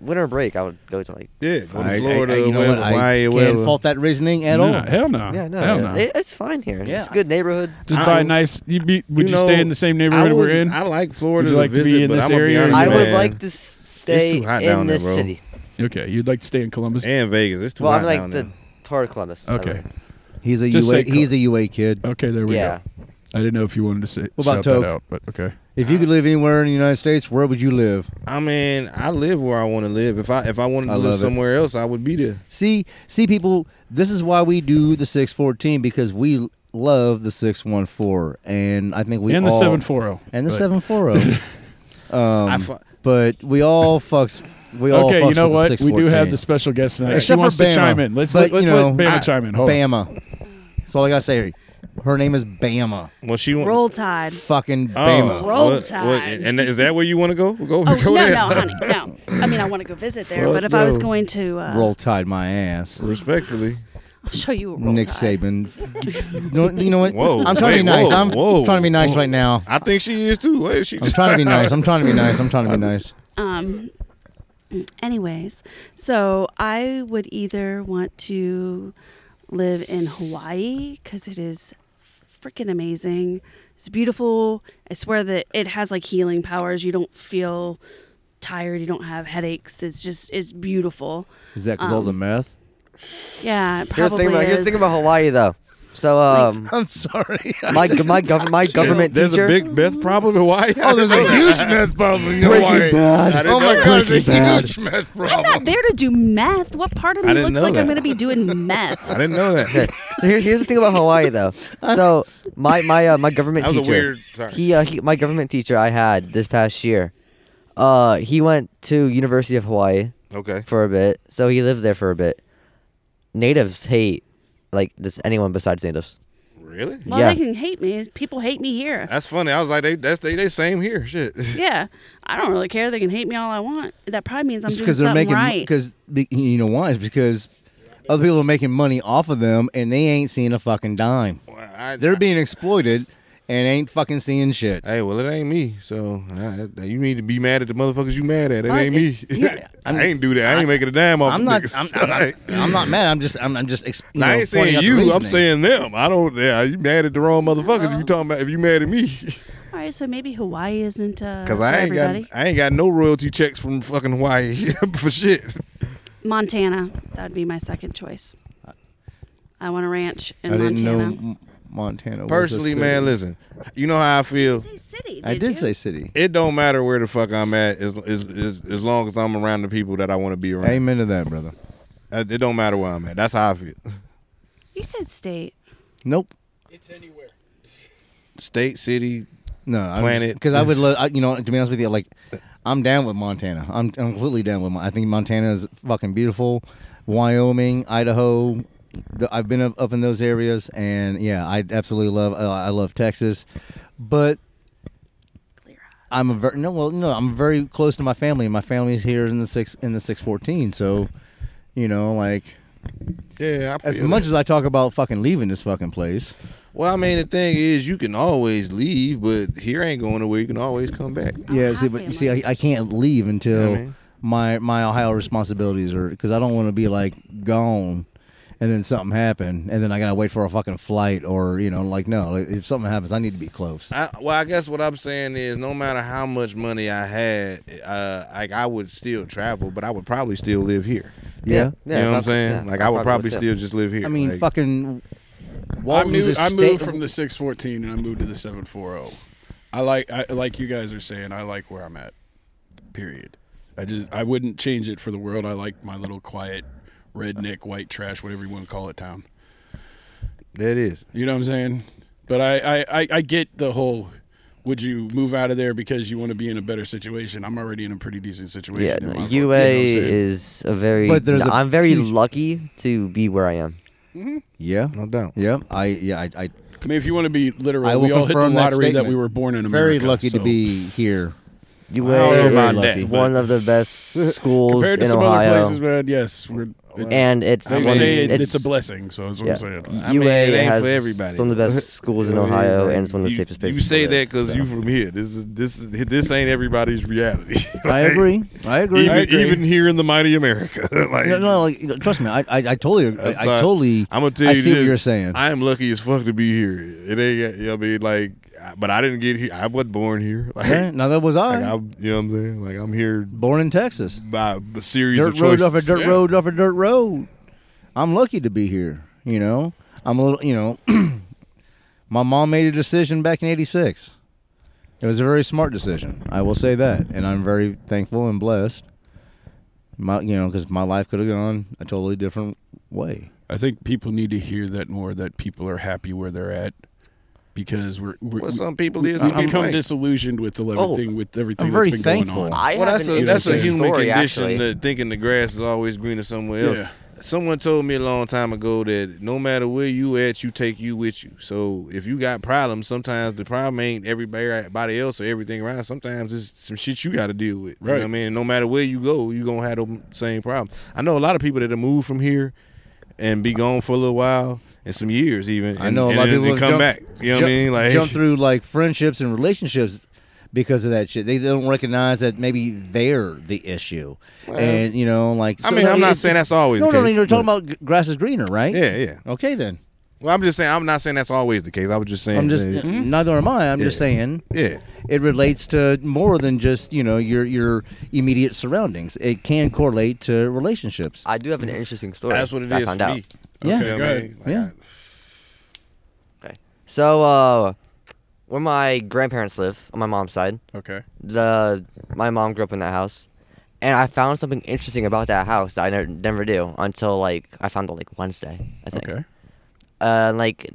[SPEAKER 6] winter break, I would go to like.
[SPEAKER 2] Yeah, go
[SPEAKER 4] I- I-
[SPEAKER 2] to Florida,
[SPEAKER 4] I, you know
[SPEAKER 2] wherever,
[SPEAKER 4] what? I
[SPEAKER 2] Hawaii,
[SPEAKER 4] can't
[SPEAKER 2] wherever.
[SPEAKER 4] fault that reasoning at
[SPEAKER 3] Nah,
[SPEAKER 4] all.
[SPEAKER 3] Hell no.
[SPEAKER 6] Yeah, no,
[SPEAKER 3] Hell no.
[SPEAKER 6] it- it's fine here.
[SPEAKER 4] Yeah.
[SPEAKER 6] It's a good neighborhood.
[SPEAKER 3] Just
[SPEAKER 2] I
[SPEAKER 3] buy a
[SPEAKER 2] was-
[SPEAKER 3] nice. You be, would you,
[SPEAKER 2] know,
[SPEAKER 3] stay in the same neighborhood
[SPEAKER 2] I
[SPEAKER 3] we're
[SPEAKER 2] would-
[SPEAKER 3] in?
[SPEAKER 2] I like Florida
[SPEAKER 3] Would you like
[SPEAKER 2] to
[SPEAKER 3] to
[SPEAKER 2] visit,
[SPEAKER 3] be in
[SPEAKER 2] but
[SPEAKER 3] this
[SPEAKER 2] I'm gonna be
[SPEAKER 3] area?
[SPEAKER 2] honest,
[SPEAKER 6] I would
[SPEAKER 2] man.
[SPEAKER 6] like to s- stay
[SPEAKER 2] too hot down
[SPEAKER 6] in
[SPEAKER 2] there,
[SPEAKER 6] this
[SPEAKER 2] bro.
[SPEAKER 6] city.
[SPEAKER 3] okay, you'd like to stay in Columbus.
[SPEAKER 2] and Vegas. It's too
[SPEAKER 6] Well,
[SPEAKER 2] hot
[SPEAKER 6] I'm like
[SPEAKER 2] down
[SPEAKER 6] the
[SPEAKER 2] there.
[SPEAKER 6] part of Columbus. I
[SPEAKER 3] Okay.
[SPEAKER 6] live.
[SPEAKER 4] He's a
[SPEAKER 3] Just
[SPEAKER 4] UA.
[SPEAKER 3] say co-
[SPEAKER 4] He's a UA kid.
[SPEAKER 3] Okay, there we
[SPEAKER 6] Yeah.
[SPEAKER 3] go. I didn't know if you wanted to say
[SPEAKER 4] What about
[SPEAKER 3] shout that
[SPEAKER 4] Toke?
[SPEAKER 3] out, but okay.
[SPEAKER 4] If you could live anywhere in the United States, where would you live?
[SPEAKER 2] I mean, I live where I want to live. If I if I wanted to
[SPEAKER 4] I
[SPEAKER 2] live
[SPEAKER 4] love it.
[SPEAKER 2] somewhere else, I would be there.
[SPEAKER 4] See, see, people. This is why we do the six fourteen because we love the six one four, and I think we
[SPEAKER 3] and the
[SPEAKER 4] all,
[SPEAKER 3] seven four zero.
[SPEAKER 4] and the seven four
[SPEAKER 3] [laughs]
[SPEAKER 4] zero.
[SPEAKER 2] I
[SPEAKER 4] Um,
[SPEAKER 2] fu-
[SPEAKER 4] but we all fucks. We all
[SPEAKER 3] Okay,
[SPEAKER 4] fucks
[SPEAKER 3] you know
[SPEAKER 4] with
[SPEAKER 3] what?
[SPEAKER 4] The
[SPEAKER 3] We do
[SPEAKER 4] 614.
[SPEAKER 3] have the special guest tonight. she
[SPEAKER 4] Except for
[SPEAKER 3] wants to
[SPEAKER 4] Bama.
[SPEAKER 3] chime in. Let's
[SPEAKER 4] But,
[SPEAKER 3] let, us
[SPEAKER 4] you know,
[SPEAKER 3] let Bama
[SPEAKER 4] I-
[SPEAKER 3] chime in. Hold on.
[SPEAKER 4] Bama. That's all I gotta say. Her name is Bama.
[SPEAKER 2] well, she won't.
[SPEAKER 5] Roll Tide.
[SPEAKER 4] Fucking
[SPEAKER 2] Oh,
[SPEAKER 4] Bama.
[SPEAKER 5] Roll
[SPEAKER 2] what-
[SPEAKER 5] Tide.
[SPEAKER 2] what- and is that where you want to go? Go,
[SPEAKER 5] Oh
[SPEAKER 2] go
[SPEAKER 5] no,
[SPEAKER 2] there.
[SPEAKER 5] no, honey, no. I mean, I want to go visit there, but if I was
[SPEAKER 2] no.
[SPEAKER 5] going to, uh,
[SPEAKER 4] Roll Tide my ass.
[SPEAKER 2] Respectfully,
[SPEAKER 5] I'll show you a roll
[SPEAKER 4] Nick
[SPEAKER 2] [laughs]
[SPEAKER 5] Tide.
[SPEAKER 4] Saban. No, you know what?
[SPEAKER 2] Whoa,
[SPEAKER 4] I'm trying to be
[SPEAKER 2] wait,
[SPEAKER 4] nice.
[SPEAKER 2] whoa,
[SPEAKER 4] I'm
[SPEAKER 2] whoa,
[SPEAKER 4] trying to be nice
[SPEAKER 2] whoa.
[SPEAKER 4] right now.
[SPEAKER 2] I think she is too. Wait, she
[SPEAKER 4] I'm
[SPEAKER 2] just
[SPEAKER 4] trying to be nice. I'm trying to be nice. I'm trying to be nice.
[SPEAKER 5] Um. Anyways, so I would either want to live in Hawaii because it is freaking amazing. It's beautiful. I swear that it has like healing powers. You don't feel tired. You don't have headaches. It's just it's beautiful.
[SPEAKER 4] Is that 'cause all the
[SPEAKER 5] Um,
[SPEAKER 4] meth?
[SPEAKER 5] Yeah, it
[SPEAKER 6] Here's the
[SPEAKER 5] probably
[SPEAKER 6] thing about here's
[SPEAKER 5] is.
[SPEAKER 6] the thing about Hawaii though. So
[SPEAKER 3] [laughs]
[SPEAKER 6] um,
[SPEAKER 4] I'm sorry.
[SPEAKER 6] my my gov- my government
[SPEAKER 2] there's
[SPEAKER 6] teacher.
[SPEAKER 2] a big meth problem in Hawaii.
[SPEAKER 4] oh,
[SPEAKER 2] [laughs]
[SPEAKER 4] there's a huge meth problem in Hawaii.
[SPEAKER 2] I didn't
[SPEAKER 4] Oh my
[SPEAKER 2] know
[SPEAKER 4] god,
[SPEAKER 2] that.
[SPEAKER 4] there's a huge meth
[SPEAKER 5] I'm
[SPEAKER 4] problem.
[SPEAKER 5] not there to do meth. What part of
[SPEAKER 2] I
[SPEAKER 5] me
[SPEAKER 2] didn't
[SPEAKER 5] looks
[SPEAKER 2] know
[SPEAKER 5] like
[SPEAKER 2] that.
[SPEAKER 5] I'm going to be doing meth?
[SPEAKER 2] I didn't know that.
[SPEAKER 6] So here, here's the thing about Hawaii
[SPEAKER 3] [laughs]
[SPEAKER 6] though. So my my uh, my government
[SPEAKER 2] [laughs] That was a
[SPEAKER 6] teacher.
[SPEAKER 2] weird- sorry.
[SPEAKER 6] He, uh, he my government teacher I had this past year. Uh, he went to University of Hawaii
[SPEAKER 2] Okay.
[SPEAKER 6] for a bit, so he lived there for a bit. Natives hate like this anyone besides natives.
[SPEAKER 2] Really?
[SPEAKER 5] Well,
[SPEAKER 6] Yeah.
[SPEAKER 5] they can hate me. People hate me here.
[SPEAKER 4] [laughs]
[SPEAKER 2] That's funny. I was like, they that's they, they same here. Shit. [laughs]
[SPEAKER 5] yeah, I don't really care. They can hate me all I want. That probably means I'm
[SPEAKER 4] It's
[SPEAKER 5] doing
[SPEAKER 4] because they're
[SPEAKER 5] something
[SPEAKER 4] making
[SPEAKER 5] right.
[SPEAKER 4] because you know why? It's because other people are making money off of them and they ain't seeing a fucking dime.
[SPEAKER 2] I,
[SPEAKER 4] They're being exploited and ain't fucking seeing shit.
[SPEAKER 2] Hey, well, it ain't me. So I, I- you need to be mad at the motherfuckers you mad at. It
[SPEAKER 4] I-
[SPEAKER 2] ain't me.
[SPEAKER 4] [laughs] yeah,
[SPEAKER 2] [laughs] I, ain't do that. I, ain't making a dime off.
[SPEAKER 4] I'm
[SPEAKER 2] them
[SPEAKER 4] not.
[SPEAKER 2] niggas.
[SPEAKER 4] I'm, I'm,
[SPEAKER 2] [laughs] Like,
[SPEAKER 4] I'm, I'm not mad. I'm just. I'm, I'm just. Ex, you
[SPEAKER 2] now, I
[SPEAKER 4] know,
[SPEAKER 2] ain't
[SPEAKER 4] pointing out
[SPEAKER 2] saying
[SPEAKER 4] the
[SPEAKER 2] you. I'm
[SPEAKER 4] reasoning.
[SPEAKER 2] saying them. I don't. Yeah, you mad at the wrong motherfuckers. if You talking about if you mad at me? [laughs]
[SPEAKER 5] all right, so maybe Hawaii isn't uh,
[SPEAKER 2] Because
[SPEAKER 5] for
[SPEAKER 2] I ain't
[SPEAKER 5] everybody.
[SPEAKER 2] got I ain't got no royalty checks from fucking Hawaii [laughs] for shit.
[SPEAKER 5] Montana. That'd be my second choice. I want a ranch in
[SPEAKER 4] I didn't
[SPEAKER 5] Montana.
[SPEAKER 4] know M- Montana. was a
[SPEAKER 2] Personally,
[SPEAKER 4] city.
[SPEAKER 2] man, listen. You know how I feel.
[SPEAKER 5] Say city.
[SPEAKER 4] I did say city.
[SPEAKER 2] It don't matter where the fuck I'm at, as as as, as long as I'm around the people that I want to be around.
[SPEAKER 4] Amen to that, brother.
[SPEAKER 2] Uh, It don't matter where I'm at. That's how I feel.
[SPEAKER 5] You said state.
[SPEAKER 4] Nope.
[SPEAKER 3] It's anywhere.
[SPEAKER 2] State, city,
[SPEAKER 4] No.
[SPEAKER 2] Planet.
[SPEAKER 4] Because I would. Lo- I, you know, to be honest with you, like,
[SPEAKER 2] [laughs]
[SPEAKER 4] I'm down with Montana. I'm, I'm completely down with. Mon- I think Montana is fucking beautiful. Wyoming, Idaho. The, I've been up, up in those areas, and yeah, I absolutely love. Uh, I love Texas, but I'm a ver- no. Well, no, I'm very close to my family. and My family's here in the six in the six fourteen. So, you know, like
[SPEAKER 2] yeah. I
[SPEAKER 4] as
[SPEAKER 2] feel
[SPEAKER 4] much
[SPEAKER 2] that.
[SPEAKER 4] as I talk about fucking leaving this fucking place,
[SPEAKER 2] Well, I mean, the thing is, you can always leave, but here ain't going nowhere. You can always come back.
[SPEAKER 4] yeah.
[SPEAKER 5] have
[SPEAKER 4] See, but you see,
[SPEAKER 5] family.
[SPEAKER 4] I, I can't leave until
[SPEAKER 2] Yeah, I mean.
[SPEAKER 4] my my Ohio responsibilities are because I don't want to be like gone, and then something happen, and then I gotta wait for a fucking flight or you know, like no, like, if something happens, I need to be close.
[SPEAKER 2] I, well, I guess what I'm saying is, no matter how much money I had, uh, like I would still travel, but I would probably still live here.
[SPEAKER 4] yeah.
[SPEAKER 2] you know what I'm
[SPEAKER 6] that's-
[SPEAKER 2] saying?
[SPEAKER 6] yeah,
[SPEAKER 2] like I would probably
[SPEAKER 6] too.
[SPEAKER 2] still just live here.
[SPEAKER 4] I mean,
[SPEAKER 2] Like,
[SPEAKER 4] fucking.
[SPEAKER 3] I
[SPEAKER 4] Walton's
[SPEAKER 3] moved,
[SPEAKER 4] a
[SPEAKER 3] I
[SPEAKER 4] state-
[SPEAKER 3] moved from the 614 and I moved to the 740. I like I like you guys are saying I like where I'm at. Period. I just I wouldn't change it for the world. I like my little quiet redneck white trash whatever you want to call it town.
[SPEAKER 2] that is.
[SPEAKER 3] You know what I'm saying? But I, I, I, I get the whole would you move out of there because you want to be in a better situation? I'm already in a pretty decent situation.
[SPEAKER 6] Yeah,
[SPEAKER 3] in
[SPEAKER 6] no,
[SPEAKER 3] my
[SPEAKER 6] UA
[SPEAKER 3] life, you know what I'm saying?
[SPEAKER 6] is a very.
[SPEAKER 4] But there's a
[SPEAKER 6] I'm very
[SPEAKER 4] huge-
[SPEAKER 6] lucky to be where I am.
[SPEAKER 4] Yeah.
[SPEAKER 2] No doubt.
[SPEAKER 4] Yeah. I yeah I, I
[SPEAKER 3] I mean, if you want to be literal,
[SPEAKER 4] I will
[SPEAKER 3] we all hit the
[SPEAKER 4] confirm that
[SPEAKER 3] lottery that,
[SPEAKER 4] statement.
[SPEAKER 3] we were born in America.
[SPEAKER 4] very lucky to
[SPEAKER 3] so-
[SPEAKER 4] be here.
[SPEAKER 6] UA
[SPEAKER 2] know
[SPEAKER 6] is
[SPEAKER 2] about
[SPEAKER 4] that, but-
[SPEAKER 6] one of the best schools
[SPEAKER 3] [laughs] compared to
[SPEAKER 6] in
[SPEAKER 3] some other places,
[SPEAKER 6] Ohio,
[SPEAKER 3] man. Yes, we're. It's,
[SPEAKER 6] and it's
[SPEAKER 3] they
[SPEAKER 6] one of
[SPEAKER 3] say
[SPEAKER 6] the-
[SPEAKER 3] it's, a blessing. So that's what
[SPEAKER 6] yeah.
[SPEAKER 3] I'm saying.
[SPEAKER 2] I mean,
[SPEAKER 6] UA
[SPEAKER 2] it ain't
[SPEAKER 6] has
[SPEAKER 2] for everybody.
[SPEAKER 6] some of the best schools in
[SPEAKER 2] [laughs] You know what I mean?
[SPEAKER 6] Ohio,
[SPEAKER 2] Like,
[SPEAKER 6] and it's one of the
[SPEAKER 2] you-
[SPEAKER 6] safest places.
[SPEAKER 2] You
[SPEAKER 6] to
[SPEAKER 2] say
[SPEAKER 6] live,
[SPEAKER 2] that because
[SPEAKER 6] so.
[SPEAKER 2] you from here. This is this is this ain't everybody's reality. [laughs]
[SPEAKER 4] I
[SPEAKER 2] Like,
[SPEAKER 4] agree. I agree.
[SPEAKER 2] Even,
[SPEAKER 3] I agree.
[SPEAKER 2] even here in the mighty America, [laughs] like
[SPEAKER 4] No, no, like you know, trust me, I, I, I totally, I,
[SPEAKER 2] That's
[SPEAKER 4] I
[SPEAKER 2] not-
[SPEAKER 4] totally,
[SPEAKER 2] I'm gonna tell
[SPEAKER 4] I
[SPEAKER 2] you.
[SPEAKER 4] see
[SPEAKER 2] this,
[SPEAKER 4] what you're saying.
[SPEAKER 2] I am lucky as fuck to be here. It ain't. You know, what I mean, like, I- but I didn't get here. I wasn't born here. [laughs] Like,
[SPEAKER 4] Yeah, now that was I,
[SPEAKER 2] like I'm, you know what I'm saying? Like, I'm here
[SPEAKER 4] born in Texas,
[SPEAKER 2] by a series of
[SPEAKER 4] dirt road
[SPEAKER 2] choices.
[SPEAKER 4] off a dirt
[SPEAKER 3] Yeah.
[SPEAKER 4] road off a dirt road. I'm lucky to be here. You know, I'm a little, you know, [clears throat] my mom made a decision back in '86. It was a very smart decision. I will say that, and I'm very thankful and blessed. My, you know, because my life could have gone a totally different way.
[SPEAKER 3] I think people need to hear that more. That people are happy where they're at because we're. we're
[SPEAKER 2] Well, some people is,
[SPEAKER 3] we
[SPEAKER 2] some people
[SPEAKER 3] become
[SPEAKER 2] ain't.
[SPEAKER 3] disillusioned with the
[SPEAKER 6] Oh,
[SPEAKER 3] everything with everything
[SPEAKER 4] I'm very
[SPEAKER 3] that's been
[SPEAKER 4] thankful.
[SPEAKER 3] going on.
[SPEAKER 6] I
[SPEAKER 2] well,
[SPEAKER 6] have
[SPEAKER 2] that's
[SPEAKER 6] an
[SPEAKER 2] a that's a
[SPEAKER 6] interesting
[SPEAKER 2] human
[SPEAKER 6] story,
[SPEAKER 2] condition
[SPEAKER 6] actually.
[SPEAKER 2] that thinking the grass is always greener somewhere else.
[SPEAKER 3] Yeah.
[SPEAKER 2] Someone told me a long time ago that no matter where you at, you take you with you. So if you got problems, sometimes the problem ain't everybody else or everything around. Sometimes it's some shit you got to deal with. You know what I
[SPEAKER 3] Right.
[SPEAKER 2] mean, And no matter where you go, you gonna have the same problem. I know a lot of people that have moved from here and be gone for a little while and some years even. And,
[SPEAKER 4] I know a
[SPEAKER 2] and
[SPEAKER 4] lot of
[SPEAKER 2] then
[SPEAKER 4] people
[SPEAKER 2] they
[SPEAKER 4] that jump-
[SPEAKER 2] come back. You know what I
[SPEAKER 4] jump-
[SPEAKER 2] mean? Like
[SPEAKER 4] jump through like friendships and relationships because of that shit. They don't recognize that maybe they're the issue, and you know, like
[SPEAKER 2] I mean, I'm not saying that's always
[SPEAKER 4] no,
[SPEAKER 2] the
[SPEAKER 4] no, no.
[SPEAKER 2] case,
[SPEAKER 4] You're talking
[SPEAKER 2] but-
[SPEAKER 4] about g- grass is greener, right?
[SPEAKER 2] yeah, yeah.
[SPEAKER 4] Okay, then.
[SPEAKER 2] Well, I'm just saying. I'm not saying that's always the case. I was just saying.
[SPEAKER 4] I'm just
[SPEAKER 2] that-
[SPEAKER 4] neither am I. I'm just
[SPEAKER 2] Yeah.
[SPEAKER 4] saying
[SPEAKER 2] yeah.
[SPEAKER 4] it relates to more than just you know your your immediate surroundings. It can correlate to relationships.
[SPEAKER 6] I do have an interesting story.
[SPEAKER 2] Mm-hmm. That's what it is.
[SPEAKER 6] that I
[SPEAKER 2] for
[SPEAKER 6] found out.
[SPEAKER 2] me.
[SPEAKER 4] Yeah.
[SPEAKER 2] You know what I
[SPEAKER 3] Okay,
[SPEAKER 2] mean?
[SPEAKER 4] go ahead.
[SPEAKER 2] Like,
[SPEAKER 6] Okay. So uh, where my grandparents live on my mom's side,
[SPEAKER 3] Okay.
[SPEAKER 6] the my mom grew up in that house, and I found something interesting about that house that I never, never do until like I found it like Wednesday. I think.
[SPEAKER 3] Okay.
[SPEAKER 6] Uh, like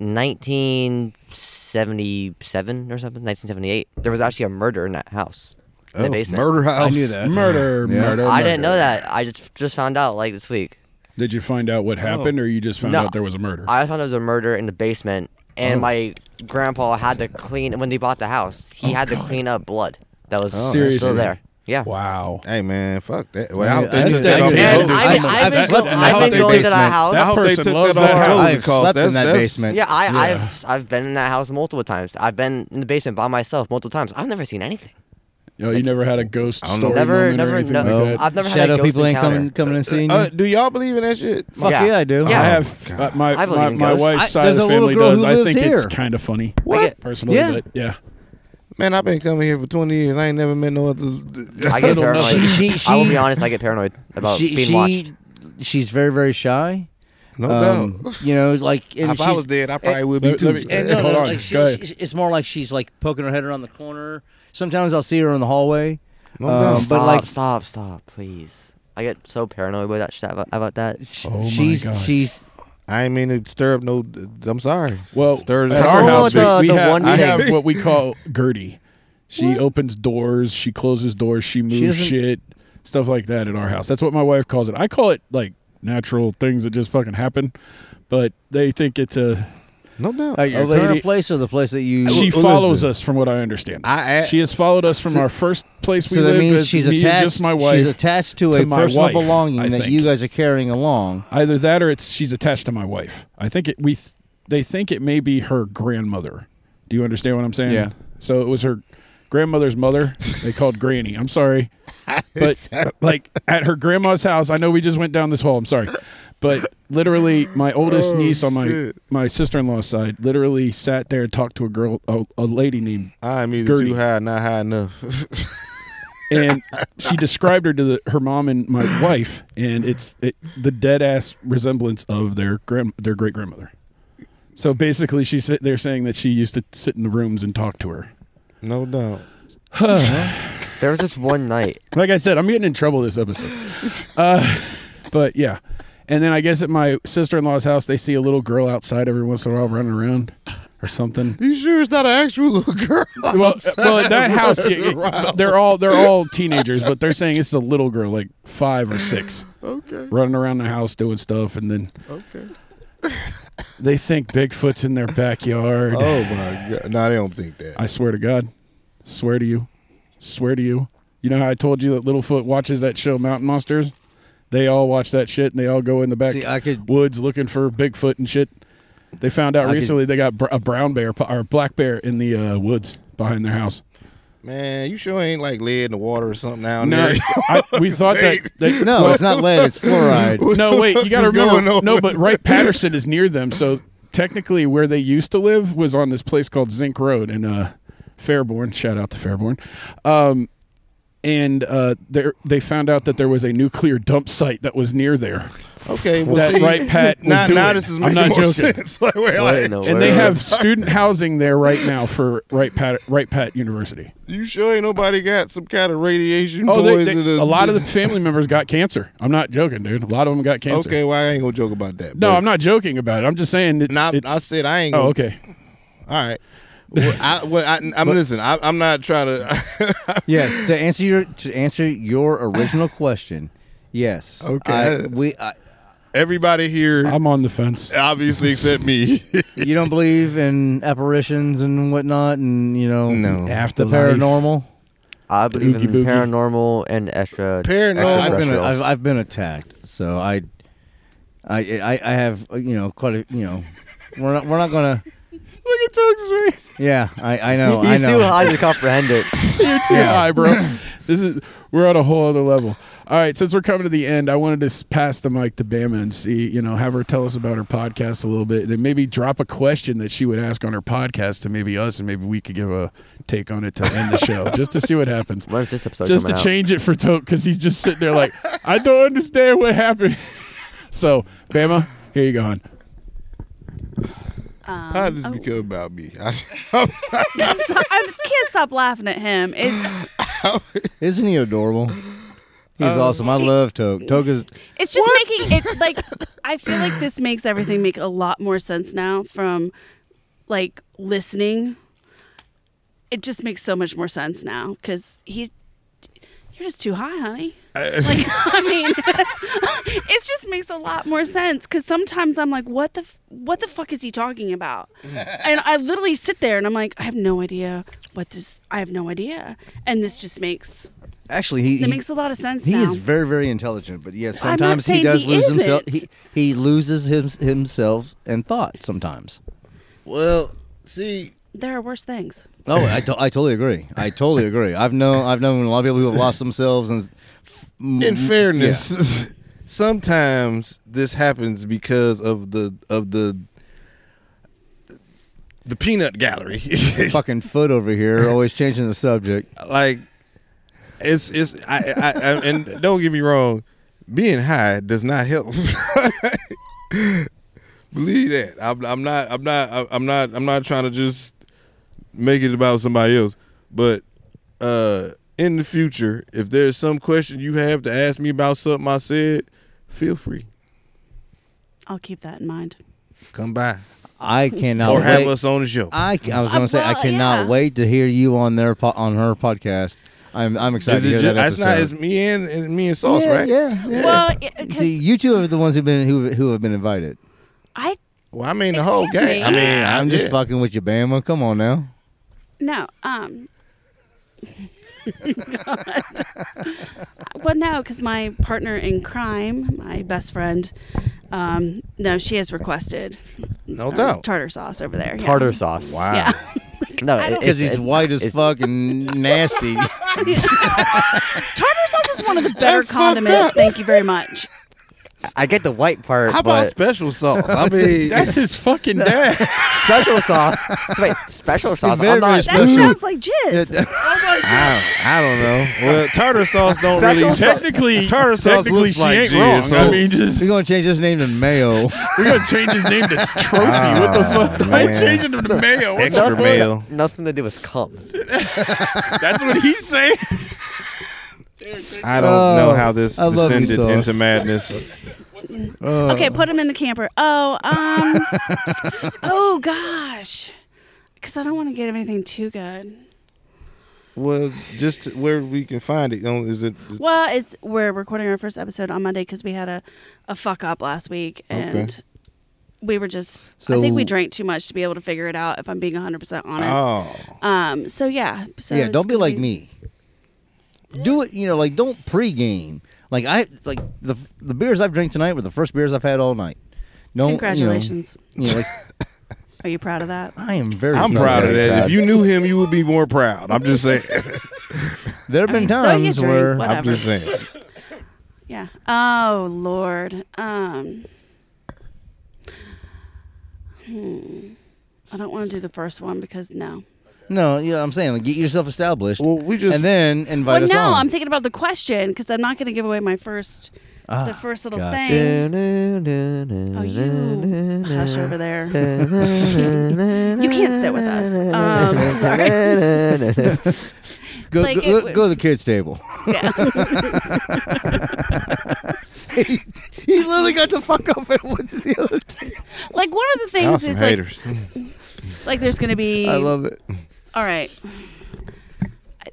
[SPEAKER 6] 1977 or something, 1978. There was actually a murder in that house. In
[SPEAKER 2] I-
[SPEAKER 6] the
[SPEAKER 2] oh,
[SPEAKER 6] basement.
[SPEAKER 2] murder house.
[SPEAKER 4] I knew that.
[SPEAKER 3] Murder,
[SPEAKER 4] Yeah.
[SPEAKER 3] murder.
[SPEAKER 6] I didn't
[SPEAKER 3] murder.
[SPEAKER 6] know that. I just just found out like this week.
[SPEAKER 3] Did you find out what happened, or you just found
[SPEAKER 6] No.
[SPEAKER 3] out there was a murder?
[SPEAKER 6] I found there was a murder in the basement,
[SPEAKER 4] Oh.
[SPEAKER 6] and my grandpa had to clean when they bought the house. He
[SPEAKER 4] Oh,
[SPEAKER 6] had to clean up blood that was
[SPEAKER 3] Seriously?
[SPEAKER 6] still there. Yeah.
[SPEAKER 3] wow.
[SPEAKER 2] Hey man, fuck that. Well, I hope they
[SPEAKER 4] I
[SPEAKER 2] took that
[SPEAKER 3] think
[SPEAKER 2] off
[SPEAKER 3] that-
[SPEAKER 2] the
[SPEAKER 6] And
[SPEAKER 3] Dude,
[SPEAKER 2] older-
[SPEAKER 6] I,
[SPEAKER 4] I've-
[SPEAKER 6] I've,
[SPEAKER 4] I've
[SPEAKER 6] been,
[SPEAKER 4] slept
[SPEAKER 6] go-
[SPEAKER 4] in that
[SPEAKER 6] I've been
[SPEAKER 2] fucking
[SPEAKER 6] going to
[SPEAKER 2] basement.
[SPEAKER 6] that house.
[SPEAKER 3] That
[SPEAKER 2] I hope they
[SPEAKER 3] person
[SPEAKER 2] took
[SPEAKER 3] loves
[SPEAKER 2] that
[SPEAKER 3] that
[SPEAKER 2] off
[SPEAKER 3] house.
[SPEAKER 2] the
[SPEAKER 4] I've
[SPEAKER 2] older cost.
[SPEAKER 4] slept in
[SPEAKER 2] That's
[SPEAKER 4] that
[SPEAKER 2] that's-
[SPEAKER 4] basement.
[SPEAKER 6] yeah, I,
[SPEAKER 3] Yeah.
[SPEAKER 6] I've I've been in that house multiple times. I've been in the basement by myself multiple times. I've never seen anything.
[SPEAKER 3] Oh, you never had a ghost
[SPEAKER 2] I don't know.
[SPEAKER 3] story
[SPEAKER 6] Never-
[SPEAKER 3] moment or
[SPEAKER 6] never-
[SPEAKER 3] anything
[SPEAKER 6] no.
[SPEAKER 3] like that?
[SPEAKER 6] I've never had a
[SPEAKER 4] Shadow
[SPEAKER 6] ghost
[SPEAKER 4] people ain't
[SPEAKER 6] encounter.
[SPEAKER 4] coming coming and seeing you.
[SPEAKER 2] Uh, do y'all believe in that shit?
[SPEAKER 4] Fuck yeah.
[SPEAKER 6] yeah.
[SPEAKER 4] I do.
[SPEAKER 6] Yeah.
[SPEAKER 3] I
[SPEAKER 6] Oh,
[SPEAKER 3] have uh, my
[SPEAKER 6] I believe
[SPEAKER 3] my,
[SPEAKER 6] in
[SPEAKER 3] my
[SPEAKER 6] ghosts.
[SPEAKER 3] wife's
[SPEAKER 4] I-
[SPEAKER 3] side
[SPEAKER 4] there's
[SPEAKER 3] of the
[SPEAKER 4] a little
[SPEAKER 3] family
[SPEAKER 4] girl
[SPEAKER 3] does.
[SPEAKER 4] who
[SPEAKER 3] I
[SPEAKER 4] lives
[SPEAKER 3] think it's
[SPEAKER 4] here.
[SPEAKER 3] kind of funny.
[SPEAKER 2] What?
[SPEAKER 3] Personally,
[SPEAKER 4] Yeah.
[SPEAKER 3] but yeah.
[SPEAKER 2] Man, I've been coming here for 20 years. I ain't never met no other.
[SPEAKER 6] I
[SPEAKER 4] [laughs]
[SPEAKER 6] get paranoid.
[SPEAKER 4] She- she-
[SPEAKER 6] I will be honest. I get paranoid about
[SPEAKER 4] she,
[SPEAKER 6] being
[SPEAKER 4] she- um,
[SPEAKER 6] watched.
[SPEAKER 4] she's very very shy.
[SPEAKER 2] Oh, no
[SPEAKER 4] Um,
[SPEAKER 2] doubt.
[SPEAKER 4] you know, like and
[SPEAKER 2] If I
[SPEAKER 4] she's-
[SPEAKER 2] was dead, I probably would be
[SPEAKER 3] Let-
[SPEAKER 2] too.
[SPEAKER 3] let me-
[SPEAKER 4] And no,
[SPEAKER 3] [laughs] Hold
[SPEAKER 4] no,
[SPEAKER 3] on,
[SPEAKER 4] like
[SPEAKER 3] go
[SPEAKER 4] she,
[SPEAKER 3] ahead.
[SPEAKER 4] she, it's more like she's like poking her head around the corner. Sometimes I'll see her in the hallway.
[SPEAKER 2] Oh, No
[SPEAKER 4] um,
[SPEAKER 2] doubt.
[SPEAKER 4] but
[SPEAKER 6] Stop,
[SPEAKER 4] like-
[SPEAKER 6] stop, stop, please. I get so paranoid about that shit about, about that.
[SPEAKER 4] Sh-
[SPEAKER 3] Oh my
[SPEAKER 4] she's
[SPEAKER 3] God.
[SPEAKER 4] she's
[SPEAKER 2] I ain't mean to stir up no. I'm sorry.
[SPEAKER 3] Well,
[SPEAKER 2] stir
[SPEAKER 3] at
[SPEAKER 2] up
[SPEAKER 3] our
[SPEAKER 6] Oh,
[SPEAKER 2] no
[SPEAKER 3] house,
[SPEAKER 2] big-
[SPEAKER 6] the-
[SPEAKER 3] we, we
[SPEAKER 6] the
[SPEAKER 3] have,
[SPEAKER 6] one
[SPEAKER 3] I
[SPEAKER 6] thing.
[SPEAKER 3] have what we call Gertie. She opens doors, she closes doors, she moves
[SPEAKER 4] doesn't-
[SPEAKER 3] shit, stuff like that at our house. That's what my wife calls it. I call it like natural things that just fucking happen, but they think it's a.
[SPEAKER 2] No
[SPEAKER 4] at
[SPEAKER 2] doubt.
[SPEAKER 4] uh, your
[SPEAKER 3] lady-
[SPEAKER 4] current place or the place that you.
[SPEAKER 3] She
[SPEAKER 2] Well,
[SPEAKER 3] follows
[SPEAKER 2] listen.
[SPEAKER 3] us, from what I understand.
[SPEAKER 2] I- I-
[SPEAKER 3] she has followed us from our first place we
[SPEAKER 4] so that
[SPEAKER 3] lived.
[SPEAKER 4] means
[SPEAKER 3] as
[SPEAKER 4] she's
[SPEAKER 3] me and
[SPEAKER 4] attached.
[SPEAKER 3] Just my wife.
[SPEAKER 4] she's attached to,
[SPEAKER 3] to
[SPEAKER 4] a
[SPEAKER 3] my
[SPEAKER 4] personal
[SPEAKER 3] wife,
[SPEAKER 4] belonging
[SPEAKER 3] I
[SPEAKER 4] that
[SPEAKER 3] think.
[SPEAKER 4] you guys are carrying along.
[SPEAKER 3] Either that, or it's she's attached to my wife. I think it. We th- they think it may be her grandmother. Do you understand what I'm saying?
[SPEAKER 4] Yeah.
[SPEAKER 3] So it was her grandmother's mother. They called Granny. I'm sorry, but like at her grandma's house. I know we just went down this hall. I'm sorry, but literally my oldest niece on my my sister in law's side literally sat there and talked to a girl, a, a lady named
[SPEAKER 2] I'm either
[SPEAKER 3] Gertie.
[SPEAKER 2] too high, or not high enough.
[SPEAKER 3] and she described her to the, her mom and my wife, and it's it, the dead ass resemblance of their grand their great grandmother. So basically, she said they're saying that she used to sit in the rooms and talk to her.
[SPEAKER 2] no doubt.
[SPEAKER 6] There was this one night.
[SPEAKER 3] Like I said, I'm getting in trouble this episode. Uh, but yeah, and then I guess at my sister in law's house, they see a little girl outside every once in a while running around or something.
[SPEAKER 2] You sure it's not an actual little girl?
[SPEAKER 3] [laughs] well, well, at that house, yeah, yeah, they're all they're all teenagers, but they're saying it's a little girl, like five or six,
[SPEAKER 2] okay.
[SPEAKER 3] running around the house doing stuff, and then
[SPEAKER 2] Okay.
[SPEAKER 3] they think Bigfoot's in their backyard.
[SPEAKER 2] Oh my god. No, they don't think that.
[SPEAKER 3] I swear to God, swear to you, swear to you. You know how I told you that Littlefoot watches that show Mountain Monsters? They all watch that shit, and they all go in the back
[SPEAKER 4] See, I could-
[SPEAKER 3] woods looking for Bigfoot and shit. They found out
[SPEAKER 4] I could-
[SPEAKER 3] recently they got br- a brown bear po- or a black bear in the uh, woods behind their house.
[SPEAKER 2] Man, you sure ain't like lead in the water or something down
[SPEAKER 3] No,
[SPEAKER 2] there? [laughs]
[SPEAKER 3] [laughs] I, we thought that. They,
[SPEAKER 4] No, it's not lead. It's
[SPEAKER 2] [laughs]
[SPEAKER 4] fluoride.
[SPEAKER 3] No, wait. You got to
[SPEAKER 2] What's going
[SPEAKER 3] remember.
[SPEAKER 2] on?
[SPEAKER 3] No, but Wright Patterson is near them. So technically, where they used to live was on this place called Zinc Road in uh, Fairborn. Shout out to Fairborn. Um, and uh, there, they found out that there was a nuclear dump site that was near there.
[SPEAKER 2] Okay, well,
[SPEAKER 3] That
[SPEAKER 2] see,
[SPEAKER 3] right Pat was
[SPEAKER 2] Now, now
[SPEAKER 3] doing.
[SPEAKER 2] this is
[SPEAKER 3] I'm
[SPEAKER 2] making
[SPEAKER 3] not
[SPEAKER 2] more
[SPEAKER 3] joking.
[SPEAKER 2] sense. [laughs] Like, wait,
[SPEAKER 6] What
[SPEAKER 2] like,
[SPEAKER 6] in the
[SPEAKER 3] And they
[SPEAKER 6] world?
[SPEAKER 3] have student housing there right now for Wright Pat, Wright Pat University.
[SPEAKER 2] you sure ain't nobody got some kind of radiation
[SPEAKER 3] Oh, they,
[SPEAKER 2] poison?
[SPEAKER 3] they,
[SPEAKER 2] or-
[SPEAKER 3] a lot of the family members got cancer. I'm not joking, dude. A lot of them got
[SPEAKER 2] [laughs]
[SPEAKER 3] cancer.
[SPEAKER 2] Okay, well, I ain't gonna joke about that.
[SPEAKER 3] No,
[SPEAKER 2] but-
[SPEAKER 3] I'm not joking about it. I'm just saying. It's,
[SPEAKER 2] Nah,
[SPEAKER 3] it's,
[SPEAKER 2] I said I ain't.
[SPEAKER 3] Oh,
[SPEAKER 2] gonna-
[SPEAKER 3] okay.
[SPEAKER 2] All right. Well, I, well, I, I'm listen. I, I'm not trying to. [laughs]
[SPEAKER 4] yes, to answer your to answer your original question, yes.
[SPEAKER 2] Okay.
[SPEAKER 4] I, we I,
[SPEAKER 2] everybody here,
[SPEAKER 3] I'm on the fence. [laughs]
[SPEAKER 2] obviously except me. [laughs]
[SPEAKER 4] you don't believe in apparitions and whatnot, and you know
[SPEAKER 2] No.
[SPEAKER 4] the
[SPEAKER 3] Afterlife.
[SPEAKER 4] paranormal.
[SPEAKER 6] I believe
[SPEAKER 3] Oogie
[SPEAKER 6] in
[SPEAKER 3] boogie.
[SPEAKER 6] paranormal and extra.
[SPEAKER 2] Paranormal.
[SPEAKER 4] I've been I've,
[SPEAKER 6] extraterrestrials.
[SPEAKER 4] I've been attacked, so I, I I I have you know quite a you know we're not we're not gonna
[SPEAKER 3] Look at Tug's face.
[SPEAKER 4] yeah I I know I
[SPEAKER 6] He's
[SPEAKER 4] know [laughs]
[SPEAKER 6] too high to comprehend it.
[SPEAKER 3] [laughs] You're too high, bro. This is we're on a whole other level. All right, since we're coming to the end, I wanted to s- pass the mic to Bama and see, you know, have her tell us about her podcast a little bit, and then maybe drop a question that she would ask on her podcast to maybe us, and maybe we could give a take on it to end the [laughs] show, just to see what happens.
[SPEAKER 6] When is this episode
[SPEAKER 3] just to
[SPEAKER 6] coming out?
[SPEAKER 3] change it for Tote because he's just sitting there like, I don't understand what happened. [laughs] so, Bama, here you go. hon.
[SPEAKER 2] How did this become about me? [laughs] I,
[SPEAKER 5] So- [laughs] I just can't stop laughing at him. It's
[SPEAKER 4] Isn't he adorable? He's
[SPEAKER 3] Um,
[SPEAKER 4] awesome. I love Toke. Toke is
[SPEAKER 5] it's just making it like I feel like this makes everything make a lot more sense now from like listening. It just makes so much more sense now because he, you're just too high, honey. [laughs] like I mean, [laughs] it just makes a lot more sense because sometimes I'm like, what the f- what the fuck is he talking
[SPEAKER 4] [laughs]
[SPEAKER 5] about? and I literally sit there and I'm like, I have no idea what this. I have no idea, and this just makes
[SPEAKER 4] actually he.
[SPEAKER 5] it
[SPEAKER 4] he-
[SPEAKER 5] makes a lot of sense.
[SPEAKER 4] he
[SPEAKER 5] now.
[SPEAKER 4] is very, very intelligent, but yes,
[SPEAKER 5] I'm not
[SPEAKER 4] sometimes he
[SPEAKER 5] saying
[SPEAKER 4] does
[SPEAKER 5] he
[SPEAKER 4] lose himself. He,
[SPEAKER 5] isn't.
[SPEAKER 4] he loses him, himself and thought sometimes.
[SPEAKER 2] well, see,
[SPEAKER 5] there are worse things.
[SPEAKER 4] Oh, I, to- I totally agree. I totally agree. I've known I've known a lot of people who have lost themselves and Mm,
[SPEAKER 2] in fairness, [laughs] sometimes this happens because of the of the the peanut gallery. [laughs]
[SPEAKER 4] fucking foot over here, always changing the subject.
[SPEAKER 2] like it's it's I, I, I and don't get me wrong, being high does not help. [laughs] Believe that. I'm, I'm not. I'm not. I'm not. I'm not trying to just make it about somebody else. But uh in the future, if there's some question you have to ask me about something I said, feel free.
[SPEAKER 5] I'll keep that in mind.
[SPEAKER 2] Come by
[SPEAKER 4] I cannot
[SPEAKER 2] or have
[SPEAKER 4] wait.
[SPEAKER 2] us on the show.
[SPEAKER 4] I, I was going to say I
[SPEAKER 5] Well,
[SPEAKER 4] cannot
[SPEAKER 5] yeah.
[SPEAKER 4] wait to hear you on their po- on her podcast. I'm I'm excited
[SPEAKER 2] Is
[SPEAKER 4] to
[SPEAKER 2] it
[SPEAKER 4] hear
[SPEAKER 2] just,
[SPEAKER 4] that
[SPEAKER 2] it's not. It's
[SPEAKER 4] episode.
[SPEAKER 2] me and, and me and Sauce,
[SPEAKER 4] yeah,
[SPEAKER 2] right?
[SPEAKER 4] yeah, yeah.
[SPEAKER 5] Well,
[SPEAKER 4] [laughs]
[SPEAKER 5] yeah, 'cause
[SPEAKER 4] See, you two are the ones who've been who who have been invited.
[SPEAKER 5] I
[SPEAKER 2] Well, I mean the whole
[SPEAKER 5] Excuse
[SPEAKER 2] game.
[SPEAKER 5] me.
[SPEAKER 2] I mean,
[SPEAKER 4] I'm just
[SPEAKER 2] yeah.
[SPEAKER 4] fucking with you, Bama. Come on now.
[SPEAKER 5] no. Um. [laughs] God. Well, no, because my partner in crime, my best friend, um, no, she has requested
[SPEAKER 2] Oh, No ah.
[SPEAKER 5] our
[SPEAKER 2] doubt.
[SPEAKER 5] tartar sauce over there. yeah.
[SPEAKER 6] Tartar sauce.
[SPEAKER 2] Wow.
[SPEAKER 5] Yeah. [laughs]
[SPEAKER 6] No, it-
[SPEAKER 4] Because
[SPEAKER 6] it's-
[SPEAKER 4] he's
[SPEAKER 6] it-
[SPEAKER 4] white as
[SPEAKER 6] it's-
[SPEAKER 4] fuck and nasty.
[SPEAKER 5] tartar sauce is one of the better
[SPEAKER 2] That's fucked
[SPEAKER 5] condiments.
[SPEAKER 2] up.
[SPEAKER 5] Thank you very much.
[SPEAKER 6] I get the white part,
[SPEAKER 2] How about
[SPEAKER 6] but
[SPEAKER 2] special sauce? I mean,
[SPEAKER 3] That's his [laughs] fucking dad.
[SPEAKER 6] special
[SPEAKER 2] [laughs]
[SPEAKER 6] sauce. Wait, special sauce.
[SPEAKER 4] very,
[SPEAKER 6] I'm not.
[SPEAKER 5] That
[SPEAKER 4] Special.
[SPEAKER 5] sounds like jizz.
[SPEAKER 2] I, I don't know. [laughs] Well, tartar sauce don't really.
[SPEAKER 3] technically,
[SPEAKER 2] Tartar sauce
[SPEAKER 3] technically
[SPEAKER 2] looks
[SPEAKER 3] she
[SPEAKER 2] like
[SPEAKER 3] ain't
[SPEAKER 2] jizz,
[SPEAKER 3] wrong. I
[SPEAKER 2] so-
[SPEAKER 3] mean, just
[SPEAKER 4] We're gonna change his name to Mayo.
[SPEAKER 3] we're gonna change his name to Trophy. what the fuck? I
[SPEAKER 2] man.
[SPEAKER 3] changing him to Mayo. What the-
[SPEAKER 2] Extra male.
[SPEAKER 6] Nothing to do with cum.
[SPEAKER 3] That's what he's saying.
[SPEAKER 2] I don't
[SPEAKER 4] Oh,
[SPEAKER 2] know how this
[SPEAKER 4] I love you,
[SPEAKER 2] descended
[SPEAKER 4] sauce.
[SPEAKER 2] into madness.
[SPEAKER 5] [laughs] okay, put him in the camper. Oh, um,
[SPEAKER 2] [laughs]
[SPEAKER 5] oh gosh, because I don't want to get anything too good.
[SPEAKER 2] Well, just where we can find it. You know, Is it?
[SPEAKER 5] Well, it's we're recording our first episode on Monday because we had a, a fuck up last week and we were just I think we
[SPEAKER 4] So-
[SPEAKER 5] drank too much to be able to figure it out if I'm being 100% honest.
[SPEAKER 2] Oh,
[SPEAKER 5] Um so yeah. So
[SPEAKER 4] yeah,
[SPEAKER 5] it's
[SPEAKER 4] don't be
[SPEAKER 5] gonna
[SPEAKER 4] like me. Do it, you know, like don't pregame. Like I like the the beers I've drank tonight were the first beers I've had all night. No,
[SPEAKER 5] Congratulations.
[SPEAKER 4] You know, you know, like,
[SPEAKER 5] Are you proud of that?
[SPEAKER 4] I
[SPEAKER 2] [laughs]
[SPEAKER 4] am very.
[SPEAKER 2] I'm proud of
[SPEAKER 6] very
[SPEAKER 2] that.
[SPEAKER 6] proud.
[SPEAKER 2] If you knew him, you would be more proud. I'm just saying. [laughs]
[SPEAKER 4] There have been
[SPEAKER 5] So you
[SPEAKER 4] times
[SPEAKER 5] drink,
[SPEAKER 4] where
[SPEAKER 5] whatever.
[SPEAKER 2] I'm just saying.
[SPEAKER 5] Yeah. Oh lord. Um hmm. I don't want to do the first one because no.
[SPEAKER 4] no, yeah, I'm saying like get yourself established.
[SPEAKER 2] Well, we just-
[SPEAKER 4] and then invite
[SPEAKER 5] well,
[SPEAKER 4] us
[SPEAKER 5] no,
[SPEAKER 4] on.
[SPEAKER 5] I'm thinking about the question because I'm not going to give away my first,
[SPEAKER 4] Ah,
[SPEAKER 5] the first little
[SPEAKER 4] gotcha.
[SPEAKER 5] thing. Oh, you hush
[SPEAKER 4] [laughs]
[SPEAKER 5] over there. you can't sit with us.
[SPEAKER 4] [laughs]
[SPEAKER 5] Um, sorry.
[SPEAKER 4] go,
[SPEAKER 5] like,
[SPEAKER 4] go,
[SPEAKER 5] it-
[SPEAKER 4] go to the kids' table.
[SPEAKER 5] Yeah.
[SPEAKER 4] [laughs] he literally got the fuck up and went to the other table.
[SPEAKER 5] Like one of the
[SPEAKER 2] Y'all
[SPEAKER 5] things
[SPEAKER 2] some
[SPEAKER 5] is like,
[SPEAKER 2] haters.
[SPEAKER 5] like there's gonna be.
[SPEAKER 4] I love it.
[SPEAKER 5] all right.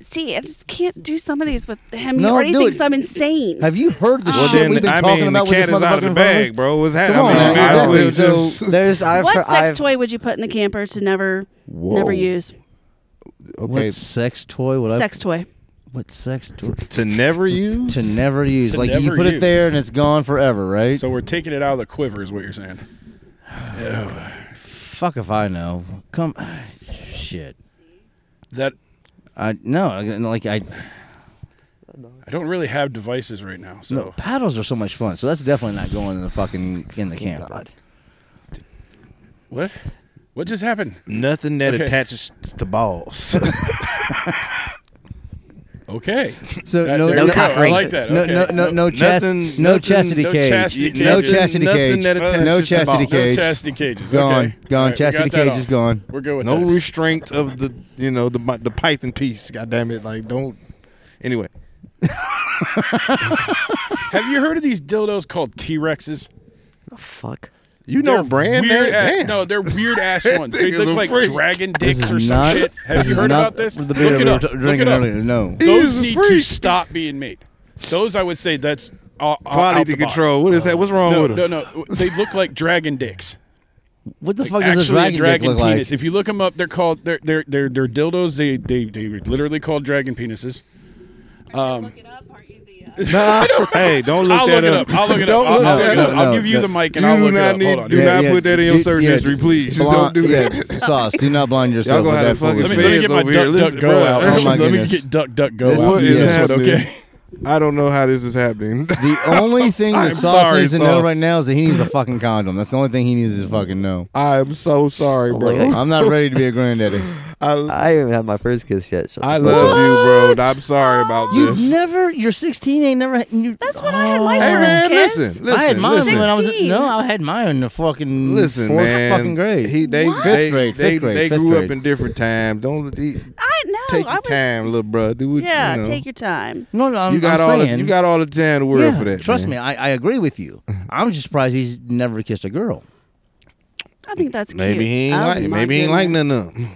[SPEAKER 5] See, I just can't do some of these with him.
[SPEAKER 4] No,
[SPEAKER 5] he already
[SPEAKER 4] do
[SPEAKER 5] thinks
[SPEAKER 4] it.
[SPEAKER 5] I'm insane.
[SPEAKER 4] Have you heard the
[SPEAKER 5] Well,
[SPEAKER 4] shit
[SPEAKER 2] then
[SPEAKER 4] we've been
[SPEAKER 2] I
[SPEAKER 4] talking
[SPEAKER 2] mean, the
[SPEAKER 4] about with this
[SPEAKER 2] cat is out of
[SPEAKER 4] motherfucker
[SPEAKER 2] the
[SPEAKER 4] in front
[SPEAKER 2] bag,
[SPEAKER 4] us?
[SPEAKER 2] bro. What's
[SPEAKER 4] Come on,
[SPEAKER 2] happening? I mean,
[SPEAKER 4] man.
[SPEAKER 2] you might as
[SPEAKER 4] Exactly.
[SPEAKER 2] well
[SPEAKER 4] So
[SPEAKER 2] just-
[SPEAKER 6] There's I've
[SPEAKER 5] what
[SPEAKER 6] heard-
[SPEAKER 5] sex
[SPEAKER 6] I've-
[SPEAKER 5] toy would you put in the camper to never, never use?
[SPEAKER 2] okay,
[SPEAKER 4] What sex toy? What
[SPEAKER 5] Sex toy.
[SPEAKER 4] What sex
[SPEAKER 2] [laughs]
[SPEAKER 4] toy?
[SPEAKER 2] to never
[SPEAKER 4] [laughs]
[SPEAKER 2] use.
[SPEAKER 4] To never use.
[SPEAKER 3] To
[SPEAKER 4] like you
[SPEAKER 3] never
[SPEAKER 4] put it
[SPEAKER 3] use.
[SPEAKER 4] there and it's gone forever, right?
[SPEAKER 3] So we're taking it out of the quiver, is what you're [sighs] saying.
[SPEAKER 4] Fuck if I know. Come, [sighs] shit.
[SPEAKER 3] That
[SPEAKER 4] I no. I- Like I,
[SPEAKER 6] good, dog.
[SPEAKER 3] I don't really have devices right now, so
[SPEAKER 4] No, paddles are so much fun. So that's definitely not going in the fucking
[SPEAKER 5] Oh,
[SPEAKER 4] in the camper.
[SPEAKER 6] God.
[SPEAKER 3] what? What just happened?
[SPEAKER 2] Nothing that
[SPEAKER 3] Okay.
[SPEAKER 2] attaches to balls. [laughs]
[SPEAKER 3] Okay.
[SPEAKER 4] So
[SPEAKER 3] Uh,
[SPEAKER 4] no,
[SPEAKER 3] there
[SPEAKER 4] no,
[SPEAKER 3] you go.
[SPEAKER 6] cock
[SPEAKER 3] I
[SPEAKER 6] ring.
[SPEAKER 3] like that.
[SPEAKER 4] no,
[SPEAKER 3] okay.
[SPEAKER 4] no, no, no, chas-
[SPEAKER 2] Nothing-
[SPEAKER 4] no
[SPEAKER 2] nothing-
[SPEAKER 4] chastity
[SPEAKER 3] no
[SPEAKER 4] cage,
[SPEAKER 3] chastity
[SPEAKER 4] no
[SPEAKER 3] cages.
[SPEAKER 4] chastity
[SPEAKER 2] Nothing
[SPEAKER 4] cage,
[SPEAKER 2] that attaches
[SPEAKER 4] no
[SPEAKER 2] to
[SPEAKER 4] chastity
[SPEAKER 2] balls.
[SPEAKER 3] No
[SPEAKER 4] cage,
[SPEAKER 3] chastity cages.
[SPEAKER 4] gone,
[SPEAKER 3] okay.
[SPEAKER 4] gone.
[SPEAKER 3] All right, we
[SPEAKER 4] chastity
[SPEAKER 3] got that
[SPEAKER 4] cage is
[SPEAKER 3] off.
[SPEAKER 4] gone.
[SPEAKER 3] We're good with
[SPEAKER 2] no
[SPEAKER 3] that.
[SPEAKER 2] restraint of the you know the mi- the python piece. God damn it! Like don't. Anyway,
[SPEAKER 3] have you heard of these dildos called T Rexes?
[SPEAKER 6] The fuck.
[SPEAKER 2] you know brand
[SPEAKER 3] weird
[SPEAKER 2] name.
[SPEAKER 3] ass,
[SPEAKER 2] damn.
[SPEAKER 3] No, they're weird ass ones. They
[SPEAKER 2] thing is
[SPEAKER 3] look
[SPEAKER 2] a
[SPEAKER 3] like
[SPEAKER 2] freak.
[SPEAKER 3] dragon
[SPEAKER 4] This
[SPEAKER 3] dicks
[SPEAKER 4] is
[SPEAKER 3] or some
[SPEAKER 4] not-
[SPEAKER 3] shit. Have you
[SPEAKER 4] is
[SPEAKER 3] heard
[SPEAKER 4] not
[SPEAKER 3] about this?
[SPEAKER 4] The beer
[SPEAKER 3] look
[SPEAKER 4] we
[SPEAKER 3] it
[SPEAKER 4] were
[SPEAKER 3] up.
[SPEAKER 4] t-
[SPEAKER 3] Look
[SPEAKER 4] drinking
[SPEAKER 3] it up.
[SPEAKER 4] earlier. No,
[SPEAKER 2] is
[SPEAKER 3] Those
[SPEAKER 2] a
[SPEAKER 3] need to
[SPEAKER 2] freak.
[SPEAKER 3] stop being made. Those I would say that's uh, uh, out
[SPEAKER 2] Quality
[SPEAKER 3] the box.
[SPEAKER 2] control. What is that? What's wrong
[SPEAKER 3] No,
[SPEAKER 2] with
[SPEAKER 3] no,
[SPEAKER 2] them?
[SPEAKER 3] no. They look like dragon dicks.
[SPEAKER 4] what [laughs] the
[SPEAKER 3] Like,
[SPEAKER 4] fuck does
[SPEAKER 3] actually,
[SPEAKER 4] this dragon,
[SPEAKER 3] a
[SPEAKER 4] dick
[SPEAKER 3] dragon
[SPEAKER 4] look like?
[SPEAKER 3] penis. If you look them up, they're called they're they're they're, they're dildos. They they they are literally called dragon penises.
[SPEAKER 5] look it up, aren't you the, uh,
[SPEAKER 2] [laughs] hey, don't look
[SPEAKER 3] I'll
[SPEAKER 2] that
[SPEAKER 3] look it up.
[SPEAKER 2] [laughs]
[SPEAKER 3] I'll look it
[SPEAKER 2] Don't
[SPEAKER 3] up. I'll,
[SPEAKER 2] look
[SPEAKER 3] I'll
[SPEAKER 2] that
[SPEAKER 3] look it up.
[SPEAKER 2] up.
[SPEAKER 3] I'll
[SPEAKER 4] No,
[SPEAKER 3] give you
[SPEAKER 4] no.
[SPEAKER 3] the mic and
[SPEAKER 2] You
[SPEAKER 3] I'll
[SPEAKER 2] do
[SPEAKER 3] look it
[SPEAKER 2] not
[SPEAKER 3] up.
[SPEAKER 2] need
[SPEAKER 3] Hold
[SPEAKER 2] to
[SPEAKER 3] on.
[SPEAKER 2] do
[SPEAKER 3] Let me-
[SPEAKER 2] not put that in your search history, please. Don't do
[SPEAKER 4] yeah,
[SPEAKER 2] that.
[SPEAKER 4] [laughs] sauce. Do not blind yourself.
[SPEAKER 2] Y'all
[SPEAKER 4] with
[SPEAKER 2] gonna have
[SPEAKER 4] that
[SPEAKER 2] to fucking
[SPEAKER 3] Let me,
[SPEAKER 4] foolishness.
[SPEAKER 3] let me
[SPEAKER 2] feds over here.
[SPEAKER 3] get my duck duck
[SPEAKER 2] Listen,
[SPEAKER 3] go
[SPEAKER 2] bro.
[SPEAKER 3] out.
[SPEAKER 4] Oh my
[SPEAKER 3] let me
[SPEAKER 4] goodness.
[SPEAKER 3] get duck duck go
[SPEAKER 4] This
[SPEAKER 3] out.
[SPEAKER 2] What
[SPEAKER 4] is
[SPEAKER 2] is
[SPEAKER 4] Yes.
[SPEAKER 3] That's what-
[SPEAKER 2] happening?
[SPEAKER 3] okay.
[SPEAKER 2] I don't know how this is
[SPEAKER 3] [laughs]
[SPEAKER 2] happening.
[SPEAKER 4] The only thing
[SPEAKER 2] I'm
[SPEAKER 4] that Sauce
[SPEAKER 2] sorry,
[SPEAKER 4] needs to know
[SPEAKER 2] Sauce.
[SPEAKER 4] right now is that he needs a fucking condom. That's the only thing he needs to fucking know.
[SPEAKER 2] [laughs] I'm so
[SPEAKER 4] Oh
[SPEAKER 2] sorry,
[SPEAKER 6] my
[SPEAKER 2] bro.
[SPEAKER 6] God.
[SPEAKER 4] I'm not ready to be a
[SPEAKER 2] [laughs]
[SPEAKER 4] granddaddy.
[SPEAKER 2] I,
[SPEAKER 4] Uh,
[SPEAKER 6] I haven't had my first kiss yet. Shut
[SPEAKER 2] I
[SPEAKER 6] the fuck
[SPEAKER 2] love
[SPEAKER 6] up.
[SPEAKER 2] you, bro. I'm sorry about
[SPEAKER 4] You've
[SPEAKER 2] this.
[SPEAKER 4] never. You're 16. Ain't never. You, oh.
[SPEAKER 5] That's when I had my
[SPEAKER 2] Hey,
[SPEAKER 5] first
[SPEAKER 2] man,
[SPEAKER 5] kiss.
[SPEAKER 2] listen.
[SPEAKER 4] I had
[SPEAKER 2] listen,
[SPEAKER 4] mine
[SPEAKER 2] listen.
[SPEAKER 4] when I was
[SPEAKER 5] 16.
[SPEAKER 4] no. I had mine in the fucking
[SPEAKER 2] Listen,
[SPEAKER 4] fourth
[SPEAKER 2] man.
[SPEAKER 4] fucking grade.
[SPEAKER 2] He they
[SPEAKER 5] What?
[SPEAKER 2] they
[SPEAKER 4] Fifth grade,
[SPEAKER 2] they,
[SPEAKER 4] fifth grade,
[SPEAKER 2] they
[SPEAKER 4] fifth
[SPEAKER 2] grew
[SPEAKER 4] grade.
[SPEAKER 2] up in different times. Don't he,
[SPEAKER 5] I know.
[SPEAKER 2] take
[SPEAKER 5] Oh, I
[SPEAKER 2] your
[SPEAKER 5] was.
[SPEAKER 2] time, little bro. Do what
[SPEAKER 5] yeah,
[SPEAKER 2] you know.
[SPEAKER 5] take your time.
[SPEAKER 4] no, no, I'm,
[SPEAKER 2] you got
[SPEAKER 4] I'm
[SPEAKER 2] all
[SPEAKER 4] saying,
[SPEAKER 2] the, you got all the time in the world
[SPEAKER 4] yeah,
[SPEAKER 2] for that.
[SPEAKER 4] Trust me,
[SPEAKER 2] man.
[SPEAKER 4] I, I agree with
[SPEAKER 2] [laughs]
[SPEAKER 4] you. I'm just surprised he's never kissed a girl.
[SPEAKER 5] I think that's cute.
[SPEAKER 2] Maybe he ain't
[SPEAKER 5] Oh,
[SPEAKER 2] like
[SPEAKER 5] my
[SPEAKER 2] maybe he ain't like
[SPEAKER 5] goodness.
[SPEAKER 2] none of them.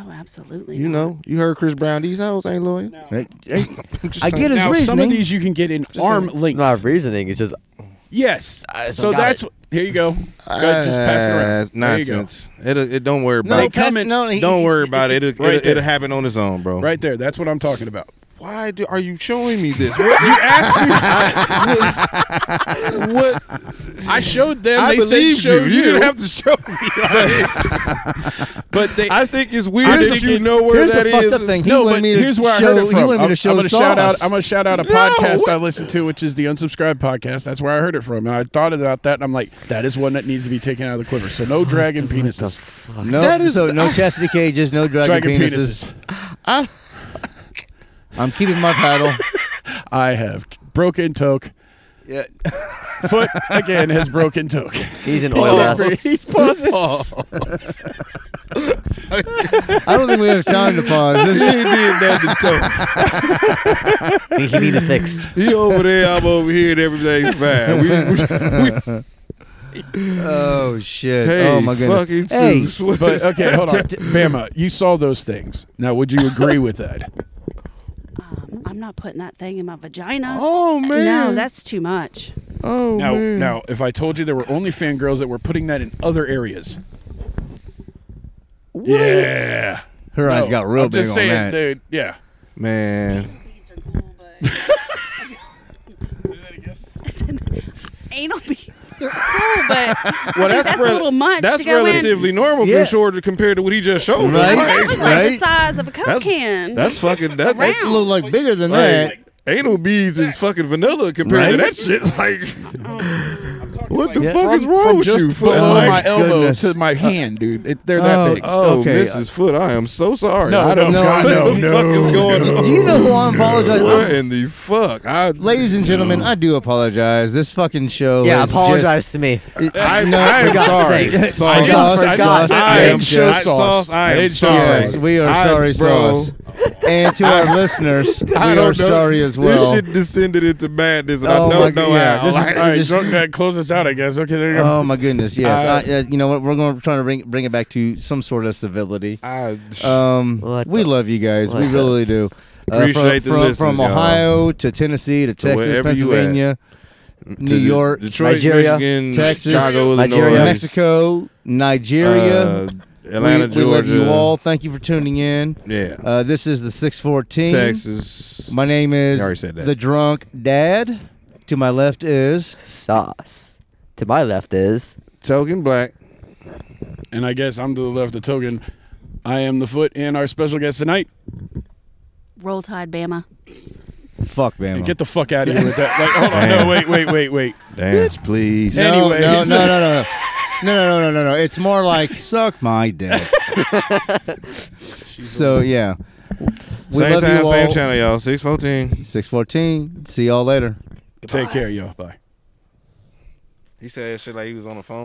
[SPEAKER 5] Oh, absolutely.
[SPEAKER 2] You
[SPEAKER 5] not.
[SPEAKER 2] know, you heard Chris Brown. These hoes ain't loyal.
[SPEAKER 4] Hey, hey,
[SPEAKER 2] I'm just
[SPEAKER 4] I
[SPEAKER 2] saying.
[SPEAKER 4] get his
[SPEAKER 3] Now
[SPEAKER 4] reasoning.
[SPEAKER 3] some of these you can get in arm length.
[SPEAKER 6] My reasoning is just
[SPEAKER 3] Yes.
[SPEAKER 6] just
[SPEAKER 3] So
[SPEAKER 6] got
[SPEAKER 3] that's
[SPEAKER 6] it.
[SPEAKER 3] here you go. Go ahead, just pass it
[SPEAKER 2] Ah,
[SPEAKER 3] around. There you go.
[SPEAKER 2] Nonsense. It, it don't worry
[SPEAKER 4] no,
[SPEAKER 2] about it.
[SPEAKER 3] come
[SPEAKER 4] pass-
[SPEAKER 3] in.
[SPEAKER 4] no, he-
[SPEAKER 2] Don't worry about it. It'll,
[SPEAKER 3] Right
[SPEAKER 2] it'll,
[SPEAKER 3] there.
[SPEAKER 2] it'll happen on its own, bro.
[SPEAKER 3] Right there. That's what I'm talking about.
[SPEAKER 2] Why do, are you showing me this? What?
[SPEAKER 3] You asked me.
[SPEAKER 2] what?
[SPEAKER 3] I showed them.
[SPEAKER 2] I
[SPEAKER 3] they said
[SPEAKER 2] believed you.
[SPEAKER 3] show
[SPEAKER 2] you. didn't have to show me.
[SPEAKER 3] [laughs] but they.
[SPEAKER 2] I think it's weird
[SPEAKER 3] Here's
[SPEAKER 2] that
[SPEAKER 3] the-
[SPEAKER 2] you know where
[SPEAKER 4] Here's
[SPEAKER 2] that
[SPEAKER 4] the
[SPEAKER 2] is.
[SPEAKER 4] fucked up thing. He
[SPEAKER 3] no,
[SPEAKER 4] wanted
[SPEAKER 3] but
[SPEAKER 4] me to
[SPEAKER 3] here's where
[SPEAKER 4] show,
[SPEAKER 3] I heard it
[SPEAKER 4] He
[SPEAKER 3] from.
[SPEAKER 4] wanted me
[SPEAKER 3] I'm,
[SPEAKER 4] to show
[SPEAKER 3] I'm gonna shout out.
[SPEAKER 4] Sauce.
[SPEAKER 3] I'm gonna shout out a
[SPEAKER 2] No,
[SPEAKER 3] podcast
[SPEAKER 2] what?
[SPEAKER 3] I listen to, which is the Unsubscribed podcast. That's where I heard it from, and I thought about that, and I'm like, that is one that needs to be taken out of the quiver. So no dragon penises.
[SPEAKER 4] No,
[SPEAKER 2] That is-
[SPEAKER 4] so
[SPEAKER 3] [laughs]
[SPEAKER 4] no chastity cages, no dragon,
[SPEAKER 3] Dragon
[SPEAKER 4] penises.
[SPEAKER 3] penises.
[SPEAKER 4] I'm keeping my paddle.
[SPEAKER 3] I have broken toke.
[SPEAKER 4] yeah.
[SPEAKER 3] Foot again has broken toke.
[SPEAKER 6] he's an oil ass.
[SPEAKER 3] He's pausing.
[SPEAKER 4] I don't think we have time to pause.
[SPEAKER 2] [laughs] He
[SPEAKER 4] This,
[SPEAKER 3] [laughs]
[SPEAKER 2] ain't did that
[SPEAKER 4] [laughs]
[SPEAKER 6] He he needs a fix.
[SPEAKER 2] to He over there, I'm over here, and everything's fine. We, we, we,
[SPEAKER 4] oh shit!
[SPEAKER 2] hey,
[SPEAKER 4] oh my goodness!
[SPEAKER 2] fucking
[SPEAKER 4] hey,
[SPEAKER 2] Zeus, what
[SPEAKER 3] But
[SPEAKER 2] is-
[SPEAKER 3] okay, hold on. Bama, you saw those things. Now, would you agree with that?
[SPEAKER 5] Um, I'm not putting that thing in my vagina.
[SPEAKER 2] Oh man.
[SPEAKER 5] No, that's too much. [laughs]
[SPEAKER 2] oh
[SPEAKER 3] Now,
[SPEAKER 2] man.
[SPEAKER 3] now, if I told you there were only fangirls that were putting that in other areas, yeah,
[SPEAKER 4] her eyes
[SPEAKER 3] No,
[SPEAKER 4] got real
[SPEAKER 3] I'm
[SPEAKER 4] big
[SPEAKER 3] just saying,
[SPEAKER 4] on that.
[SPEAKER 3] dude. Yeah,
[SPEAKER 2] man.
[SPEAKER 5] Beads are cool, but. I said, anal
[SPEAKER 2] [laughs]
[SPEAKER 5] beads are cool, but
[SPEAKER 2] Well,
[SPEAKER 5] that's a little much
[SPEAKER 2] That's
[SPEAKER 5] to go in.
[SPEAKER 2] relatively normal
[SPEAKER 4] Yeah.
[SPEAKER 2] shorter compared to what he just showed. us.
[SPEAKER 4] Right.
[SPEAKER 5] that was like
[SPEAKER 4] Right?
[SPEAKER 5] the size of a Coke
[SPEAKER 2] That's,
[SPEAKER 5] can.
[SPEAKER 2] that's fucking that.
[SPEAKER 5] Around.
[SPEAKER 4] It looked like bigger than that.
[SPEAKER 2] Like, anal beads is fucking vanilla compared to
[SPEAKER 4] Right?
[SPEAKER 2] that shit. [laughs] Like,
[SPEAKER 5] Oh.
[SPEAKER 2] what the
[SPEAKER 4] like
[SPEAKER 2] fuck is wrong with
[SPEAKER 3] just
[SPEAKER 2] you? foot?
[SPEAKER 3] below
[SPEAKER 2] Like,
[SPEAKER 3] my elbow
[SPEAKER 4] goodness.
[SPEAKER 3] to my hand, dude. It, they're that
[SPEAKER 4] Oh,
[SPEAKER 3] big.
[SPEAKER 2] oh,
[SPEAKER 4] Okay.
[SPEAKER 2] Mrs. Foot, I am so sorry.
[SPEAKER 3] No,
[SPEAKER 2] I don't
[SPEAKER 4] no,
[SPEAKER 2] know what
[SPEAKER 3] no,
[SPEAKER 2] the
[SPEAKER 3] no,
[SPEAKER 2] fuck is going on.
[SPEAKER 4] Do you know who
[SPEAKER 3] [laughs]
[SPEAKER 4] I'm apologizing?
[SPEAKER 2] What in the fuck? I,
[SPEAKER 4] Ladies and gentlemen, I do apologize. This fucking show.
[SPEAKER 6] Yeah,
[SPEAKER 4] is
[SPEAKER 6] apologize to me.
[SPEAKER 4] Just,
[SPEAKER 2] I,
[SPEAKER 4] no,
[SPEAKER 2] I
[SPEAKER 6] for
[SPEAKER 2] am
[SPEAKER 6] God's
[SPEAKER 2] sorry.
[SPEAKER 6] sakes.
[SPEAKER 2] Sauce.
[SPEAKER 4] I didn't-
[SPEAKER 2] Sauce.
[SPEAKER 4] I didn't
[SPEAKER 2] Sauce.
[SPEAKER 4] say
[SPEAKER 2] I
[SPEAKER 4] sauce. I
[SPEAKER 2] am sorry.
[SPEAKER 4] didn't show
[SPEAKER 2] Sauce. I am
[SPEAKER 3] didn't show
[SPEAKER 2] sorry.
[SPEAKER 4] yes, we are
[SPEAKER 2] I-
[SPEAKER 4] sorry,
[SPEAKER 2] bro,
[SPEAKER 4] Sauce, and to our listeners, we
[SPEAKER 2] [laughs] I
[SPEAKER 4] are
[SPEAKER 2] don't know.
[SPEAKER 4] sorry as well.
[SPEAKER 2] This shit descended into madness, and
[SPEAKER 4] Oh
[SPEAKER 2] I
[SPEAKER 4] my
[SPEAKER 2] don't
[SPEAKER 4] God,
[SPEAKER 2] know
[SPEAKER 4] yeah,
[SPEAKER 2] how.
[SPEAKER 4] this is-
[SPEAKER 2] Like,
[SPEAKER 3] All right,
[SPEAKER 4] Just-
[SPEAKER 3] drunk dad, close us out, I guess. Okay, there you go.
[SPEAKER 4] Oh
[SPEAKER 2] Um,
[SPEAKER 4] my goodness! Yes,
[SPEAKER 2] I-
[SPEAKER 4] I, uh, you know what? We're going. We're trying to bring bring it back to some sort of civility.
[SPEAKER 2] [laughs] I,
[SPEAKER 4] Um,
[SPEAKER 6] What
[SPEAKER 4] we
[SPEAKER 6] the-
[SPEAKER 4] love you guys. We
[SPEAKER 6] what the-
[SPEAKER 4] really do. Uh,
[SPEAKER 2] Appreciate the
[SPEAKER 4] from, from,
[SPEAKER 2] listens,
[SPEAKER 4] from
[SPEAKER 2] y'all.
[SPEAKER 4] Ohio to Tennessee to Texas,
[SPEAKER 2] wherever you at.
[SPEAKER 4] Pennsylvania, New
[SPEAKER 2] to
[SPEAKER 4] York,
[SPEAKER 2] Detroit,
[SPEAKER 6] Nigeria,
[SPEAKER 2] Michigan,
[SPEAKER 4] Texas,
[SPEAKER 2] Chicago,
[SPEAKER 6] Nigeria,
[SPEAKER 2] Illinois,
[SPEAKER 4] Mexico, Nigeria,
[SPEAKER 2] uh,
[SPEAKER 4] We-
[SPEAKER 2] Atlanta,
[SPEAKER 4] we,
[SPEAKER 2] Georgia.
[SPEAKER 4] love you all. Thank you for tuning in.
[SPEAKER 2] Yeah,
[SPEAKER 4] Uh, this is the six fourteen.
[SPEAKER 2] Texas.
[SPEAKER 4] My name is
[SPEAKER 2] You already said that.
[SPEAKER 4] the drunk dad. To my left is
[SPEAKER 6] Sauce. To my left is
[SPEAKER 2] Token Black.
[SPEAKER 3] And I guess I'm to the left of Togan. I am the foot, and our special guest tonight.
[SPEAKER 5] Roll Tide, Bama.
[SPEAKER 4] fuck Bama.
[SPEAKER 3] And get the fuck out of here with that. Like, hold on, no, wait, wait, wait, wait.
[SPEAKER 2] Damn. Bitch, please.
[SPEAKER 3] Yeah.
[SPEAKER 4] no,
[SPEAKER 3] Anyways.
[SPEAKER 4] no, no, no, no, no. No, no, no, no, no, no. It's more
[SPEAKER 2] [laughs]
[SPEAKER 4] like suck my dick. so yeah, we
[SPEAKER 2] same
[SPEAKER 4] love
[SPEAKER 2] time,
[SPEAKER 4] you all.
[SPEAKER 2] same channel, y'all. 614.
[SPEAKER 4] Six fourteen. See y'all later.
[SPEAKER 3] Take care, y'all. Bye.
[SPEAKER 2] He said shit like he was on the phone.